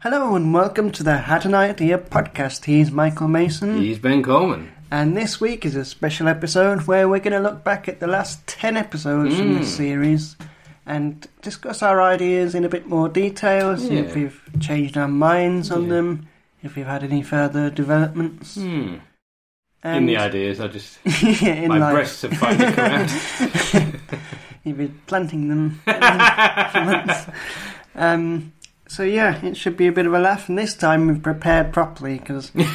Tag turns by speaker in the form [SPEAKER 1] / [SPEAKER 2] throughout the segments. [SPEAKER 1] Hello and welcome to the Had an Idea podcast. He's Michael Mason,
[SPEAKER 2] He's Ben Coleman.
[SPEAKER 1] and this week is a special episode where we're going to look back at the last 10 episodes from this
[SPEAKER 2] Mm.
[SPEAKER 1] series and discuss our ideas in a bit more detail, see if
[SPEAKER 2] Yeah.
[SPEAKER 1] we've changed our minds on
[SPEAKER 2] Yeah.
[SPEAKER 1] them, if we've had any further developments.
[SPEAKER 2] Hmm. In
[SPEAKER 1] And-
[SPEAKER 2] the ideas, I just
[SPEAKER 1] yeah, in
[SPEAKER 2] my
[SPEAKER 1] life.
[SPEAKER 2] breasts have finally come out.
[SPEAKER 1] You've been planting them for months. Um, so yeah, it should be a bit of a laugh, and this time we've prepared properly because when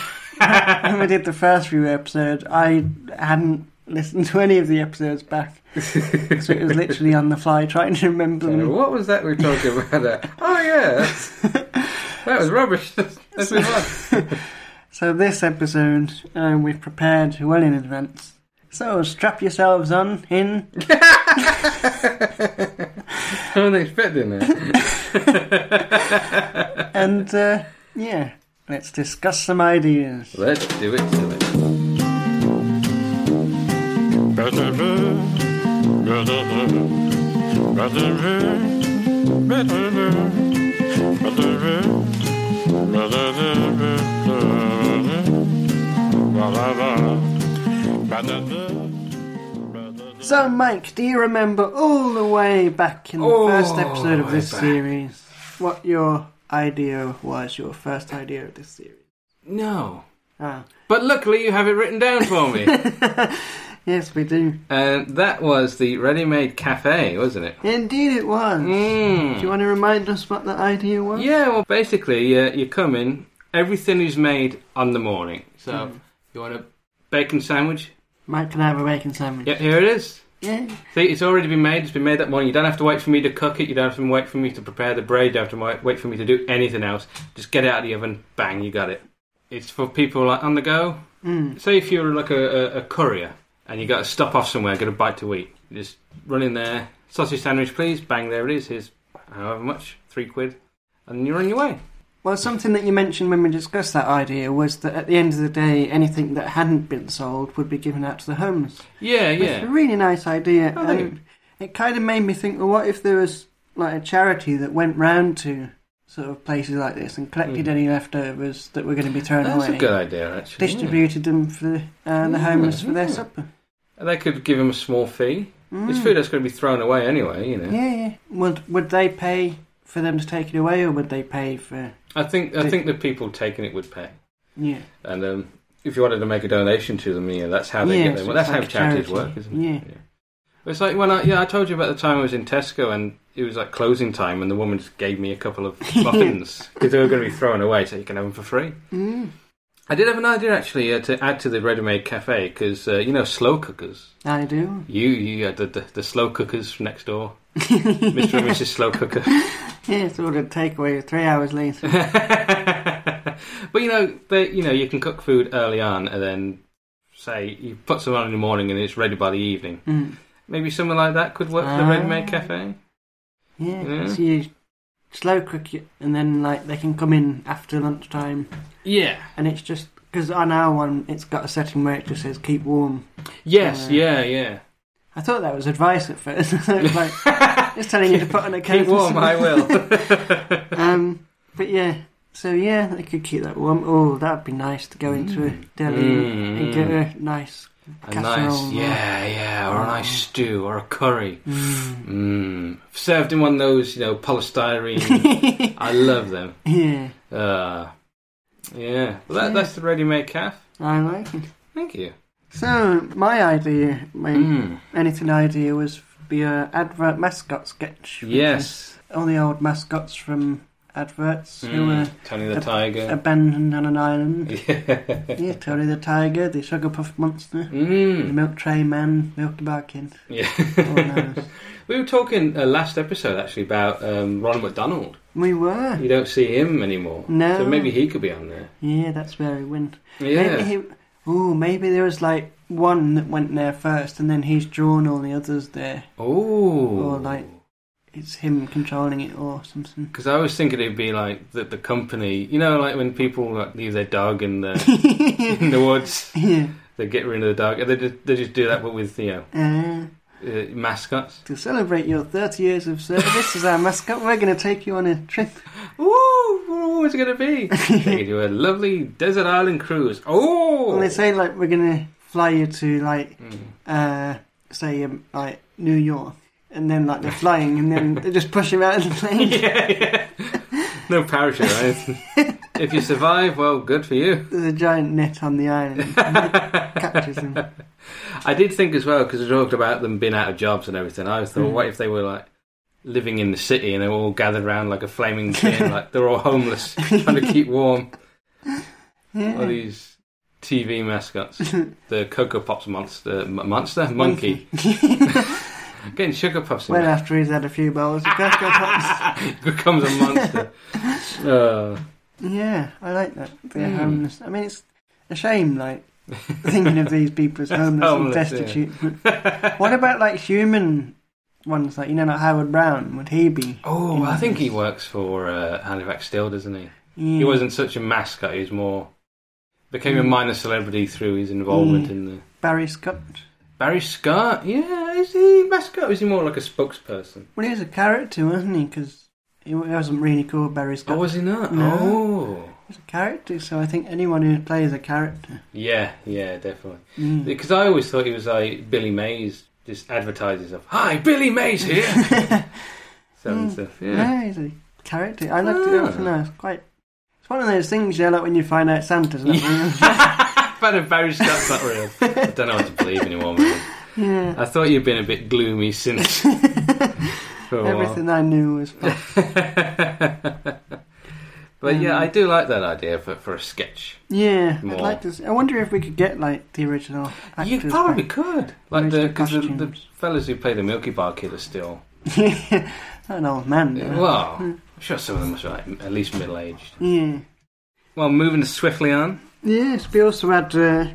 [SPEAKER 1] we did the first few episodes, I hadn't listened to any of the episodes back, so it was literally on the fly trying to remember
[SPEAKER 2] So
[SPEAKER 1] them.
[SPEAKER 2] what was that we were talking about? there? Oh yeah, that's- that was rubbish. Let's let's move on.
[SPEAKER 1] So this episode um, we've prepared well in advance. So strap yourselves on in.
[SPEAKER 2] I wasn't expecting that.
[SPEAKER 1] and uh, yeah, let's discuss some ideas.
[SPEAKER 2] Let's do it to it.
[SPEAKER 1] So, Mike, do you remember all the way back in the
[SPEAKER 2] All
[SPEAKER 1] first episode of
[SPEAKER 2] the
[SPEAKER 1] this
[SPEAKER 2] way back.
[SPEAKER 1] series what your idea was? Your first idea of this series?
[SPEAKER 2] No,
[SPEAKER 1] Ah,
[SPEAKER 2] but luckily you have it written down for me.
[SPEAKER 1] yes, we do.
[SPEAKER 2] And that was the ready-made cafe, wasn't it?
[SPEAKER 1] Indeed, it was. Do you
[SPEAKER 2] Mm.
[SPEAKER 1] want to remind us what that idea was?
[SPEAKER 2] Yeah. Well, basically, uh, you come in. Everything is made on the morning. So
[SPEAKER 1] Mm.
[SPEAKER 2] you want a bacon sandwich?
[SPEAKER 1] Mike can I have a bacon sandwich.
[SPEAKER 2] Yep, here it is.
[SPEAKER 1] Yeah.
[SPEAKER 2] See, it's already been made. It's been made that morning. You don't have to wait for me to cook it. You don't have to wait for me to prepare the bread. You don't have to wait- wait for me to do anything else. Just get it out of the oven. Bang, you got it. It's for people like on the go.
[SPEAKER 1] Mm.
[SPEAKER 2] Say if you're like a, a, a courier and you got to stop off somewhere, get a bite to eat. You just run in there. Sausage sandwich, please. Bang, there it is. Here's however much, three quid, and you're on your way.
[SPEAKER 1] Well, something that you mentioned when we discussed that idea was that at the end of the day, anything that hadn't been sold would be given out to the homeless.
[SPEAKER 2] Yeah,
[SPEAKER 1] It's a
[SPEAKER 2] yeah.
[SPEAKER 1] really nice idea.
[SPEAKER 2] Oh, thank
[SPEAKER 1] and it kind of made me think, well, what if there was like a charity that went round to sort of places like this and collected
[SPEAKER 2] Mm.
[SPEAKER 1] any leftovers that were going to be thrown
[SPEAKER 2] That's
[SPEAKER 1] away,
[SPEAKER 2] a good idea, actually. yeah.
[SPEAKER 1] distributed them for the, uh, the
[SPEAKER 2] Yeah,
[SPEAKER 1] homeless for their
[SPEAKER 2] yeah.
[SPEAKER 1] supper.
[SPEAKER 2] And They could give them a small fee. It's
[SPEAKER 1] Mm.
[SPEAKER 2] food that's going to be thrown away anyway, you know.
[SPEAKER 1] Yeah, yeah. Would would they pay for them to take it away, or would they pay for?
[SPEAKER 2] I think I
[SPEAKER 1] Did-
[SPEAKER 2] think the people taking it would pay.
[SPEAKER 1] Yeah,
[SPEAKER 2] And um, if you wanted to make a donation to them, yeah, that's how they
[SPEAKER 1] Yeah,
[SPEAKER 2] get
[SPEAKER 1] so
[SPEAKER 2] them. Well,
[SPEAKER 1] it's
[SPEAKER 2] that's how
[SPEAKER 1] like a
[SPEAKER 2] charities
[SPEAKER 1] charity.
[SPEAKER 2] work, isn't
[SPEAKER 1] Yeah.
[SPEAKER 2] it? It's like when I yeah I told you about the time I was in Tesco and it was like closing time and the woman just gave me a couple of muffins because they were going to be thrown away so you can have them for free.
[SPEAKER 1] mm.
[SPEAKER 2] I did have an idea actually uh, to add to the ready-made cafe because uh, you know slow cookers.
[SPEAKER 1] I do.
[SPEAKER 2] You you had the, the the slow cookers from next door, Mr. and Mrs. Slow Cooker.
[SPEAKER 1] Yeah, so ordered takeaway three hours later.
[SPEAKER 2] but you know, they, you know, you can cook food early on, and then say you put some on in the morning, and it's ready by the evening.
[SPEAKER 1] Mm.
[SPEAKER 2] Maybe something like that could work for the ready-made
[SPEAKER 1] Ah.
[SPEAKER 2] cafe.
[SPEAKER 1] Yeah,
[SPEAKER 2] Yeah.
[SPEAKER 1] so you slow cook it, and then like they can come in after lunchtime,
[SPEAKER 2] Yeah.
[SPEAKER 1] and it's just because on our one it's got a setting where it just says keep warm.
[SPEAKER 2] Yes.
[SPEAKER 1] Uh,
[SPEAKER 2] yeah. Yeah.
[SPEAKER 1] I thought that was advice at first. I was like, it's telling you to put on a coat.
[SPEAKER 2] Keep
[SPEAKER 1] or
[SPEAKER 2] warm. I will.
[SPEAKER 1] something. um, but yeah, so yeah, they could keep that warm. Oh, that'd be nice to go into a deli
[SPEAKER 2] Mm,
[SPEAKER 1] and get a nice.
[SPEAKER 2] a
[SPEAKER 1] casserole.
[SPEAKER 2] nice, yeah, yeah, or a nice
[SPEAKER 1] Oh.
[SPEAKER 2] stew or a curry.
[SPEAKER 1] Mm.
[SPEAKER 2] Mmm. Served in one of those, you know, polystyrene. I love them.
[SPEAKER 1] yeah,
[SPEAKER 2] Uh, yeah. Well, that,
[SPEAKER 1] Yeah.
[SPEAKER 2] that's the ready-made calf.
[SPEAKER 1] I like it.
[SPEAKER 2] Thank you.
[SPEAKER 1] So my idea, my
[SPEAKER 2] Mm.
[SPEAKER 1] anything idea was be a advert mascot sketch. which is
[SPEAKER 2] Yes.
[SPEAKER 1] all the old mascots from adverts who were
[SPEAKER 2] Mm, Tony the
[SPEAKER 1] ab-
[SPEAKER 2] Tiger.
[SPEAKER 1] abandoned on an island.
[SPEAKER 2] yeah.
[SPEAKER 1] yeah, Tony the Tiger, the Sugar Puff Monster, the
[SPEAKER 2] Mm.
[SPEAKER 1] Milk Tray Man, Milky Bar Kid. all
[SPEAKER 2] yeah.
[SPEAKER 1] those.
[SPEAKER 2] we were talking uh, last episode actually about um, Ronald McDonald.
[SPEAKER 1] we were.
[SPEAKER 2] You don't see him anymore.
[SPEAKER 1] No.
[SPEAKER 2] So maybe he could be on there.
[SPEAKER 1] Yeah, that's where he went.
[SPEAKER 2] Yeah.
[SPEAKER 1] Maybe he, ooh, maybe there was like one that went there first, and then he's drawn all the others there. Or
[SPEAKER 2] oh.
[SPEAKER 1] like- It's him controlling it or something.
[SPEAKER 2] Because I was thinking it'd be like the, the company, you know, like when people like, leave their dog in the in the woods,
[SPEAKER 1] yeah.
[SPEAKER 2] they get rid of the dog. They just, they just do that, but with you know
[SPEAKER 1] Uh,
[SPEAKER 2] uh, mascots.
[SPEAKER 1] To celebrate your 30 years of service as our mascot, we're going to take you on a trip.
[SPEAKER 2] Ooh, where's it going to be? Take you to a lovely desert island cruise. Oh!
[SPEAKER 1] Well, they say like we're gonna fly you to like
[SPEAKER 2] Mm.
[SPEAKER 1] uh, say um, like New York, and then like they're flying, and then they just push him out of the plane.
[SPEAKER 2] yeah, yeah. No parachute. Right? if you survive, well, good for you.
[SPEAKER 1] There's a giant net on the island. Catches him.
[SPEAKER 2] I did think as well because we talked about them being out of jobs and everything. I thought,
[SPEAKER 1] Mm.
[SPEAKER 2] what if they were like living in the city and they were all gathered around like a flaming bin, like they're all homeless, trying to keep warm? All
[SPEAKER 1] Yeah.
[SPEAKER 2] these TV mascots, the Cocoa Pops monster, m- monster monkey, getting sugar puffs. In
[SPEAKER 1] Went
[SPEAKER 2] there.
[SPEAKER 1] after he's had a few bowls of uh, Cocoa Pops.
[SPEAKER 2] becomes a monster. Uh,
[SPEAKER 1] Yeah, I like that. They're
[SPEAKER 2] Hmm.
[SPEAKER 1] homeless. I mean, it's a shame, like, thinking of these people as homeless,
[SPEAKER 2] Homeless, yeah.
[SPEAKER 1] and destitute. But what about, like, human ones? Like, you know, like Howard Brown, would he be?
[SPEAKER 2] oh,
[SPEAKER 1] in
[SPEAKER 2] I think
[SPEAKER 1] this?
[SPEAKER 2] he works for uh, Halifax still, doesn't he?
[SPEAKER 1] Yeah.
[SPEAKER 2] He wasn't such a mascot. He was more became a
[SPEAKER 1] Mm.
[SPEAKER 2] minor celebrity through his involvement
[SPEAKER 1] Mm.
[SPEAKER 2] in the
[SPEAKER 1] Barry Scott.
[SPEAKER 2] Barry Scott. Yeah, is he mascot? Or is he more like a spokesperson?
[SPEAKER 1] Well, he was a character, wasn't he? Because he wasn't really called Barry
[SPEAKER 2] Oh,
[SPEAKER 1] Scott.
[SPEAKER 2] was he not?
[SPEAKER 1] No.
[SPEAKER 2] Oh,
[SPEAKER 1] He was a character, so I think anyone who plays a character. Mm.
[SPEAKER 2] yeah, yeah, definitely.
[SPEAKER 1] Yeah.
[SPEAKER 2] Because I always thought he was like Billy Mays, just advertises of "Hi, Billy Mays here," selling
[SPEAKER 1] Mm.
[SPEAKER 2] stuff.
[SPEAKER 1] No,
[SPEAKER 2] Yeah.
[SPEAKER 1] he's a character. I looked it up
[SPEAKER 2] Ah.
[SPEAKER 1] and I was quite. It's one of those things, yeah, like when you find out Santa's not real.
[SPEAKER 2] Fan of Barry Scott's not real. I don't know what to believe anymore, man.
[SPEAKER 1] Yeah.
[SPEAKER 2] I thought you'd been a bit gloomy since for a while.
[SPEAKER 1] Everything I knew was false.
[SPEAKER 2] but yeah,
[SPEAKER 1] Um,
[SPEAKER 2] I do like that idea for, for a sketch.
[SPEAKER 1] Yeah,
[SPEAKER 2] More.
[SPEAKER 1] I'd like to. See, I wonder if we could get like the original actors.
[SPEAKER 2] you probably could, like the
[SPEAKER 1] Original
[SPEAKER 2] because the, the
[SPEAKER 1] costumes.
[SPEAKER 2] fellas who play the Milky Bar Killer still.
[SPEAKER 1] could. An old man. though.
[SPEAKER 2] Well,
[SPEAKER 1] Mm.
[SPEAKER 2] I'm sure some of them must be like at least middle aged.
[SPEAKER 1] Yeah.
[SPEAKER 2] Well, moving swiftly on.
[SPEAKER 1] Yes. We also had uh,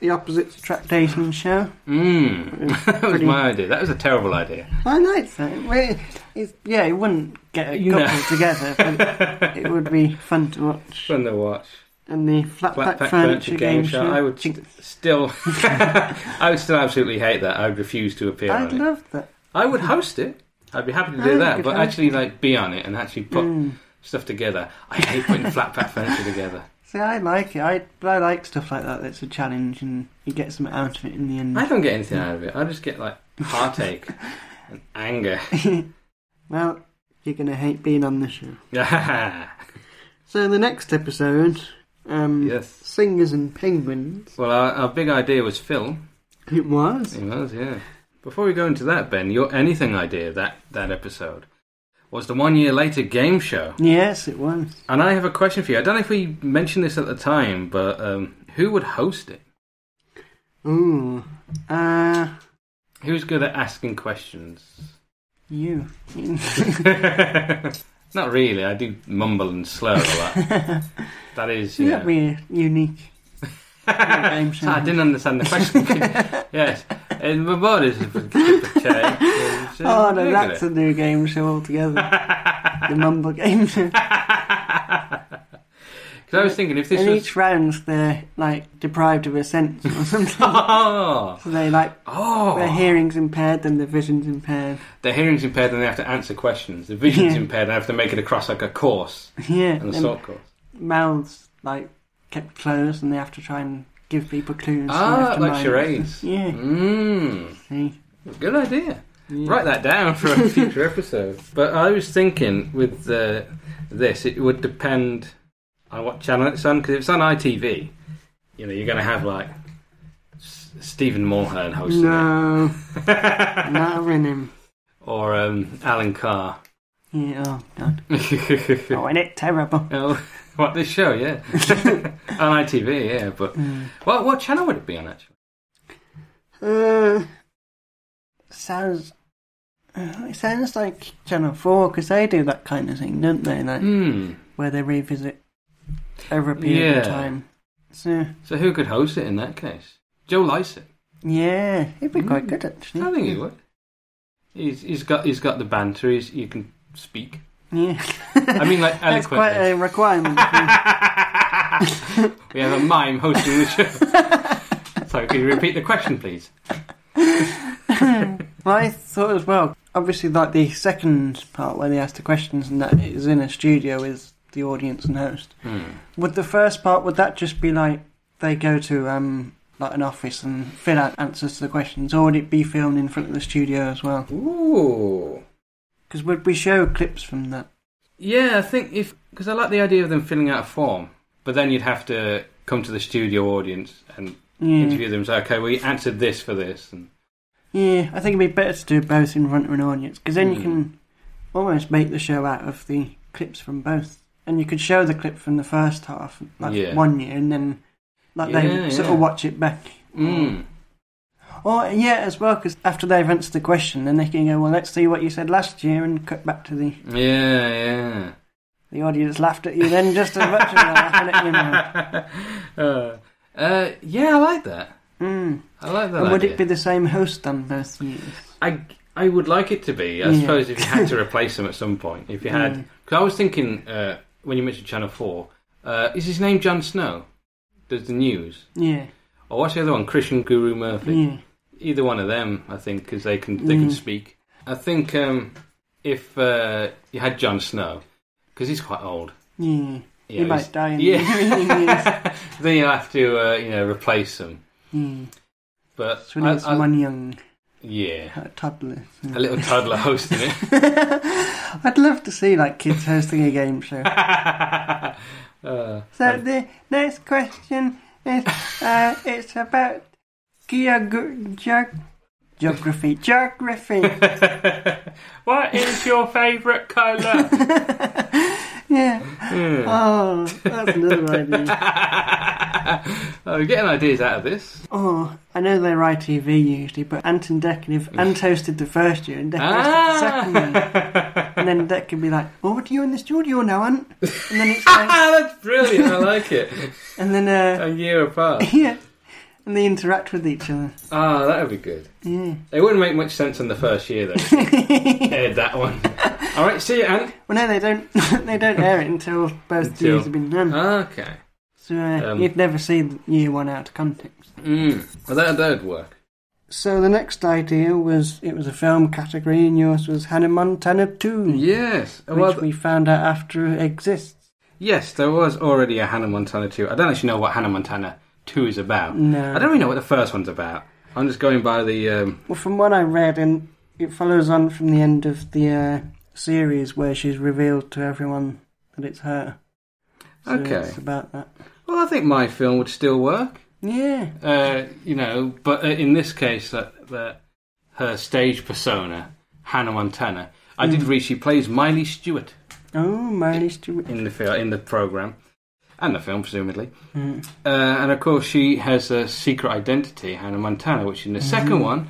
[SPEAKER 1] the opposites tractation show.
[SPEAKER 2] Mm. that was
[SPEAKER 1] Pretty-
[SPEAKER 2] my idea. That was a terrible idea.
[SPEAKER 1] I liked that. Well, it's, yeah, it wouldn't get a
[SPEAKER 2] You know.
[SPEAKER 1] couple together, but it would be fun to watch.
[SPEAKER 2] Fun to watch.
[SPEAKER 1] And the flat,
[SPEAKER 2] Flat
[SPEAKER 1] pack
[SPEAKER 2] Pack
[SPEAKER 1] furniture
[SPEAKER 2] Furniture Game Show. I would
[SPEAKER 1] Chink-
[SPEAKER 2] Still, I would still absolutely hate that. I would refuse to appear
[SPEAKER 1] I'd
[SPEAKER 2] on it.
[SPEAKER 1] love that.
[SPEAKER 2] I would host it. I'd be happy to
[SPEAKER 1] I
[SPEAKER 2] do
[SPEAKER 1] think you
[SPEAKER 2] that,
[SPEAKER 1] could
[SPEAKER 2] but
[SPEAKER 1] host
[SPEAKER 2] actually, like, be on it and actually put
[SPEAKER 1] Mm.
[SPEAKER 2] stuff together. I hate putting flat pack furniture together.
[SPEAKER 1] See, I like it. I, I like stuff like that. That's a challenge, and you get something out of it in the end.
[SPEAKER 2] I don't get anything out of it. I just get like heartache and anger.
[SPEAKER 1] well, you're going to hate being on the show.
[SPEAKER 2] yes.
[SPEAKER 1] So the next episode, um, Singers and Penguins,
[SPEAKER 2] Well, our, our big idea was film.
[SPEAKER 1] it was.
[SPEAKER 2] It was, yeah. Before we go into that, Ben, your anything idea that that episode was the one year later game show.
[SPEAKER 1] Yes, it was.
[SPEAKER 2] And I have a question for you. I don't know if we mentioned this at the time, but um, who would host it?
[SPEAKER 1] Ooh. Uh,
[SPEAKER 2] Who's good at asking questions?
[SPEAKER 1] you.
[SPEAKER 2] Not really. I do mumble and slur a lot. That is, you
[SPEAKER 1] That'd
[SPEAKER 2] know.
[SPEAKER 1] be unique. game
[SPEAKER 2] So I didn't understand the question. yes, in my body is
[SPEAKER 1] Oh, no, that's a new game show altogether. the Mumble Game Show.
[SPEAKER 2] Because I was thinking if this
[SPEAKER 1] and
[SPEAKER 2] was
[SPEAKER 1] each round they're, like, deprived of a sense or something.
[SPEAKER 2] oh
[SPEAKER 1] so they, like, their
[SPEAKER 2] oh
[SPEAKER 1] hearing's impaired, then their vision's impaired.
[SPEAKER 2] their hearing's impaired and they have to answer questions. The vision's
[SPEAKER 1] Yeah.
[SPEAKER 2] impaired and they have to make it across like a course
[SPEAKER 1] Yeah.
[SPEAKER 2] and a
[SPEAKER 1] then-
[SPEAKER 2] sort course.
[SPEAKER 1] mouths like kept closed and they have to try and give people clues. and they have
[SPEAKER 2] Ah,
[SPEAKER 1] to
[SPEAKER 2] like
[SPEAKER 1] mime.
[SPEAKER 2] charades.
[SPEAKER 1] Yeah.
[SPEAKER 2] Mm,
[SPEAKER 1] See?
[SPEAKER 2] good idea.
[SPEAKER 1] Yeah.
[SPEAKER 2] Write that down for a future episode. But I was thinking with uh, this, it would depend on what channel it's on. Because if it's on ITV, you know, you're going to have like S- Stephen Mulhern hosting
[SPEAKER 1] No,
[SPEAKER 2] it,
[SPEAKER 1] not in him.
[SPEAKER 2] or um, Alan Carr.
[SPEAKER 1] Yeah, oh god. Oh, ain't it terrible?
[SPEAKER 2] oh, what this show? Yeah, on ITV. Yeah, but
[SPEAKER 1] Mm.
[SPEAKER 2] what what channel would it be on actually?
[SPEAKER 1] Uh, sounds. uh, It sounds like Channel 4 because they do that kind of thing, don't they? Like
[SPEAKER 2] Hmm.
[SPEAKER 1] where they revisit over a period of
[SPEAKER 2] Yeah.
[SPEAKER 1] time. So
[SPEAKER 2] So who could host it in that case? Joe Lycett.
[SPEAKER 1] yeah, he'd be quite
[SPEAKER 2] Mm.
[SPEAKER 1] good actually.
[SPEAKER 2] I think he would. He's he's got he's got the banter. He's, you can speak.
[SPEAKER 1] Yeah,
[SPEAKER 2] I mean, like
[SPEAKER 1] that's
[SPEAKER 2] eloquently.
[SPEAKER 1] quite a requirement.
[SPEAKER 2] we have a mime hosting the show. Sorry, could you repeat the question, please?
[SPEAKER 1] Well, I thought as well. Obviously, like the second part where they ask the questions and that is in a studio is the audience and host.
[SPEAKER 2] Hmm.
[SPEAKER 1] Would the first part would that just be like they go to um like an office and fill out answers to the questions, or would it be filmed in front of the studio as well?
[SPEAKER 2] Ooh.
[SPEAKER 1] Because would we show clips from that?
[SPEAKER 2] Yeah, I think if because I like the idea of them filling out a form, but then you'd have to come to the studio audience and
[SPEAKER 1] Yeah.
[SPEAKER 2] interview them. and Say, okay, we answered this for this, and
[SPEAKER 1] Yeah, I think it'd be better to do both in front of an audience because then you
[SPEAKER 2] Mm.
[SPEAKER 1] can almost make the show out of the clips from both, and you could show the clip from the first half, like
[SPEAKER 2] Yeah.
[SPEAKER 1] one year, and then like they
[SPEAKER 2] Yeah,
[SPEAKER 1] sort
[SPEAKER 2] yeah.
[SPEAKER 1] of watch it back.
[SPEAKER 2] mm.
[SPEAKER 1] Or yeah, as well because after they've answered the question, then they can go, well, let's see what you said last year, and cut back to the
[SPEAKER 2] yeah, yeah.
[SPEAKER 1] the audience laughed at you then just as much as they're laughing at you now.
[SPEAKER 2] uh, uh, yeah, I like that.
[SPEAKER 1] Mm.
[SPEAKER 2] I like that.
[SPEAKER 1] And would
[SPEAKER 2] idea.
[SPEAKER 1] it be the same host on both years?
[SPEAKER 2] I I would like it to be. I
[SPEAKER 1] Yeah.
[SPEAKER 2] suppose if you had to replace them at some point, if you had,
[SPEAKER 1] Mm.
[SPEAKER 2] because I was thinking uh, when you mentioned Channel Four, uh, is his name Jon Snow? Does the news
[SPEAKER 1] Yeah,
[SPEAKER 2] or what's the other one? Christian Guru Murphy.
[SPEAKER 1] yeah,
[SPEAKER 2] Either one of them, I think, because they can they can
[SPEAKER 1] Mm.
[SPEAKER 2] speak. I think um, if uh, you had Jon Snow, because he's quite old.
[SPEAKER 1] yeah.
[SPEAKER 2] you
[SPEAKER 1] You
[SPEAKER 2] know,
[SPEAKER 1] might die in yeah.
[SPEAKER 2] yeah. then you will have to uh, you know replace them.
[SPEAKER 1] yeah.
[SPEAKER 2] But
[SPEAKER 1] So when
[SPEAKER 2] I-
[SPEAKER 1] it's
[SPEAKER 2] I-
[SPEAKER 1] one young
[SPEAKER 2] yeah,
[SPEAKER 1] a toddler.
[SPEAKER 2] a little toddler hosting it.
[SPEAKER 1] I'd love to see like kids hosting a game show.
[SPEAKER 2] Uh,
[SPEAKER 1] So
[SPEAKER 2] and-
[SPEAKER 1] the next question is uh, it's about geog- geog- geography. Geography.
[SPEAKER 2] what is your favourite colour?
[SPEAKER 1] yeah.
[SPEAKER 2] Hmm.
[SPEAKER 1] Oh, that's another idea.
[SPEAKER 2] oh, we're getting ideas out of this.
[SPEAKER 1] Oh, I know they're ITV usually, but Ant and Deck and if Ant hosted the first year and Deck hosted the second year.
[SPEAKER 2] ah!
[SPEAKER 1] And then Deck could be like, "Oh, what are you in the studio now, Ant?" And then it's like,
[SPEAKER 2] That's brilliant. I like it.
[SPEAKER 1] and then uh,
[SPEAKER 2] A year apart.
[SPEAKER 1] yeah, and they interact with each other.
[SPEAKER 2] Ah, that would be good.
[SPEAKER 1] Yeah.
[SPEAKER 2] It wouldn't make much sense in the first year, though. if you Aired that one. All right, see you, Anne.
[SPEAKER 1] Well, no, they don't. they don't air it until both
[SPEAKER 2] Until-
[SPEAKER 1] years have been done.
[SPEAKER 2] Okay.
[SPEAKER 1] so uh,
[SPEAKER 2] um,
[SPEAKER 1] you'd never see the year one out of context.
[SPEAKER 2] Mm. Well, that that would work.
[SPEAKER 1] So the next idea was it was a film category, and yours was Hannah Montana Two,
[SPEAKER 2] Yes.
[SPEAKER 1] which
[SPEAKER 2] Well,
[SPEAKER 1] we found out after it exists.
[SPEAKER 2] Yes, there was already a Hannah Montana 2. I don't actually know what Hannah Montana 2 is about.
[SPEAKER 1] No.
[SPEAKER 2] I don't really know what the first one's about. I'm just going by the. Um,
[SPEAKER 1] Well, from what I read, and it follows on from the end of the uh, series where she's revealed to everyone that it's her. So
[SPEAKER 2] Okay.
[SPEAKER 1] It's about that.
[SPEAKER 2] well, I think my film would still work.
[SPEAKER 1] Yeah.
[SPEAKER 2] Uh, you know, but uh, in this case, that, that her stage persona, Hannah Montana. I did read she plays Miley Stewart
[SPEAKER 1] Oh, Miley Stewart.
[SPEAKER 2] in the fil- in the program, and the film presumably.
[SPEAKER 1] Mm.
[SPEAKER 2] Uh, and of course, she has a secret identity, Hannah Montana, which
[SPEAKER 1] Mm-hmm.
[SPEAKER 2] in the second one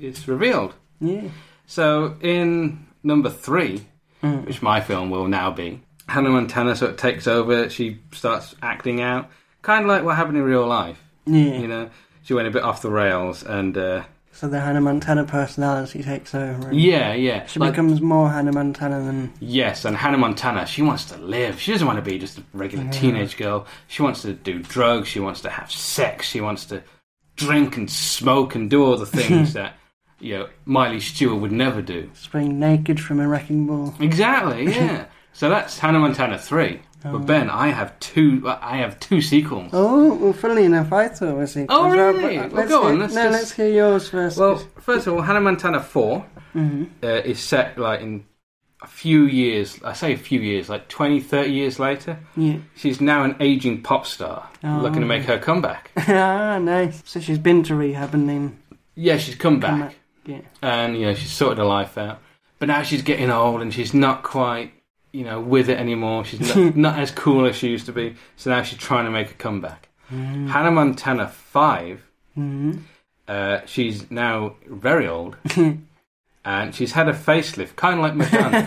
[SPEAKER 2] is revealed.
[SPEAKER 1] Yeah.
[SPEAKER 2] So in number three,
[SPEAKER 1] Mm.
[SPEAKER 2] which my film will now be. Hannah Montana sort of takes over. She starts acting out, kind of like what happened in real life.
[SPEAKER 1] Yeah.
[SPEAKER 2] You know, she went a bit off the rails, and uh,
[SPEAKER 1] So the Hannah Montana personality takes over. and
[SPEAKER 2] yeah, yeah,
[SPEAKER 1] Mm-hmm. She
[SPEAKER 2] like-
[SPEAKER 1] becomes more Hannah Montana than.
[SPEAKER 2] yes. And Hannah Montana, she wants to live. She doesn't want to be just a regular teenage girl. She wants to do drugs. She wants to have sex. She wants to drink and smoke and do all the things that you know Miley Stewart would never do.
[SPEAKER 1] Spring naked from a wrecking ball.
[SPEAKER 2] Exactly. Yeah. so that's Hannah Montana three. But Ben, I have two. I have two sequels.
[SPEAKER 1] Oh, well, funnily enough, I thought it was it.
[SPEAKER 2] Oh,
[SPEAKER 1] as well, but,
[SPEAKER 2] really?
[SPEAKER 1] uh,
[SPEAKER 2] Well,
[SPEAKER 1] let's
[SPEAKER 2] go on,
[SPEAKER 1] hear-
[SPEAKER 2] let's
[SPEAKER 1] no,
[SPEAKER 2] just-
[SPEAKER 1] let's hear yours first.
[SPEAKER 2] Well, first of all, Hannah Montana 4 uh, is set like in a few years, I say a few years, like 20, 30 years later.
[SPEAKER 1] yeah.
[SPEAKER 2] She's now an aging pop star
[SPEAKER 1] Oh.
[SPEAKER 2] looking to make her comeback.
[SPEAKER 1] ah, nice. So she's been to rehab and then.
[SPEAKER 2] Yeah, she's come back.
[SPEAKER 1] Come Yeah.
[SPEAKER 2] And, you know, she's sorted her life out. But now she's getting old and she's not quite, you know, with it anymore. She's not, not as cool as she used to be. So now she's trying to make a comeback. Hannah Montana 5
[SPEAKER 1] Mhm.
[SPEAKER 2] Uh, she's now very old, and she's had a facelift, kind of like Madonna.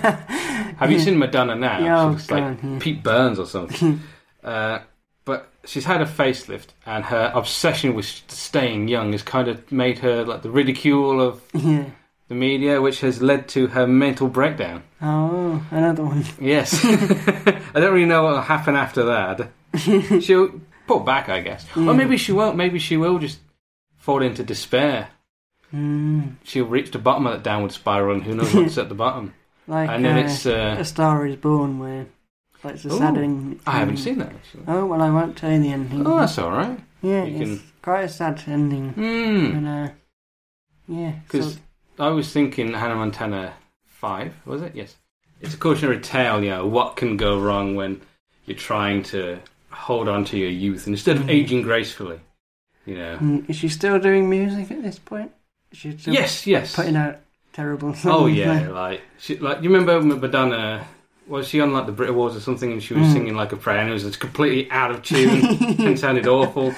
[SPEAKER 2] Have you seen Madonna now?
[SPEAKER 1] Mm-hmm. Yeah,
[SPEAKER 2] she
[SPEAKER 1] oh,
[SPEAKER 2] looks like
[SPEAKER 1] God, yeah.
[SPEAKER 2] Pete Burns or something. uh, but she's had a facelift, and her obsession with staying young has kind of made her like the ridicule of
[SPEAKER 1] Yeah.
[SPEAKER 2] the media, which has led to her mental breakdown.
[SPEAKER 1] Oh, another one.
[SPEAKER 2] Yes, I don't really know what will happen after that. She'll pull back, I guess, or maybe she won't. Maybe she will just fall into despair
[SPEAKER 1] Mm.
[SPEAKER 2] she'll reach the bottom of that downward spiral, and who knows what's at the bottom.
[SPEAKER 1] Like
[SPEAKER 2] And then
[SPEAKER 1] uh,
[SPEAKER 2] it's uh,
[SPEAKER 1] A Star is Born, where but it's a
[SPEAKER 2] Ooh,
[SPEAKER 1] setting.
[SPEAKER 2] I haven't seen that actually.
[SPEAKER 1] Oh well, I won't tell you the ending.
[SPEAKER 2] Oh, that's all right.
[SPEAKER 1] yeah,
[SPEAKER 2] you
[SPEAKER 1] it's quite a sad ending.
[SPEAKER 2] Hmm.
[SPEAKER 1] And, uh, yeah, so,
[SPEAKER 2] Because I was thinking Hannah Montana five was it? Yes. It's a cautionary tale. Yeah. What can go wrong when you're trying to hold on to your youth instead of
[SPEAKER 1] Mm.
[SPEAKER 2] aging gracefully? You know.
[SPEAKER 1] mm, is she still doing music at this point? Is she still
[SPEAKER 2] yes. Yes.
[SPEAKER 1] putting out terrible songs?
[SPEAKER 2] Oh yeah, like she, like you remember when Madonna was she on like the Brit Awards or something, and she was
[SPEAKER 1] Mm.
[SPEAKER 2] singing like a prayer, and it was just completely out of tune and sounded awful,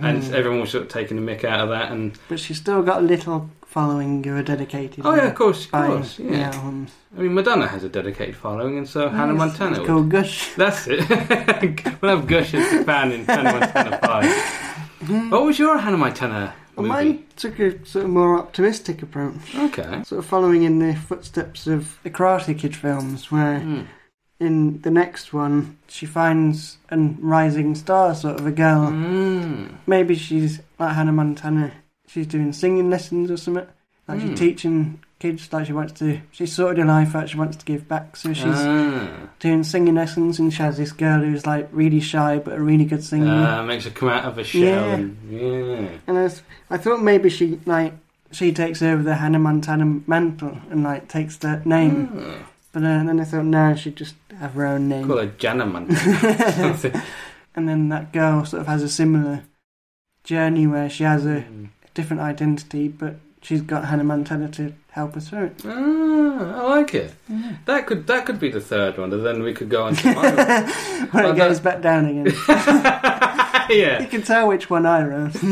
[SPEAKER 2] and
[SPEAKER 1] Mm.
[SPEAKER 2] everyone was sort of taking the mick out of that. And
[SPEAKER 1] But she's still got a little following who are dedicated.
[SPEAKER 2] oh
[SPEAKER 1] to
[SPEAKER 2] yeah, of course, of
[SPEAKER 1] buying
[SPEAKER 2] course, yeah.
[SPEAKER 1] the albums.
[SPEAKER 2] I mean, Madonna has a dedicated following, and so Hannah
[SPEAKER 1] Yes,
[SPEAKER 2] Montana.
[SPEAKER 1] It's
[SPEAKER 2] would.
[SPEAKER 1] called Gush.
[SPEAKER 2] That's it. we'll have Gush as the fan in Hannah Montana Five. What was your Hannah Montana
[SPEAKER 1] Well,
[SPEAKER 2] movie?
[SPEAKER 1] Oh, mine took a sort of more optimistic approach,
[SPEAKER 2] Okay.
[SPEAKER 1] sort of following in the footsteps of the Karate Kid films, where
[SPEAKER 2] Mm.
[SPEAKER 1] in the next one she finds a rising star sort of a girl.
[SPEAKER 2] Mm.
[SPEAKER 1] Maybe she's like Hannah Montana. She's doing singing lessons or something. Like
[SPEAKER 2] Mm.
[SPEAKER 1] she's teaching kids. Like she wants to. She's sorted her life out. She wants to give back. So she's
[SPEAKER 2] Ah.
[SPEAKER 1] doing singing lessons, and she has this girl who's like really shy but a really good singer.
[SPEAKER 2] Ah, makes her come out of a shell.
[SPEAKER 1] Yeah.
[SPEAKER 2] And, yeah.
[SPEAKER 1] And I, was- I thought maybe she like she takes over the Hannah Montana mantle and like takes that name.
[SPEAKER 2] Ah.
[SPEAKER 1] But uh, then I thought no, she'd just have her own name.
[SPEAKER 2] Call her Jana Man.
[SPEAKER 1] and then that girl sort of has a similar journey where she has a different identity, but she's got Hannah Montana to help her through it.
[SPEAKER 2] Ah, I like it. That could that could be the third one, and then we could go on to mine.
[SPEAKER 1] when
[SPEAKER 2] Well,
[SPEAKER 1] it goes back down again.
[SPEAKER 2] yeah.
[SPEAKER 1] You can tell which one I wrote.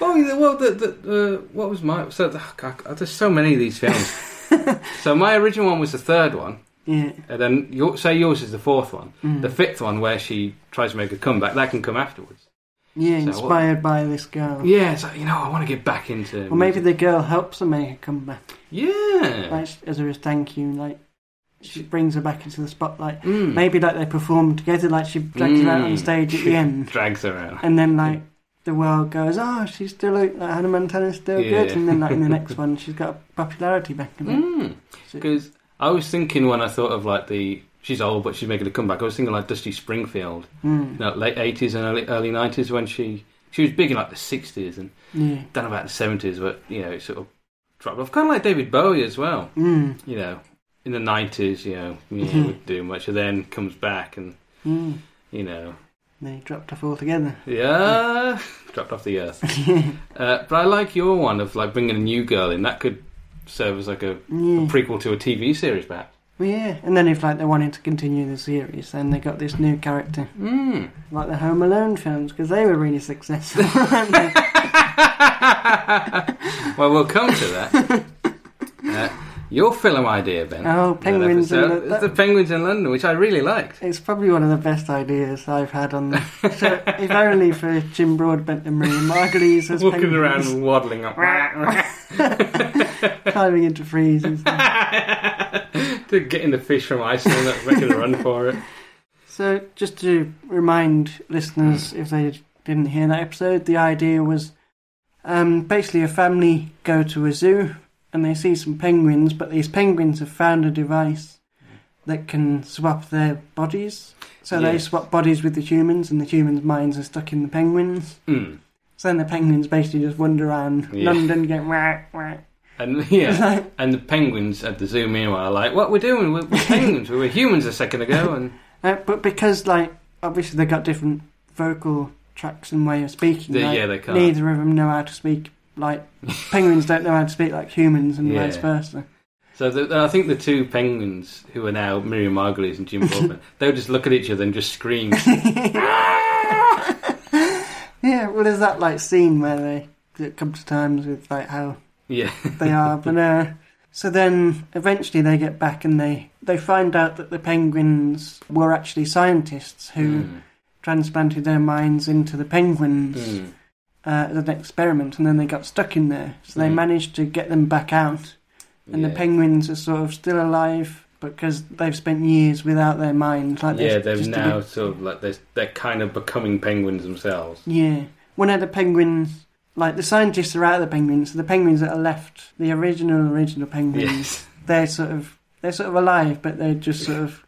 [SPEAKER 2] oh, yeah, well, the, the, uh, what was my? So the, oh, God, there's so many of these films. so my original one was the third one,
[SPEAKER 1] yeah.
[SPEAKER 2] and then your, say yours is the fourth one.
[SPEAKER 1] Mm.
[SPEAKER 2] The fifth one where she tries to make a comeback that can come afterwards.
[SPEAKER 1] yeah,
[SPEAKER 2] so what-
[SPEAKER 1] inspired by this girl.
[SPEAKER 2] Yeah, it's like you know I want to get back into.
[SPEAKER 1] Or maybe
[SPEAKER 2] music.
[SPEAKER 1] the girl helps her make a comeback.
[SPEAKER 2] yeah.
[SPEAKER 1] Like, as a thank you, like, she brings her back into the spotlight.
[SPEAKER 2] Mm.
[SPEAKER 1] Maybe, like, they perform together, like, she drags her out on
[SPEAKER 2] Mm.
[SPEAKER 1] stage at the end.
[SPEAKER 2] drags her around.
[SPEAKER 1] And then, like, the world goes, oh, she's still, like, Hannah Montana's still good.
[SPEAKER 2] Yeah.
[SPEAKER 1] And then, like, in the next one, she's got popularity back in it.
[SPEAKER 2] Mm.
[SPEAKER 1] So-
[SPEAKER 2] Because I was thinking when I thought of like the she's old but she's making a comeback. I was thinking like Dusty Springfield,
[SPEAKER 1] Mm.
[SPEAKER 2] you know, late eighties and early early nineties when she she was big in like the sixties and
[SPEAKER 1] Yeah.
[SPEAKER 2] done about the seventies, but you know it sort of dropped off. Kind of like David Bowie as well,
[SPEAKER 1] Mm.
[SPEAKER 2] you know, in the nineties, you know, yeah,
[SPEAKER 1] Mhm.
[SPEAKER 2] would do much, and then comes back and
[SPEAKER 1] Mm.
[SPEAKER 2] you know,
[SPEAKER 1] They dropped off altogether.
[SPEAKER 2] yeah, dropped off the earth. Uh, but I like your one of like bringing a new girl in. That could serve as like a, a
[SPEAKER 1] Yeah.
[SPEAKER 2] prequel to a TV series, perhaps.
[SPEAKER 1] Well, yeah. And then if like they wanted to continue the series, then they got this new character,
[SPEAKER 2] Mm.
[SPEAKER 1] like the Home Alone films, because they were really successful. weren't they? Oh,
[SPEAKER 2] well, we'll come to that. Uh, your film idea, Ben.
[SPEAKER 1] oh,
[SPEAKER 2] That
[SPEAKER 1] penguins!
[SPEAKER 2] episode.
[SPEAKER 1] And
[SPEAKER 2] It's
[SPEAKER 1] that,
[SPEAKER 2] the Penguins in London, which I really liked.
[SPEAKER 1] it's probably one of the best ideas I've had on. The, so, if only for Jim Broadbent and Maria Margulies as
[SPEAKER 2] Walking
[SPEAKER 1] penguins,
[SPEAKER 2] around waddling up
[SPEAKER 1] climbing into freezes.
[SPEAKER 2] to getting the fish from Iceland, that's making a run for it.
[SPEAKER 1] So, just to remind listeners, if they didn't hear that episode, the idea was um, basically a family go to a zoo and they see some penguins, but these penguins have found a device that can swap their bodies. So they
[SPEAKER 2] Yes.
[SPEAKER 1] swap bodies with the humans, and the humans' minds are stuck in the penguins.
[SPEAKER 2] Mm.
[SPEAKER 1] So then the penguins basically just wander around
[SPEAKER 2] Yeah.
[SPEAKER 1] London, going wah wah.
[SPEAKER 2] And yeah, and the penguins at the zoo meanwhile are like, "What we're doing? We're, we're penguins. We were humans a second ago." And
[SPEAKER 1] Uh, but because like obviously they got different vocal tracks and way of speaking.
[SPEAKER 2] they,
[SPEAKER 1] like,
[SPEAKER 2] yeah, they can't.
[SPEAKER 1] neither of them know how to speak like penguins don't know how to speak like humans and
[SPEAKER 2] Yeah.
[SPEAKER 1] vice versa.
[SPEAKER 2] So the, I think the two penguins who are now Miriam Margolyes and Jim Broadbent, they'll just look at each other and just scream.
[SPEAKER 1] Yeah, well, there's that like scene where they that come to terms with like how
[SPEAKER 2] Yeah.
[SPEAKER 1] they are, but uh, so then eventually they get back and they they find out that the penguins were actually scientists who
[SPEAKER 2] Mm.
[SPEAKER 1] transplanted their minds into the penguins.
[SPEAKER 2] Mm.
[SPEAKER 1] Uh, as an experiment, and then they got stuck in there. So they
[SPEAKER 2] Mm.
[SPEAKER 1] managed to get them back out, and the
[SPEAKER 2] Yeah.
[SPEAKER 1] penguins are sort of still alive because they've spent years without their mind. Like
[SPEAKER 2] yeah,
[SPEAKER 1] they're
[SPEAKER 2] they're
[SPEAKER 1] just a
[SPEAKER 2] now
[SPEAKER 1] bit-
[SPEAKER 2] sort of like they're, they're kind of becoming penguins themselves.
[SPEAKER 1] yeah, when are the penguins? Like the scientists are out of the penguins, so the penguins that are left, the original original penguins,
[SPEAKER 2] Yes.
[SPEAKER 1] they're sort of they're sort of alive, but they're just sort of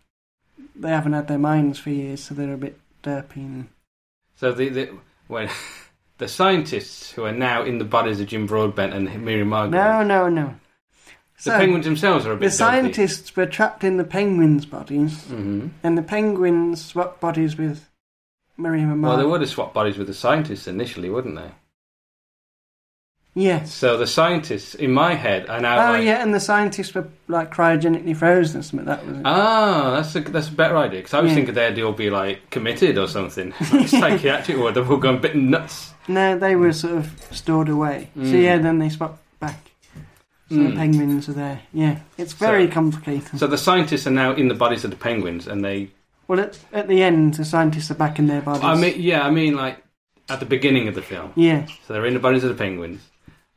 [SPEAKER 1] they haven't had their minds for years, so they're a bit derpy. And,
[SPEAKER 2] So the, the when the scientists who are now in the bodies of Jim Broadbent and Miriam Margolyes,
[SPEAKER 1] no, no, no.
[SPEAKER 2] the penguins themselves are a bit.
[SPEAKER 1] the scientists were trapped in the penguins' bodies,
[SPEAKER 2] hmm
[SPEAKER 1] and the penguins swapped bodies with Miriam and
[SPEAKER 2] Well,
[SPEAKER 1] Mark.
[SPEAKER 2] they would have swapped bodies with the scientists initially, wouldn't they?
[SPEAKER 1] Yes.
[SPEAKER 2] So the scientists, in my head, are now
[SPEAKER 1] oh,
[SPEAKER 2] like,
[SPEAKER 1] yeah, and the scientists were like cryogenically frozen or something. That was it.
[SPEAKER 2] ah, that's a that's a better idea because I was
[SPEAKER 1] Yeah.
[SPEAKER 2] thinking they'd all be like committed or something, like psychiatric ward. They've all gone a bit nuts.
[SPEAKER 1] No, they were sort of stored away. So
[SPEAKER 2] Mm.
[SPEAKER 1] yeah, then they swapped back. So the
[SPEAKER 2] Mm.
[SPEAKER 1] penguins are there. Yeah, it's very
[SPEAKER 2] So-
[SPEAKER 1] complicated.
[SPEAKER 2] So the scientists are now in the bodies of the penguins, and they.
[SPEAKER 1] well, at, at the end, the scientists are back in their bodies.
[SPEAKER 2] I mean, yeah, I mean, like at the beginning of the film.
[SPEAKER 1] yeah,
[SPEAKER 2] So they're in the bodies of the penguins.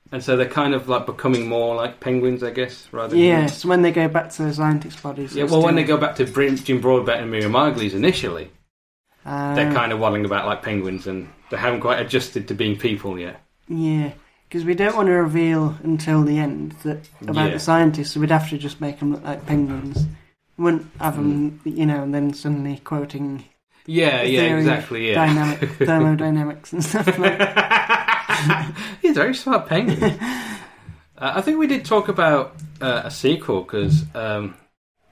[SPEAKER 2] And so they're kind of like becoming more like penguins, I guess, rather than.
[SPEAKER 1] yeah. So when they go back to the scientists' bodies,
[SPEAKER 2] Yeah,
[SPEAKER 1] it's
[SPEAKER 2] well, when they
[SPEAKER 1] still-
[SPEAKER 2] go back to Brim- Jim Broadbent and Miriam Margolyes initially,
[SPEAKER 1] uh,
[SPEAKER 2] they're kind of waddling about like penguins and they haven't quite adjusted to being people yet.
[SPEAKER 1] yeah, because we don't want to reveal until the end that about
[SPEAKER 2] Yeah.
[SPEAKER 1] the scientists. So we'd have to just make them look like penguins. Wouldn't have them, you know, and then suddenly quoting
[SPEAKER 2] Mm. Uh, Yeah,
[SPEAKER 1] The
[SPEAKER 2] yeah,
[SPEAKER 1] theory of
[SPEAKER 2] exactly, yeah.
[SPEAKER 1] dynamic thermodynamics and stuff like that.
[SPEAKER 2] He's a very smart penguin. uh, I think we did talk about uh, a sequel because um,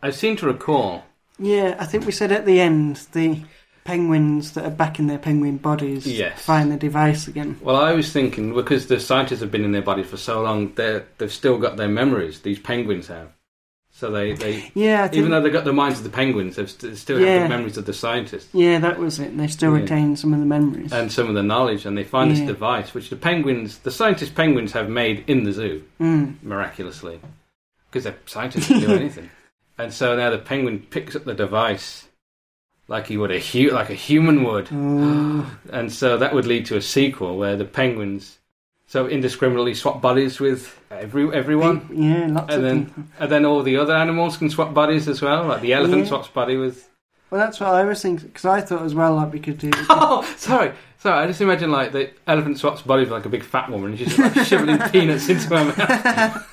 [SPEAKER 2] I seem to recall.
[SPEAKER 1] Yeah, I think we said at the end the penguins that are back in their penguin bodies
[SPEAKER 2] Yes.
[SPEAKER 1] find the device again.
[SPEAKER 2] Well, I was thinking because the scientists have been in their body for so long, they they've still got their memories. These penguins have, so they, they
[SPEAKER 1] Yeah, I think,
[SPEAKER 2] even though they've got the minds of the penguins, they've st- still have
[SPEAKER 1] Yeah.
[SPEAKER 2] the memories of the scientists
[SPEAKER 1] yeah, that was it. They still
[SPEAKER 2] Yeah.
[SPEAKER 1] retain some of the memories.
[SPEAKER 2] and some of the knowledge. And they find
[SPEAKER 1] Yeah.
[SPEAKER 2] this device, which the penguins, the scientist penguins, have made in the zoo
[SPEAKER 1] mm.
[SPEAKER 2] miraculously, because they're scientists can do anything. And so now the penguin picks up the device like he would a hu- like a human would.
[SPEAKER 1] Oh.
[SPEAKER 2] And so that would lead to a sequel where the penguins so indiscriminately swap bodies with every everyone,
[SPEAKER 1] Yeah, lots
[SPEAKER 2] And
[SPEAKER 1] of
[SPEAKER 2] then-
[SPEAKER 1] people.
[SPEAKER 2] and then all the other animals can swap bodies as well. Like the elephant
[SPEAKER 1] Yeah.
[SPEAKER 2] swaps body with.
[SPEAKER 1] Well, that's what I was thinking because I thought as well like we could do.
[SPEAKER 2] Oh, sorry, sorry. I just imagine like the elephant swaps body with like a big fat woman, and she's like shoveling peanuts into her mouth.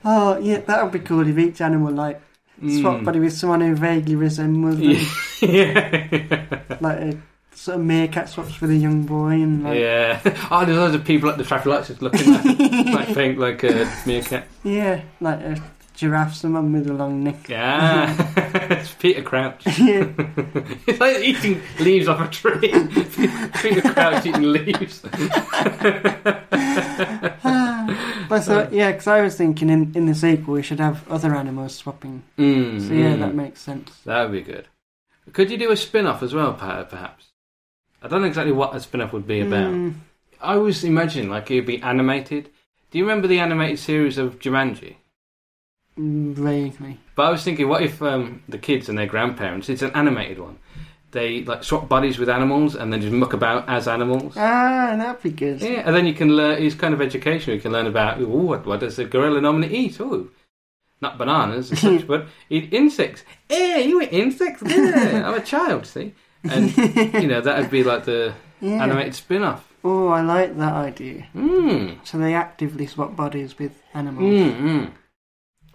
[SPEAKER 1] oh yeah, that would be cool if each animal like swapped
[SPEAKER 2] Mm.
[SPEAKER 1] body with someone who vaguely resembles them,
[SPEAKER 2] Yeah. yeah.
[SPEAKER 1] like a sort of meerkat swaps with a young boy and like
[SPEAKER 2] Yeah. Oh, there's loads of people at the traffic lights just looking at like think like a meerkat.
[SPEAKER 1] yeah, like a giraffe, someone with a long neck.
[SPEAKER 2] Yeah. it's Peter Crouch.
[SPEAKER 1] yeah.
[SPEAKER 2] it's like eating leaves off a tree. Peter Crouch eating leaves.
[SPEAKER 1] But I thought, yeah, because I was thinking in, in the sequel we should have other animals swapping.
[SPEAKER 2] Mm,
[SPEAKER 1] So yeah,
[SPEAKER 2] mm.
[SPEAKER 1] that makes sense.
[SPEAKER 2] That would be good. Could you do a spin off as well, Pat, perhaps? I don't know exactly what a spin off would be about.
[SPEAKER 1] Mm,
[SPEAKER 2] I was imagining like it would be animated. Do you remember the animated series of Jumanji?
[SPEAKER 1] mm, vaguely.
[SPEAKER 2] But I was thinking, what if um, the kids and their grandparents? It's an animated one. They like swap bodies with animals and then just muck about as animals.
[SPEAKER 1] Ah, that'd be good.
[SPEAKER 2] Yeah, and then you can learn. It's kind of educational. You can learn about ooh, what, what does a gorilla normally eat? Ooh, not bananas, and such, but eat insects. Eh, you eat insects? Yeah, I'm a child. See, and you know that would be like the
[SPEAKER 1] Yeah.
[SPEAKER 2] animated spin-off.
[SPEAKER 1] Oh, I like that idea.
[SPEAKER 2] Mm.
[SPEAKER 1] So they actively swap bodies with animals.
[SPEAKER 2] Mm, mm.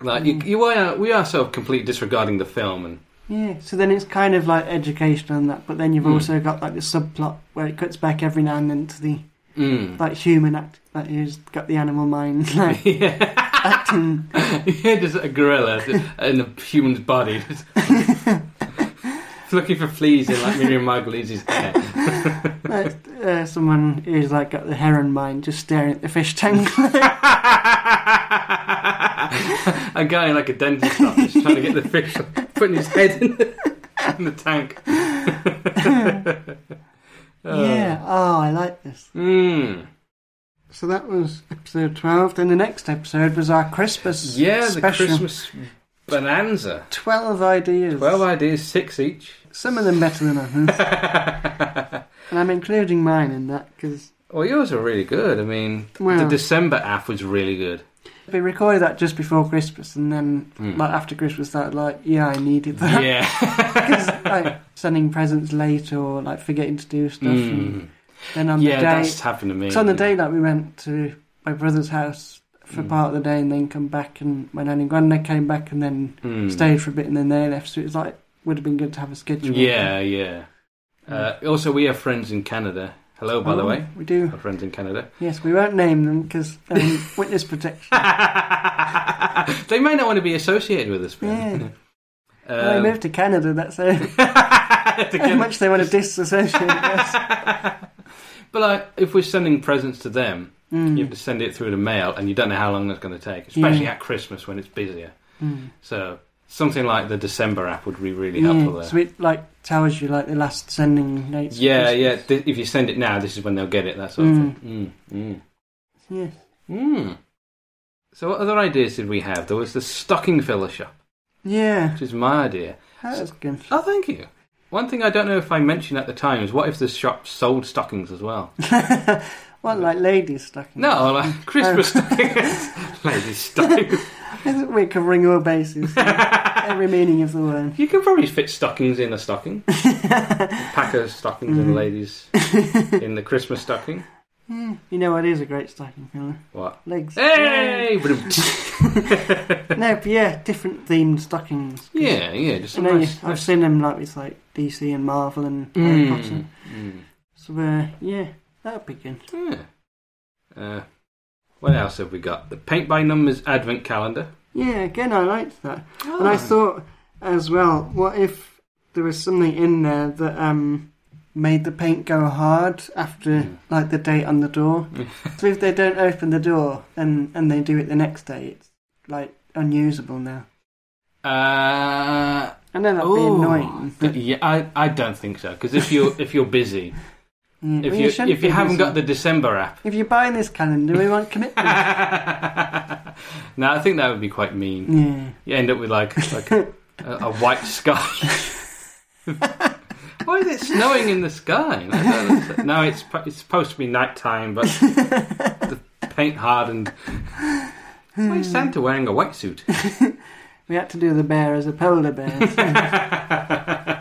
[SPEAKER 2] Like you, you are, we are sort of completely disregarding the film, and
[SPEAKER 1] Yeah. So then it's kind of like educational and that, but then you've
[SPEAKER 2] Mm.
[SPEAKER 1] also got like the subplot where it cuts back every now and then to the
[SPEAKER 2] mm.
[SPEAKER 1] like human act that who's got the animal mind like
[SPEAKER 2] yeah.
[SPEAKER 1] acting.
[SPEAKER 2] yeah, just a gorilla just in a human's body, just looking for fleas in like Miriam Margolyes' hair.
[SPEAKER 1] Like, uh, someone who's like got the heron mind just staring at the fish tank.
[SPEAKER 2] Uh. a guy in like a dentist office trying to get the fish, putting his head in the, in the tank. Oh.
[SPEAKER 1] Yeah. Oh, I like this.
[SPEAKER 2] Mm.
[SPEAKER 1] So that was episode 12. Then the next episode was our Christmas
[SPEAKER 2] Yeah, the
[SPEAKER 1] special.
[SPEAKER 2] Christmas bonanza.
[SPEAKER 1] 12 ideas.
[SPEAKER 2] Twelve ideas, six each.
[SPEAKER 1] Some of them better than others. and I'm including mine in that because
[SPEAKER 2] Well, yours are really good. I mean, the
[SPEAKER 1] Well.
[SPEAKER 2] December app was really good.
[SPEAKER 1] we recorded that just before Christmas and then
[SPEAKER 2] Mm.
[SPEAKER 1] like after Christmas that like, yeah, I needed that.
[SPEAKER 2] Yeah.
[SPEAKER 1] Because like sending presents late or like forgetting to do stuff. And
[SPEAKER 2] Mm.
[SPEAKER 1] then on
[SPEAKER 2] yeah,
[SPEAKER 1] the day,
[SPEAKER 2] that's happened to me.
[SPEAKER 1] so on the day that we went to my brother's house for
[SPEAKER 2] Mm.
[SPEAKER 1] part of the day and then come back. And my nan and granddad came back and then
[SPEAKER 2] Mm.
[SPEAKER 1] stayed for a bit and then they left. So it's like would have been good to have a schedule.
[SPEAKER 2] Yeah, yeah. Uh, also, we have friends in Canada. Hello, by the
[SPEAKER 1] Oh,
[SPEAKER 2] way.
[SPEAKER 1] we do.
[SPEAKER 2] Our friends in Canada.
[SPEAKER 1] Yes, we won't name them because um, witness protection.
[SPEAKER 2] they may not want to be associated with us. but-
[SPEAKER 1] Yeah. Well,
[SPEAKER 2] Um,
[SPEAKER 1] they moved to Canada. That's how,
[SPEAKER 2] to
[SPEAKER 1] how
[SPEAKER 2] get-
[SPEAKER 1] much they want to disassociate us.
[SPEAKER 2] but like, if we're sending presents to them,
[SPEAKER 1] Mm.
[SPEAKER 2] you have to send it through the mail, and you don't know how long that's going to take, especially
[SPEAKER 1] Yeah.
[SPEAKER 2] at Christmas when it's busier.
[SPEAKER 1] Mm.
[SPEAKER 2] So something like the December app would be really helpful
[SPEAKER 1] Yeah,
[SPEAKER 2] there.
[SPEAKER 1] Mm, so it like tells you like the last sending dates. for
[SPEAKER 2] yeah, yeah.
[SPEAKER 1] Christmas.
[SPEAKER 2] Th- if you send it now, this is when they'll get it. That sort
[SPEAKER 1] Mm.
[SPEAKER 2] of thing. Mm.
[SPEAKER 1] yeah.
[SPEAKER 2] Mm. Mm. So what other ideas did we have? There was the stocking filler shop,
[SPEAKER 1] Yeah,
[SPEAKER 2] which is my idea.
[SPEAKER 1] that's good.
[SPEAKER 2] Oh, thank you. One thing I don't know if I mentioned at the time is what if the shop sold stockings as well?
[SPEAKER 1] what like ladies stocking?
[SPEAKER 2] No, like Christmas stockings, ladies stockings.
[SPEAKER 1] I think we're covering all bases. Every meaning of the word.
[SPEAKER 2] You can probably fit stockings in a stocking. Pack of stockings in a lady's in the Christmas stocking.
[SPEAKER 1] Yeah, you know what is a great stocking filler?
[SPEAKER 2] What?
[SPEAKER 1] Legs.
[SPEAKER 2] Hey!
[SPEAKER 1] Yeah. no, but yeah, different themed stockings. 'Cause
[SPEAKER 2] yeah, yeah, just
[SPEAKER 1] I
[SPEAKER 2] a
[SPEAKER 1] know you,
[SPEAKER 2] nice,
[SPEAKER 1] I've
[SPEAKER 2] nice-
[SPEAKER 1] seen them like with like DC and Marvel and Harry Potter.
[SPEAKER 2] Mm, mm,
[SPEAKER 1] So uh, yeah, that would be good.
[SPEAKER 2] yeah. Uh, what else have we got? The paint by numbers advent calendar.
[SPEAKER 1] Yeah, again, I liked that.
[SPEAKER 2] Oh.
[SPEAKER 1] And I thought as well, what if there was something in there that um, made the paint go hard after
[SPEAKER 2] Mm.
[SPEAKER 1] like the date on the door? so if they don't open the door and and they do it the next day, it's like unusable now.
[SPEAKER 2] Uh,
[SPEAKER 1] I know that'd
[SPEAKER 2] ooh,
[SPEAKER 1] be annoying. But,
[SPEAKER 2] yeah, I, I don't think so because if you're if you're busy,
[SPEAKER 1] Mm,
[SPEAKER 2] if
[SPEAKER 1] well,
[SPEAKER 2] you
[SPEAKER 1] shouldn't
[SPEAKER 2] if you
[SPEAKER 1] be
[SPEAKER 2] haven't
[SPEAKER 1] busy.
[SPEAKER 2] got the December app,
[SPEAKER 1] if you're buying this calendar, we want commitment.
[SPEAKER 2] no, I think that would be quite mean.
[SPEAKER 1] yeah.
[SPEAKER 2] You end up with like like a, a white sky. Why is it snowing in the sky? I don't understand. no, it's pu- it's supposed to be nighttime, but the paint hardened. Why is Santa wearing a white suit?
[SPEAKER 1] We had to do the bear as a polar bear.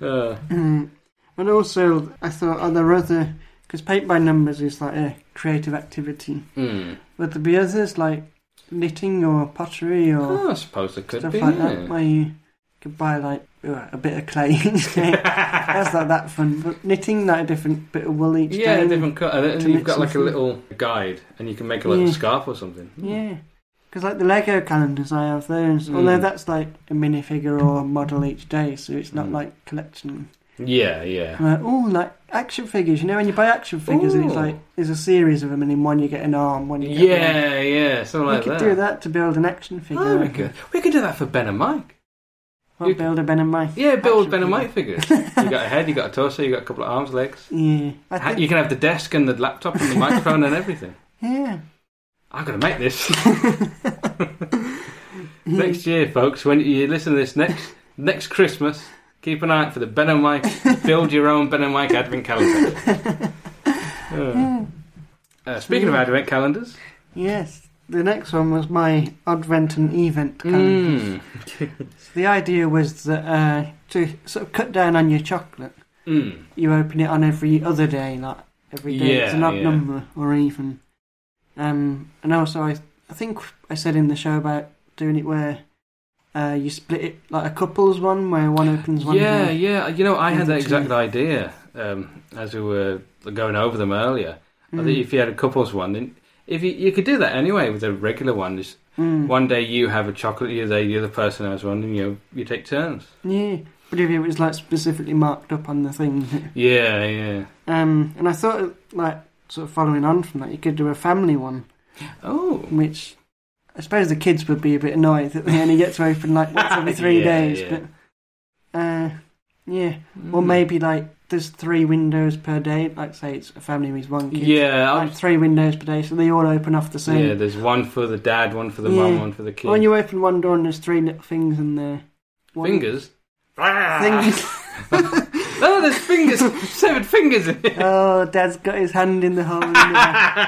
[SPEAKER 2] Uh,
[SPEAKER 1] Mm. And also, I thought, are there other? Because paint by numbers is like a creative activity.
[SPEAKER 2] mm.
[SPEAKER 1] Would there be others like knitting or pottery or
[SPEAKER 2] Oh, I suppose it could
[SPEAKER 1] stuff
[SPEAKER 2] be.
[SPEAKER 1] like
[SPEAKER 2] yeah.
[SPEAKER 1] that where you could buy like uh, a bit of clay each day? That's not that fun. But knitting like a different bit of wool each
[SPEAKER 2] Yeah,
[SPEAKER 1] day.
[SPEAKER 2] different cut, and
[SPEAKER 1] to
[SPEAKER 2] then you've
[SPEAKER 1] mix
[SPEAKER 2] got like a
[SPEAKER 1] them.
[SPEAKER 2] little guide, and you can make a little
[SPEAKER 1] Yeah.
[SPEAKER 2] scarf or something.
[SPEAKER 1] Yeah. Because like the Lego calendars, I have those. Although
[SPEAKER 2] Mm.
[SPEAKER 1] that's like a minifigure or model each day, so it's not
[SPEAKER 2] Mm.
[SPEAKER 1] like collection.
[SPEAKER 2] yeah, yeah.
[SPEAKER 1] Like, oh, like action figures. You know, when you buy action figures, and it's
[SPEAKER 2] Ooh.
[SPEAKER 1] like there's a series of them, and in one you get an arm, one you get a leg.
[SPEAKER 2] Yeah, yeah, something
[SPEAKER 1] We
[SPEAKER 2] like
[SPEAKER 1] could
[SPEAKER 2] that.
[SPEAKER 1] do that to build an action figure.
[SPEAKER 2] Oh, we
[SPEAKER 1] I think.
[SPEAKER 2] could. We could do that for Ben and Mike.
[SPEAKER 1] Or
[SPEAKER 2] You-
[SPEAKER 1] build a Ben and Mike.
[SPEAKER 2] Yeah, build
[SPEAKER 1] action
[SPEAKER 2] Ben and
[SPEAKER 1] figure.
[SPEAKER 2] Mike figures. you got a head, you got a torso, you got a couple of arms, legs.
[SPEAKER 1] Yeah, I
[SPEAKER 2] Ha-
[SPEAKER 1] think,
[SPEAKER 2] You can have the desk and the laptop and the microphone and everything.
[SPEAKER 1] yeah.
[SPEAKER 2] I'm gonna make this next year, folks. When you listen to this next next Christmas, keep an eye out for the Ben and Mike. Build your own Ben and Mike advent calendar. Uh, uh, speaking
[SPEAKER 1] Hmm.
[SPEAKER 2] of advent calendars,
[SPEAKER 1] Yes, the next one was my Advent and Event calendar.
[SPEAKER 2] mm,
[SPEAKER 1] So the idea was that uh, to sort of cut down on your chocolate,
[SPEAKER 2] mm,
[SPEAKER 1] you open it on every other day, like every day. it's an
[SPEAKER 2] Yeah,
[SPEAKER 1] odd
[SPEAKER 2] yeah.
[SPEAKER 1] number or even. Um, and also, I I think I said in the show about doing it where uh, you split it like a couples one, where one opens one.
[SPEAKER 2] yeah,
[SPEAKER 1] day.
[SPEAKER 2] yeah. You know, I had that
[SPEAKER 1] Isn't
[SPEAKER 2] exact
[SPEAKER 1] it?
[SPEAKER 2] idea um, as we were going over them earlier. I think
[SPEAKER 1] Mm.
[SPEAKER 2] if you had a couples one, then if you, you could do that anyway with a regular one, just
[SPEAKER 1] Mm.
[SPEAKER 2] one day you have a chocolate, the other day the other person has one, and you you take turns.
[SPEAKER 1] Yeah, but if it was like specifically marked up on the thing,
[SPEAKER 2] Yeah, yeah.
[SPEAKER 1] um, and I thought like sort of following on from that, you could do a family one,
[SPEAKER 2] Oh,
[SPEAKER 1] which I suppose the kids would be a bit annoyed that they only get to open like once every three
[SPEAKER 2] Yeah,
[SPEAKER 1] days,
[SPEAKER 2] yeah.
[SPEAKER 1] but uh, yeah,
[SPEAKER 2] Mm.
[SPEAKER 1] or maybe like there's three windows per day. Like say it's a family with one kid,
[SPEAKER 2] Yeah, I
[SPEAKER 1] like three windows per day, so they all open off the same.
[SPEAKER 2] yeah. There's one for the dad, one for the
[SPEAKER 1] Yeah.
[SPEAKER 2] mum, one for the
[SPEAKER 1] When
[SPEAKER 2] kid.
[SPEAKER 1] you open one door and there's three little things in there, one
[SPEAKER 2] Fingers. Ah!
[SPEAKER 1] Fingers.
[SPEAKER 2] oh, there's fingers. Seven fingers in it.
[SPEAKER 1] oh, Dad's got his hand in the hole. In the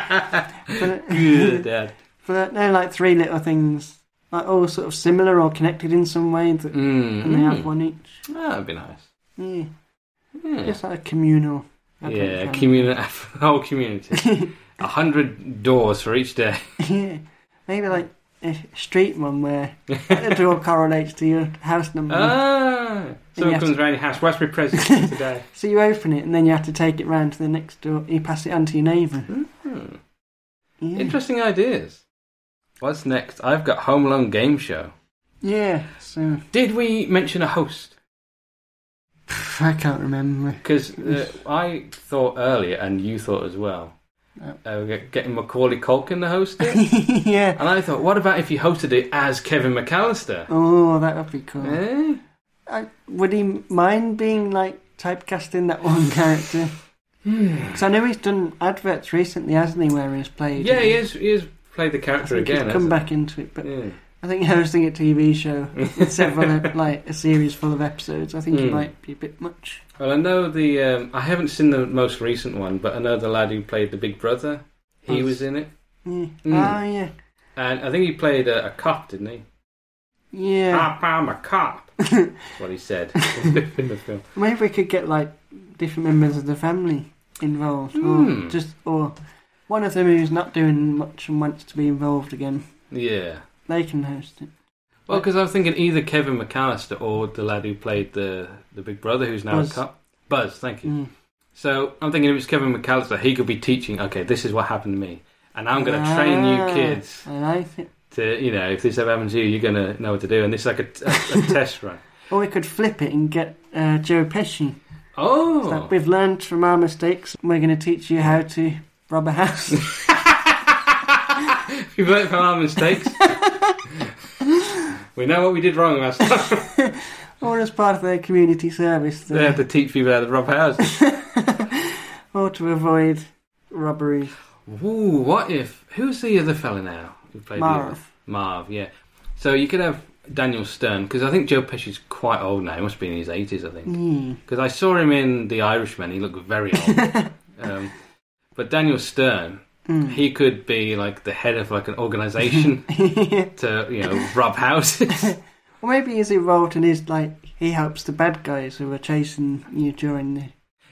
[SPEAKER 1] Oh, But- uh,
[SPEAKER 2] Good dad.
[SPEAKER 1] But they're like three little things, like all sort of similar or connected in some way, that,
[SPEAKER 2] Mm.
[SPEAKER 1] and they have
[SPEAKER 2] mm.
[SPEAKER 1] one each.
[SPEAKER 2] Ah, that'd be nice.
[SPEAKER 1] Yeah,
[SPEAKER 2] Yeah,
[SPEAKER 1] just like a communal.
[SPEAKER 2] yeah
[SPEAKER 1] advent
[SPEAKER 2] communi- whole community.
[SPEAKER 1] calendar.
[SPEAKER 2] a hundred doors for each day.
[SPEAKER 1] yeah. Maybe like a street one where the door correlates to your house number.
[SPEAKER 2] ah, someone
[SPEAKER 1] Mm-hmm. Yes.
[SPEAKER 2] comes round your house. Where's my present today?
[SPEAKER 1] so you open it and then you have to take it round to the next door. You pass it on to your neighbour.
[SPEAKER 2] Hmm.
[SPEAKER 1] Yeah.
[SPEAKER 2] Interesting ideas. What's next? I've got Home Alone game show.
[SPEAKER 1] Yeah. So
[SPEAKER 2] Did we mention a host?
[SPEAKER 1] pff, I can't remember.
[SPEAKER 2] Because uh, I thought earlier, and you thought as well,
[SPEAKER 1] Yeah.
[SPEAKER 2] uh, we're getting Macaulay Culkin to host it.
[SPEAKER 1] yeah.
[SPEAKER 2] And I thought, what about if he hosted it as Kevin McAllister?
[SPEAKER 1] Oh, that would be cool.
[SPEAKER 2] Eh?
[SPEAKER 1] I, would he mind being like typecasting that one character? Because I know he's done adverts recently, hasn't he? Where he's played.
[SPEAKER 2] Yeah, he is. He is played the
[SPEAKER 1] I
[SPEAKER 2] character
[SPEAKER 1] think
[SPEAKER 2] again.
[SPEAKER 1] he's come
[SPEAKER 2] hasn't
[SPEAKER 1] back into it, but
[SPEAKER 2] he? Yeah.
[SPEAKER 1] I think hosting a TV show, with several uh, like a series full of episodes, I think it
[SPEAKER 2] Hmm.
[SPEAKER 1] might be a bit much.
[SPEAKER 2] Well, I know the. Um, I haven't seen the most recent one, but I know the lad who played the Big Brother. He
[SPEAKER 1] Nice.
[SPEAKER 2] was in it,
[SPEAKER 1] Yeah.
[SPEAKER 2] Hmm.
[SPEAKER 1] Ah, yeah,
[SPEAKER 2] and I think he played a, a cop, didn't he?
[SPEAKER 1] yeah.
[SPEAKER 2] Cop, I'm a cop. That's what he said in the film.
[SPEAKER 1] Maybe we could get like different members of the family involved,
[SPEAKER 2] Hmm.
[SPEAKER 1] or just or one of them who's not doing much and wants to be involved again.
[SPEAKER 2] Yeah.
[SPEAKER 1] They can host it.
[SPEAKER 2] Well, because I was thinking either Kevin McAllister or the lad who played the the Big Brother, who's now
[SPEAKER 1] Buzz.
[SPEAKER 2] a cop. Buzz, thank you.
[SPEAKER 1] Hmm.
[SPEAKER 2] So I'm thinking if it's Kevin McAllister, he could be teaching. Okay, this is what happened to me, and I'm going to train
[SPEAKER 1] Ah,
[SPEAKER 2] you kids
[SPEAKER 1] I like it.
[SPEAKER 2] to, you know, if this ever happens to you, you're going to know what to do. And this is like a, a- a test run.
[SPEAKER 1] Or we could flip it and get uh, Joe Pesci. It's like,
[SPEAKER 2] Oh,
[SPEAKER 1] we've learned from our mistakes. We're going to teach you how to rob a house.
[SPEAKER 2] we've learned from our mistakes. we know what we did wrong last time.
[SPEAKER 1] or as part of their community service.
[SPEAKER 2] they have to teach people how to rob houses.
[SPEAKER 1] or to avoid robbery.
[SPEAKER 2] Ooh, what if? Who's the other fella now? Who played the other-
[SPEAKER 1] Marv.
[SPEAKER 2] Marv, yeah. So you could have Daniel Stern because I think Joe Pesci's quite old now. He must be in his eighties, I think.
[SPEAKER 1] Mm.
[SPEAKER 2] Because I saw him in The Irishman. He looked very old. um, but Daniel Stern,
[SPEAKER 1] Mm.
[SPEAKER 2] he could be like the head of like an organization to you know rob houses.
[SPEAKER 1] or maybe he's involved and he's like, he helps the bad guys who are chasing you during the.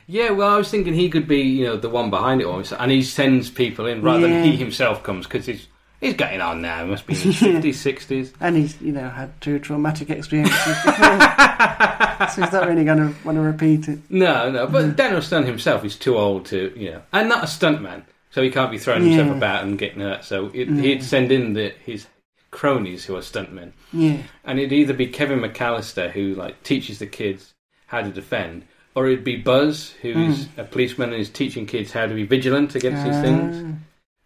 [SPEAKER 2] yeah, well, I was thinking he could be you know the one behind it all, and he sends people in rather than he
[SPEAKER 1] Yeah.
[SPEAKER 2] himself comes because he's he's getting on now. He must be in his fifties, sixties.
[SPEAKER 1] And he's, you know, had two traumatic experiences before. so he's not really going to want to repeat it.
[SPEAKER 2] No, no,
[SPEAKER 1] Mm.
[SPEAKER 2] but Daniel Stern himself is too old to, you know, and not a stuntman, so he can't be throwing himself
[SPEAKER 1] Yeah.
[SPEAKER 2] about and getting hurt. So it,
[SPEAKER 1] Mm.
[SPEAKER 2] he'd send in the, his cronies who are stuntmen,
[SPEAKER 1] Yeah.
[SPEAKER 2] and it'd either be Kevin McAllister who like teaches the kids how to defend, or it'd be Buzz who is
[SPEAKER 1] Mm.
[SPEAKER 2] a policeman and is teaching kids how to be vigilant against these
[SPEAKER 1] Ah,
[SPEAKER 2] things.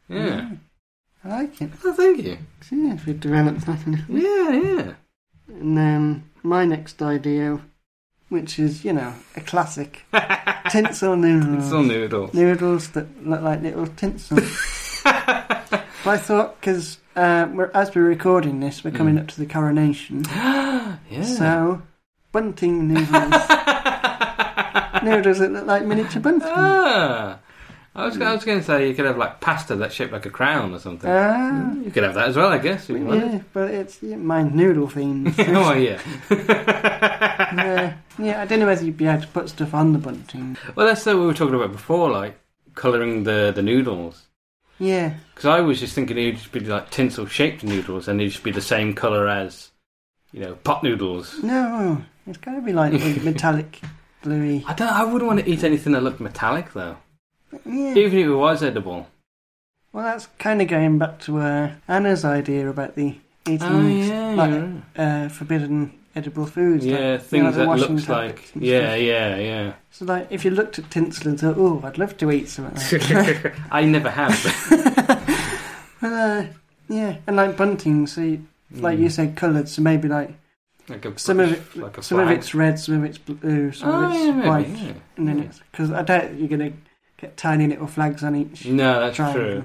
[SPEAKER 2] Yeah,
[SPEAKER 1] mm. I like it.
[SPEAKER 2] oh, thank you.
[SPEAKER 1] Yeah, we've developed that.
[SPEAKER 2] Yeah, yeah.
[SPEAKER 1] And um, my next idea, which is, you know, a classic tinsel noodles.
[SPEAKER 2] It's all new at all.
[SPEAKER 1] Noodles that look like little tinsel. but I thought, because uh, we're- as we're recording this, we're coming
[SPEAKER 2] Mm.
[SPEAKER 1] up to the coronation.
[SPEAKER 2] yeah.
[SPEAKER 1] So, bunting noodles. noodles that look like miniature bunting. Ah,
[SPEAKER 2] Ah, I was, I was going to say you could have like pasta that's shaped like a crown or something. Mm, you could have that as well, I guess. If you wanted.
[SPEAKER 1] Uh, Ah, yeah, but it's yeah, mind noodle themed.
[SPEAKER 2] oh yeah.
[SPEAKER 1] Uh, yeah, I don't know whether you'd be able to put stuff on the bunting.
[SPEAKER 2] Well, that's what we were talking about before, like coloring the the noodles.
[SPEAKER 1] Yeah,
[SPEAKER 2] Because I was just thinking it'd just be like tinsel shaped noodles, and it'd just be the same color as you know pot noodles.
[SPEAKER 1] no, it's got to be like the metallic bluey.
[SPEAKER 2] I don't. I wouldn't want to eat anything that looked metallic though,
[SPEAKER 1] Yeah.
[SPEAKER 2] even if it was edible.
[SPEAKER 1] Well, that's kind of going back to uh, Anna's idea about the eating
[SPEAKER 2] Oh yeah,
[SPEAKER 1] like,
[SPEAKER 2] you're right.
[SPEAKER 1] uh, forbidden edible foods. like, you
[SPEAKER 2] yeah,
[SPEAKER 1] know,
[SPEAKER 2] things
[SPEAKER 1] the
[SPEAKER 2] that
[SPEAKER 1] washing
[SPEAKER 2] looks like
[SPEAKER 1] tablets and
[SPEAKER 2] yeah,
[SPEAKER 1] stuff.
[SPEAKER 2] yeah, yeah.
[SPEAKER 1] So, like, if you looked at tinsel and thought, "Oh, I'd love to eat some of that,"
[SPEAKER 2] I never have.
[SPEAKER 1] but, uh, yeah, and like bunting, so you, like you said, coloured. So maybe like
[SPEAKER 2] Mm. Like a,
[SPEAKER 1] some of it,
[SPEAKER 2] like a
[SPEAKER 1] some of
[SPEAKER 2] flag. Oh,
[SPEAKER 1] it's red, some of it's blue, some of it's
[SPEAKER 2] yeah, maybe,
[SPEAKER 1] white,
[SPEAKER 2] yeah.
[SPEAKER 1] and then
[SPEAKER 2] Yeah.
[SPEAKER 1] it's because I doubt you're gonna get tiny little flags on each.
[SPEAKER 2] No, that's
[SPEAKER 1] triangle.
[SPEAKER 2] Mm, true.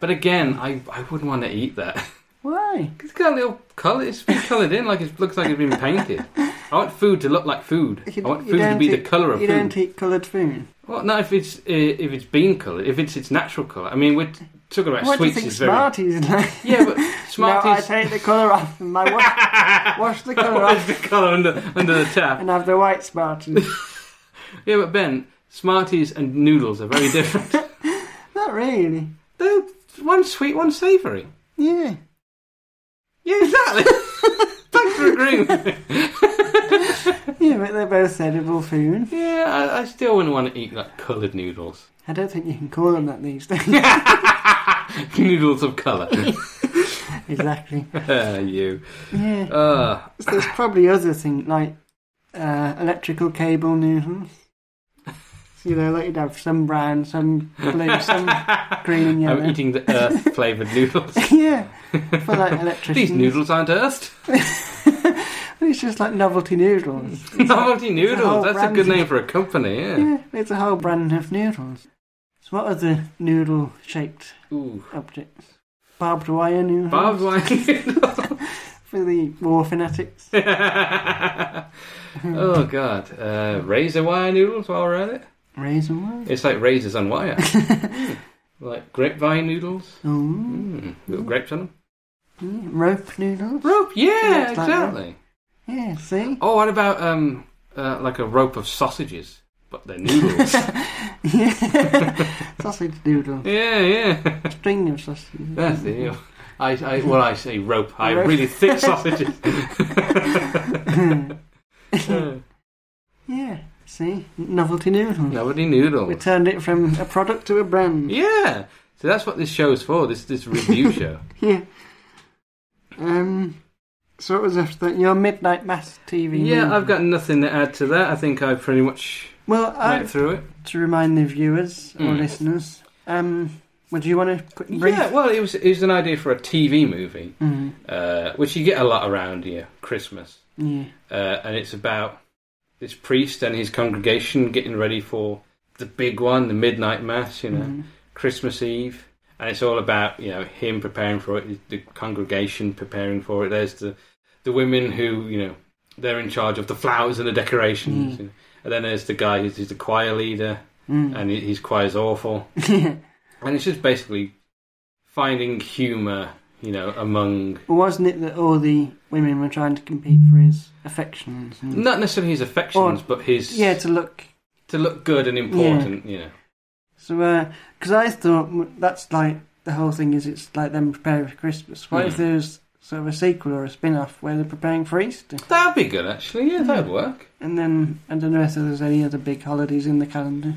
[SPEAKER 2] But again, I, I wouldn't want to eat that.
[SPEAKER 1] Why?
[SPEAKER 2] It's got a little colour. It's been coloured in, like it looks like it's been painted. I want food to look like food.
[SPEAKER 1] You-
[SPEAKER 2] I want
[SPEAKER 1] you
[SPEAKER 2] food to
[SPEAKER 1] don't
[SPEAKER 2] be the
[SPEAKER 1] eat-
[SPEAKER 2] colour of
[SPEAKER 1] you
[SPEAKER 2] food.
[SPEAKER 1] don't eat coloured food.
[SPEAKER 2] Well, no, if it's uh, if it's bean coloured, if it's its natural colour. I mean, we're t- talking about
[SPEAKER 1] What do you
[SPEAKER 2] sweets.
[SPEAKER 1] think
[SPEAKER 2] is very
[SPEAKER 1] Smarties is like?
[SPEAKER 2] yeah, but Smarties.
[SPEAKER 1] No, I take the colour off and I wash, wash the colour
[SPEAKER 2] Where's
[SPEAKER 1] off
[SPEAKER 2] the colour under under the tap?
[SPEAKER 1] and have the white Smarties.
[SPEAKER 2] Yeah, but Ben, Smarties and noodles are very different.
[SPEAKER 1] Not really.
[SPEAKER 2] They're one sweet, one savoury.
[SPEAKER 1] Yeah.
[SPEAKER 2] Yeah, exactly. Thanks for agreeing. with me.
[SPEAKER 1] Yeah, but they're both edible food.
[SPEAKER 2] Yeah, I, I still wouldn't want to eat like coloured noodles.
[SPEAKER 1] I don't think you can call them that these days.
[SPEAKER 2] noodles of colour.
[SPEAKER 1] exactly.
[SPEAKER 2] Ah, you.
[SPEAKER 1] Yeah.
[SPEAKER 2] Uh,
[SPEAKER 1] So there's probably other things like uh, electrical cable noodles. You know, like you'd have some brown, some blue, some green and yellow.
[SPEAKER 2] I'm eating the earth flavoured noodles.
[SPEAKER 1] yeah, for like electricians.
[SPEAKER 2] These noodles aren't earthed.
[SPEAKER 1] It's just like novelty noodles.
[SPEAKER 2] Novelty
[SPEAKER 1] whole
[SPEAKER 2] noodles. That's a
[SPEAKER 1] brand
[SPEAKER 2] good
[SPEAKER 1] of-
[SPEAKER 2] name for a company. Yeah.
[SPEAKER 1] Yeah, it's a whole brand of noodles. So what other noodle-shaped
[SPEAKER 2] Ooh,
[SPEAKER 1] objects? Barbed wire noodles
[SPEAKER 2] barbed wire noodles.
[SPEAKER 1] for the war fanatics.
[SPEAKER 2] oh god, uh, razor wire noodles while we're at it.
[SPEAKER 1] Razor wire.
[SPEAKER 2] It's like razors on wire. Mm. like grapevine noodles.
[SPEAKER 1] Ooh.
[SPEAKER 2] Mm. Little grapes on them.
[SPEAKER 1] Yeah, rope noodles.
[SPEAKER 2] Rope, yeah,
[SPEAKER 1] Looks like that.
[SPEAKER 2] exactly.
[SPEAKER 1] Yeah, see?
[SPEAKER 2] Oh, what about um, uh, like a rope of sausages, but they're noodles.
[SPEAKER 1] Yeah. sausage noodle.
[SPEAKER 2] yeah, yeah.
[SPEAKER 1] String of sausage.
[SPEAKER 2] That's the deal. I, I, well, I say rope. I
[SPEAKER 1] Rope.
[SPEAKER 2] really thick sausages.
[SPEAKER 1] Yeah, see? Novelty noodles.
[SPEAKER 2] Nobody
[SPEAKER 1] We
[SPEAKER 2] noodles.
[SPEAKER 1] turned it from a product to a brand.
[SPEAKER 2] Yeah. So that's what this show's for. This this review show.
[SPEAKER 1] Yeah. Um. So it was after that, your midnight mass TV.
[SPEAKER 2] Yeah,
[SPEAKER 1] movie.
[SPEAKER 2] I've got nothing to add to that. I think I pretty much
[SPEAKER 1] Well, I
[SPEAKER 2] went through it.
[SPEAKER 1] to remind the viewers or
[SPEAKER 2] Mm.
[SPEAKER 1] listeners. Um. Would you want to quick brief?
[SPEAKER 2] Yeah, well, it was it was an idea for a TV movie,
[SPEAKER 1] Mm,
[SPEAKER 2] uh, which you get a lot around here, Christmas,
[SPEAKER 1] yeah.
[SPEAKER 2] uh, and it's about this priest and his congregation getting ready for the big one, the midnight mass, you know,
[SPEAKER 1] Mm.
[SPEAKER 2] Christmas Eve, and it's all about you know him preparing for it, the congregation preparing for it. There's the the women who you know they're in charge of the flowers and the decorations,
[SPEAKER 1] Mm.
[SPEAKER 2] you know. and then there's the guy who's, who's the choir leader,
[SPEAKER 1] Mm.
[SPEAKER 2] and he- his choir's awful. And it's just basically finding humour, you know, among
[SPEAKER 1] Wasn't it that all the women were trying to compete for his affections? And,
[SPEAKER 2] not necessarily his affections, but his
[SPEAKER 1] Mm. Yeah, to look.
[SPEAKER 2] to look good and important, you know.
[SPEAKER 1] So, because I thought mm, that's like the whole thing is it's like them preparing for Christmas. What if
[SPEAKER 2] Mm.
[SPEAKER 1] there's sort of a sequel or a spin off where they're preparing for Easter?
[SPEAKER 2] That'd be good, actually. Yeah, that'd work.
[SPEAKER 1] And then I don't know if there's any other big holidays in the calendar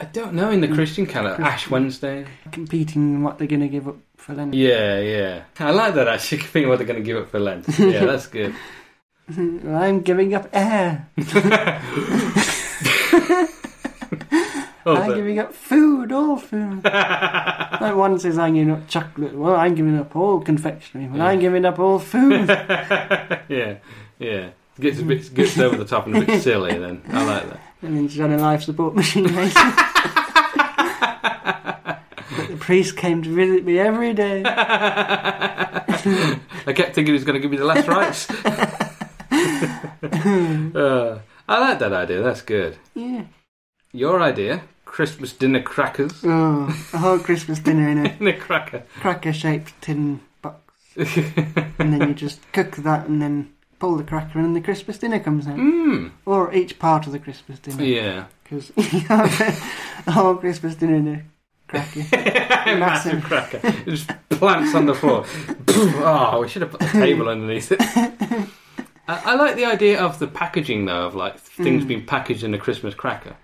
[SPEAKER 2] I don't know in the Christian calendar,
[SPEAKER 1] Christian.
[SPEAKER 2] Ash Wednesday.
[SPEAKER 1] competing in what they're going to give up for Lent.
[SPEAKER 2] Yeah, yeah. I like that actually. Being what they're going to give up for Lent. Yeah, that's good.
[SPEAKER 1] Well, I'm giving up air.
[SPEAKER 2] Oh,
[SPEAKER 1] I'm
[SPEAKER 2] but-
[SPEAKER 1] giving up food, all food. like one says, I'm giving up chocolate. Well, I'm giving up all confectionery. Well, I'm
[SPEAKER 2] Yeah.
[SPEAKER 1] giving up all food.
[SPEAKER 2] yeah, yeah. Gets a bit gets over the top and a bit silly. Then I like that.
[SPEAKER 1] And then she's on a life support machine later. but the priest came to visit me every day.
[SPEAKER 2] I kept thinking he was going to give me the last rites. Uh, I like that idea. That's good.
[SPEAKER 1] Yeah.
[SPEAKER 2] Your idea, Christmas dinner crackers
[SPEAKER 1] Oh, a whole Christmas dinner in a
[SPEAKER 2] in a cracker.
[SPEAKER 1] cracker shaped tin box. And then you just cook that and then pull the cracker and the Christmas dinner comes out.
[SPEAKER 2] Mmm.
[SPEAKER 1] Or each part of the Christmas dinner.
[SPEAKER 2] Yeah.
[SPEAKER 1] Because you have a whole Christmas dinner in a cracker.
[SPEAKER 2] Massive cracker. It just plants on the floor. oh, we should have put a table underneath it. I, I like the idea of the packaging though, of like things
[SPEAKER 1] Mm.
[SPEAKER 2] being packaged in a Christmas cracker.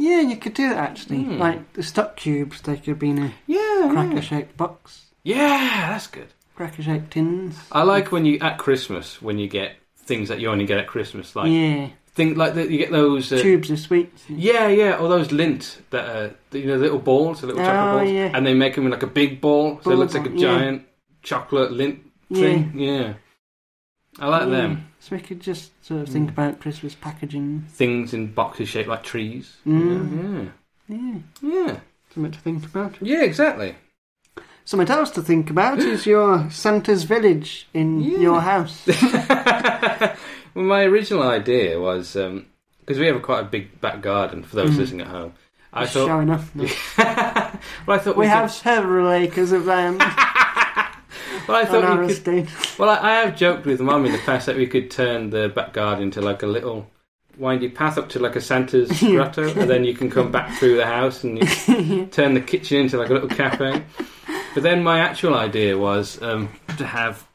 [SPEAKER 1] Yeah, you could do that actually.
[SPEAKER 2] Hmm. Oh,
[SPEAKER 1] Like the stock cubes, they could be in a
[SPEAKER 2] Yeah.
[SPEAKER 1] cracker shaped box,
[SPEAKER 2] Yeah, that's good.
[SPEAKER 1] cracker shaped tins.
[SPEAKER 2] I like when you at Christmas when you get things that you only get at Christmas, like
[SPEAKER 1] yeah,
[SPEAKER 2] thing like that. You get those. Uh,
[SPEAKER 1] tubes of sweets.
[SPEAKER 2] yeah, yeah, or those lint that are you know little balls, the little chocolate
[SPEAKER 1] Oh,
[SPEAKER 2] balls,
[SPEAKER 1] yeah.
[SPEAKER 2] and they make them in like a big ball, so it
[SPEAKER 1] Ball
[SPEAKER 2] looks like a
[SPEAKER 1] ball, yeah.
[SPEAKER 2] giant chocolate lint
[SPEAKER 1] yeah.
[SPEAKER 2] thing. Yeah, I like
[SPEAKER 1] Yeah.
[SPEAKER 2] them.
[SPEAKER 1] So we could just sort of think
[SPEAKER 2] Mm.
[SPEAKER 1] about Christmas packaging.
[SPEAKER 2] Things in boxes shaped like trees.
[SPEAKER 1] Mm. Yeah,
[SPEAKER 2] Yeah, yeah, yeah,
[SPEAKER 1] something to think about.
[SPEAKER 2] yeah, exactly.
[SPEAKER 1] Something else to think about is your Santa's village in
[SPEAKER 2] Yeah.
[SPEAKER 1] your house.
[SPEAKER 2] well, my original idea was because we have a quite a big back garden for those
[SPEAKER 1] Mm.
[SPEAKER 2] listening at home. I
[SPEAKER 1] It's
[SPEAKER 2] thought.
[SPEAKER 1] showing off now.
[SPEAKER 2] well, I thought
[SPEAKER 1] We
[SPEAKER 2] could-
[SPEAKER 1] have several acres of land
[SPEAKER 2] Well, I
[SPEAKER 1] on
[SPEAKER 2] thought
[SPEAKER 1] our
[SPEAKER 2] we could.
[SPEAKER 1] estate.
[SPEAKER 2] Well, I, I have joked with Mum in the past that we could turn the back garden into like a little windy path up to like a Santa's grotto, and then you can come back through the house and you turn the kitchen into like a little cafe. But then my actual idea was um, to have,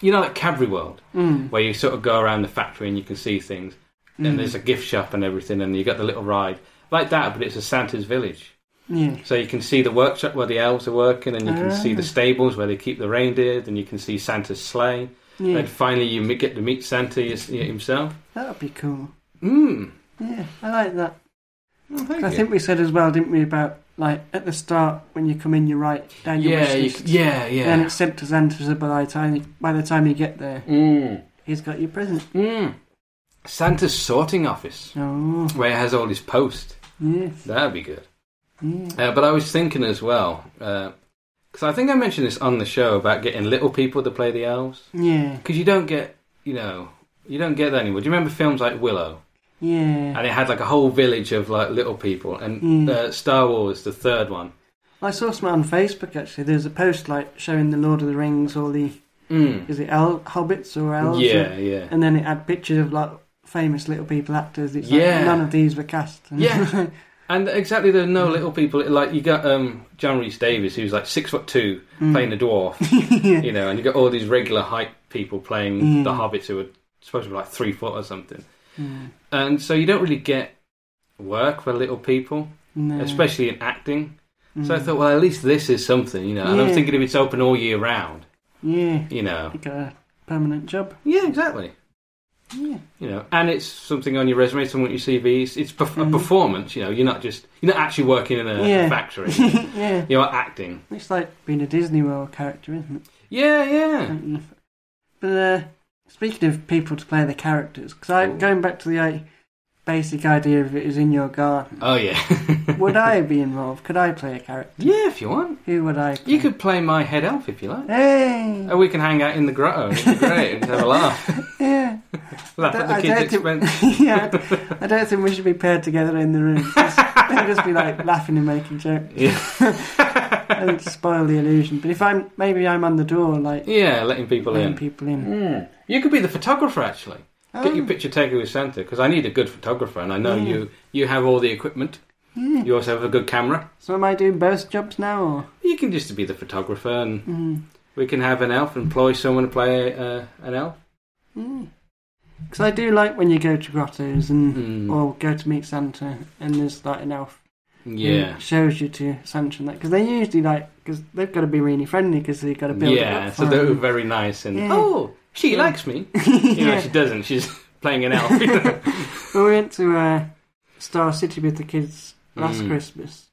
[SPEAKER 2] you know, like Cadbury World,
[SPEAKER 1] Mm.
[SPEAKER 2] where you sort of go around the factory and you can see things,
[SPEAKER 1] Hmm. Mm-hmm.
[SPEAKER 2] and there's a gift shop and everything, and you got the little ride like that, but it's a Santa's village.
[SPEAKER 1] Yeah.
[SPEAKER 2] So you can see the workshop where the elves are working, and you can see the
[SPEAKER 1] Ah.
[SPEAKER 2] stables where they keep the reindeer, then you can see Santa's sleigh,
[SPEAKER 1] Yeah.
[SPEAKER 2] and finally you m- get to meet Santa y- himself.
[SPEAKER 1] That would be cool. Hmm.
[SPEAKER 2] Mm.
[SPEAKER 1] Yeah, I like that.
[SPEAKER 2] Well, Oh, thank
[SPEAKER 1] I
[SPEAKER 2] you.
[SPEAKER 1] think we said as well, didn't we, about like at the start when you come in, you write down your
[SPEAKER 2] yeah,
[SPEAKER 1] wish
[SPEAKER 2] you,
[SPEAKER 1] list.
[SPEAKER 2] yeah, yeah.
[SPEAKER 1] And it's sent to Santa so by the time by the time you get there,
[SPEAKER 2] Mm.
[SPEAKER 1] he's got your present.
[SPEAKER 2] Mm. Santa's sorting office,
[SPEAKER 1] Oh,
[SPEAKER 2] where he has all his post.
[SPEAKER 1] yes,
[SPEAKER 2] That'd be good.
[SPEAKER 1] yeah.
[SPEAKER 2] Uh, but I was thinking as well, because I think I mentioned this on the show about getting little people to play the elves.
[SPEAKER 1] yeah,
[SPEAKER 2] Because you don't get, you know, you don't get that anymore. Do you remember films like Willow?
[SPEAKER 1] yeah.
[SPEAKER 2] And it had like a whole village of like little people. And
[SPEAKER 1] Mm.
[SPEAKER 2] uh, Star Wars, the third one.
[SPEAKER 1] I saw some on Facebook actually. There's a post like showing the Lord of the Rings or the
[SPEAKER 2] Mm.
[SPEAKER 1] is it El- hobbits or elves?
[SPEAKER 2] Yeah, yeah.
[SPEAKER 1] And then it had pictures of like famous little people actors. It's
[SPEAKER 2] Yeah.
[SPEAKER 1] like none of these were cast. And
[SPEAKER 2] Yeah. And exactly, there are
[SPEAKER 1] Mm.
[SPEAKER 2] no little people. Like you got um, John Rhys Davies, who's like six foot two,
[SPEAKER 1] Mm.
[SPEAKER 2] playing a dwarf.
[SPEAKER 1] yeah.
[SPEAKER 2] you know, and you got all these regular height people playing
[SPEAKER 1] Mm.
[SPEAKER 2] the hobbits who are supposed to be like three foot or something.
[SPEAKER 1] Mm.
[SPEAKER 2] And so you don't really get work for little people,
[SPEAKER 1] No.
[SPEAKER 2] especially in acting. So I
[SPEAKER 1] Mm.
[SPEAKER 2] thought, well, at least this is something, you know. And I'm
[SPEAKER 1] Yeah.
[SPEAKER 2] thinking if it's open all year round,
[SPEAKER 1] yeah,
[SPEAKER 2] you know.
[SPEAKER 1] like a permanent job.
[SPEAKER 2] Yeah, exactly.
[SPEAKER 1] Yeah.
[SPEAKER 2] You know, and it's something on your resume, something on your CV. It's, it's perf- a
[SPEAKER 1] Mhm.
[SPEAKER 2] performance. You know, you're not just you're not actually working in a
[SPEAKER 1] Yeah.
[SPEAKER 2] factory.
[SPEAKER 1] yeah.
[SPEAKER 2] you're acting.
[SPEAKER 1] It's like being a Disney World character, isn't it?
[SPEAKER 2] Yeah, yeah.
[SPEAKER 1] Don't you? But uh, speaking of people to play the characters,
[SPEAKER 2] Ooh.
[SPEAKER 1] because going back to the like, basic idea of it is in your garden,
[SPEAKER 2] Oh yeah.
[SPEAKER 1] would I be involved? Could I play a character?
[SPEAKER 2] Yeah, if you want,
[SPEAKER 1] Who would I play?
[SPEAKER 2] you could play my head elf if you like.
[SPEAKER 1] Hey!
[SPEAKER 2] Oh, we can hang out in the grotto. It'd be great and have a laugh.
[SPEAKER 1] Yeah.
[SPEAKER 2] laugh at the kids' expense.
[SPEAKER 1] think, yeah, I- I don't think we should be paired together in the room. Just, it'd just be like laughing and making jokes. I
[SPEAKER 2] Yeah.
[SPEAKER 1] think to spoil the illusion. But if I'm maybe I'm on the door, like
[SPEAKER 2] yeah, letting people
[SPEAKER 1] letting
[SPEAKER 2] in.
[SPEAKER 1] people in.
[SPEAKER 2] Mm. You could be the photographer, actually. Get your
[SPEAKER 1] Oh,
[SPEAKER 2] picture taken with Santa, because I need a good photographer, and I know
[SPEAKER 1] Yeah.
[SPEAKER 2] you, you have all the equipment.
[SPEAKER 1] yeah.
[SPEAKER 2] You also have a good camera.
[SPEAKER 1] So am I doing both jobs now, or?
[SPEAKER 2] You can just be the photographer, and
[SPEAKER 1] Mm.
[SPEAKER 2] we can have an elf, employ someone to play uh, an elf.
[SPEAKER 1] Because Mm. I do like when you go to grottos and
[SPEAKER 2] Mm.
[SPEAKER 1] or go to meet Santa, and there's like an elf who
[SPEAKER 2] yeah.
[SPEAKER 1] shows you to Santa and that. Because they usually like because they've got to be really friendly because they've got to build
[SPEAKER 2] Yeah,
[SPEAKER 1] it up.
[SPEAKER 2] so
[SPEAKER 1] for
[SPEAKER 2] they're
[SPEAKER 1] them.
[SPEAKER 2] very nice, and
[SPEAKER 1] Yeah.
[SPEAKER 2] oh, she
[SPEAKER 1] Yeah.
[SPEAKER 2] likes me. You know,
[SPEAKER 1] yeah.
[SPEAKER 2] she doesn't. She's playing an elf. you know.
[SPEAKER 1] Well, we went to uh, Star City with the kids last
[SPEAKER 2] Mm.
[SPEAKER 1] Christmas,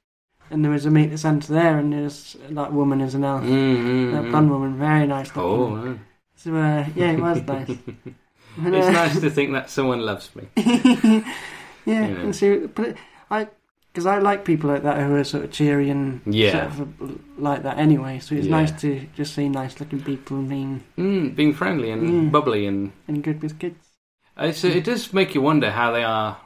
[SPEAKER 1] and there was a meet the Santa there, and there's like a woman as an elf.
[SPEAKER 2] Mm,
[SPEAKER 1] That
[SPEAKER 2] mm,
[SPEAKER 1] blonde
[SPEAKER 2] mm.
[SPEAKER 1] woman, very nice looking.
[SPEAKER 2] Oh, wow.
[SPEAKER 1] So uh, yeah, it was nice. And,
[SPEAKER 2] it's
[SPEAKER 1] uh,
[SPEAKER 2] nice to think that someone loves me.
[SPEAKER 1] yeah, and
[SPEAKER 2] Yeah.
[SPEAKER 1] so but I because I like people like that who are sort of cheery and
[SPEAKER 2] Yeah.
[SPEAKER 1] sort of like that anyway. So it's
[SPEAKER 2] Yeah.
[SPEAKER 1] nice to just see nice looking people and being
[SPEAKER 2] Mm, being friendly and
[SPEAKER 1] Mm.
[SPEAKER 2] bubbly, and
[SPEAKER 1] and good with kids.
[SPEAKER 2] it's, it does make you wonder how they are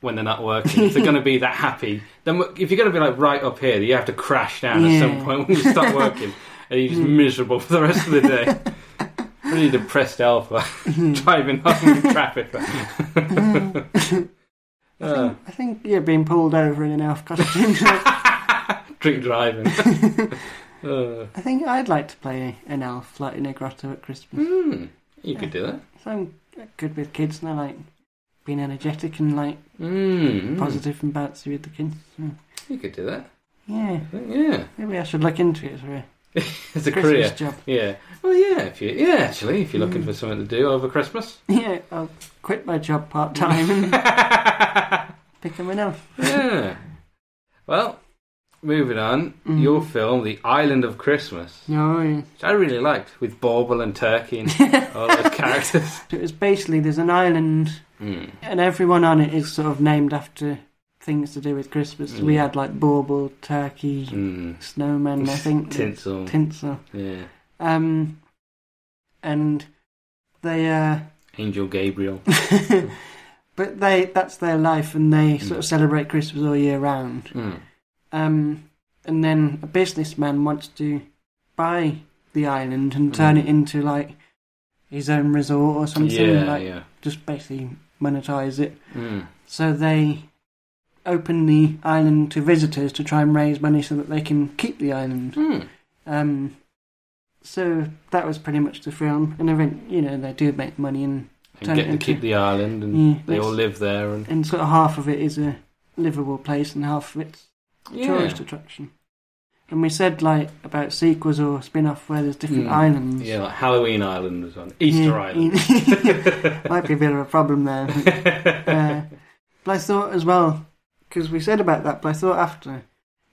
[SPEAKER 2] when they're not working. if they're going to be that happy, then w- if you're going to be like right up here, you have to crash down at some
[SPEAKER 1] Yeah.
[SPEAKER 2] point when you stop working, and you're just
[SPEAKER 1] Mm.
[SPEAKER 2] miserable for the rest of the day. Really depressed alpha driving home in traffic. Uh,
[SPEAKER 1] I think yeah, being pulled over in an elf costume.
[SPEAKER 2] drink driving. Uh,
[SPEAKER 1] I think I'd like to play an elf like in a grotto at Christmas.
[SPEAKER 2] mm, you could do that.
[SPEAKER 1] So I'm good with kids and I like being energetic and like
[SPEAKER 2] Mm, mm,
[SPEAKER 1] positive and bouncy with the kids. So,
[SPEAKER 2] you could do that.
[SPEAKER 1] yeah,
[SPEAKER 2] I think, Yeah,
[SPEAKER 1] maybe I should look into it for a
[SPEAKER 2] it's a
[SPEAKER 1] Christmas
[SPEAKER 2] career.
[SPEAKER 1] job.
[SPEAKER 2] Yeah. Well, yeah. If you, yeah, actually, if you're looking
[SPEAKER 1] Mm.
[SPEAKER 2] for something to do over Christmas,
[SPEAKER 1] Yeah, I'll quit my job part time and pick him an elf.
[SPEAKER 2] yeah. Well, moving on.
[SPEAKER 1] Mm.
[SPEAKER 2] Your film, The Island of Christmas,
[SPEAKER 1] No, yeah.
[SPEAKER 2] which I really liked, with Bauble and Turkey and all those characters.
[SPEAKER 1] So it was basically there's an island
[SPEAKER 2] Mm.
[SPEAKER 1] and everyone on it is sort of named after things to do with Christmas. So we
[SPEAKER 2] Yeah.
[SPEAKER 1] had like bauble, turkey,
[SPEAKER 2] Mm.
[SPEAKER 1] snowman, I think,
[SPEAKER 2] Tinsel.
[SPEAKER 1] tinsel.
[SPEAKER 2] yeah.
[SPEAKER 1] Um, and they, uh,
[SPEAKER 2] Angel Gabriel.
[SPEAKER 1] but they that's their life and they sort
[SPEAKER 2] Mm.
[SPEAKER 1] of celebrate Christmas all year round.
[SPEAKER 2] Mm.
[SPEAKER 1] Um, and then a businessman wants to buy the island and turn it
[SPEAKER 2] Mm.
[SPEAKER 1] into like his own resort or something,
[SPEAKER 2] Yeah.
[SPEAKER 1] like
[SPEAKER 2] yeah.
[SPEAKER 1] just basically monetize it.
[SPEAKER 2] Mm.
[SPEAKER 1] So they open the island to visitors to try and raise money so that they can keep the island.
[SPEAKER 2] Mm.
[SPEAKER 1] Um, so that was pretty much the film, and then you know they do make money, and
[SPEAKER 2] and
[SPEAKER 1] Turn
[SPEAKER 2] get
[SPEAKER 1] it
[SPEAKER 2] to keep
[SPEAKER 1] into- Hmm.
[SPEAKER 2] the island, and
[SPEAKER 1] Yeah,
[SPEAKER 2] Mm. they all
[SPEAKER 1] it's-
[SPEAKER 2] live there, and
[SPEAKER 1] and sort of half of it is a livable place, and half of it's
[SPEAKER 2] yeah,
[SPEAKER 1] tourist attraction. And we said like about sequels or spin-off where there's different
[SPEAKER 2] Mm.
[SPEAKER 1] islands.
[SPEAKER 2] yeah, like Halloween Island was on Easter
[SPEAKER 1] Yeah,
[SPEAKER 2] Island.
[SPEAKER 1] Might be a bit of a problem there. Uh, but I thought as well, because we said about that, but I thought after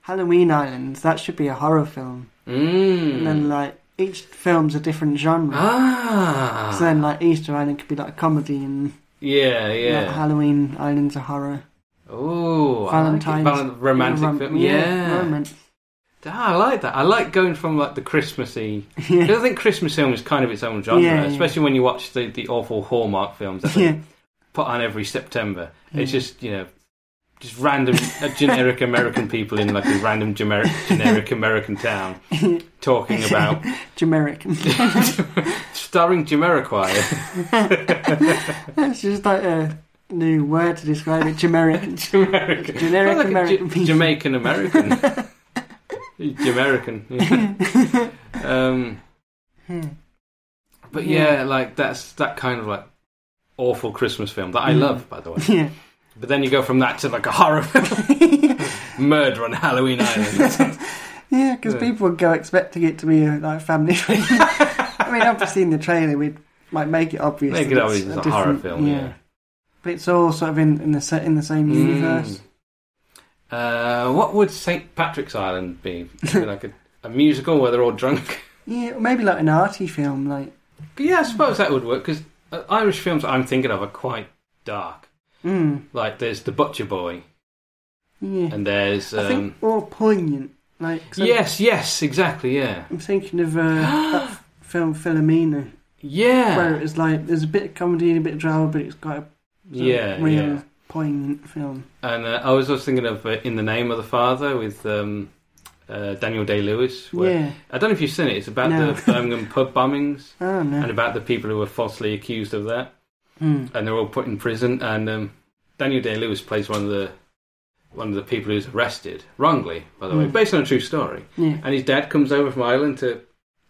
[SPEAKER 1] Halloween Island, that should be a horror film.
[SPEAKER 2] mm.
[SPEAKER 1] And then, like, each film's a different genre.
[SPEAKER 2] ah,
[SPEAKER 1] So then, like, Easter Island could be like a comedy, and
[SPEAKER 2] yeah,
[SPEAKER 1] like,
[SPEAKER 2] yeah.
[SPEAKER 1] Halloween Island's a horror.
[SPEAKER 2] Oh,
[SPEAKER 1] Valentine's.
[SPEAKER 2] romantic
[SPEAKER 1] rom-
[SPEAKER 2] film. Yeah,
[SPEAKER 1] Romance.
[SPEAKER 2] Ah, I like that. I like going from like the Christmassy.
[SPEAKER 1] Yeah.
[SPEAKER 2] 'cause I think Christmas film is kind of its own genre,
[SPEAKER 1] Yeah, yeah.
[SPEAKER 2] especially when you watch the, the awful Hallmark films that
[SPEAKER 1] Yeah.
[SPEAKER 2] they put on every September. It's
[SPEAKER 1] Yeah.
[SPEAKER 2] just you know, just random uh, generic American people in like a random generic, generic American town talking about
[SPEAKER 1] Jamaican.
[SPEAKER 2] starring Jamiroquai.
[SPEAKER 1] That's just like a new word to describe it. Jamaican.
[SPEAKER 2] Jamaican.
[SPEAKER 1] Generic
[SPEAKER 2] Like a
[SPEAKER 1] American
[SPEAKER 2] Ja-
[SPEAKER 1] people.
[SPEAKER 2] Jamaican American. Jamaican. Yeah. um, but yeah. like that's that kind of like awful Christmas film that I
[SPEAKER 1] Mm.
[SPEAKER 2] love, by the way.
[SPEAKER 1] yeah.
[SPEAKER 2] But then you go from that to like a horror film, murder on Halloween Island.
[SPEAKER 1] Yeah, because
[SPEAKER 2] Yeah.
[SPEAKER 1] people would go expecting it to be a like, family film. I mean, after seeing the trailer, we'd like make it obvious.
[SPEAKER 2] Make
[SPEAKER 1] that
[SPEAKER 2] it obvious
[SPEAKER 1] it's
[SPEAKER 2] it's a horror
[SPEAKER 1] different-
[SPEAKER 2] film. Yeah.
[SPEAKER 1] but it's all sort of in, in the set in the same
[SPEAKER 2] Mm.
[SPEAKER 1] universe.
[SPEAKER 2] Uh, what would St Patrick's Island be? Maybe like a, a musical where they're all drunk.
[SPEAKER 1] Yeah, or maybe like an arty film, like
[SPEAKER 2] But yeah, I suppose that would work because Irish films I'm thinking of are quite dark.
[SPEAKER 1] mm,
[SPEAKER 2] Like there's The Butcher Boy,
[SPEAKER 1] yeah.
[SPEAKER 2] and there's
[SPEAKER 1] I
[SPEAKER 2] um,
[SPEAKER 1] think or poignant, like 'cause I'm-
[SPEAKER 2] yes, yes, exactly, yeah,
[SPEAKER 1] I'm thinking of uh, that film Philomena, where
[SPEAKER 2] yeah,
[SPEAKER 1] it's like there's a bit of comedy and a bit of drama, but it's quite a sort
[SPEAKER 2] yeah,
[SPEAKER 1] of real
[SPEAKER 2] yeah.
[SPEAKER 1] poignant film.
[SPEAKER 2] And uh, I was also thinking of uh, In the Name of the Father with um, uh, Daniel Day Lewis. Where
[SPEAKER 1] Yeah.
[SPEAKER 2] I don't know if you've seen it. It's about
[SPEAKER 1] No.
[SPEAKER 2] the Birmingham pub bombings
[SPEAKER 1] Oh
[SPEAKER 2] and
[SPEAKER 1] no.
[SPEAKER 2] about the people who were falsely accused of that,
[SPEAKER 1] Mm.
[SPEAKER 2] and they're all put in prison. And um, Daniel Day Lewis plays one of the one of the people who's arrested wrongly, by the way,
[SPEAKER 1] Mm.
[SPEAKER 2] based on a true story.
[SPEAKER 1] Yeah.
[SPEAKER 2] And his dad comes over from Ireland to,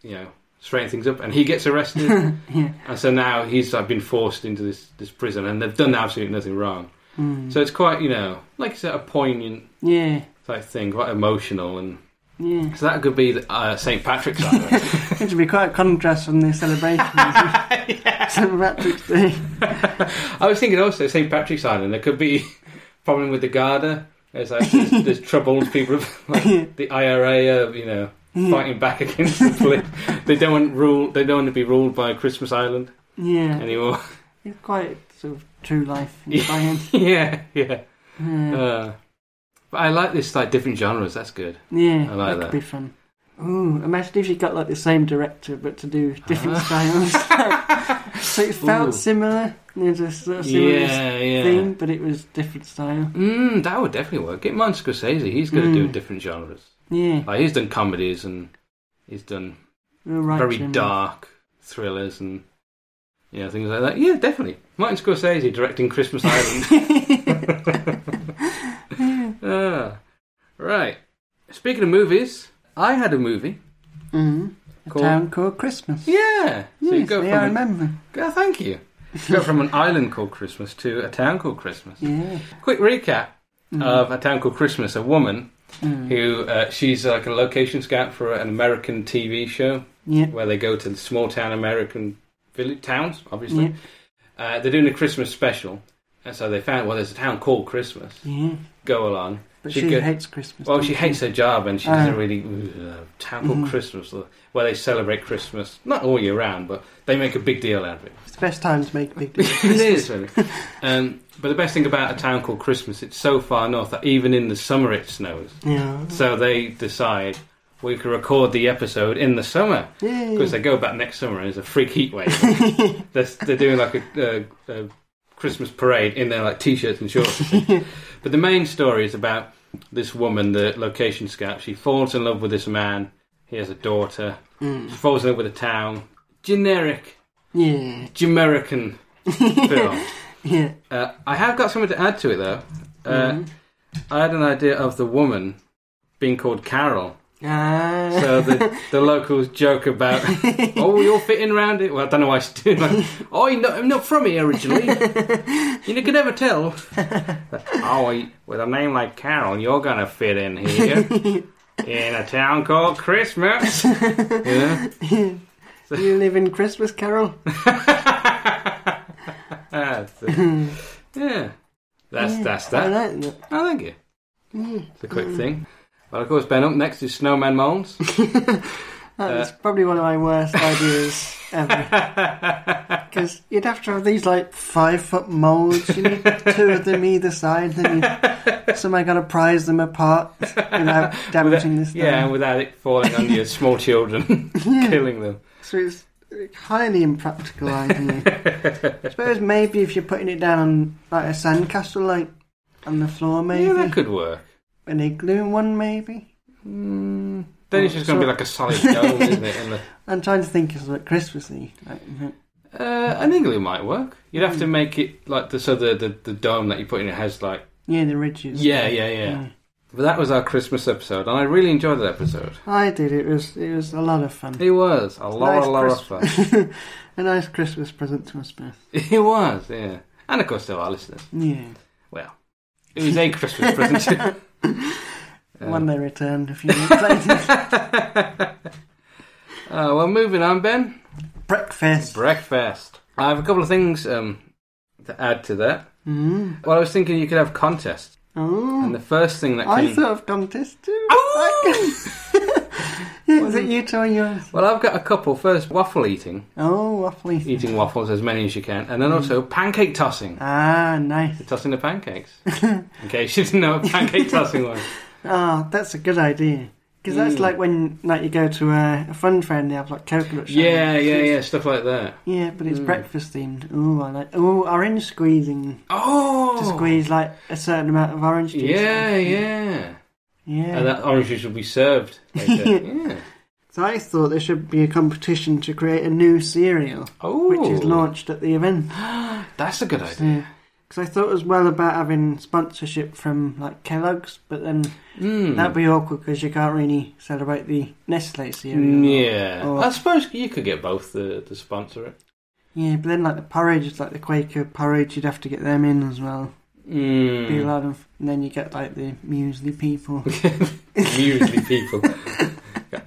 [SPEAKER 2] you know, straighten things up, and he gets arrested.
[SPEAKER 1] yeah.
[SPEAKER 2] And so now he's like, been forced into this, this prison, and they've done absolutely nothing wrong.
[SPEAKER 1] Mm.
[SPEAKER 2] So it's quite, you know, like you said, a poignant
[SPEAKER 1] yeah.
[SPEAKER 2] type thing, quite emotional, and
[SPEAKER 1] Yeah.
[SPEAKER 2] so that could be uh, St Patrick's Island.
[SPEAKER 1] It should be quite a contrast from the celebration. St. Patrick's Day.
[SPEAKER 2] I was thinking also St Patrick's Island. There could be problem with the Garda. There's like there's, there's troubled people, like the IRA, uh, you know,
[SPEAKER 1] Yeah.
[SPEAKER 2] fighting back against the police. They don't want rule. They don't want to be ruled by Christmas Island
[SPEAKER 1] yeah.
[SPEAKER 2] anymore.
[SPEAKER 1] It's quite sort of true life
[SPEAKER 2] Yeah.
[SPEAKER 1] inspiring.
[SPEAKER 2] yeah, yeah.
[SPEAKER 1] Yeah.
[SPEAKER 2] Uh, but I like this like different genres. That's good.
[SPEAKER 1] yeah.
[SPEAKER 2] I like
[SPEAKER 1] that
[SPEAKER 2] that.
[SPEAKER 1] could be fun. Ooh, imagine if you got like the same director but to do different styles. so it felt
[SPEAKER 2] Uh-huh. Ooh.
[SPEAKER 1] similar. There's a sort of similar
[SPEAKER 2] yeah, yeah.
[SPEAKER 1] theme, but it was different style.
[SPEAKER 2] Mm, that would definitely work. Get Martin Scorsese. He's going to
[SPEAKER 1] Mm.
[SPEAKER 2] do different genres.
[SPEAKER 1] Yeah.
[SPEAKER 2] Like he's done comedies and he's done
[SPEAKER 1] Real right
[SPEAKER 2] very
[SPEAKER 1] genre.
[SPEAKER 2] dark thrillers and yeah things like that. Yeah, definitely. Martin Scorsese directing Christmas Island.
[SPEAKER 1] Mm-hmm.
[SPEAKER 2] Ah, right. Speaking of movies, I had a movie.
[SPEAKER 1] Mm. A
[SPEAKER 2] Cool.
[SPEAKER 1] town called Christmas.
[SPEAKER 2] Yeah. so you
[SPEAKER 1] Yes,
[SPEAKER 2] go
[SPEAKER 1] yeah,
[SPEAKER 2] from
[SPEAKER 1] I
[SPEAKER 2] an-
[SPEAKER 1] remember.
[SPEAKER 2] Yeah, thank you. go from an island called Christmas to a town called Christmas.
[SPEAKER 1] Yeah.
[SPEAKER 2] Quick recap
[SPEAKER 1] Mm.
[SPEAKER 2] of a town called Christmas. A woman
[SPEAKER 1] Mm.
[SPEAKER 2] who uh, she's like a location scout for an American TV show
[SPEAKER 1] Yeah.
[SPEAKER 2] where they go to the small town American village towns, obviously.
[SPEAKER 1] Yeah.
[SPEAKER 2] Uh, they're doing a Christmas special, and so they found well, there's a town called Christmas.
[SPEAKER 1] Yeah.
[SPEAKER 2] Go along.
[SPEAKER 1] But
[SPEAKER 2] She
[SPEAKER 1] she,
[SPEAKER 2] go-
[SPEAKER 1] hates Christmas.
[SPEAKER 2] Well,
[SPEAKER 1] doesn't
[SPEAKER 2] she hates her job, and she doesn't
[SPEAKER 1] Oh.
[SPEAKER 2] really uh, town called
[SPEAKER 1] Mhm.
[SPEAKER 2] Christmas, uh, where they celebrate Christmas not all year round, but they make a big deal out of it.
[SPEAKER 1] It's the best time to make big deals.
[SPEAKER 2] it is really. Um, but the best thing about a town called Christmas, it's so far north that even in the summer it snows.
[SPEAKER 1] Yeah.
[SPEAKER 2] So they decide we can record the episode in the summer.
[SPEAKER 1] Yay.
[SPEAKER 2] Because they go back next summer and it's a freak heat wave. they're, they're doing like a, a, a Christmas parade in their like t-shirts and shorts. and things. but the main story is about this woman, the location scout. She falls in love with this man. He has a daughter. She
[SPEAKER 1] Mm.
[SPEAKER 2] falls in love with a town. Generic,
[SPEAKER 1] Yeah.
[SPEAKER 2] Jamaican film.
[SPEAKER 1] Yeah.
[SPEAKER 2] Uh, I have got something to add to it though. Uh,
[SPEAKER 1] Mhm.
[SPEAKER 2] I had an idea of the woman being called Carol.
[SPEAKER 3] Ah.
[SPEAKER 2] So the, the locals joke about, oh, you're fitting around it. Well, I don't know why she's doing that. Oh, you're not, I'm not from here originally. You could never tell. oh, you- with a name like Carol, you're going to fit in here in a town called Christmas. You know?
[SPEAKER 1] you live in Christmas Carol?
[SPEAKER 2] That's it. Yeah. That's, that's
[SPEAKER 1] I
[SPEAKER 2] that.
[SPEAKER 1] like that.
[SPEAKER 2] Oh, thank you.
[SPEAKER 1] Mm.
[SPEAKER 2] It's a quick thing. Well, of course, Ben, up next is Snowman Moles. Uh,
[SPEAKER 1] That's probably one of my worst ideas ever. Because you'd have to have these like five foot molds. You need two of them either side. Then you somehow got to prise them apart without damaging this. thing.
[SPEAKER 2] Yeah, without it falling on your small children, killing them.
[SPEAKER 1] So it's a highly impractical idea. I suppose maybe if you're putting it down on like a sandcastle, like on the floor, maybe
[SPEAKER 2] Yeah, that could work.
[SPEAKER 1] an igloo one, maybe.
[SPEAKER 2] Mm, then it's
[SPEAKER 1] Well,
[SPEAKER 2] just
[SPEAKER 1] so-
[SPEAKER 2] going to be like a solid dome, isn't it? And the,
[SPEAKER 1] I'm trying to think of like Christmassy. Like,
[SPEAKER 2] uh, an igloo might work. You'd
[SPEAKER 1] Mm.
[SPEAKER 2] have to make it like the so the, the, the dome that you put in it has like
[SPEAKER 1] near the ridges.
[SPEAKER 2] yeah yeah yeah. But that was our Christmas episode, and I really enjoyed that episode.
[SPEAKER 1] I did. It was it was a lot of fun.
[SPEAKER 2] It was a lot
[SPEAKER 1] nice
[SPEAKER 2] a lot of fun.
[SPEAKER 1] Christ- a nice Christmas present to us both.
[SPEAKER 2] It was yeah, and of course there are listeners.
[SPEAKER 1] Yeah.
[SPEAKER 2] Well, it was a Christmas present. Uh,
[SPEAKER 1] One they returned a few weeks later.
[SPEAKER 2] Uh, well, moving on, Ben.
[SPEAKER 1] Breakfast.
[SPEAKER 2] Breakfast. I have a couple of things um, to add to that.
[SPEAKER 1] Mm.
[SPEAKER 2] Well, I was thinking you could have contests, and
[SPEAKER 1] Oh,
[SPEAKER 2] the first thing that
[SPEAKER 1] I
[SPEAKER 2] came.
[SPEAKER 1] thought of contest too.
[SPEAKER 2] Oh!
[SPEAKER 1] Is it you two or yours?
[SPEAKER 2] Well, I've got a couple. First, waffle eating,
[SPEAKER 1] Oh, waffle eating.
[SPEAKER 2] eating waffles as many as you can, and then also pancake tossing,
[SPEAKER 1] Ah, nice.
[SPEAKER 2] tossing the pancakes. In case you didn't know what pancake tossing was.
[SPEAKER 1] Ah, that's a good idea. Because that's
[SPEAKER 2] Mm.
[SPEAKER 1] like when like you go to a, a fun fair and they have like coconut. shavings.
[SPEAKER 2] Yeah, yeah, yeah, stuff like that.
[SPEAKER 1] Yeah, but it's
[SPEAKER 2] Mm.
[SPEAKER 1] breakfast themed. Oh, I like. Oh, orange squeezing.
[SPEAKER 2] Oh,
[SPEAKER 1] To squeeze like a certain amount of orange juice.
[SPEAKER 2] Yeah, yeah.
[SPEAKER 1] Yeah.
[SPEAKER 2] And that orange juice will be served. Later. yeah.
[SPEAKER 1] So I thought there should be a competition to create a new cereal,
[SPEAKER 2] Oh,
[SPEAKER 1] which is launched at the event.
[SPEAKER 2] That's a good idea.
[SPEAKER 1] Yeah. Because I thought as well about having sponsorship from like Kellogg's, but then
[SPEAKER 2] Mm.
[SPEAKER 1] that'd be awkward because you can't really celebrate the Nestle cereal.
[SPEAKER 2] Yeah,
[SPEAKER 1] Or-
[SPEAKER 2] I suppose you could get both the to sponsor it.
[SPEAKER 1] Yeah, but then like the porridge, it's like the Quaker porridge, you'd have to get them in as well.
[SPEAKER 2] Mm.
[SPEAKER 1] Be a lot of, and then you get like the muesli people.
[SPEAKER 2] muesli people.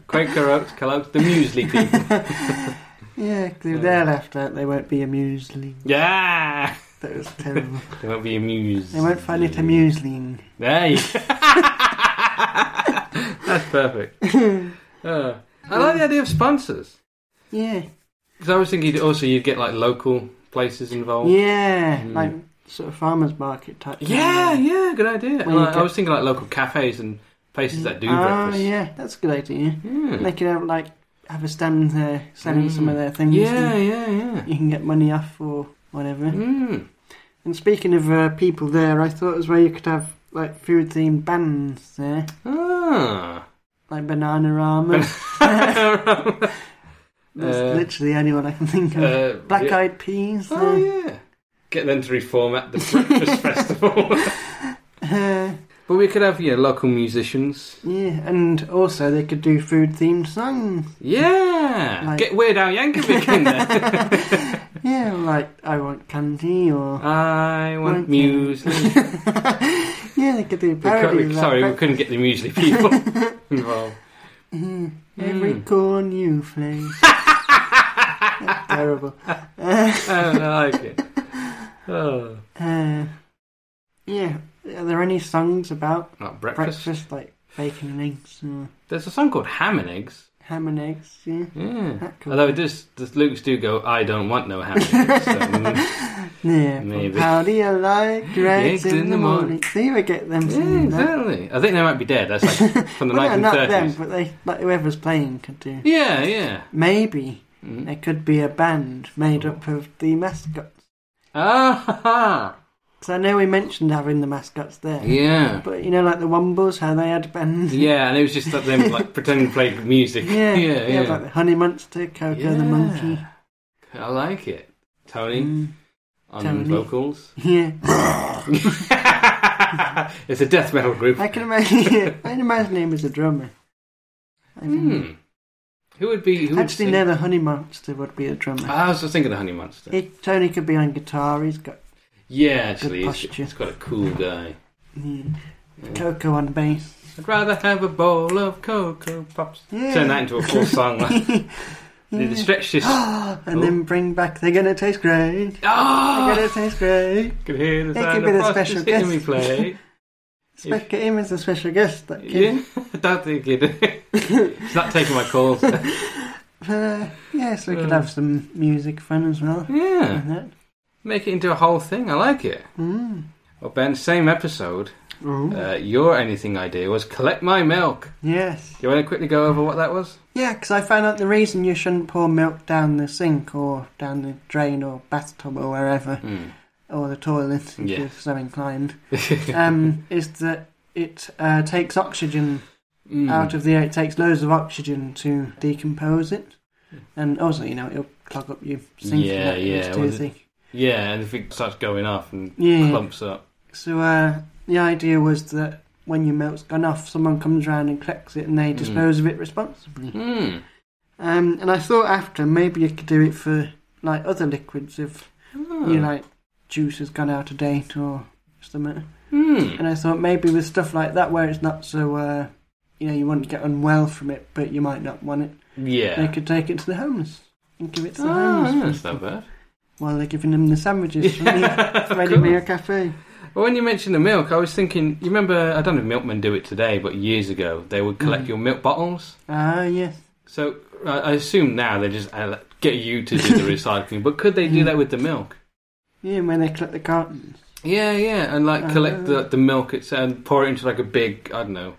[SPEAKER 2] Quaker Oats, Kellogg's, the muesli people.
[SPEAKER 1] Yeah, 'cause
[SPEAKER 2] Yeah.
[SPEAKER 1] if they're left out, they won't be a muesli.
[SPEAKER 2] Yeah,
[SPEAKER 1] That was terrible.
[SPEAKER 2] they won't be amused.
[SPEAKER 1] they won't find it amusing.
[SPEAKER 2] There you- That's perfect. Uh, I like the idea of sponsors
[SPEAKER 1] Yeah,
[SPEAKER 2] because I was thinking you'd- also you'd get like local places involved.
[SPEAKER 1] yeah,
[SPEAKER 2] Mm.
[SPEAKER 1] like sort of farmers market type. thing.
[SPEAKER 2] yeah, yeah, good idea.
[SPEAKER 1] Well, you
[SPEAKER 2] Like, I
[SPEAKER 1] get-
[SPEAKER 2] was thinking like local cafes and places that do
[SPEAKER 1] Ah,
[SPEAKER 2] breakfast. Hmm.
[SPEAKER 1] yeah, that's a good idea.
[SPEAKER 2] Yeah.
[SPEAKER 1] They could have like have a stand there selling
[SPEAKER 2] Mm.
[SPEAKER 1] some of their things.
[SPEAKER 2] Yeah,
[SPEAKER 1] and
[SPEAKER 2] yeah, yeah.
[SPEAKER 1] you can get money off or whatever.
[SPEAKER 2] Mm.
[SPEAKER 1] And speaking of uh, people there, I thought as well you could have like food themed bands there,
[SPEAKER 2] Ah.
[SPEAKER 1] like Banana Rama.
[SPEAKER 2] uh,
[SPEAKER 1] That's
[SPEAKER 2] Uh,
[SPEAKER 1] literally anyone I can think of. Black
[SPEAKER 2] yeah.
[SPEAKER 1] Eyed Peas.
[SPEAKER 2] Oh yeah. Get them to reform at the breakfast festival.
[SPEAKER 1] there. Uh,
[SPEAKER 2] but we could have yeah local musicians.
[SPEAKER 1] yeah, and also they could do food themed songs.
[SPEAKER 2] Yeah.
[SPEAKER 1] Like-
[SPEAKER 2] Get Weird Al Yankovic in there.
[SPEAKER 1] Yeah, like I Want Candy or.
[SPEAKER 2] I want
[SPEAKER 1] Want
[SPEAKER 2] muesli.
[SPEAKER 1] yeah, they could do
[SPEAKER 2] We cou-
[SPEAKER 1] parodies.
[SPEAKER 2] we-
[SPEAKER 1] like
[SPEAKER 2] sorry, we
[SPEAKER 1] breakfast-
[SPEAKER 2] couldn't get the muesli people involved.
[SPEAKER 1] Mm, Every
[SPEAKER 2] Mm.
[SPEAKER 1] corn you flay. That's terrible.
[SPEAKER 2] Oh, Hmm. I like it. Oh.
[SPEAKER 1] Uh, yeah, are there any songs about
[SPEAKER 2] Not breakfast.
[SPEAKER 1] breakfast like bacon and eggs or
[SPEAKER 2] There's a song called Ham and Eggs.
[SPEAKER 1] ham and eggs? Yeah,
[SPEAKER 2] Yeah.
[SPEAKER 1] that could
[SPEAKER 2] Although
[SPEAKER 1] work.
[SPEAKER 2] it does, the Lukes do go, I don't want no ham. and eggs," so, mm.
[SPEAKER 1] yeah,
[SPEAKER 2] Maybe.
[SPEAKER 1] but how do you like eggs in, the morning? See, we get them.
[SPEAKER 2] yeah,
[SPEAKER 1] singing that.
[SPEAKER 2] exactly. I think they might be dead. That's like from the
[SPEAKER 1] Well, no, not
[SPEAKER 2] 1930s.
[SPEAKER 1] them, but they like whoever's playing could do.
[SPEAKER 2] Yeah, yeah.
[SPEAKER 1] Maybe
[SPEAKER 2] Mm.
[SPEAKER 1] there could be a band made up of the mascots.
[SPEAKER 2] Ah, ha, ha.
[SPEAKER 1] Because I know we mentioned having the mascots there,
[SPEAKER 2] yeah.
[SPEAKER 1] but you know, like the Wombles, how they had bands.
[SPEAKER 2] Yeah, and it was just that them like pretending to play music.
[SPEAKER 1] Yeah,
[SPEAKER 2] yeah, yeah.
[SPEAKER 1] like the Honey Monster, Coco
[SPEAKER 2] Yeah.
[SPEAKER 1] the Monkey.
[SPEAKER 2] I like it. Tony
[SPEAKER 1] Mm,
[SPEAKER 2] on
[SPEAKER 1] Tony.
[SPEAKER 2] vocals.
[SPEAKER 1] yeah,
[SPEAKER 2] it's a death metal group.
[SPEAKER 1] I can imagine. I can imagine him as a drummer. I think.
[SPEAKER 2] Hmm. Who would be? Who would Ah,
[SPEAKER 1] Actually,
[SPEAKER 2] sing-
[SPEAKER 1] no, the Honey Monster would be a drummer.
[SPEAKER 2] I was just thinking the Honey Monster.
[SPEAKER 1] He, Tony could be on guitar. He's got
[SPEAKER 2] yeah, actually, he's,
[SPEAKER 1] posture.
[SPEAKER 2] he's quite a cool guy.
[SPEAKER 1] mm,
[SPEAKER 2] Yeah.
[SPEAKER 1] Coco on bass.
[SPEAKER 2] I'd rather have a bowl of cocoa pops.
[SPEAKER 1] Yeah.
[SPEAKER 2] Turn that into a full song. Like,
[SPEAKER 1] Yeah.
[SPEAKER 2] The stretch just. Oh,
[SPEAKER 1] and then bring back. They're gonna taste great. They're
[SPEAKER 2] I
[SPEAKER 1] gonna taste great.
[SPEAKER 2] Ah! could hear the
[SPEAKER 1] They
[SPEAKER 2] sound
[SPEAKER 1] could be
[SPEAKER 2] of
[SPEAKER 1] the
[SPEAKER 2] Frosty
[SPEAKER 1] special
[SPEAKER 2] hitting me
[SPEAKER 1] guest.
[SPEAKER 2] play.
[SPEAKER 1] Spec him as a special guest. That kid.
[SPEAKER 2] yeah, I don't think he'd. he's not taking my calls.
[SPEAKER 1] Uh, yeah, so we could
[SPEAKER 2] Uh.
[SPEAKER 1] have some music fun as well.
[SPEAKER 2] yeah,
[SPEAKER 1] And that.
[SPEAKER 2] make it into a whole thing. I like it.
[SPEAKER 1] Mm.
[SPEAKER 2] Well, Ben, same episode.
[SPEAKER 1] Ooh.
[SPEAKER 2] Uh, your anything idea was collect my milk.
[SPEAKER 1] yes.
[SPEAKER 2] Do you want to quickly go over what that was?
[SPEAKER 1] Yeah, because I found out the reason you shouldn't pour milk down the sink or down the drain or bathtub or wherever
[SPEAKER 2] Hmm.
[SPEAKER 1] or the toilet if
[SPEAKER 2] Yeah.
[SPEAKER 1] you're so inclined
[SPEAKER 2] Uh,
[SPEAKER 1] um, is that it uh, takes oxygen
[SPEAKER 2] Hmm.
[SPEAKER 1] out of the air. It takes loads of oxygen to decompose it, and also you know it'll clog up your sink.
[SPEAKER 2] Yeah,
[SPEAKER 1] and that,
[SPEAKER 2] yeah,
[SPEAKER 1] It's too
[SPEAKER 2] well, the-
[SPEAKER 1] thick.
[SPEAKER 2] Yeah, and if it starts going off and
[SPEAKER 1] Yeah.
[SPEAKER 2] clumps up.
[SPEAKER 1] So uh, the idea was that when your milk's gone off, someone comes around and collects it, and they
[SPEAKER 2] Mm.
[SPEAKER 1] dispose of it responsibly.
[SPEAKER 2] Hmm.
[SPEAKER 1] Um, and I thought after maybe you could do it for like other liquids if
[SPEAKER 2] Oh.
[SPEAKER 1] you like juice has gone out of date or something.
[SPEAKER 2] Hmm.
[SPEAKER 1] And I thought maybe with stuff like that where it's not so uh, you know you won't get unwell from it, but you might not want it. They
[SPEAKER 2] Yeah.
[SPEAKER 1] could take it to the homeless and give it to the
[SPEAKER 2] Oh, yeah,
[SPEAKER 1] homeless
[SPEAKER 2] that's not bad.
[SPEAKER 1] while they're giving them the sandwiches from the
[SPEAKER 2] Of
[SPEAKER 1] ready
[SPEAKER 2] course.
[SPEAKER 1] meal cafe.
[SPEAKER 2] Well, when you mentioned the milk, I was thinking, you remember, I don't know if milkmen do it today, but years ago, they would collect
[SPEAKER 1] Mm.
[SPEAKER 2] your milk bottles.
[SPEAKER 1] Ah, yes.
[SPEAKER 2] So I I assume now they just uh, get you to do the recycling, but could they do that with the milk?
[SPEAKER 1] Yeah, when they collect the cartons.
[SPEAKER 2] Yeah, yeah, and like collect the, the milk itself and pour it into like a big, I don't know.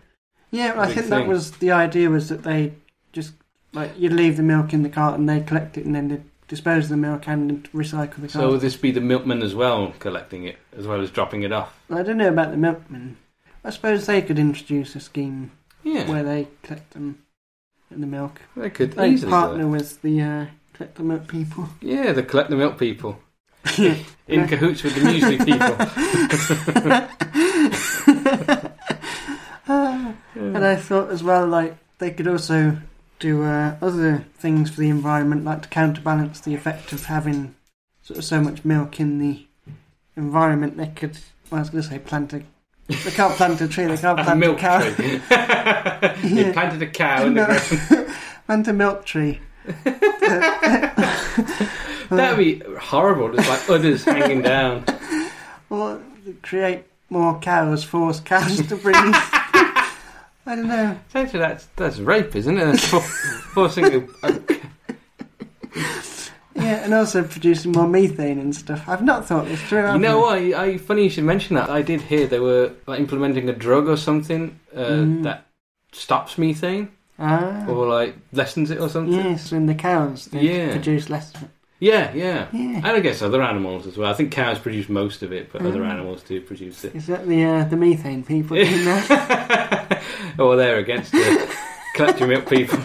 [SPEAKER 1] Yeah, well, I
[SPEAKER 2] Big
[SPEAKER 1] think
[SPEAKER 2] thing.
[SPEAKER 1] that was the idea was that they just like you leave the milk in the carton, they collect it, and then they dispose of the milk and recycle the
[SPEAKER 2] So
[SPEAKER 1] carton.
[SPEAKER 2] would this be the milkman as well collecting it, as well as dropping it off?
[SPEAKER 1] I don't know about the milkmen. I suppose they could introduce a scheme
[SPEAKER 2] Yeah,
[SPEAKER 1] where they collect them and the milk.
[SPEAKER 2] they could
[SPEAKER 1] They
[SPEAKER 2] easily do
[SPEAKER 1] partner
[SPEAKER 2] that.
[SPEAKER 1] with the uh, collect the milk people.
[SPEAKER 2] Yeah, they collect the milk people.
[SPEAKER 1] Yeah.
[SPEAKER 2] In cahoots with the muesli people.
[SPEAKER 1] And I thought as well, like they could also do uh, other things for the environment, like to counterbalance the effect of having sort of so much milk in the environment. They could, well, I was going to say plant a. They can't plant a tree. They can't
[SPEAKER 2] A
[SPEAKER 1] plant a
[SPEAKER 2] milk
[SPEAKER 1] cow.
[SPEAKER 2] tree.
[SPEAKER 1] Yeah.
[SPEAKER 2] You planted a cow in the
[SPEAKER 1] No.
[SPEAKER 2] ground.
[SPEAKER 1] plant a milk tree.
[SPEAKER 2] That'd be horrible. Just like others hanging down.
[SPEAKER 1] Or create more cows. Force cows to breed. I don't know.
[SPEAKER 2] Essentially, that's that's rape, isn't it? That's for, forcing a, a,
[SPEAKER 1] Yeah, and also producing more methane and stuff. I've not thought this through.
[SPEAKER 2] you
[SPEAKER 1] have I?
[SPEAKER 2] know what? I, I funny you should mention that. I did hear they were like, implementing a drug or something uh,
[SPEAKER 1] Mm.
[SPEAKER 2] that stops methane
[SPEAKER 1] Ah.
[SPEAKER 2] or like lessens it or something.
[SPEAKER 1] Yes, and the cows they
[SPEAKER 2] Yeah.
[SPEAKER 1] produce less. of it.
[SPEAKER 2] Yeah, yeah.
[SPEAKER 1] Yeah.
[SPEAKER 2] And I guess other animals as well. I think cows produce most of it, but other
[SPEAKER 1] Mm.
[SPEAKER 2] animals do produce it.
[SPEAKER 1] Is that the uh, the methane people doing that?
[SPEAKER 2] oh, well, they're against it. Collect your milk, people.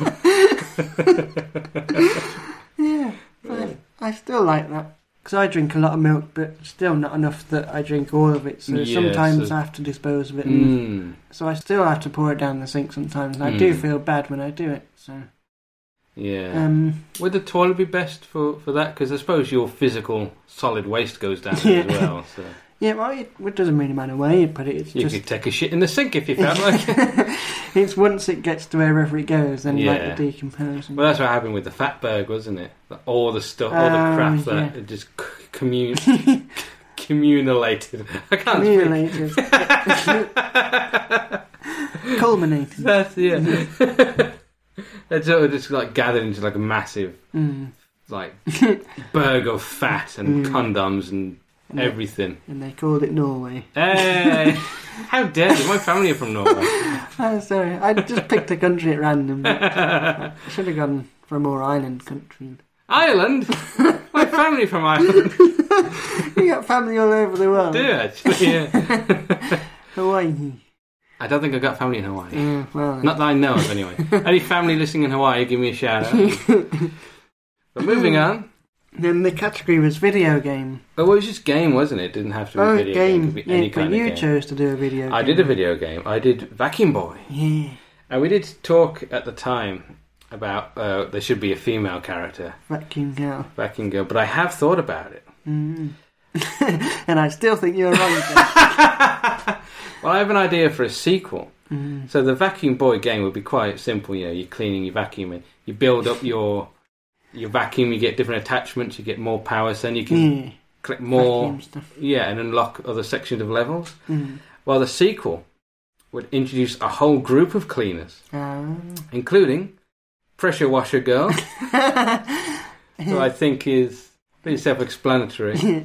[SPEAKER 1] Yeah, I, I still like that because I drink a lot of milk, but still not enough that I drink all of it. So
[SPEAKER 2] Yeah,
[SPEAKER 1] sometimes
[SPEAKER 2] so-
[SPEAKER 1] I have to dispose of it, and
[SPEAKER 2] Mm.
[SPEAKER 1] so I still have to pour it down the sink sometimes. And I do
[SPEAKER 2] Mm.
[SPEAKER 1] feel bad when I do it. So
[SPEAKER 2] Yeah.
[SPEAKER 1] um,
[SPEAKER 2] Would the toilet be best for, for that? Because I suppose your physical solid waste goes down
[SPEAKER 1] Yeah.
[SPEAKER 2] as well. So
[SPEAKER 1] yeah, well, it, it doesn't really matter where you put it. It's
[SPEAKER 2] you
[SPEAKER 1] just
[SPEAKER 2] could take a shit in the sink if you felt like it.
[SPEAKER 1] it's once it gets to wherever it goes, then
[SPEAKER 2] Yeah.
[SPEAKER 1] like the decomposing.
[SPEAKER 2] Well, that's what happened with the fatberg, wasn't it? That All the stuff, all the
[SPEAKER 1] Oh,
[SPEAKER 2] crap that
[SPEAKER 1] yeah.
[SPEAKER 2] it just c- commun- communalated. I can't speak.
[SPEAKER 1] Accumulated. Culminated.
[SPEAKER 2] That's yeah. it sort of just like gathered into like a massive
[SPEAKER 1] Mm.
[SPEAKER 2] like berg of fat and
[SPEAKER 1] Mm.
[SPEAKER 2] condoms and
[SPEAKER 1] And, they,
[SPEAKER 2] everything.
[SPEAKER 1] and they called it Norway.
[SPEAKER 2] Hey, how dare you? My family are from Norway.
[SPEAKER 1] Oh, sorry, I just picked a country at random. I should have gone for a more island country.
[SPEAKER 2] Ireland? My family from Ireland
[SPEAKER 1] You got family all over the world.
[SPEAKER 2] do actually. Yeah.
[SPEAKER 1] Hawaii.
[SPEAKER 2] I don't think I've got family in Hawaii.
[SPEAKER 1] Yeah, well,
[SPEAKER 2] Not that I know of, anyway. Any family listening in Hawaii, give me a shout out. but moving on.
[SPEAKER 1] then the category was video game.
[SPEAKER 2] Oh, well, it was just game, wasn't it? didn't have to be
[SPEAKER 1] oh,
[SPEAKER 2] a video
[SPEAKER 1] game.
[SPEAKER 2] It could be
[SPEAKER 1] yeah,
[SPEAKER 2] any
[SPEAKER 1] but
[SPEAKER 2] kind
[SPEAKER 1] you
[SPEAKER 2] of game.
[SPEAKER 1] chose to do a video.
[SPEAKER 2] I
[SPEAKER 1] game.
[SPEAKER 2] did a video game. I did Vacuum Boy.
[SPEAKER 1] Yeah.
[SPEAKER 2] Uh, we did talk at the time about uh, there should be a female character
[SPEAKER 1] Vacuum girl.
[SPEAKER 2] vacuum girl, but I have thought about it.
[SPEAKER 1] Mm. and I still think you're wrong. Jack.
[SPEAKER 2] Well, I have an idea for a sequel.
[SPEAKER 1] mm.
[SPEAKER 2] So the vacuum boy game would be quite simple. You know, you're cleaning, you're vacuuming, you build up your your vacuum, you get different attachments, you get more power, so then you can
[SPEAKER 1] Yeah.
[SPEAKER 2] click more,
[SPEAKER 1] Vacuum stuff.
[SPEAKER 2] yeah, and unlock other sections of levels.
[SPEAKER 1] Mm.
[SPEAKER 2] Well, the sequel would introduce a whole group of cleaners,
[SPEAKER 1] Ah.
[SPEAKER 2] including pressure washer girl, who I think is pretty self-explanatory.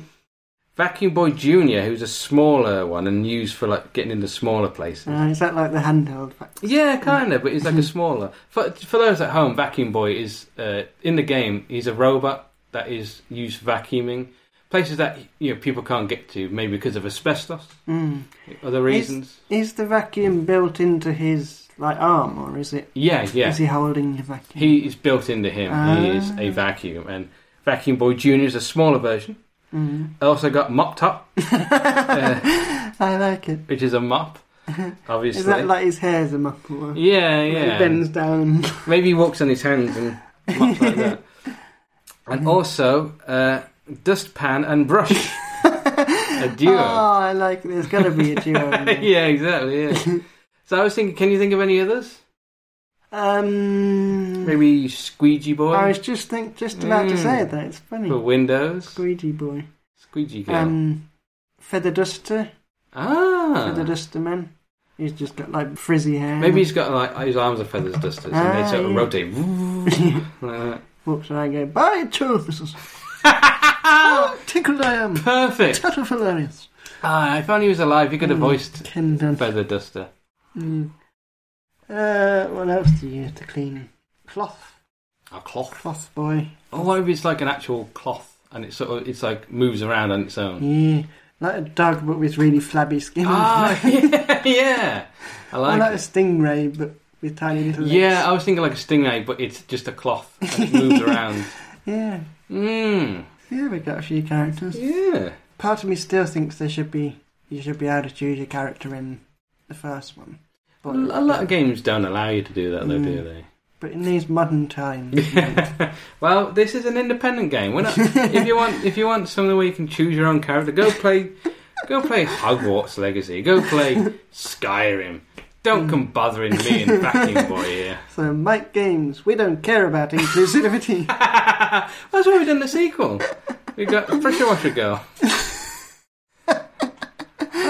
[SPEAKER 2] Vacuum Boy Junior, who's a smaller one and used for like getting into smaller places.
[SPEAKER 1] Ah, is that like the handheld?
[SPEAKER 2] Mm.
[SPEAKER 1] vac-
[SPEAKER 2] Yeah, kind of, but it's like a smaller. For, for those at home, Vacuum Boy is uh, in the game. He's a robot that is used for vacuuming places that you know people can't get to, maybe because of asbestos,
[SPEAKER 1] Mm.
[SPEAKER 2] other reasons.
[SPEAKER 1] Is the vacuum built into his like arm, or is it?
[SPEAKER 2] Yeah, yeah.
[SPEAKER 1] Is he holding the vacuum?
[SPEAKER 2] He is built into him. he is a
[SPEAKER 1] Ah.
[SPEAKER 2] vacuum, and Vacuum Boy Junior is a smaller version.
[SPEAKER 1] Mm.
[SPEAKER 2] I also got Mop Top, uh,
[SPEAKER 1] I like it.
[SPEAKER 2] which is a mop, obviously.
[SPEAKER 1] Is that like his hair's a muffle? or-
[SPEAKER 2] yeah,
[SPEAKER 1] Like
[SPEAKER 2] yeah.
[SPEAKER 1] He bends down.
[SPEAKER 2] Maybe he walks on his hands and much like that. And also, uh, dustpan and brush. a duo.
[SPEAKER 1] Oh, I like it. There's got to be a duo. in there.
[SPEAKER 2] yeah, exactly. Yeah. so I was thinking, can you think of any others?
[SPEAKER 1] Um,
[SPEAKER 2] Maybe squeegee boy
[SPEAKER 1] I was just think just about to
[SPEAKER 2] Mm.
[SPEAKER 1] say that. It's Oh, funny.
[SPEAKER 2] for windows.
[SPEAKER 1] Squeegee boy.
[SPEAKER 2] Squeegee girl.
[SPEAKER 1] Um, feather duster. Feather
[SPEAKER 2] ah.
[SPEAKER 1] duster man. He's just got like frizzy hair.
[SPEAKER 2] Maybe he's got like his arms are feathers dusters, and they
[SPEAKER 1] Ah,
[SPEAKER 2] sort of
[SPEAKER 1] yeah.
[SPEAKER 2] rotate. like
[SPEAKER 1] walks around going, "Buy tools."
[SPEAKER 2] that.
[SPEAKER 1] Oh, tickled I am.
[SPEAKER 2] Ah! Perfect.
[SPEAKER 1] Total hilarious.
[SPEAKER 2] Ah, if only he was alive, he could have
[SPEAKER 1] Mm.
[SPEAKER 2] voiced
[SPEAKER 1] Ken Dunn.
[SPEAKER 2] feather duster.
[SPEAKER 1] Mm. Uh, what else do you use to clean? Cloth.
[SPEAKER 2] A cloth.
[SPEAKER 1] Cloth boy.
[SPEAKER 2] Or Oh, what if it's like an actual cloth and it sort of it's like moves around on its own?
[SPEAKER 1] Yeah. Like a dog, but with really flabby skin.
[SPEAKER 2] Ah, yeah, yeah. I
[SPEAKER 1] Or
[SPEAKER 2] like.
[SPEAKER 1] like a
[SPEAKER 2] it.
[SPEAKER 1] stingray, but with tiny little legs.
[SPEAKER 2] yeah, I was thinking like a stingray, but it's just a cloth and it moves around.
[SPEAKER 1] Yeah.
[SPEAKER 2] Mmm.
[SPEAKER 1] Yeah, we got a few characters.
[SPEAKER 2] Yeah.
[SPEAKER 1] Part of me still thinks there should be you should be able to choose your character in the first one.
[SPEAKER 2] A lot of games don't allow you to do that, though, do
[SPEAKER 1] Mm. But in these modern times,
[SPEAKER 2] they? well, this is an independent game. We're not, if you want, if you want something where you can choose your own character, go play, go play Hogwarts Legacy. Go play Skyrim. Don't come bothering me and Vacuum Boy here.
[SPEAKER 1] so Mike Games, we don't care about inclusivity.
[SPEAKER 2] That's why we've done the sequel. We've got Pressure Washer Girl.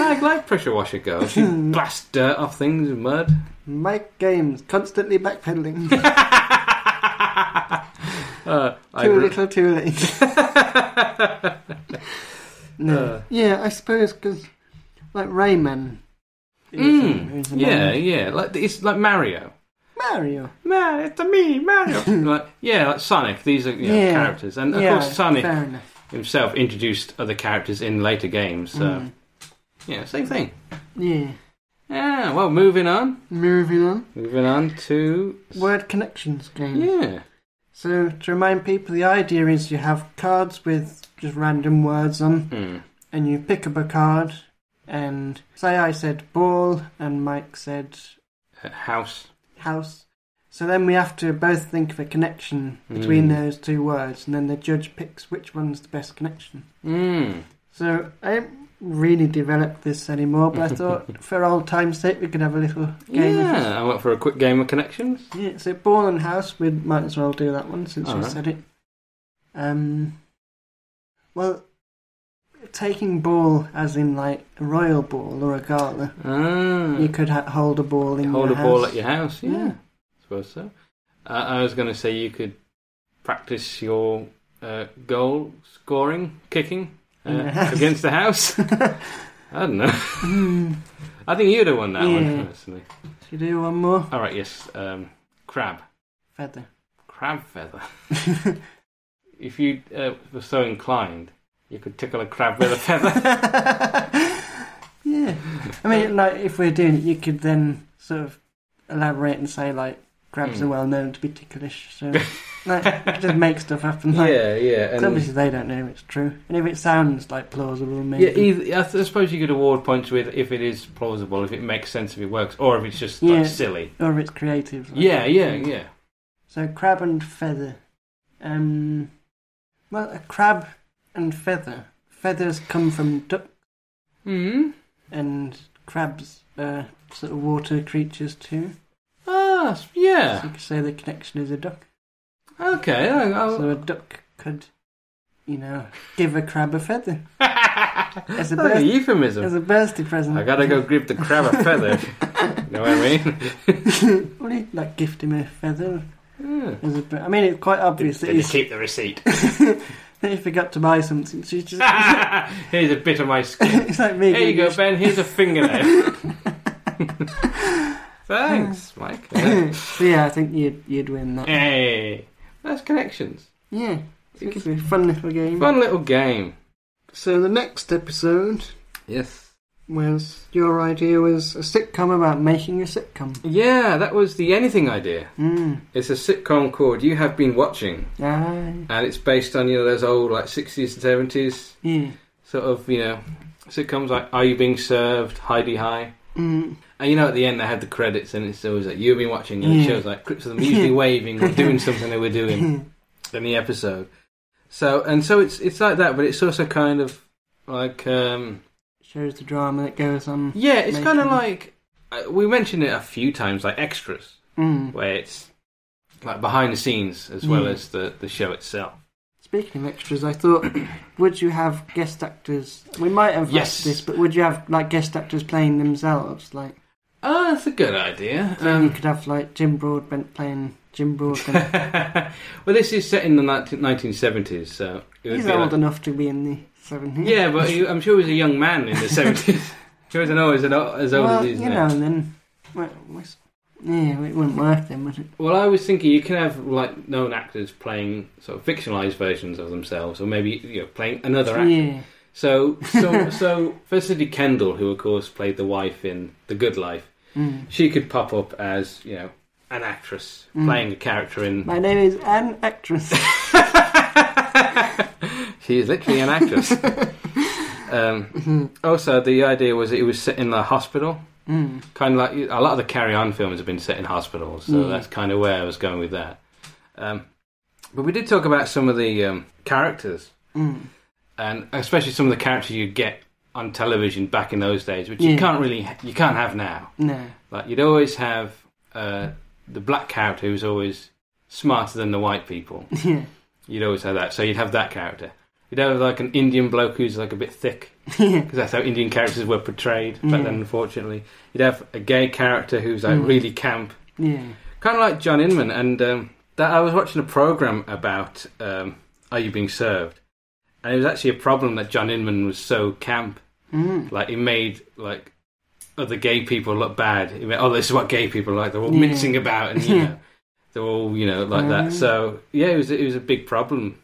[SPEAKER 2] I like Pressure Washer Girl. She blasts dirt off things and mud.
[SPEAKER 1] Mike Games, constantly backpedaling.
[SPEAKER 2] Uh, I
[SPEAKER 1] too
[SPEAKER 2] re-
[SPEAKER 1] little, too late. No.
[SPEAKER 2] Uh.
[SPEAKER 1] yeah, I suppose because like Rayman. is a-
[SPEAKER 2] Mm,
[SPEAKER 1] is a
[SPEAKER 2] yeah,
[SPEAKER 1] man.
[SPEAKER 2] yeah. Like it's like Mario.
[SPEAKER 1] Mario.
[SPEAKER 2] Man, it's a me, Mario. like, yeah, like Sonic. These are you know,
[SPEAKER 1] Yeah.
[SPEAKER 2] characters, and of
[SPEAKER 1] yeah,
[SPEAKER 2] course Sonic
[SPEAKER 1] Fair enough.
[SPEAKER 2] himself introduced other characters in later games. So
[SPEAKER 1] Mm.
[SPEAKER 2] yeah, same thing.
[SPEAKER 1] Yeah.
[SPEAKER 2] Yeah. Well, moving on.
[SPEAKER 1] Moving on.
[SPEAKER 2] Moving on to
[SPEAKER 1] Word connections game.
[SPEAKER 2] yeah.
[SPEAKER 1] So to remind people, the idea is you have cards with just random words on,
[SPEAKER 2] Hmm.
[SPEAKER 1] and you pick up a card, and say I said ball, and Mike said
[SPEAKER 2] Uh, house.
[SPEAKER 1] house. So then we have to both think of a connection between
[SPEAKER 2] Mm.
[SPEAKER 1] those two words, and then the judge picks which one's the best connection.
[SPEAKER 2] Mm.
[SPEAKER 1] So I haven't really developed this anymore, but I thought for old time's sake we could have a little game. of this.
[SPEAKER 2] Yeah, I went for a quick game of connections.
[SPEAKER 1] Yeah, so ball and house, we might as well do that one since you
[SPEAKER 2] Alright.
[SPEAKER 1] said it. Um, well, taking ball as in like a royal ball or a gala,
[SPEAKER 2] Ah,
[SPEAKER 1] you could ha- hold a ball in
[SPEAKER 2] hold a
[SPEAKER 1] your
[SPEAKER 2] ball
[SPEAKER 1] house.
[SPEAKER 2] at your house. Yeah,
[SPEAKER 1] Yeah.
[SPEAKER 2] I suppose so. Uh, I was going to say you could practice your uh, goal scoring, kicking
[SPEAKER 1] In
[SPEAKER 2] uh,
[SPEAKER 1] the house.
[SPEAKER 2] against the house. I don't know.
[SPEAKER 1] Hmm,
[SPEAKER 2] I think you'd have won that
[SPEAKER 1] Yeah.
[SPEAKER 2] one personally.
[SPEAKER 1] Should we do one more?
[SPEAKER 2] All right, yes. Um, crab,
[SPEAKER 1] Feather.
[SPEAKER 2] crab feather. If you uh, were so inclined, you could tickle a crab with a feather.
[SPEAKER 1] yeah. I mean, like, if we're doing it, you could then sort of elaborate and say, like, crabs
[SPEAKER 2] Hmm.
[SPEAKER 1] are well known to be ticklish, so Like, just make stuff happen. Like,
[SPEAKER 2] yeah, yeah.
[SPEAKER 1] 'cause
[SPEAKER 2] And
[SPEAKER 1] obviously they don't know if it's true, and if it sounds like plausible, maybe.
[SPEAKER 2] yeah, e- either, I th- I suppose you could award points with if it is plausible, if it makes sense, if it works, or if it's just like
[SPEAKER 1] Yeah.
[SPEAKER 2] silly.
[SPEAKER 1] or if it's creative. like- mm.
[SPEAKER 2] Yeah, yeah, yeah.
[SPEAKER 1] So crab and feather. Um, well, a crab and feather. Feathers come from duck
[SPEAKER 2] Hmm.
[SPEAKER 1] and crabs are sort of water creatures too.
[SPEAKER 2] Ah, s-
[SPEAKER 1] So
[SPEAKER 2] yeah.
[SPEAKER 1] you could say the connection is a duck.
[SPEAKER 2] Okay. I, I'll...
[SPEAKER 1] So a duck could, you know, give a crab a feather
[SPEAKER 2] That's
[SPEAKER 1] a
[SPEAKER 2] like
[SPEAKER 1] birth-
[SPEAKER 2] euphemism.
[SPEAKER 1] as a birthday present.
[SPEAKER 2] I gotta go grip the crab a feather. you know what I mean?
[SPEAKER 1] Would he, like gift him a feather?
[SPEAKER 2] Yeah.
[SPEAKER 1] As a, bir- I mean, it's quite obvious that
[SPEAKER 2] Did you
[SPEAKER 1] he's,
[SPEAKER 2] keep the receipt?
[SPEAKER 1] that he forgot to buy something. So he's just
[SPEAKER 2] Here's a bit of my skin.
[SPEAKER 1] it's like me.
[SPEAKER 2] Here you go,
[SPEAKER 1] being-
[SPEAKER 2] Ben. Here's a fingernail. Thanks, Mike. Yeah.
[SPEAKER 1] so yeah, I think you'd you'd win that.
[SPEAKER 2] hey, that's connections.
[SPEAKER 1] Yeah, so it could be a fun little game.
[SPEAKER 2] Fun little game.
[SPEAKER 1] So the next episode
[SPEAKER 2] Yes.
[SPEAKER 1] was your idea was a sitcom about making a sitcom.
[SPEAKER 2] Yeah, that was the anything idea.
[SPEAKER 1] Mm.
[SPEAKER 2] It's a sitcom called You Have Been Watching,
[SPEAKER 1] Ah,
[SPEAKER 2] and it's based on you know those old like sixties and seventies
[SPEAKER 1] yeah.
[SPEAKER 2] sort of you know sitcoms like Are You Being Served, Heidi High.
[SPEAKER 1] Mm.
[SPEAKER 2] And you know, at the end, they had the credits, and it's always like you've been watching, and it
[SPEAKER 1] Yeah.
[SPEAKER 2] shows like clips of them usually waving or doing something they were doing in the episode. So and so, it's it's like that, but it's also kind of like um
[SPEAKER 1] Shows the drama that goes on.
[SPEAKER 2] yeah, it's kind of
[SPEAKER 1] Making-
[SPEAKER 2] like uh, we mentioned it a few times, like extras,
[SPEAKER 1] Mm.
[SPEAKER 2] where it's like behind the scenes as well
[SPEAKER 1] Yeah.
[SPEAKER 2] as the the show itself.
[SPEAKER 1] Speaking of extras, I thought, would you have guest actors? We might have
[SPEAKER 2] Yes.
[SPEAKER 1] asked this, but would you have like guest actors playing themselves? Like,
[SPEAKER 2] Oh, that's a good idea.
[SPEAKER 1] so you
[SPEAKER 2] Um,
[SPEAKER 1] could have like Jim Broadbent playing Jim Broadbent.
[SPEAKER 2] well, this is set in the nineteen seventies, so it would
[SPEAKER 1] He's
[SPEAKER 2] be
[SPEAKER 1] old
[SPEAKER 2] like-
[SPEAKER 1] enough to be in the seventies.
[SPEAKER 2] Yeah, but he, I'm sure he was a young man in the 70s. He wasn't always an, o- as old
[SPEAKER 1] well,
[SPEAKER 2] as he is
[SPEAKER 1] you
[SPEAKER 2] now.
[SPEAKER 1] know, then, well, what's- yeah, it wouldn't work then, would it?
[SPEAKER 2] Well, I was thinking you can have like known actors playing sort of fictionalized versions of themselves, or maybe you know playing another actor.
[SPEAKER 1] Yeah,
[SPEAKER 2] So, so, so Felicity Kendall, who of course played the wife in The Good Life,
[SPEAKER 1] mm.
[SPEAKER 2] she could pop up as you know an actress
[SPEAKER 1] Mm.
[SPEAKER 2] playing a character in.
[SPEAKER 1] my name is an actress.
[SPEAKER 2] she is literally an actress.
[SPEAKER 1] Mm-hmm.
[SPEAKER 2] um, also, the idea was it was set in the hospital.
[SPEAKER 1] mm.
[SPEAKER 2] kind of like a lot of the Carry On films have been set in hospitals, so
[SPEAKER 1] Mm.
[SPEAKER 2] that's kind of where I was going with that. Um, but we did talk about some of the um, characters,
[SPEAKER 1] Mm.
[SPEAKER 2] and especially some of the characters you get on television back in those days, which you
[SPEAKER 1] Yeah.
[SPEAKER 2] can't really you can't have now.
[SPEAKER 1] No,
[SPEAKER 2] Like you'd always have uh, the black character who's always smarter than the white people.
[SPEAKER 1] yeah,
[SPEAKER 2] You'd always have that, so you'd have that character. You'd have like an Indian bloke who's like a bit thick
[SPEAKER 1] yeah.
[SPEAKER 2] because that's how Indian characters were portrayed back
[SPEAKER 1] Yeah.
[SPEAKER 2] then. Unfortunately, you'd have a gay character who's like
[SPEAKER 1] Mm.
[SPEAKER 2] really camp,
[SPEAKER 1] Yeah.
[SPEAKER 2] kind of like John Inman. And um, that I was watching a program about um, Are You Being Served, and it was actually a problem that John Inman was so camp,
[SPEAKER 1] Mm.
[SPEAKER 2] like he made like other gay people look bad. He went, oh, this is what gay people are like. They're all
[SPEAKER 1] Yeah.
[SPEAKER 2] mincing about, and you
[SPEAKER 1] Yeah.
[SPEAKER 2] know, they're all you know like that.
[SPEAKER 1] Mm.
[SPEAKER 2] So yeah, it was it was a big problem.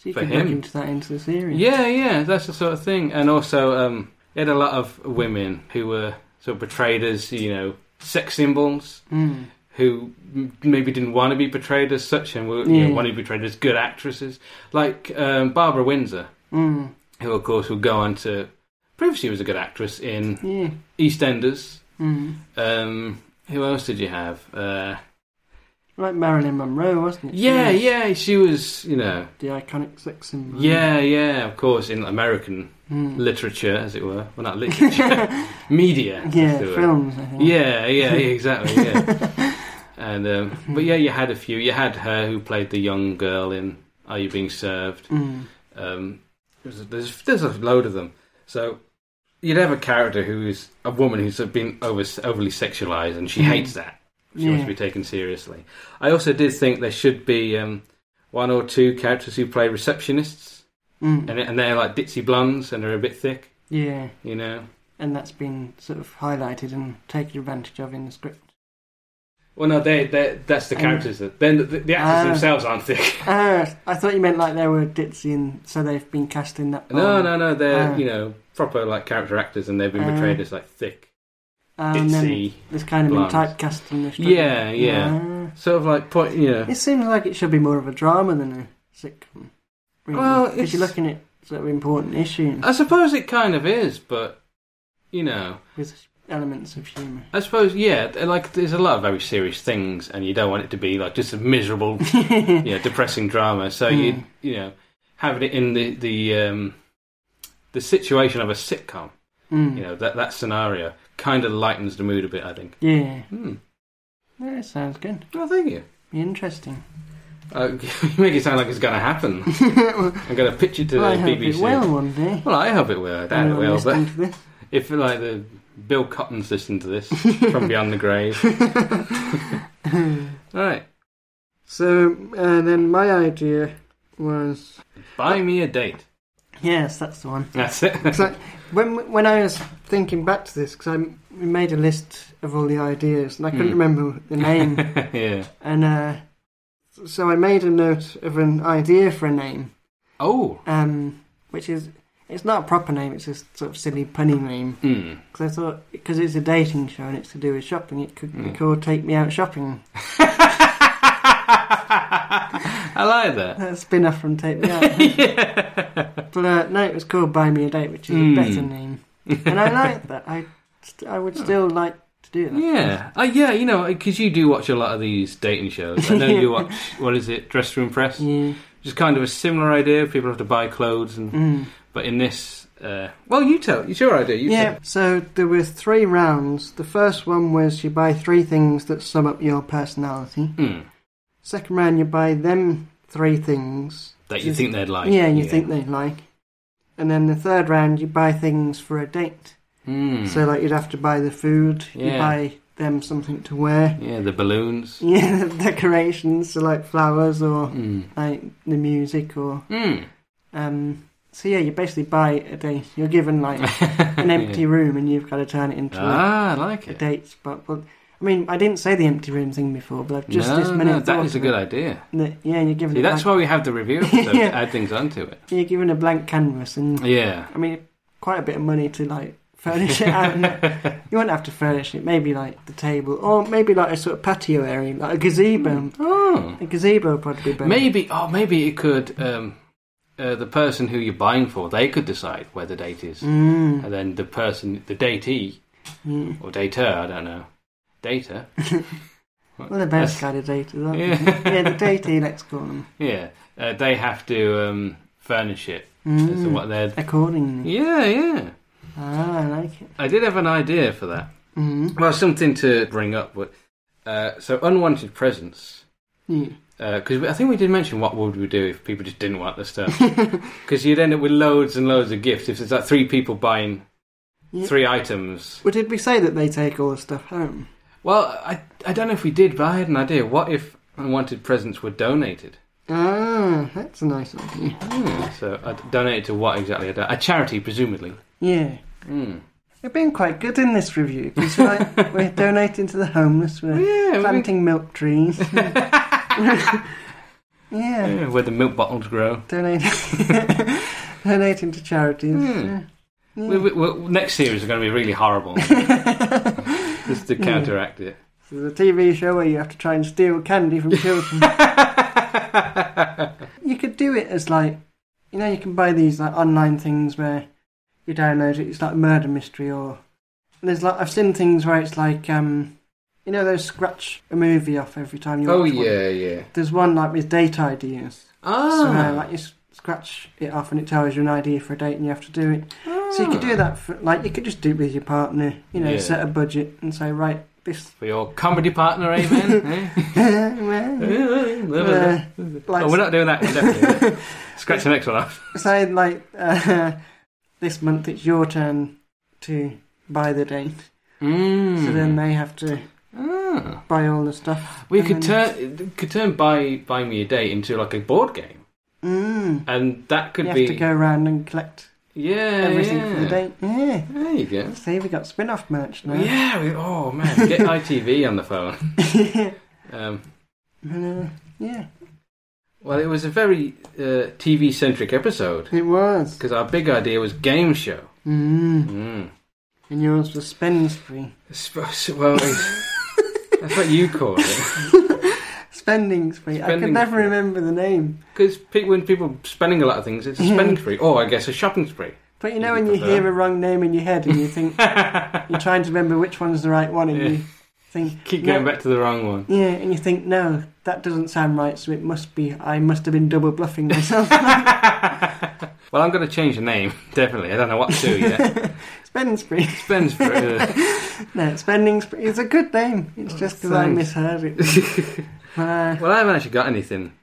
[SPEAKER 1] So you
[SPEAKER 2] For
[SPEAKER 1] could
[SPEAKER 2] him.
[SPEAKER 1] look into that into the series.
[SPEAKER 2] Yeah, yeah, that's the sort of thing. And also, um, he had a lot of women who were sort of portrayed as, you know, sex symbols
[SPEAKER 1] Mm.
[SPEAKER 2] who m- maybe didn't want to be portrayed as such and were you
[SPEAKER 1] Yeah.
[SPEAKER 2] know, wanted to be portrayed as good actresses, like um, Barbara Windsor,
[SPEAKER 1] Mm.
[SPEAKER 2] who of course would go on to previously was a good actress in
[SPEAKER 1] Yeah.
[SPEAKER 2] EastEnders.
[SPEAKER 1] Mm.
[SPEAKER 2] Um, who else did you have? Uh,
[SPEAKER 1] Like Marilyn Monroe, wasn't it?
[SPEAKER 2] yeah,
[SPEAKER 1] She was
[SPEAKER 2] yeah, she was, you know,
[SPEAKER 1] The iconic sex symbol.
[SPEAKER 2] yeah, yeah, of course, in American
[SPEAKER 1] Mm.
[SPEAKER 2] literature, as it were. Well, not literature, media. as
[SPEAKER 1] yeah,
[SPEAKER 2] it were.
[SPEAKER 1] films, I think.
[SPEAKER 2] Yeah, yeah, yeah, exactly. Yeah. and um, but yeah, you had a few. You had her who played the young girl in Are You Being Served.
[SPEAKER 1] Mm.
[SPEAKER 2] Um, there's, there's there's a load of them. So you'd have a character who is a woman who's been over, overly sexualized, and she
[SPEAKER 1] Mhm.
[SPEAKER 2] hates that. She wants to
[SPEAKER 1] Yeah.
[SPEAKER 2] be taken seriously. I also did think there should be um, one or two characters who play receptionists,
[SPEAKER 1] Mm.
[SPEAKER 2] and, and they're like ditzy blondes, and they're a bit thick,
[SPEAKER 1] yeah.
[SPEAKER 2] you know.
[SPEAKER 1] And that's been sort of highlighted and taken advantage of in the script.
[SPEAKER 2] Well, no, they they that's the
[SPEAKER 1] Um,
[SPEAKER 2] characters. That, then the, the
[SPEAKER 1] Ah.
[SPEAKER 2] actors themselves aren't thick.
[SPEAKER 1] Uh, I thought you meant like they were ditzy and so they've been cast in that.
[SPEAKER 2] No,
[SPEAKER 1] role.
[SPEAKER 2] no, no. They're
[SPEAKER 1] Ah.
[SPEAKER 2] you know proper like character actors, and they've been
[SPEAKER 1] Ah.
[SPEAKER 2] portrayed as like thick
[SPEAKER 1] and then
[SPEAKER 2] ditzy,
[SPEAKER 1] this kind of been
[SPEAKER 2] blonde.
[SPEAKER 1] typecast in this.
[SPEAKER 2] Oh, Yeah, yeah. sort of like point. You know,
[SPEAKER 1] It seems like it should be more of a drama than a sitcom. Really.
[SPEAKER 2] Well,
[SPEAKER 1] because
[SPEAKER 2] it's-
[SPEAKER 1] you're looking at sort of important issues
[SPEAKER 2] I suppose it kind of is, but you know,
[SPEAKER 1] with elements of humour.
[SPEAKER 2] I suppose yeah. th- Like there's a lot of very serious things, and you don't want it to be like just a miserable, you know, depressing drama. So
[SPEAKER 1] Hmm.
[SPEAKER 2] you you know, having it in the the um, the situation of a sitcom,
[SPEAKER 1] Mm.
[SPEAKER 2] you know, that that scenario kind of lightens the mood a bit. I think.
[SPEAKER 1] Yeah.
[SPEAKER 2] Hmm.
[SPEAKER 1] That sounds good.
[SPEAKER 2] Well, Oh, thank you.
[SPEAKER 1] Be interesting.
[SPEAKER 2] Uh, you make it sound like it's going to happen.
[SPEAKER 1] well,
[SPEAKER 2] I'm going to pitch it to
[SPEAKER 1] I
[SPEAKER 2] the
[SPEAKER 1] hope
[SPEAKER 2] BBC.
[SPEAKER 1] it will one day.
[SPEAKER 2] Well, I hope it will. I doubt it
[SPEAKER 1] Anyone
[SPEAKER 2] will. But
[SPEAKER 1] listening to this.
[SPEAKER 2] if like the Bill Cotton's listening to this from beyond the grave, all right,
[SPEAKER 1] so uh, then my idea was
[SPEAKER 2] buy me a date.
[SPEAKER 1] yes, that's the one.
[SPEAKER 2] That's it.
[SPEAKER 1] So when when I was thinking back to this, because I m- made a list of all the ideas and I couldn't
[SPEAKER 2] Hmm.
[SPEAKER 1] remember the name,
[SPEAKER 2] yeah.
[SPEAKER 1] and uh, so I made a note of an idea for a name,
[SPEAKER 2] Oh.
[SPEAKER 1] um, which is it's not a proper name; it's just sort of silly punny name.
[SPEAKER 2] Mm.
[SPEAKER 1] Because I thought, because it's a dating show and it's to do with shopping, it could be
[SPEAKER 2] Mm.
[SPEAKER 1] called "Take Me Out Shopping."
[SPEAKER 2] I like that.
[SPEAKER 1] That's a spin-off from "Take Me Out."
[SPEAKER 2] yeah.
[SPEAKER 1] but uh, no, it was called "Buy Me a Date," which is
[SPEAKER 2] Mm.
[SPEAKER 1] a better name, and I like that. I, st- I
[SPEAKER 2] Oh.
[SPEAKER 1] would still like to do that.
[SPEAKER 2] Yeah. Uh, yeah. You know, because you do watch a lot of these dating shows. I know you watch. What is it? Dress Room Press.
[SPEAKER 1] Yeah.
[SPEAKER 2] Just kind of a similar idea. People have to buy clothes, and
[SPEAKER 1] Mm.
[SPEAKER 2] but in this, uh, well, you tell. It's your idea. You
[SPEAKER 1] yeah. So there were three rounds. The first one was you buy three things that sum up your personality.
[SPEAKER 2] Tell. Mm.
[SPEAKER 1] Second round, you buy them three things
[SPEAKER 2] That you think they'd like.
[SPEAKER 1] Yeah, you think they like. And then the third round, you buy things for a date.
[SPEAKER 2] Mm.
[SPEAKER 1] So like you'd have to buy the food, you
[SPEAKER 2] Yeah.
[SPEAKER 1] buy them something to wear,
[SPEAKER 2] yeah, the balloons.
[SPEAKER 1] yeah, the decorations, so like flowers or
[SPEAKER 2] Mm.
[SPEAKER 1] like the music or
[SPEAKER 2] Mm.
[SPEAKER 1] um. So yeah, you basically buy a day. You're given like an empty room and you've got to turn it into a-
[SPEAKER 2] Ah, I like
[SPEAKER 1] a
[SPEAKER 2] it.
[SPEAKER 1] date spot. But I mean, I didn't say the empty room thing before, but I've just
[SPEAKER 2] no,
[SPEAKER 1] this minute
[SPEAKER 2] no, that
[SPEAKER 1] thought
[SPEAKER 2] is a
[SPEAKER 1] of
[SPEAKER 2] good
[SPEAKER 1] it.
[SPEAKER 2] idea.
[SPEAKER 1] That- yeah, you're given
[SPEAKER 2] See,
[SPEAKER 1] a
[SPEAKER 2] that's
[SPEAKER 1] blank,
[SPEAKER 2] why we have the review episode to
[SPEAKER 1] Yeah.
[SPEAKER 2] add things onto it.
[SPEAKER 1] you're given a blank canvas, and
[SPEAKER 2] Yeah.
[SPEAKER 1] I mean, quite a bit of money to like furnish it out. and- You won't have to furnish it. Maybe like the table, or maybe like a sort of patio area, like a gazebo.
[SPEAKER 2] oh.
[SPEAKER 1] A gazebo would probably be better.
[SPEAKER 2] Maybe, oh, maybe it could. Um, uh, the person who you're buying for, they could decide where the date is,
[SPEAKER 1] Mm.
[SPEAKER 2] and then the person, the datee
[SPEAKER 1] Mm.
[SPEAKER 2] or dater, I don't know, data.
[SPEAKER 1] Well, the best kind of data, aren't they?
[SPEAKER 2] Yeah.
[SPEAKER 1] yeah, the data, let's call them.
[SPEAKER 2] Yeah, uh, they have to um, furnish it.
[SPEAKER 1] Mm.
[SPEAKER 2] So what they're.
[SPEAKER 1] Accordingly.
[SPEAKER 2] Yeah, yeah.
[SPEAKER 1] Ah, I like it.
[SPEAKER 2] I did have an idea for that.
[SPEAKER 1] Mm.
[SPEAKER 2] Well, something to bring up. But, uh, so unwanted presents.
[SPEAKER 1] Yeah.
[SPEAKER 2] Because I think we did mention what would we do if people just didn't want the stuff. Because you'd end up with loads and loads of gifts if there's like three people buying
[SPEAKER 1] Yeah.
[SPEAKER 2] three items.
[SPEAKER 1] Well, did we say that they take all the stuff home?
[SPEAKER 2] Well, I I don't know if we did, but I had an idea. What if unwanted presents were donated?
[SPEAKER 1] Ah, that's a nice idea.
[SPEAKER 2] Hmm, So I donated to what exactly? I don't- A charity, presumably.
[SPEAKER 1] Yeah.
[SPEAKER 2] Hmm.
[SPEAKER 1] We've been quite good in this review because like, we're donating to the homeless, we're
[SPEAKER 2] Yeah, we-
[SPEAKER 1] Hmm. planting milk trees. yeah.
[SPEAKER 2] Yeah, where the milk bottles grow.
[SPEAKER 1] donating donating to charities.
[SPEAKER 2] Hmm.
[SPEAKER 1] Yeah.
[SPEAKER 2] We, we, we, next series are going to be really horrible. Just to counteract it.
[SPEAKER 1] There's a TV show where you have to try and steal candy from children. you could do it as like, you know, you can buy these like online things where you download it. It's like a murder mystery or and there's like I've seen things where it's like um, you know, those scratch a movie off every time you.
[SPEAKER 2] oh
[SPEAKER 1] watch one.
[SPEAKER 2] yeah, yeah.
[SPEAKER 1] There's one like with date ideas. So uh,
[SPEAKER 2] Ah,
[SPEAKER 1] like you s- scratch it off and it tells you an idea for a date and you have to do it. So you could do that for like you could just do it with your partner, you know,
[SPEAKER 2] Hmm. Yeah.
[SPEAKER 1] set a budget and say right this
[SPEAKER 2] for your comedy partner, amen. Eh?
[SPEAKER 1] well, uh, like
[SPEAKER 2] oh, we're not doing that. One, definitely. Scratch the next one off.
[SPEAKER 1] say like uh, this month it's your turn to buy the date,
[SPEAKER 2] Mm.
[SPEAKER 1] so then they have to
[SPEAKER 2] Ah.
[SPEAKER 1] buy all the stuff.
[SPEAKER 2] we
[SPEAKER 1] and
[SPEAKER 2] could
[SPEAKER 1] then-
[SPEAKER 2] turn could turn buy buy me a date into like a board game,
[SPEAKER 1] Mm,
[SPEAKER 2] and that could
[SPEAKER 1] you
[SPEAKER 2] be
[SPEAKER 1] have to go around and collect
[SPEAKER 2] yeah
[SPEAKER 1] everything
[SPEAKER 2] yeah.
[SPEAKER 1] for the date. Yeah.
[SPEAKER 2] There you go.
[SPEAKER 1] See, we got spin-off merch now.
[SPEAKER 2] Yeah. We, oh man, get ITV on the phone.
[SPEAKER 1] yeah.
[SPEAKER 2] Um,
[SPEAKER 1] Uh, yeah.
[SPEAKER 2] well, it was a very uh, TV centric episode
[SPEAKER 1] It was.
[SPEAKER 2] because our big idea was game show.
[SPEAKER 1] Mm.
[SPEAKER 2] Mm.
[SPEAKER 1] And yours was spending spree.
[SPEAKER 2] Sp- s- Well, that's what you call it.
[SPEAKER 1] Spending spree. I could
[SPEAKER 2] Spending
[SPEAKER 1] never
[SPEAKER 2] spree.
[SPEAKER 1] remember the name.
[SPEAKER 2] Because pe- when people are spending a lot of things, it's a spending spree, or I guess a shopping spree.
[SPEAKER 1] But you
[SPEAKER 2] You
[SPEAKER 1] know when you
[SPEAKER 2] prefer.
[SPEAKER 1] hear a wrong name in your head and you think you're trying to remember which one's the right one and
[SPEAKER 2] Yeah.
[SPEAKER 1] you think
[SPEAKER 2] Keep
[SPEAKER 1] no.
[SPEAKER 2] going back to the wrong one.
[SPEAKER 1] Yeah, and you think, no, that doesn't sound right, so it must be I must have been double bluffing myself.
[SPEAKER 2] well, I'm going to change the name, definitely. I don't know what to yet.
[SPEAKER 1] spending spree.
[SPEAKER 2] Spends for uh,
[SPEAKER 1] No, spending spree is a good name. It's just because I
[SPEAKER 2] Oh, thanks.
[SPEAKER 1] misheard it. Uh,
[SPEAKER 2] Well, I haven't actually got anything.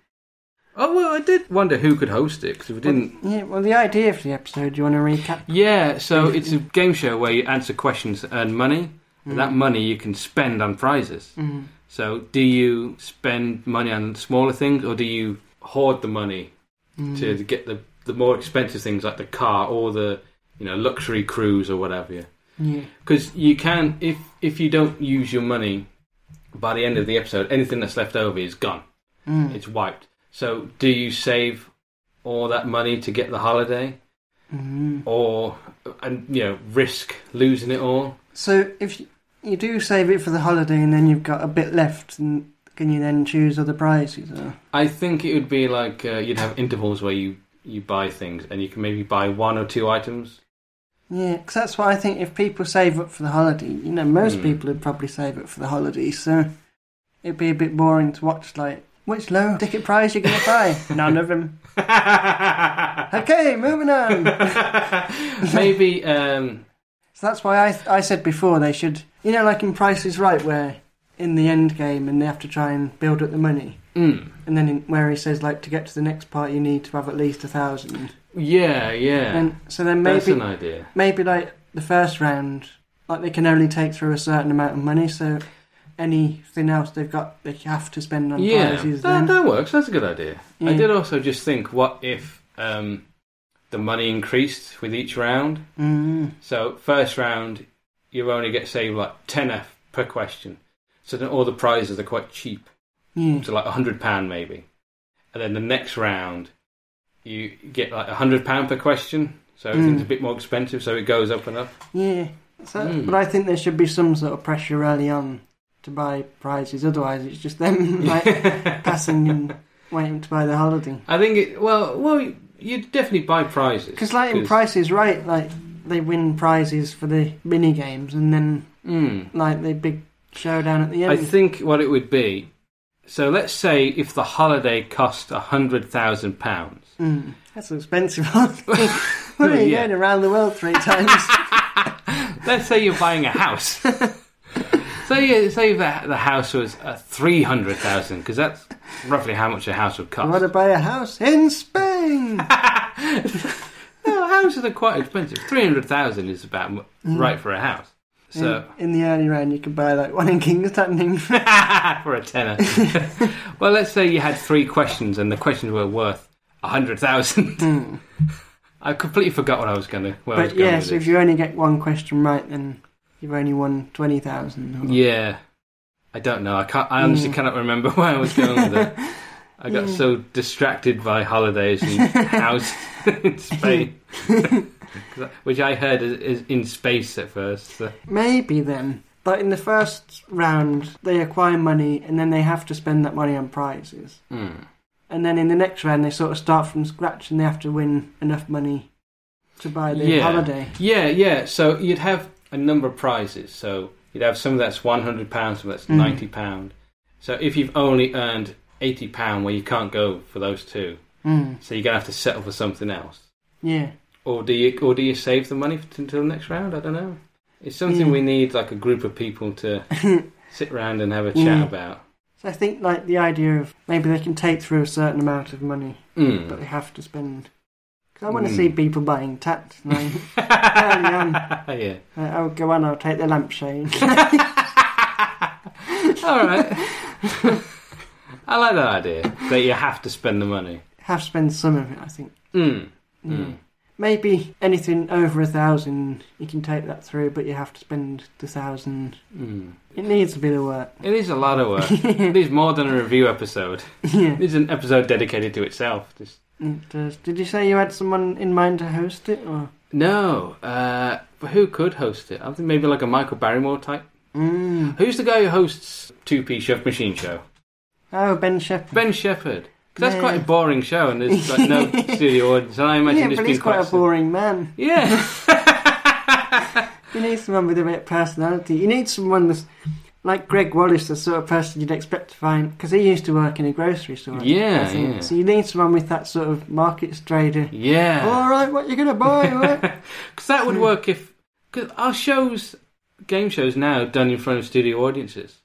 [SPEAKER 2] Oh, well, I did wonder who could host it, because we didn't.
[SPEAKER 1] yeah, well, the idea for the episode, do you want to recap?
[SPEAKER 2] Yeah, so it's a game show where you answer questions to earn money. and That money you can spend on prizes.
[SPEAKER 1] Mm.
[SPEAKER 2] So, do you spend money on smaller things, or do you hoard the money
[SPEAKER 1] Mm.
[SPEAKER 2] to get the, the more expensive things like the car or the you know luxury cruise or whatever? Yeah.
[SPEAKER 1] Yeah.
[SPEAKER 2] Because you can, if if you don't use your money by the end of the episode, anything that's left over is gone.
[SPEAKER 1] Mm.
[SPEAKER 2] It's wiped. So, do you save all that money to get the holiday,
[SPEAKER 1] Mm.
[SPEAKER 2] or and you know risk losing it all?
[SPEAKER 1] So if you, you do save it for the holiday and then you've got a bit left, and can you then choose other prizes? Or?
[SPEAKER 2] I think it would be like uh, you'd have intervals where you you buy things, and you can maybe buy one or two items.
[SPEAKER 1] Yeah, because that's why I think if people save up for the holiday, you know, most
[SPEAKER 2] Mm.
[SPEAKER 1] people would probably save up for the holiday, so it'd be a bit boring to watch, like, which low ticket prize you going to buy? None of them. Okay, moving on.
[SPEAKER 2] maybe um,
[SPEAKER 1] So that's why I, I said before they should, you know, like in Price is Right, where in the end game and they have to try and build up the money.
[SPEAKER 2] mm,
[SPEAKER 1] And then in, where he says, like, to get to the next part, you need to have at least a thousand.
[SPEAKER 2] yeah, yeah.
[SPEAKER 1] And so then
[SPEAKER 2] That's an
[SPEAKER 1] maybe,
[SPEAKER 2] idea.
[SPEAKER 1] maybe like the first round, like they can only take through a certain amount of money. So anything else they've got, they have to spend on
[SPEAKER 2] Yeah,
[SPEAKER 1] prizes.
[SPEAKER 2] that,
[SPEAKER 1] Then.
[SPEAKER 2] that works. That's a good idea. I
[SPEAKER 1] Yeah.
[SPEAKER 2] did also just think, what if um, the money increased with each round?
[SPEAKER 1] Mm.
[SPEAKER 2] So first round, you only get say like ten F per question. So then all the prizes are quite cheap.
[SPEAKER 1] Yeah.
[SPEAKER 2] to like a hundred pound maybe, and then the next round you get like a hundred pound per question, so everything's
[SPEAKER 1] Mm.
[SPEAKER 2] a bit more expensive, so it goes up and up.
[SPEAKER 1] Yeah. So,
[SPEAKER 2] Mm.
[SPEAKER 1] But I think there should be some sort of pressure early on to buy prizes. Otherwise, it's just them like passing and waiting to buy the holiday.
[SPEAKER 2] I think it. Well, well, you'd definitely buy prizes
[SPEAKER 1] Because like in
[SPEAKER 2] 'cause-
[SPEAKER 1] Price is Right, like they win prizes for the mini games, and then
[SPEAKER 2] Mm.
[SPEAKER 1] like the big showdown at the end.
[SPEAKER 2] I think what it would be. So let's say if the holiday cost a hundred thousand pounds.
[SPEAKER 1] Mm, that's an expensive holiday. what are you
[SPEAKER 2] Yeah.
[SPEAKER 1] going around the world three times?
[SPEAKER 2] Let's say you're buying a house. so you say that the house was uh, three hundred thousand because that's roughly how much a house would
[SPEAKER 1] I
[SPEAKER 2] cost.
[SPEAKER 1] want to buy a house in Spain.
[SPEAKER 2] no, houses are quite expensive. Three hundred thousand is about m
[SPEAKER 1] Mm.
[SPEAKER 2] right for a house. So
[SPEAKER 1] in, in the early round, you could buy like one in King's Landing. Mm.
[SPEAKER 2] for a tenner. well, let's say you had three questions, and the questions were worth a hundred thousand.
[SPEAKER 1] Mm.
[SPEAKER 2] I completely forgot what I was going to. Where I was
[SPEAKER 1] But
[SPEAKER 2] going
[SPEAKER 1] yeah,
[SPEAKER 2] with
[SPEAKER 1] so if
[SPEAKER 2] this.
[SPEAKER 1] you only get one question right, then you've only won twenty thousand.
[SPEAKER 2] yeah, I don't know. I can't. I honestly
[SPEAKER 1] Mm.
[SPEAKER 2] cannot remember where I was going with it. I got
[SPEAKER 1] Yeah.
[SPEAKER 2] so distracted by holidays and houses in Spain, which I heard is, is in space at first. So.
[SPEAKER 1] Maybe then, but in the first round, they acquire money and then they have to spend that money on prizes.
[SPEAKER 2] Hmm.
[SPEAKER 1] And then in the next round, they sort of start from scratch and they have to win enough money to buy the
[SPEAKER 2] Yeah.
[SPEAKER 1] holiday.
[SPEAKER 2] Yeah, yeah. So you'd have a number of prizes. So you'd have some that's one hundred pounds, some that's
[SPEAKER 1] Mhm.
[SPEAKER 2] ninety pound. So if you've only earned eighty pound, well, you can't go for those two.
[SPEAKER 1] Mm.
[SPEAKER 2] So you're gonna have to settle for something else,
[SPEAKER 1] Yeah.
[SPEAKER 2] or do you, or do you save the money for, until the next round? I don't know. It's something
[SPEAKER 1] Yeah.
[SPEAKER 2] we need, like a group of people to
[SPEAKER 1] so
[SPEAKER 2] sit round and have a chat
[SPEAKER 1] Yeah.
[SPEAKER 2] about.
[SPEAKER 1] I think like the idea of maybe they can take through a certain amount of money,
[SPEAKER 2] Mm.
[SPEAKER 1] but they have to spend. Because I want to
[SPEAKER 2] Mm.
[SPEAKER 1] see people buying tat. Like, early on.
[SPEAKER 2] yeah.
[SPEAKER 1] I would go on, I'll take the lampshade.
[SPEAKER 2] All right. I like that idea that you have to spend the money.
[SPEAKER 1] have to spend some of it, I think.
[SPEAKER 2] Mm.
[SPEAKER 1] Yeah.
[SPEAKER 2] Mm.
[SPEAKER 1] Maybe anything over a thousand, you can take that through, but you have to spend the thousand.
[SPEAKER 2] Mm.
[SPEAKER 1] It needs a bit of work.
[SPEAKER 2] It is a lot of work. it is more than a review episode.
[SPEAKER 1] yeah. uh,
[SPEAKER 2] It is an episode dedicated to itself. Just
[SPEAKER 1] It does. Did you say you had someone in mind to host it, or
[SPEAKER 2] no. Uh, But who could host it? I think maybe like a Michael Barrymore type.
[SPEAKER 1] Mm.
[SPEAKER 2] Who's the guy who hosts Two P Chef Machine Show?
[SPEAKER 1] Oh, Ben Shepherd.
[SPEAKER 2] Ben Shepherd. 'Cause that's
[SPEAKER 1] Yeah.
[SPEAKER 2] quite a boring show, and there's like no studio audience. I imagine
[SPEAKER 1] yeah,
[SPEAKER 2] it's
[SPEAKER 1] but
[SPEAKER 2] been
[SPEAKER 1] he's quite a
[SPEAKER 2] sim-
[SPEAKER 1] boring man.
[SPEAKER 2] Yeah.
[SPEAKER 1] You need someone with a bit of personality. You need someone that's like Greg Wallace, the sort of person you'd expect to find, because he used to work in a grocery store.
[SPEAKER 2] Yeah,
[SPEAKER 1] I think.
[SPEAKER 2] yeah.
[SPEAKER 1] So you need someone with that sort of market trader.
[SPEAKER 2] yeah.
[SPEAKER 1] All right, what you gonna buy? What?
[SPEAKER 2] Because that
[SPEAKER 1] Hmm.
[SPEAKER 2] would work if. Because our shows, game shows now, done in front of studio audiences.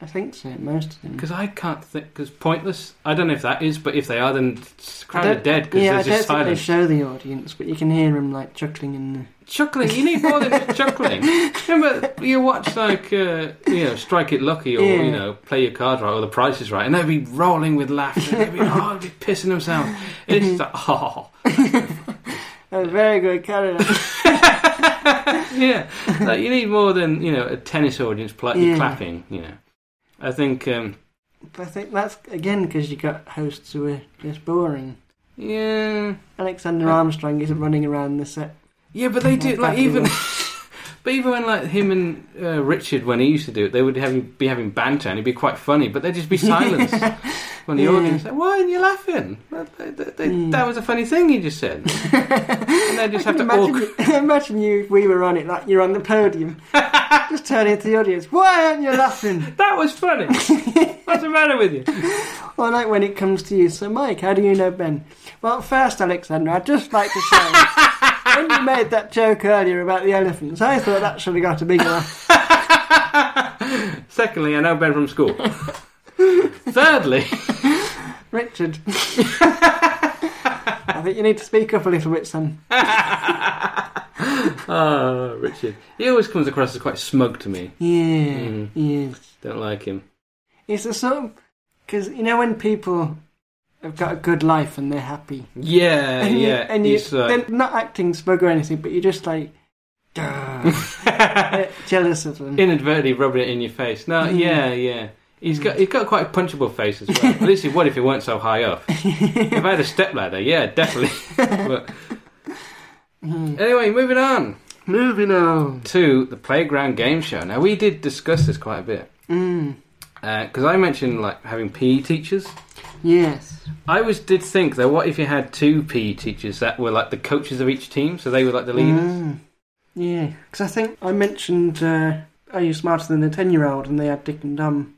[SPEAKER 1] I think so. Most of them.
[SPEAKER 2] Because I can't think. Because pointless. I don't know if that is, but if they are, then it's
[SPEAKER 1] I
[SPEAKER 2] crowd are
[SPEAKER 1] don't-
[SPEAKER 2] dead because
[SPEAKER 1] yeah, I
[SPEAKER 2] there's
[SPEAKER 1] don't
[SPEAKER 2] just
[SPEAKER 1] think they
[SPEAKER 2] silence.
[SPEAKER 1] show the audience, but you can hear them like chuckling in the.
[SPEAKER 2] Chuckling. You need more than Oh, just chuckling. Remember, you watch like uh, you know, Strike It Lucky, or
[SPEAKER 1] Yeah.
[SPEAKER 2] you know, Play Your Cards Right, or The Price Is Right, and they'd be rolling with laughter. They'd be, oh, they'd be pissing themselves. It's just like, oh,
[SPEAKER 1] Oh, very good, carry on.
[SPEAKER 2] yeah. Like, you need more than you know a tennis audience politely
[SPEAKER 1] Yeah.
[SPEAKER 2] clapping. You know, I think. Um,
[SPEAKER 1] But I think that's again because you got hosts who are just boring.
[SPEAKER 2] yeah.
[SPEAKER 1] Alexander Armstrong isn't running around the set.
[SPEAKER 2] Yeah, but they
[SPEAKER 1] Not
[SPEAKER 2] do like
[SPEAKER 1] badly
[SPEAKER 2] even. but even when like him and uh, Richard, when he used to do it, they would have, be having banter and it'd be quite funny, but they'd just be silence when the
[SPEAKER 1] Yeah.
[SPEAKER 2] audience. Like, Why are you laughing? That, that- that-
[SPEAKER 1] Mm.
[SPEAKER 2] that was a funny thing you just said. and they just have to all.
[SPEAKER 1] imagine, you, imagine you if we were on it, like you're on the podium. just turning to the audience, why aren't you laughing?
[SPEAKER 2] That was funny. What's the matter with you?
[SPEAKER 1] Or like when it comes to you, so Mike, how do you know Ben? Well, first, Alexander, I'd just like to say, when you made that joke earlier about the elephants, I thought that should have got a big laugh.
[SPEAKER 2] Secondly, I know Ben from school. Thirdly,
[SPEAKER 1] Richard, I think you need to speak up a little bit, son.
[SPEAKER 2] oh, Richard. He always comes across as quite smug to me.
[SPEAKER 1] Yeah,
[SPEAKER 2] Mm.
[SPEAKER 1] yes.
[SPEAKER 2] Don't like him.
[SPEAKER 1] It's a sort of because you know when people have got a good life and they're happy,
[SPEAKER 2] Yeah,
[SPEAKER 1] and you,
[SPEAKER 2] yeah.
[SPEAKER 1] and you,
[SPEAKER 2] he's, uh,
[SPEAKER 1] they're not acting smug or anything, but you're just like, duh, uh, jealous of them.
[SPEAKER 2] inadvertently rubbing it in your face. No,
[SPEAKER 1] Mm.
[SPEAKER 2] yeah, yeah. He's got he's got quite a punchable face as well. At least he would if he weren't so high up. if I had a stepladder, yeah, definitely. but
[SPEAKER 1] Mm.
[SPEAKER 2] anyway, moving on
[SPEAKER 1] Moving on.
[SPEAKER 2] to the playground game show. Now we did discuss this quite a bit
[SPEAKER 1] Mm.
[SPEAKER 2] because I mentioned like having PE teachers.
[SPEAKER 1] Yes.
[SPEAKER 2] I always did think though, what if you had two PE teachers that were like the coaches of each team, so they were like the leaders?
[SPEAKER 1] Mm. Yeah, because I think I mentioned. Uh, are you smarter than a ten-year-old? And they had Dick and Dom,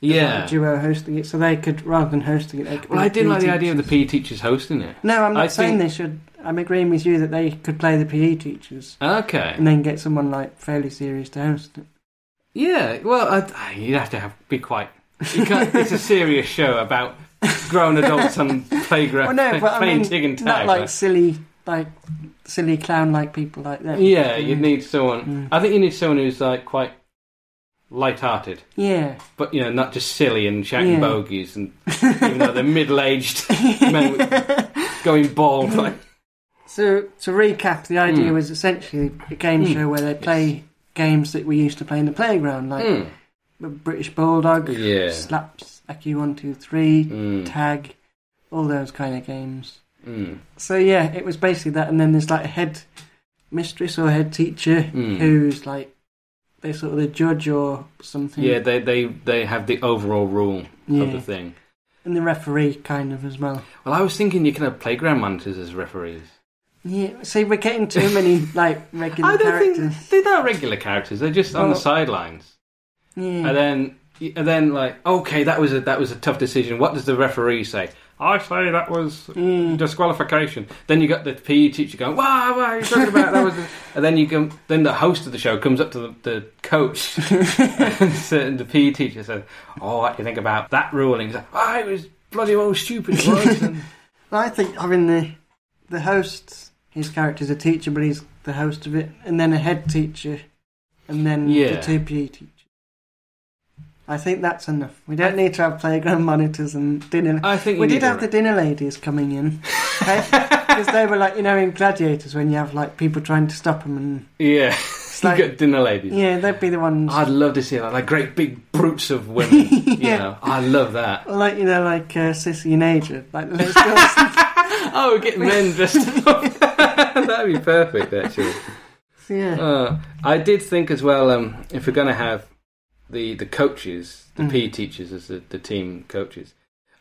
[SPEAKER 2] Yeah.
[SPEAKER 1] a duo hosting it, so they could rather than hosting it. They could
[SPEAKER 2] Well,
[SPEAKER 1] be
[SPEAKER 2] I did like the
[SPEAKER 1] E teachers.
[SPEAKER 2] idea of the PE teachers hosting it.
[SPEAKER 1] No, I'm not
[SPEAKER 2] I
[SPEAKER 1] saying they should. I'm agreeing with you that they could play the PE teachers.
[SPEAKER 2] Okay.
[SPEAKER 1] and then get someone like fairly serious to host it.
[SPEAKER 2] Yeah, well, I, you'd have to have be quite. You can't, it's a serious show about grown adults on playground
[SPEAKER 1] Well, no, but I
[SPEAKER 2] playing
[SPEAKER 1] mean,
[SPEAKER 2] tig and
[SPEAKER 1] Not
[SPEAKER 2] tag.
[SPEAKER 1] like
[SPEAKER 2] right?
[SPEAKER 1] silly, like silly clown like people like that.
[SPEAKER 2] yeah, you need someone.
[SPEAKER 1] Mm.
[SPEAKER 2] I think you need someone who's like quite light-hearted,
[SPEAKER 1] Yeah,
[SPEAKER 2] but you know, not just silly and shouting
[SPEAKER 1] Yeah.
[SPEAKER 2] bogies and even though they're middle-aged men with, going bald. Like,
[SPEAKER 1] so to recap, the idea
[SPEAKER 2] Mm.
[SPEAKER 1] was essentially a game
[SPEAKER 2] Mm.
[SPEAKER 1] show where they play games that we used to play in the playground, like
[SPEAKER 2] mm.
[SPEAKER 1] the British Bulldog,
[SPEAKER 2] Yeah.
[SPEAKER 1] Slaps, Aki One Two Three,
[SPEAKER 2] Mm.
[SPEAKER 1] Tag, all those kind of games.
[SPEAKER 2] Mm.
[SPEAKER 1] So yeah, it was basically that, and then there's like a head mistress or head teacher
[SPEAKER 2] Mm.
[SPEAKER 1] who's like they sort of the judge or something.
[SPEAKER 2] Yeah, they, they they have the overall rule of the
[SPEAKER 1] Yeah.
[SPEAKER 2] thing.
[SPEAKER 1] and the referee kind of as well.
[SPEAKER 2] Well, I was thinking you can have playground monitors as referees.
[SPEAKER 1] Yeah, see, we're getting too many like regular
[SPEAKER 2] I don't
[SPEAKER 1] characters.
[SPEAKER 2] think they're not regular characters. They're just on the
[SPEAKER 1] Well-
[SPEAKER 2] sidelines.
[SPEAKER 1] Yeah,
[SPEAKER 2] And then, and then like, okay, that was a that was a tough decision. What does the referee say? I say that was
[SPEAKER 1] Yeah.
[SPEAKER 2] disqualification. Then you got the PE teacher going, "Wow, wow, you talking about that was?" a-" And then you come, then the host of the show comes up to the, the coach, and so- and the PE teacher says, "Oh, what do you think about that ruling?" He's like, "Oh, it was bloody well stupid." it was." And-
[SPEAKER 1] Well, I think having the the host, his character's a teacher, but he's the host of it, and then a head teacher, and then
[SPEAKER 2] Yeah.
[SPEAKER 1] the two PE teachers. I think that's enough. We don't need to have playground monitors and dinner.
[SPEAKER 2] I think you
[SPEAKER 1] we
[SPEAKER 2] need
[SPEAKER 1] did have
[SPEAKER 2] a-
[SPEAKER 1] the dinner ladies coming in because they were like you know in gladiators when you have like people trying to stop them and
[SPEAKER 2] yeah,
[SPEAKER 1] like-
[SPEAKER 2] you got dinner ladies.
[SPEAKER 1] yeah they'd be the ones
[SPEAKER 2] I'd love to see that, like great big brutes of women. You
[SPEAKER 1] Yeah.
[SPEAKER 2] know, I love that.
[SPEAKER 1] like you know like uh, Sissy and Asia like let's go
[SPEAKER 2] Oh, get men dressed up. That'd be perfect, actually.
[SPEAKER 1] yeah.
[SPEAKER 2] Uh, I did think as well. Um, if we're going to have the the coaches, the
[SPEAKER 1] Mm.
[SPEAKER 2] PE teachers as the, the team coaches,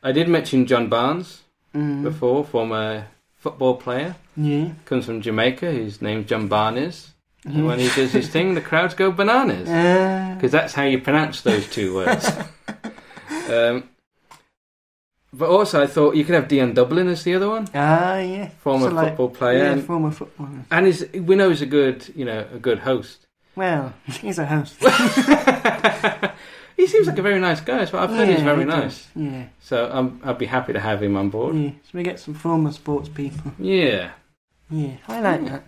[SPEAKER 2] I did mention John Barnes
[SPEAKER 1] Mm.
[SPEAKER 2] before, former football player,
[SPEAKER 1] Yeah.
[SPEAKER 2] comes from Jamaica. His name's John Barnes,
[SPEAKER 1] yeah.
[SPEAKER 2] and when he does his thing, the crowds go bananas
[SPEAKER 1] Uh,
[SPEAKER 2] because that's how you pronounce those two words. um, but also, I thought you could have Dion Dublin as the other one,
[SPEAKER 1] ah, yeah.
[SPEAKER 2] former
[SPEAKER 1] So, like,
[SPEAKER 2] football player,
[SPEAKER 1] Yeah,
[SPEAKER 2] and-
[SPEAKER 1] former footballer.
[SPEAKER 2] and he's, we know he's a good, you know, a good host.
[SPEAKER 1] Well, he's a host.
[SPEAKER 2] he seems like a very nice guy as well. I've heard he's
[SPEAKER 1] Yeah,
[SPEAKER 2] very
[SPEAKER 1] he does.
[SPEAKER 2] nice.
[SPEAKER 1] Yeah.
[SPEAKER 2] So um, I'd be happy to have him on board.
[SPEAKER 1] yeah. So we get some former sports people.
[SPEAKER 2] Yeah.
[SPEAKER 1] Yeah. I like
[SPEAKER 2] Yeah.
[SPEAKER 1] that.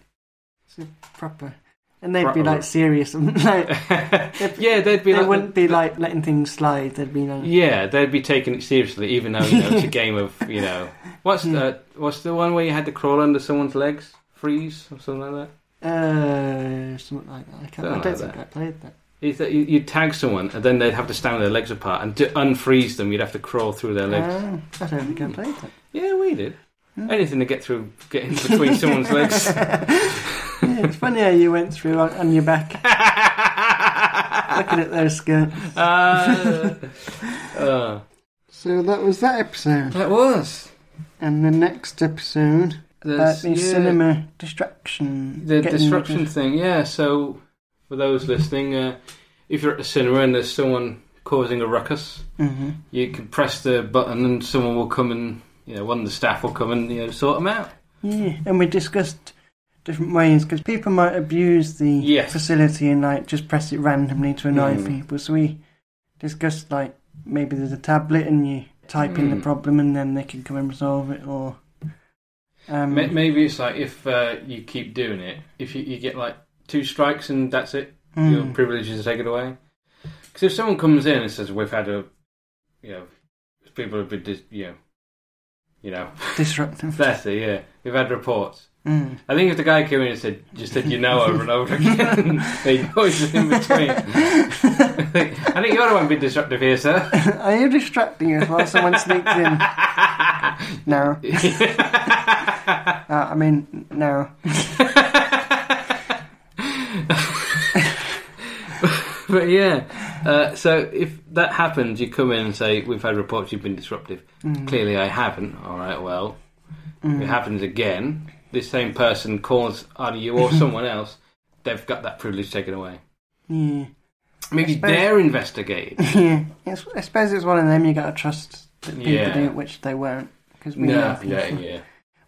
[SPEAKER 1] It's a proper. And they'd
[SPEAKER 2] Hmm. Proper.
[SPEAKER 1] be like serious and like.
[SPEAKER 2] yeah,
[SPEAKER 1] If-
[SPEAKER 2] they'd be
[SPEAKER 1] They
[SPEAKER 2] like.
[SPEAKER 1] wouldn't be like letting things slide. They'd be like,
[SPEAKER 2] Yeah, they'd be taking it seriously, even though you know, it's a game of you know what's
[SPEAKER 1] Hmm.
[SPEAKER 2] the what's the one where you had to crawl under someone's legs, freeze or something like that.
[SPEAKER 1] uh, something like that. I, can't,
[SPEAKER 2] Don't
[SPEAKER 1] I
[SPEAKER 2] like
[SPEAKER 1] don't think
[SPEAKER 2] that.
[SPEAKER 1] I played that.
[SPEAKER 2] Is that you- You'd tag someone and then they'd have to stand with their legs apart, and to unfreeze them, you'd have to crawl through their legs.
[SPEAKER 1] Ah, I don't think I played that.
[SPEAKER 2] yeah, we did.
[SPEAKER 1] Hmm.
[SPEAKER 2] Anything to get through, get in between someone's legs.
[SPEAKER 1] Yeah, it's funny how you went through on, on your back, looking at those skirts.
[SPEAKER 2] Uh, uh,
[SPEAKER 1] So that was that episode.
[SPEAKER 2] that was.
[SPEAKER 1] And the next episode about
[SPEAKER 2] There's-
[SPEAKER 1] the
[SPEAKER 2] yeah,
[SPEAKER 1] cinema distraction.
[SPEAKER 2] the
[SPEAKER 1] getting
[SPEAKER 2] disruption
[SPEAKER 1] rid of-
[SPEAKER 2] thing, yeah. So, for those listening, uh, if you're at the cinema and there's someone causing a ruckus,
[SPEAKER 1] Mhm.
[SPEAKER 2] you can press the button and someone will come and, you know, one of the staff will come and, you know, sort them out.
[SPEAKER 1] Yeah, and we discussed different ways because people might abuse the
[SPEAKER 2] Yes.
[SPEAKER 1] facility and like just press it randomly to annoy
[SPEAKER 2] Mm.
[SPEAKER 1] people. So we discussed like maybe there's a tablet and you type in the
[SPEAKER 2] Mm.
[SPEAKER 1] problem and then they can come and resolve it, or um,
[SPEAKER 2] Ma- Maybe it's like if uh, you keep doing it, if you, you get like two strikes and that's it, your
[SPEAKER 1] mm,
[SPEAKER 2] privilege is taken away. Because if someone comes in and says, "We've had a, you know, people have been, dis- you know, you know,
[SPEAKER 1] disruptive.
[SPEAKER 2] that's it, yeah, we've had reports."
[SPEAKER 1] Mm.
[SPEAKER 2] I think if the guy came in and said, just said, you know, over and over again, they always in between. I think you're the one being disruptive here, sir.
[SPEAKER 1] Are you distracting us while someone sneaks in? No. Uh, I mean, no.
[SPEAKER 2] but yeah, uh, so if that happens, you come in and say, "We've had reports you've been disruptive."
[SPEAKER 1] Mm.
[SPEAKER 2] Clearly, I haven't. All right, well,
[SPEAKER 1] Mm.
[SPEAKER 2] if it happens again. This same person calls either you or someone else. They've got that privilege taken away.
[SPEAKER 1] Yeah.
[SPEAKER 2] Maybe
[SPEAKER 1] I suppose-
[SPEAKER 2] they're investigated.
[SPEAKER 1] yeah, it's, I suppose it's one of them you got to trust that people
[SPEAKER 2] Yeah.
[SPEAKER 1] do, which they won't. Cause we know
[SPEAKER 2] Yeah,
[SPEAKER 1] people.
[SPEAKER 2] yeah, yeah.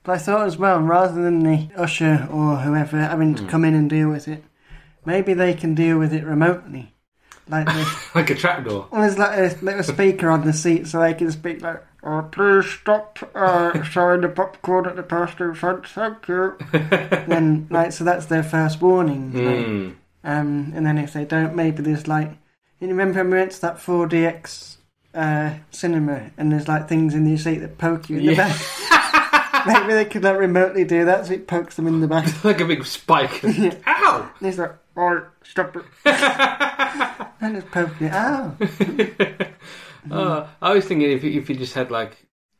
[SPEAKER 1] But I thought as well, rather than the usher or whoever having to
[SPEAKER 2] Mm.
[SPEAKER 1] come in and deal with it, maybe they can deal with it remotely. Like the,
[SPEAKER 2] Like a trapdoor.
[SPEAKER 1] well, there's like a little speaker on the seat, so they can speak like, oh, "Please stop uh, throwing the popcorn at the pastor in front. Thank you." then, like, so that's their first warning. like,
[SPEAKER 2] Mm.
[SPEAKER 1] um, and then if they don't, maybe there's like, you remember when we went to that 4DX uh, cinema and there's like things in your seat that poke you in the
[SPEAKER 2] Yeah.
[SPEAKER 1] back? maybe they could like remotely do that so it pokes them in the back.
[SPEAKER 2] like a big spike.
[SPEAKER 1] Yeah.
[SPEAKER 2] Ow!
[SPEAKER 1] And he's like, oh, stop it. And it's poking it. Oh.
[SPEAKER 2] Uh, I was thinking if you, if you just had like,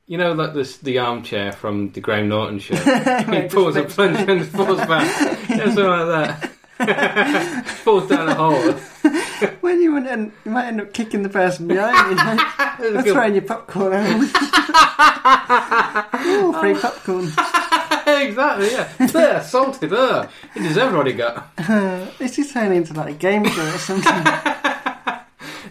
[SPEAKER 2] you know, like this the armchair from the Graham Norton show. he pulls a plunge and falls back. yeah, something like that. falls down a hole.
[SPEAKER 1] When you, would end, you might end up kicking the person behind you. That's throwing your popcorn out. Ooh, free popcorn.
[SPEAKER 2] exactly. Yeah. There, salted. Uh, it deserved what he got.
[SPEAKER 1] This is turning into like a game show or something.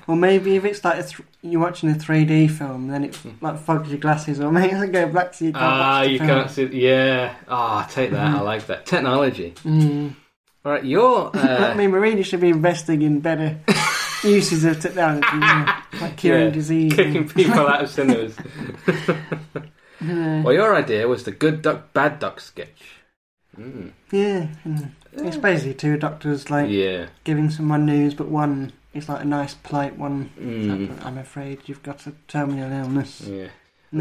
[SPEAKER 1] or maybe if it's like a th- you're watching a 3D film, then it like fogs your glasses or makes it go black so you can't
[SPEAKER 2] Hmm. Ah,
[SPEAKER 1] watch the
[SPEAKER 2] you
[SPEAKER 1] film.
[SPEAKER 2] can't see. Yeah. Ah, take that. I like that technology.
[SPEAKER 1] Mm.
[SPEAKER 2] All right, your
[SPEAKER 1] I
[SPEAKER 2] uh,
[SPEAKER 1] mean, we really should be investing in better uses of technology, you know, like curing
[SPEAKER 2] Yeah.
[SPEAKER 1] disease.
[SPEAKER 2] kicking people out of cinemas.
[SPEAKER 1] and, uh,
[SPEAKER 2] Well, your idea was the good duck, bad duck sketch. Mm.
[SPEAKER 1] yeah, and it's basically two doctors like
[SPEAKER 2] Yeah.
[SPEAKER 1] giving someone news, but one is like a nice, polite one.
[SPEAKER 2] Mm.
[SPEAKER 1] I'm afraid you've got a terminal illness.
[SPEAKER 2] Yeah. And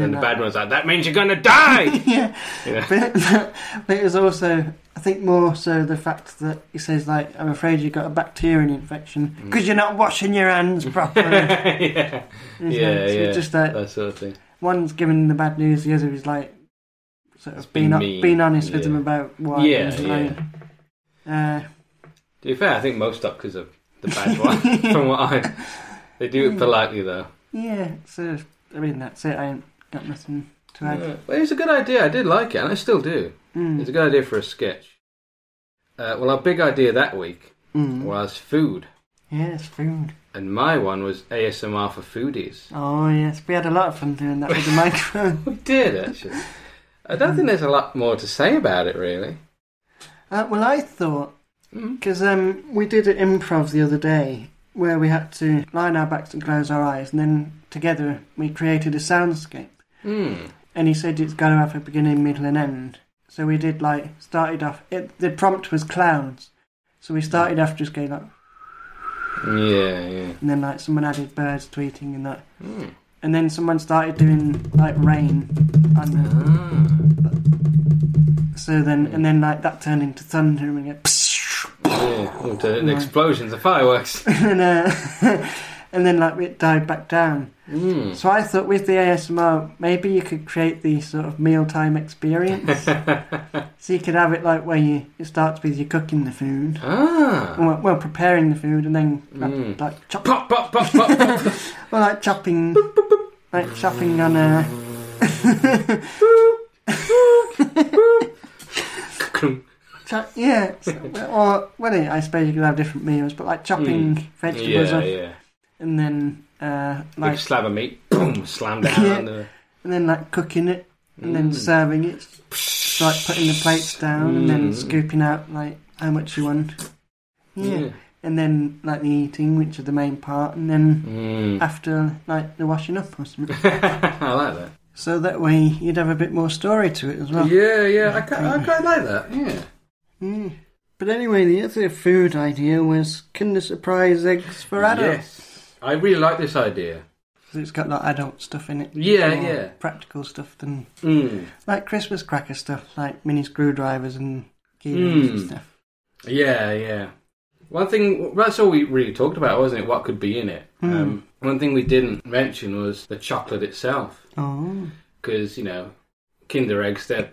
[SPEAKER 1] And
[SPEAKER 2] then the
[SPEAKER 1] that-
[SPEAKER 2] bad one's like, that means you're gonna die!
[SPEAKER 1] yeah.
[SPEAKER 2] Yeah.
[SPEAKER 1] But, but it was also, I think, more so the fact that he says, like, I'm afraid you've got a bacterial infection
[SPEAKER 2] Mm.
[SPEAKER 1] because you're not washing your hands properly.
[SPEAKER 2] yeah.
[SPEAKER 1] And it's
[SPEAKER 2] Yeah,
[SPEAKER 1] like- so it's
[SPEAKER 2] yeah.
[SPEAKER 1] just like,
[SPEAKER 2] That sort of thing.
[SPEAKER 1] one's giving the bad news, the other is like, sort
[SPEAKER 2] It's
[SPEAKER 1] of
[SPEAKER 2] been
[SPEAKER 1] being,
[SPEAKER 2] mean,
[SPEAKER 1] being honest with
[SPEAKER 2] yeah.
[SPEAKER 1] them about why.
[SPEAKER 2] yeah,
[SPEAKER 1] it's
[SPEAKER 2] yeah.
[SPEAKER 1] like, uh,
[SPEAKER 2] To be fair, I think most doctors are the bad one. from what I, they do it politely though.
[SPEAKER 1] Yeah, so I mean that's it. I ain't got nothing to add.
[SPEAKER 2] Yeah. Well, it's a good idea. I did like it, and I still do.
[SPEAKER 1] Mm.
[SPEAKER 2] It's a good idea for a sketch. Uh, well, our big idea that week
[SPEAKER 1] Mm.
[SPEAKER 2] was food,
[SPEAKER 1] Yes, food.
[SPEAKER 2] and my one was ASMR for foodies.
[SPEAKER 1] Oh yes, we had a lot of fun doing that with the microphone.
[SPEAKER 2] We did actually. I don't think there's a lot more to say about it really.
[SPEAKER 1] Uh, well, I thought
[SPEAKER 2] Mm.
[SPEAKER 1] because um, we did an improv the other day where we had to line our backs and close our eyes, and then together we created a soundscape.
[SPEAKER 2] Mm.
[SPEAKER 1] and he said it's going to have a beginning, middle, and end. So we did like started off. It, the prompt was clowns, so we started off just going like,
[SPEAKER 2] Hmm. Yeah, yeah.
[SPEAKER 1] and then like someone added birds tweeting and that,
[SPEAKER 2] Mm.
[SPEAKER 1] and then someone started doing like rain, and uh,
[SPEAKER 2] Hmm.
[SPEAKER 1] so then and then like that turned into thunder and we go,
[SPEAKER 2] Yeah, oh, to-
[SPEAKER 1] Right.
[SPEAKER 2] explosions, the fireworks.
[SPEAKER 1] and uh, and then like it died back down.
[SPEAKER 2] Mm.
[SPEAKER 1] So I thought with the ASMR, maybe you could create the sort of mealtime experience. so you could have it like where you it starts with you cooking the food.
[SPEAKER 2] ah.
[SPEAKER 1] Well, well, preparing the food and then like,
[SPEAKER 2] Mm.
[SPEAKER 1] like chop,
[SPEAKER 2] Pop, pop, pop, pop, pop.
[SPEAKER 1] well, like chopping, like chopping on a. Chop, yeah, so- or well, I suppose you could have different meals, but like chopping vegetables
[SPEAKER 2] Mm. yeah,
[SPEAKER 1] up
[SPEAKER 2] yeah.
[SPEAKER 1] and then uh,
[SPEAKER 2] Big
[SPEAKER 1] like
[SPEAKER 2] slab of meat, boom, slam down.
[SPEAKER 1] Yeah.
[SPEAKER 2] on the-
[SPEAKER 1] and then like cooking it and then
[SPEAKER 2] Mm.
[SPEAKER 1] serving it, so, like putting the plates down and then
[SPEAKER 2] Mm.
[SPEAKER 1] scooping out like how much you want. Yeah.
[SPEAKER 2] Yeah.
[SPEAKER 1] and then like the eating, which is the main part, and then
[SPEAKER 2] Mm.
[SPEAKER 1] after like the washing up or something.
[SPEAKER 2] I like that.
[SPEAKER 1] So that way you'd have a bit more story to it as well.
[SPEAKER 2] yeah, yeah, I, ca- I quite like that. Yeah.
[SPEAKER 1] Mm. But anyway, the other food idea was Kinder Surprise eggs for adults.
[SPEAKER 2] Yes. I really like this idea.
[SPEAKER 1] 'Cause It's got like adult stuff in it.
[SPEAKER 2] Yeah,
[SPEAKER 1] More
[SPEAKER 2] yeah.
[SPEAKER 1] Practical stuff than
[SPEAKER 2] Mm.
[SPEAKER 1] like Christmas cracker stuff, like mini screwdrivers and key rings and
[SPEAKER 2] Mm.
[SPEAKER 1] stuff.
[SPEAKER 2] Yeah, yeah. One thing, that's all we really talked about, wasn't it? What could be in it. Um, one thing we didn't mention was the chocolate itself.
[SPEAKER 1] Oh,
[SPEAKER 2] Because, you know, Kinder Eggs, they're